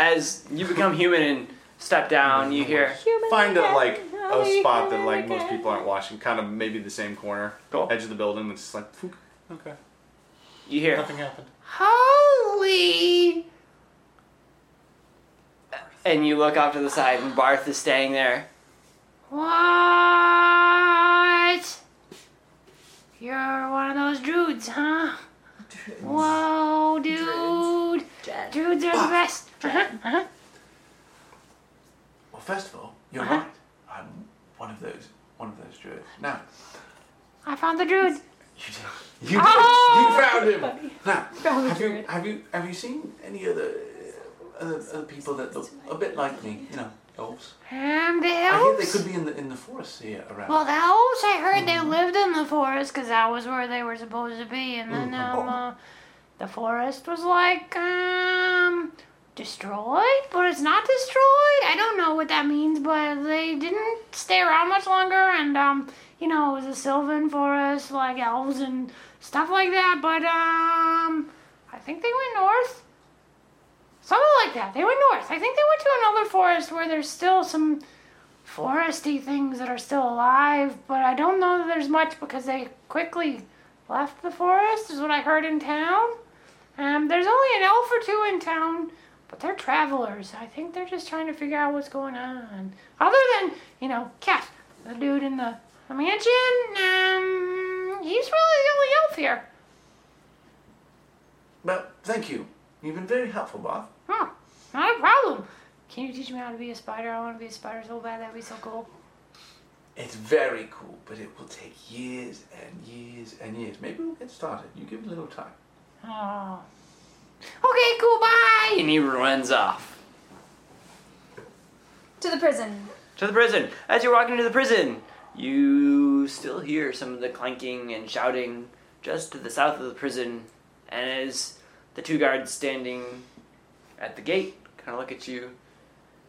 Speaker 14: as you become human and step down. You hear
Speaker 15: Find a like a spot that like most people aren't watching, kind of maybe the same corner, edge of the building. It's just like, phoop, okay,
Speaker 14: you hear,
Speaker 15: nothing happened.
Speaker 1: Holy.
Speaker 14: and you look off to the side, and Barth is standing there.
Speaker 1: What? You're one of those druids, huh? Whoa, dude.
Speaker 3: Jed.
Speaker 1: Druids
Speaker 2: Ah.
Speaker 1: are the best. Uh-huh, uh-huh.
Speaker 2: Well, first of all, you're
Speaker 1: Uh-huh.
Speaker 2: right. I'm one of those, one of those druids. Now,
Speaker 1: I found the druid.
Speaker 2: you did, you, did,
Speaker 1: Oh!
Speaker 2: you found him. Now, have you, have you, have you seen any other, uh, other, other people that look a bit like me? You know, elves.
Speaker 1: And the
Speaker 2: I hear they
Speaker 1: elves?
Speaker 2: could be in the in the forest here around.
Speaker 1: Well, the elves, I heard they lived in the forest because that was where they were supposed to be. And then um, uh, the forest was like, um, destroyed, but it's not destroyed. I don't know what that means, but they didn't stay around much longer, and um, you know, it was a sylvan forest, like elves and stuff like that. But um, I think they went north. Something like that. They went north. I think they went to another forest where there's still some foresty things that are still alive, but I don't know that there's much because they quickly left the forest, is what I heard in town. Um, there's only an elf or two in town, but they're travelers. I think they're just trying to figure out what's going on. Other than, you know, Cat, the dude in the, the mansion, um, he's really the only elf here.
Speaker 16: Well, thank you. You've been very helpful, Bob.
Speaker 1: Huh, Hmm, not a problem. Can you teach me how to be a spider? I want to be a spider so bad. That'd be so cool.
Speaker 16: It's very cool, but it will take years and years and years. Maybe we'll get started. You give it a little time.
Speaker 1: Oh. Okay, cool, bye!
Speaker 14: And he runs off.
Speaker 17: To the prison.
Speaker 14: To the prison. As you're walking to the prison, you still hear some of the clanking and shouting just to the south of the prison. And as the two guards standing at the gate kind of look at you,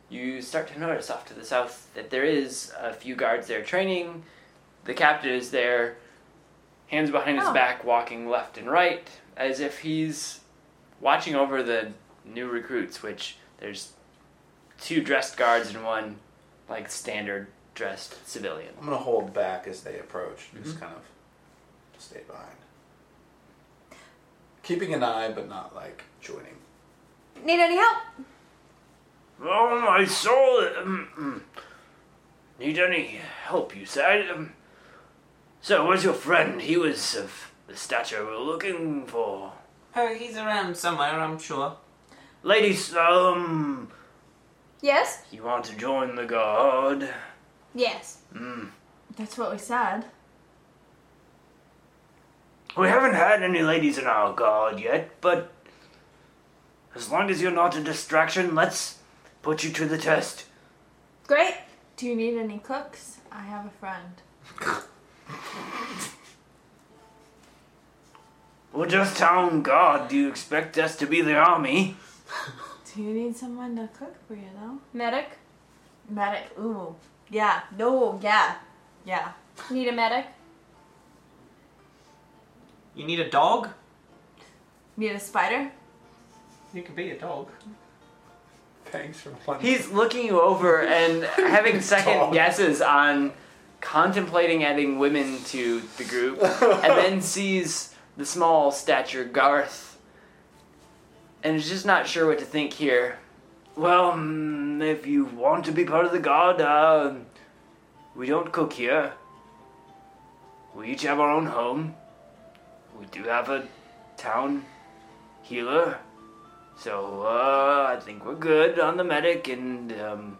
Speaker 14: you start to notice off to the south that there is a few guards there training. The captain is there, hands behind his
Speaker 17: Oh.
Speaker 14: back, walking left and right, as if he's watching over the new recruits, which there's two dressed guards and one like standard dressed civilian.
Speaker 15: I'm gonna hold back as they approach,
Speaker 16: Mm-hmm.
Speaker 15: just kind of stay behind, keeping an eye but not like joining.
Speaker 17: Need any help?
Speaker 14: Oh my soul! Um, mm. need any help, you said? Um, so, where's your friend? He was of the stature we're looking for.
Speaker 5: Oh, he's around somewhere, I'm sure.
Speaker 14: Ladies, um,
Speaker 17: Yes?
Speaker 14: you want to join the guard?
Speaker 17: Yes.
Speaker 14: Mm.
Speaker 7: That's what we said.
Speaker 14: We haven't had any ladies in our guard yet, but as long as you're not a distraction, let's put you to the test.
Speaker 17: Great.
Speaker 7: Do you need any cooks? I have a friend.
Speaker 14: We're just town guard. Do you expect us to be the army?
Speaker 7: Do you need someone to cook for you though?
Speaker 17: Medic?
Speaker 7: Medic. Ooh. Yeah. No. Yeah. Yeah.
Speaker 17: Need a medic?
Speaker 5: You need a dog?
Speaker 7: Need a spider?
Speaker 5: You can be a dog.
Speaker 15: Thanks for one.
Speaker 14: He's looking you over and having second guesses on contemplating adding women to the group, and then sees the small stature Garth, and is just not sure what to think here. Well, mm, if you want to be part of the guard, uh, we don't cook here. We each have our own home. We do have a town healer. So, uh, I think we're good on the medic, and, um,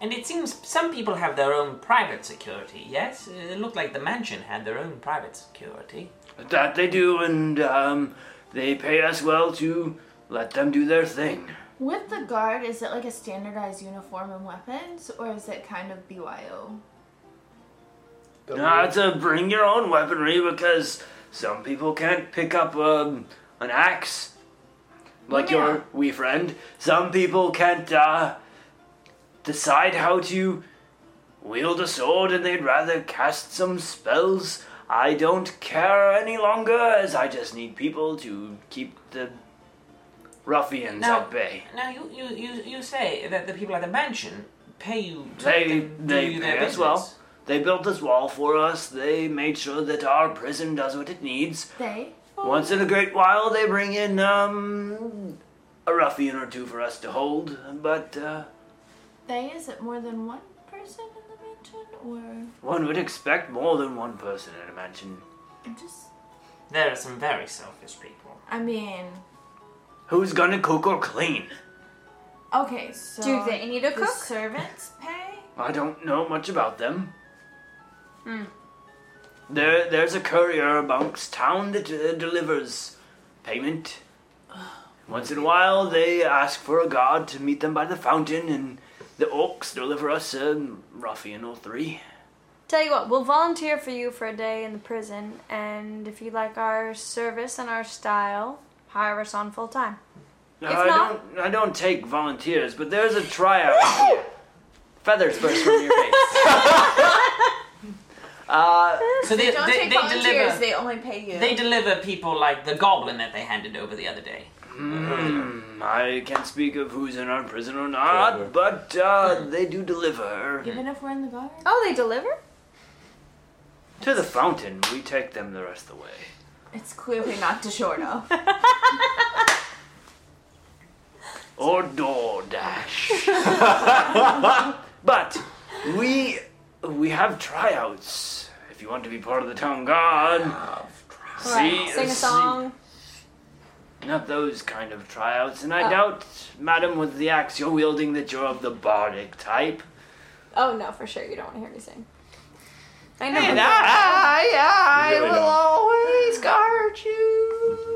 Speaker 5: And it seems some people have their own private security, yes? It looked like the mansion had their own private security.
Speaker 14: that they do, and, um, they pay us well to let them do their thing.
Speaker 7: With the guard, is it like a standardized uniform and weapons, or is it kind of BYO?
Speaker 14: Not to bring your own weaponry, because some people can't pick up, um, an axe, like
Speaker 7: Yeah.
Speaker 14: your wee friend. Some people can't, uh, decide how to wield a sword, and they'd rather cast some spells. I don't care any longer, as I just need people to keep the ruffians
Speaker 5: No.
Speaker 14: at bay.
Speaker 5: Now, you, you, you, you say that the people at the mansion pay you to let
Speaker 14: They
Speaker 5: them do
Speaker 14: they
Speaker 5: their
Speaker 14: pay us
Speaker 5: business.
Speaker 14: well. They built this wall for us. They made sure that our prison does what it needs.
Speaker 7: They?
Speaker 14: Once in a great while, they bring in um a ruffian or two for us to hold. But uh,
Speaker 7: They? Is it more than one person in the mansion,
Speaker 14: one would expect more than one person in a mansion.
Speaker 7: or I'm just?
Speaker 5: There are some very selfish people.
Speaker 7: I mean,
Speaker 14: Who's gonna cook or clean?
Speaker 7: okay. So
Speaker 3: Uh,
Speaker 17: Do they need a
Speaker 7: the
Speaker 17: cook?
Speaker 7: servants pay?
Speaker 14: I don't know much about them. There, there's a courier amongst town that uh, delivers payment. Once in a while, they ask for a guard to meet them by the fountain, and the orcs deliver us a ruffian or three.
Speaker 17: Tell you what, we'll volunteer for you for a day in the prison, and if you like our service and our style, hire us on full time.
Speaker 14: No,
Speaker 3: If
Speaker 14: I
Speaker 3: not-
Speaker 14: don't. I don't take volunteers, but there's a tryout. here. Feathers burst from your face.
Speaker 19: Uh, so they,
Speaker 7: they don't
Speaker 19: they-
Speaker 7: take
Speaker 19: they
Speaker 7: volunteers,
Speaker 19: deliver.
Speaker 7: they only pay you.
Speaker 19: They deliver people like the goblin that they handed over the other day.
Speaker 14: Mm, I can't speak of who's in our prison or not, but uh, they do deliver.
Speaker 7: Even if we're in the guard?
Speaker 3: Oh, they deliver?
Speaker 14: To the fountain, we take them the rest of the way.
Speaker 7: It's clearly not DiGiorno.
Speaker 14: Or DoorDash. but we we have tryouts. If you want to be part of the town guard, see, uh,
Speaker 3: Sing a
Speaker 14: see-
Speaker 3: song.
Speaker 14: Not those kind of tryouts, and I
Speaker 3: Oh.
Speaker 14: doubt, madam, with the axe you're wielding, that you're of the bardic type.
Speaker 3: Oh no, for sure you don't want to hear me sing. I know.
Speaker 14: And I-
Speaker 3: I
Speaker 14: You really will don't.
Speaker 3: always guard you.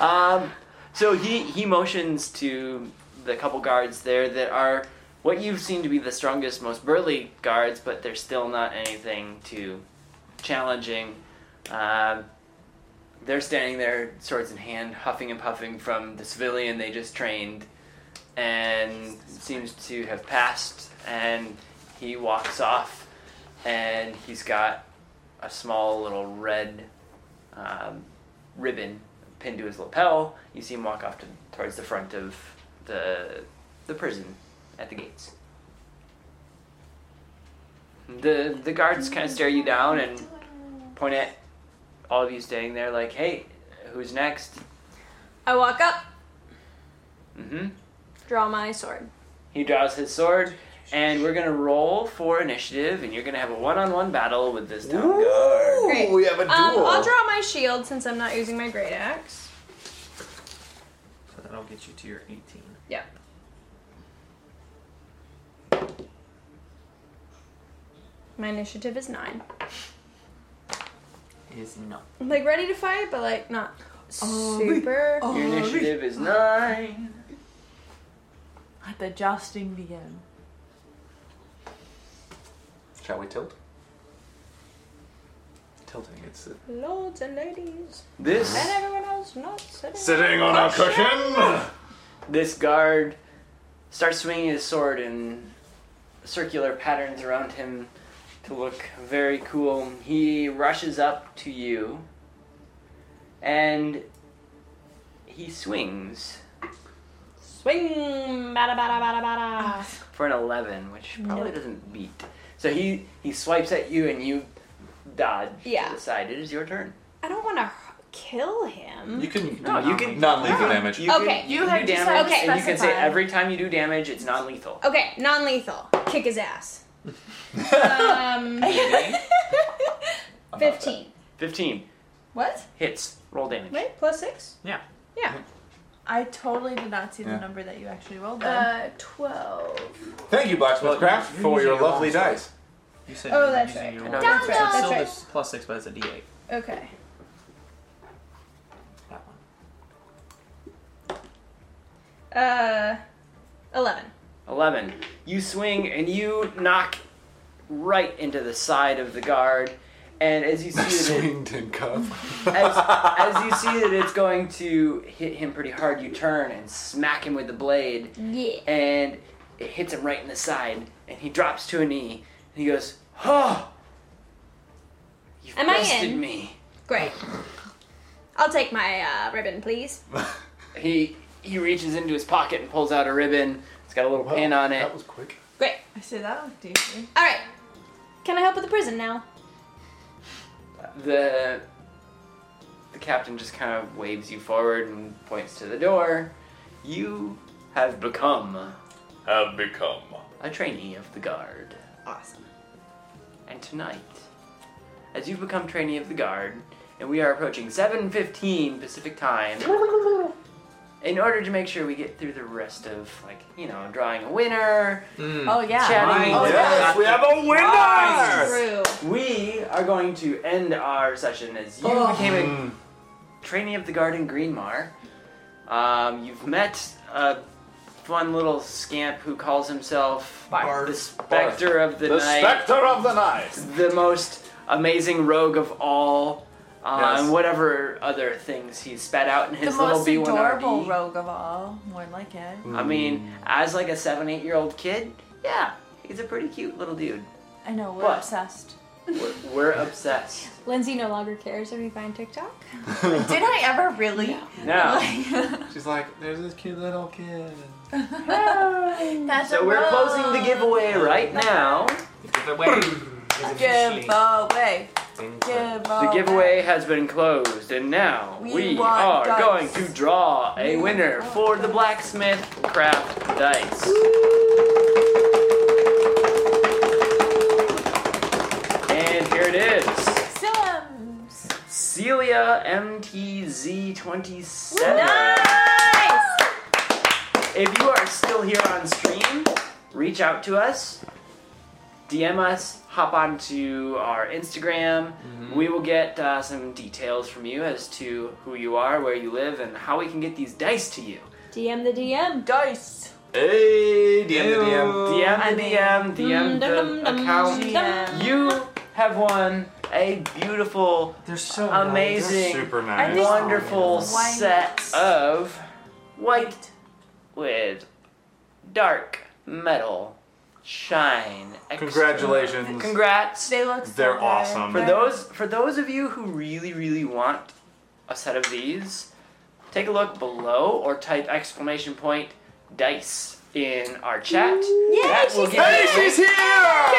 Speaker 14: Um, so he he motions to the couple guards there that are what you've seen to be the strongest, most burly guards, but they're still not anything too challenging. Um, they're standing there, swords in hand, huffing and puffing from the civilian they just trained, and seems to have passed. And he walks off, and he's got a small little red um, ribbon pinned to his lapel. You see him walk off to, towards the front of the the prison at the gates. The the guards kind of stare you down and point at all of you staying there, like, "Hey, who's next?"
Speaker 3: I walk up,
Speaker 14: Mm-hmm.
Speaker 3: draw my sword.
Speaker 14: He draws his sword, and we're gonna roll for initiative, and you're gonna have a one-on-one battle with this town guard.
Speaker 3: Great.
Speaker 14: we have a
Speaker 3: Um,
Speaker 14: duel.
Speaker 3: I'll draw my shield since I'm not using my great axe.
Speaker 5: So that'll get you to your 18.
Speaker 3: Yeah. My initiative is nine.
Speaker 5: Is not.
Speaker 3: I'm like ready to fight, but like not
Speaker 14: Oh,
Speaker 3: super.
Speaker 14: Your initiative is nine.
Speaker 7: Let the jousting begin.
Speaker 16: Shall we tilt? Tilting, it's uh,
Speaker 3: Lords and ladies.
Speaker 14: This-
Speaker 3: and everyone else not sitting.
Speaker 14: This guard starts swinging his sword in circular patterns around him to look very cool. He rushes up to you and he swings
Speaker 3: Swing, bada bada bada bada.
Speaker 14: for an 11, which probably
Speaker 3: No.
Speaker 14: doesn't beat. So he, he swipes at you and you dodge
Speaker 3: Yeah.
Speaker 14: to the side. It is your turn.
Speaker 3: I don't want to kill him.
Speaker 16: You can
Speaker 14: No, you can
Speaker 16: non-lethal damage.
Speaker 14: You can-
Speaker 3: Okay.
Speaker 14: you,
Speaker 3: You
Speaker 14: can
Speaker 3: have
Speaker 14: do
Speaker 3: to
Speaker 14: damage,
Speaker 3: okay.
Speaker 14: and you can say
Speaker 3: specify.
Speaker 14: every time you do damage, it's non-lethal.
Speaker 3: Okay, non-lethal. Kick his ass. um, fifteen.
Speaker 14: Fifteen
Speaker 7: What?
Speaker 14: hits. Roll damage.
Speaker 7: Wait, plus six?
Speaker 5: Yeah.
Speaker 7: Yeah. I totally did not see
Speaker 16: Yeah.
Speaker 7: the number that you actually rolled.
Speaker 17: Uh,
Speaker 7: Then. twelve.
Speaker 16: Thank you, Blacksmith Craft,
Speaker 5: you're
Speaker 16: for
Speaker 5: using
Speaker 16: your
Speaker 5: your
Speaker 16: lovely
Speaker 5: long
Speaker 16: dice.
Speaker 5: You said
Speaker 7: Oh,
Speaker 5: you were
Speaker 7: that's
Speaker 5: using
Speaker 7: right.
Speaker 5: your
Speaker 7: I
Speaker 5: long
Speaker 7: know.
Speaker 5: sword.
Speaker 7: Down, down,
Speaker 5: It's still
Speaker 7: that's
Speaker 5: this plus 6, but it's a d8.
Speaker 7: Okay.
Speaker 5: That one.
Speaker 3: Uh, eleven.
Speaker 14: 11. You swing and you knock right into the side of the guard. And as you see that,
Speaker 16: Swinged and cuff.
Speaker 14: it, as, as you see that it's going to hit him pretty hard, you turn and smack him with the blade.
Speaker 3: Yeah.
Speaker 14: And it hits him right in the side. And he drops to a knee. And he goes, Oh! You
Speaker 3: Am I
Speaker 14: bested
Speaker 3: in?
Speaker 14: me.
Speaker 3: Great. I'll take my uh, ribbon, please.
Speaker 14: He, he reaches into his pocket and pulls out a ribbon. It's got a little pin on it. That
Speaker 16: was quick.
Speaker 3: Great.
Speaker 7: I see that one decent.
Speaker 3: All right. Can I help with the prison now?
Speaker 14: the the captain just kind of waves you forward and points to the door. You have become
Speaker 15: Have become.
Speaker 14: a trainee of the guard.
Speaker 3: Awesome.
Speaker 14: And tonight, as you've become trainee of the guard, and we are approaching 7:15 Pacific time, in order to make sure we get through the rest of like, you know, drawing a winner,
Speaker 5: Hmm.
Speaker 7: Oh yeah.
Speaker 14: chatting.
Speaker 7: Oh,
Speaker 15: Yes, we have a winner!
Speaker 7: True.
Speaker 14: We are going to end our session as you became
Speaker 15: Oh.
Speaker 16: Mm.
Speaker 14: a trainee of the guard in Greenmar. Um, you've met a fun little scamp who calls himself the Spectre of the
Speaker 15: The
Speaker 14: Night,
Speaker 15: Spectre of the Night.
Speaker 14: the most amazing rogue of all. uh,
Speaker 15: Yes.
Speaker 14: and whatever other things he spat out in
Speaker 7: the
Speaker 14: his little
Speaker 7: most
Speaker 14: B1RD.
Speaker 7: adorable rogue of all. More like it.
Speaker 14: I mean, as like a seven, eight year old kid, yeah, he's a pretty cute little dude.
Speaker 7: I know we're
Speaker 14: What?
Speaker 7: obsessed.
Speaker 14: We're, we're obsessed.
Speaker 3: Lindsay no longer cares if we find TikTok.
Speaker 7: Did I ever really?
Speaker 14: No.
Speaker 16: She's like, there's this cute little kid.
Speaker 7: That's
Speaker 14: So we're closing the giveaway right now.
Speaker 7: giveaway.
Speaker 14: The giveaway has been closed, and now
Speaker 7: Oh, We
Speaker 14: we,
Speaker 7: want
Speaker 14: are
Speaker 7: dice.
Speaker 14: going to draw a winner for the blacksmith craft dice. And here it is.
Speaker 7: Sims.
Speaker 14: Celia MTZ27.
Speaker 7: Nice.
Speaker 14: If you are still here on stream, reach out to us, DM us, hop onto our Instagram.
Speaker 5: Mm-hmm.
Speaker 14: We will get uh, some details from you as to who you are, where you live, and how we can get these dice to you.
Speaker 3: DM the DM.
Speaker 7: Dice.
Speaker 15: Hey, DM the DM.
Speaker 14: DM
Speaker 7: I
Speaker 14: the
Speaker 7: mean-
Speaker 14: DM, DM
Speaker 3: Dum, dum,
Speaker 14: the
Speaker 3: dum,
Speaker 14: account.
Speaker 3: dum.
Speaker 14: You have won a beautiful,
Speaker 5: They're so
Speaker 14: amazing,
Speaker 15: Oh, Super
Speaker 7: I
Speaker 15: nice.
Speaker 7: think-
Speaker 14: wonderful
Speaker 7: White.
Speaker 14: set of white with dark metal shine. extra.
Speaker 15: Congratulations.
Speaker 14: Congrats.
Speaker 7: They look. So
Speaker 15: They're
Speaker 7: good.
Speaker 15: awesome.
Speaker 14: For those for those of you who really really want a set of these, take a look below or type exclamation point dice in our chat. Yeah, that will give
Speaker 15: Hey,
Speaker 14: you-
Speaker 15: she's here!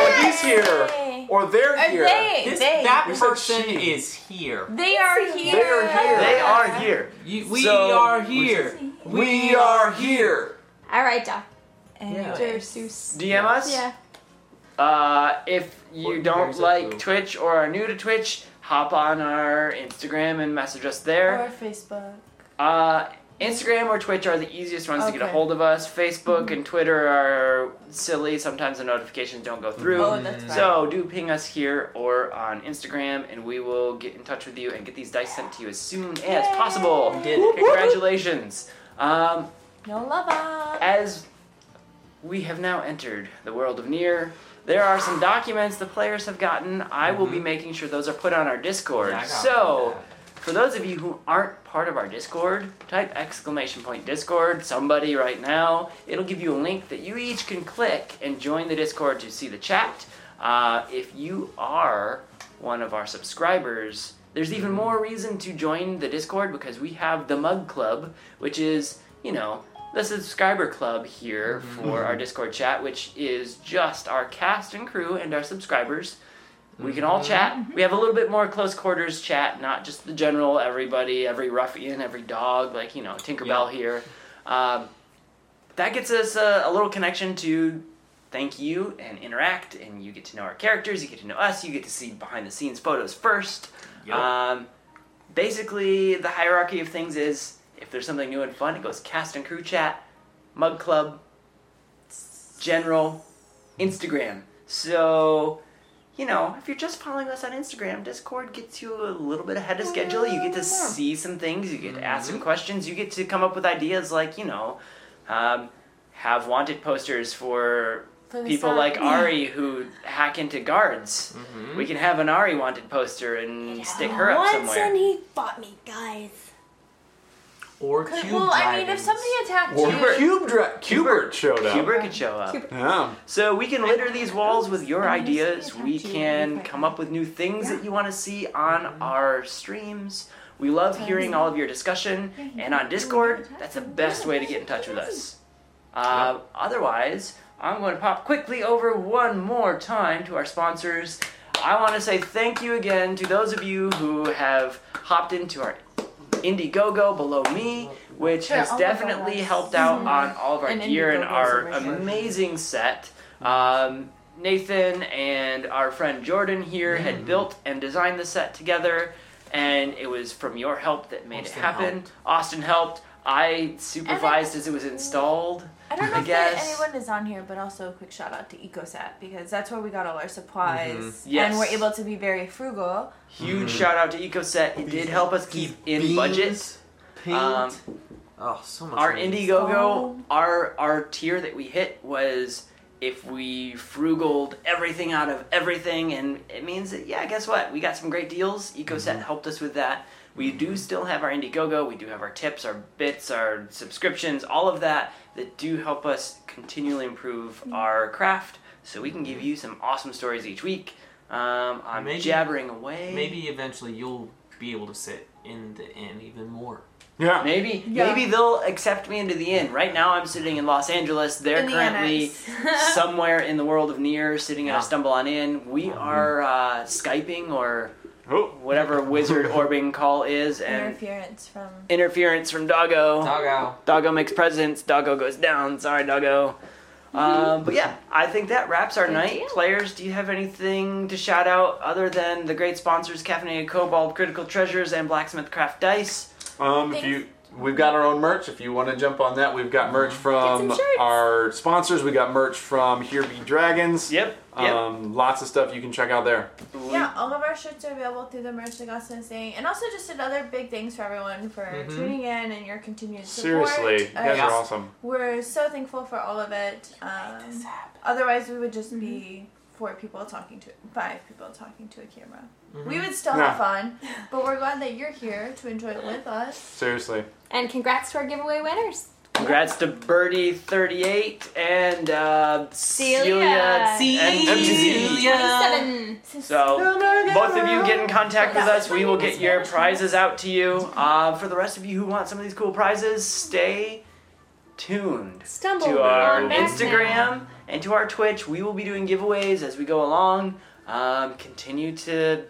Speaker 15: Or he's here! Or they're
Speaker 7: Are
Speaker 15: here!
Speaker 7: they?
Speaker 19: This,
Speaker 7: they.
Speaker 19: that
Speaker 15: You said
Speaker 19: person
Speaker 15: she.
Speaker 19: is here.
Speaker 7: they are here.
Speaker 15: They are here.
Speaker 14: They are here.
Speaker 19: You, we
Speaker 14: So-
Speaker 19: are here.
Speaker 15: We are here!
Speaker 3: All right, Doc.
Speaker 7: Anyway.
Speaker 3: Dear Seuss.
Speaker 14: DM us.
Speaker 3: Yeah.
Speaker 14: Uh, if you
Speaker 5: Or
Speaker 14: don't
Speaker 5: there's a
Speaker 14: like
Speaker 5: clue.
Speaker 14: Twitch or are new to Twitch, hop on our Instagram and message us there.
Speaker 7: Or Facebook.
Speaker 14: Uh, Instagram or Twitch are the easiest ones to get a
Speaker 7: Okay. Mm-hmm.
Speaker 14: hold of us. Facebook and Twitter are silly. Sometimes the notifications don't go through.
Speaker 7: Oh, that's right.
Speaker 14: So do ping us here or on Instagram, and we will get in touch with you and get these dice sent to you as soon as
Speaker 7: Yay.
Speaker 14: possible.
Speaker 19: We did it.
Speaker 14: Congratulations! Um,
Speaker 7: no love up.
Speaker 14: as we have now entered the world of Near, there are some documents the players have gotten. I will be making sure those are put on our Discord.
Speaker 19: Mm-hmm. Yeah, I got
Speaker 14: so, for those of you who aren't part of our Discord, type exclamation point Discord, somebody right now. It'll give you a link that you each can click and join the Discord to see the chat. Uh, if you are one of our subscribers, there's even more reason to join the Discord because we have the Mug Club, which is, you know, the subscriber club here for our Discord chat, which is just our cast and crew and our subscribers. We can all chat. We have a little bit more close quarters chat, not just the general everybody, every ruffian, every dog, like, you know, Tinkerbell here. Um, that gets us a, a little connection to thank you and interact, and you get to know our characters, you get to know us, you get to see behind the scenes photos first.
Speaker 19: Yep.
Speaker 14: Um, basically, the hierarchy of things is if there's something new and fun, it goes cast and crew chat, mug club, general, Instagram. So, you know, if you're just following us on Instagram, Discord gets you a little bit ahead of schedule. You get to see some things, you get to ask some questions, you get to come up with ideas like, you know, um, have wanted posters for
Speaker 7: For the
Speaker 14: people
Speaker 7: sun.
Speaker 14: like Ari who hack into guards.
Speaker 5: Mm-hmm.
Speaker 14: We can have an Ari wanted poster and stick her up somewhere.
Speaker 17: he fought me, guys.
Speaker 5: Or
Speaker 7: Could-
Speaker 5: cube
Speaker 7: well, I mean, if
Speaker 5: dragons.
Speaker 7: somebody attacked
Speaker 15: Or
Speaker 7: you,
Speaker 15: Cube Dra- Cubert showed up.
Speaker 14: Hubert could show up.
Speaker 15: Yeah.
Speaker 14: So we can litter these walls with your
Speaker 7: I'm gonna
Speaker 14: ideas.
Speaker 7: see if I
Speaker 14: We
Speaker 7: do
Speaker 14: can
Speaker 7: anything.
Speaker 14: come up with new things that you want to see on our streams. We love hearing all of your discussion, and on Discord, that's the best way to get in touch with us. Uh, otherwise, I'm going to pop quickly over one more time to our sponsors. I want to say thank you again to those of you who have hopped into our Indiegogo below me, which
Speaker 7: They're
Speaker 14: has
Speaker 7: all
Speaker 14: definitely
Speaker 7: about us. Mm-hmm.
Speaker 14: helped out on all of our
Speaker 7: And
Speaker 14: gear and
Speaker 7: Indiegogo's
Speaker 14: our
Speaker 7: a resource.
Speaker 14: amazing set. Um, Nathan and our friend Jordan here had built and designed the set together, and it was from your help that made it
Speaker 5: Austin
Speaker 14: happen.
Speaker 5: helped.
Speaker 14: Austin helped. I supervised as it was installed.
Speaker 7: I don't know
Speaker 14: I
Speaker 7: if there-
Speaker 14: guess.
Speaker 7: anyone is on here, but also a quick shout out to EcoSat because that's where we got all our supplies
Speaker 14: Mm-hmm. Yes.
Speaker 7: and we're able to be very frugal.
Speaker 14: Huge shout out to EcoSet. It did help us keep in budget.
Speaker 5: Mm-hmm. Beans, Paint.
Speaker 14: Um,
Speaker 5: oh, so much.
Speaker 14: our
Speaker 5: money.
Speaker 14: Indiegogo, our our tier that we hit was if we frugaled everything out of everything, and it means that yeah, guess what? We got some great deals. EcoSet
Speaker 5: Mm-hmm.
Speaker 14: helped us with that. We do still have our Indiegogo. We do have our tips, our bits, our subscriptions, all of that that do help us continually improve
Speaker 5: Mm-hmm.
Speaker 14: our craft, so we can give you some awesome stories each week. Um, I'm
Speaker 5: Maybe-
Speaker 14: jabbering away.
Speaker 5: Maybe eventually you'll be able to sit in the inn even more.
Speaker 15: Yeah.
Speaker 14: Maybe
Speaker 5: Yeah.
Speaker 14: maybe they'll accept me into the inn. Right now I'm sitting in Los Angeles. They're
Speaker 5: In the
Speaker 14: currently
Speaker 5: annex.
Speaker 14: somewhere in the world of near sitting at
Speaker 5: Yeah.
Speaker 14: a stumble on inn. We are uh, Skyping or whatever wizard orbing call is and
Speaker 7: Interference from.
Speaker 14: interference from
Speaker 15: Oh.
Speaker 14: Doggo.
Speaker 19: Doggo.
Speaker 14: Doggo makes presents. Doggo goes down. Sorry, Doggo. Um, but yeah, I think that wraps our
Speaker 19: Mm-hmm. Good
Speaker 14: night.
Speaker 19: deal.
Speaker 14: Players, do you have anything to shout out other than the great sponsors, Caffeinated Cobalt, Critical Treasures, and Blacksmith Craft Dice?
Speaker 15: Um, if you we've got our own merch. If you want to jump on that, we've got merch from
Speaker 14: Get some shirts.
Speaker 15: our sponsors. We got merch from Here Be Dragons.
Speaker 14: Yep.
Speaker 7: yep.
Speaker 16: Uh,
Speaker 15: Um, lots of stuff you can check out there.
Speaker 7: Yeah, all of our shirts are available through the merch, like Austin was saying. And also, just another big thanks for everyone for
Speaker 14: Mm-hmm.
Speaker 15: Mhm.
Speaker 7: tuning in and your continued support.
Speaker 15: Seriously, you guys
Speaker 7: Uh,
Speaker 15: are awesome.
Speaker 7: We're so thankful for all of it. Um, otherwise, we would just be four people talking to five people talking to a camera. We
Speaker 15: Mhm.
Speaker 7: would still
Speaker 15: Yeah.
Speaker 7: have fun, but we're glad that you're here to enjoy it with us.
Speaker 15: Seriously.
Speaker 3: And congrats to our giveaway winners.
Speaker 14: Congrats to Birdie38 and uh, Celia. and MTZ. So, both of you get in contact with us. We will get your prizes out to you. Uh, for the rest of you who want some of these cool prizes, stay tuned
Speaker 3: Stumble
Speaker 14: to our
Speaker 3: on back
Speaker 14: Instagram and to our Twitch. We will be doing giveaways as we go along. Um, continue to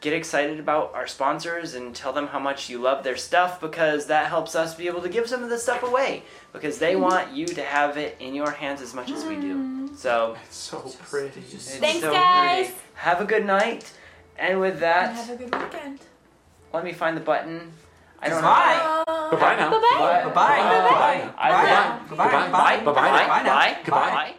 Speaker 14: get excited about our sponsors and tell them how much you love their stuff because that helps us be able to give some of this stuff away because
Speaker 7: Mm-hmm.
Speaker 14: they want you to have it in your hands as much as we
Speaker 3: Mm.
Speaker 14: do.
Speaker 7: Mm.
Speaker 14: So it's
Speaker 5: Oh,
Speaker 14: so pretty.
Speaker 7: Thanks, guys.
Speaker 14: Have a good night. And with that,
Speaker 7: And have a good weekend.
Speaker 14: let me find the button. I don't
Speaker 7: Bye.
Speaker 14: know.
Speaker 7: Bye-bye now. Bye-bye.
Speaker 14: Bye.
Speaker 7: Bye-bye.
Speaker 14: Bye. Bye. Bye. Bye. Bye. Bye. Bye. Bye. Bye. Bye. Bye.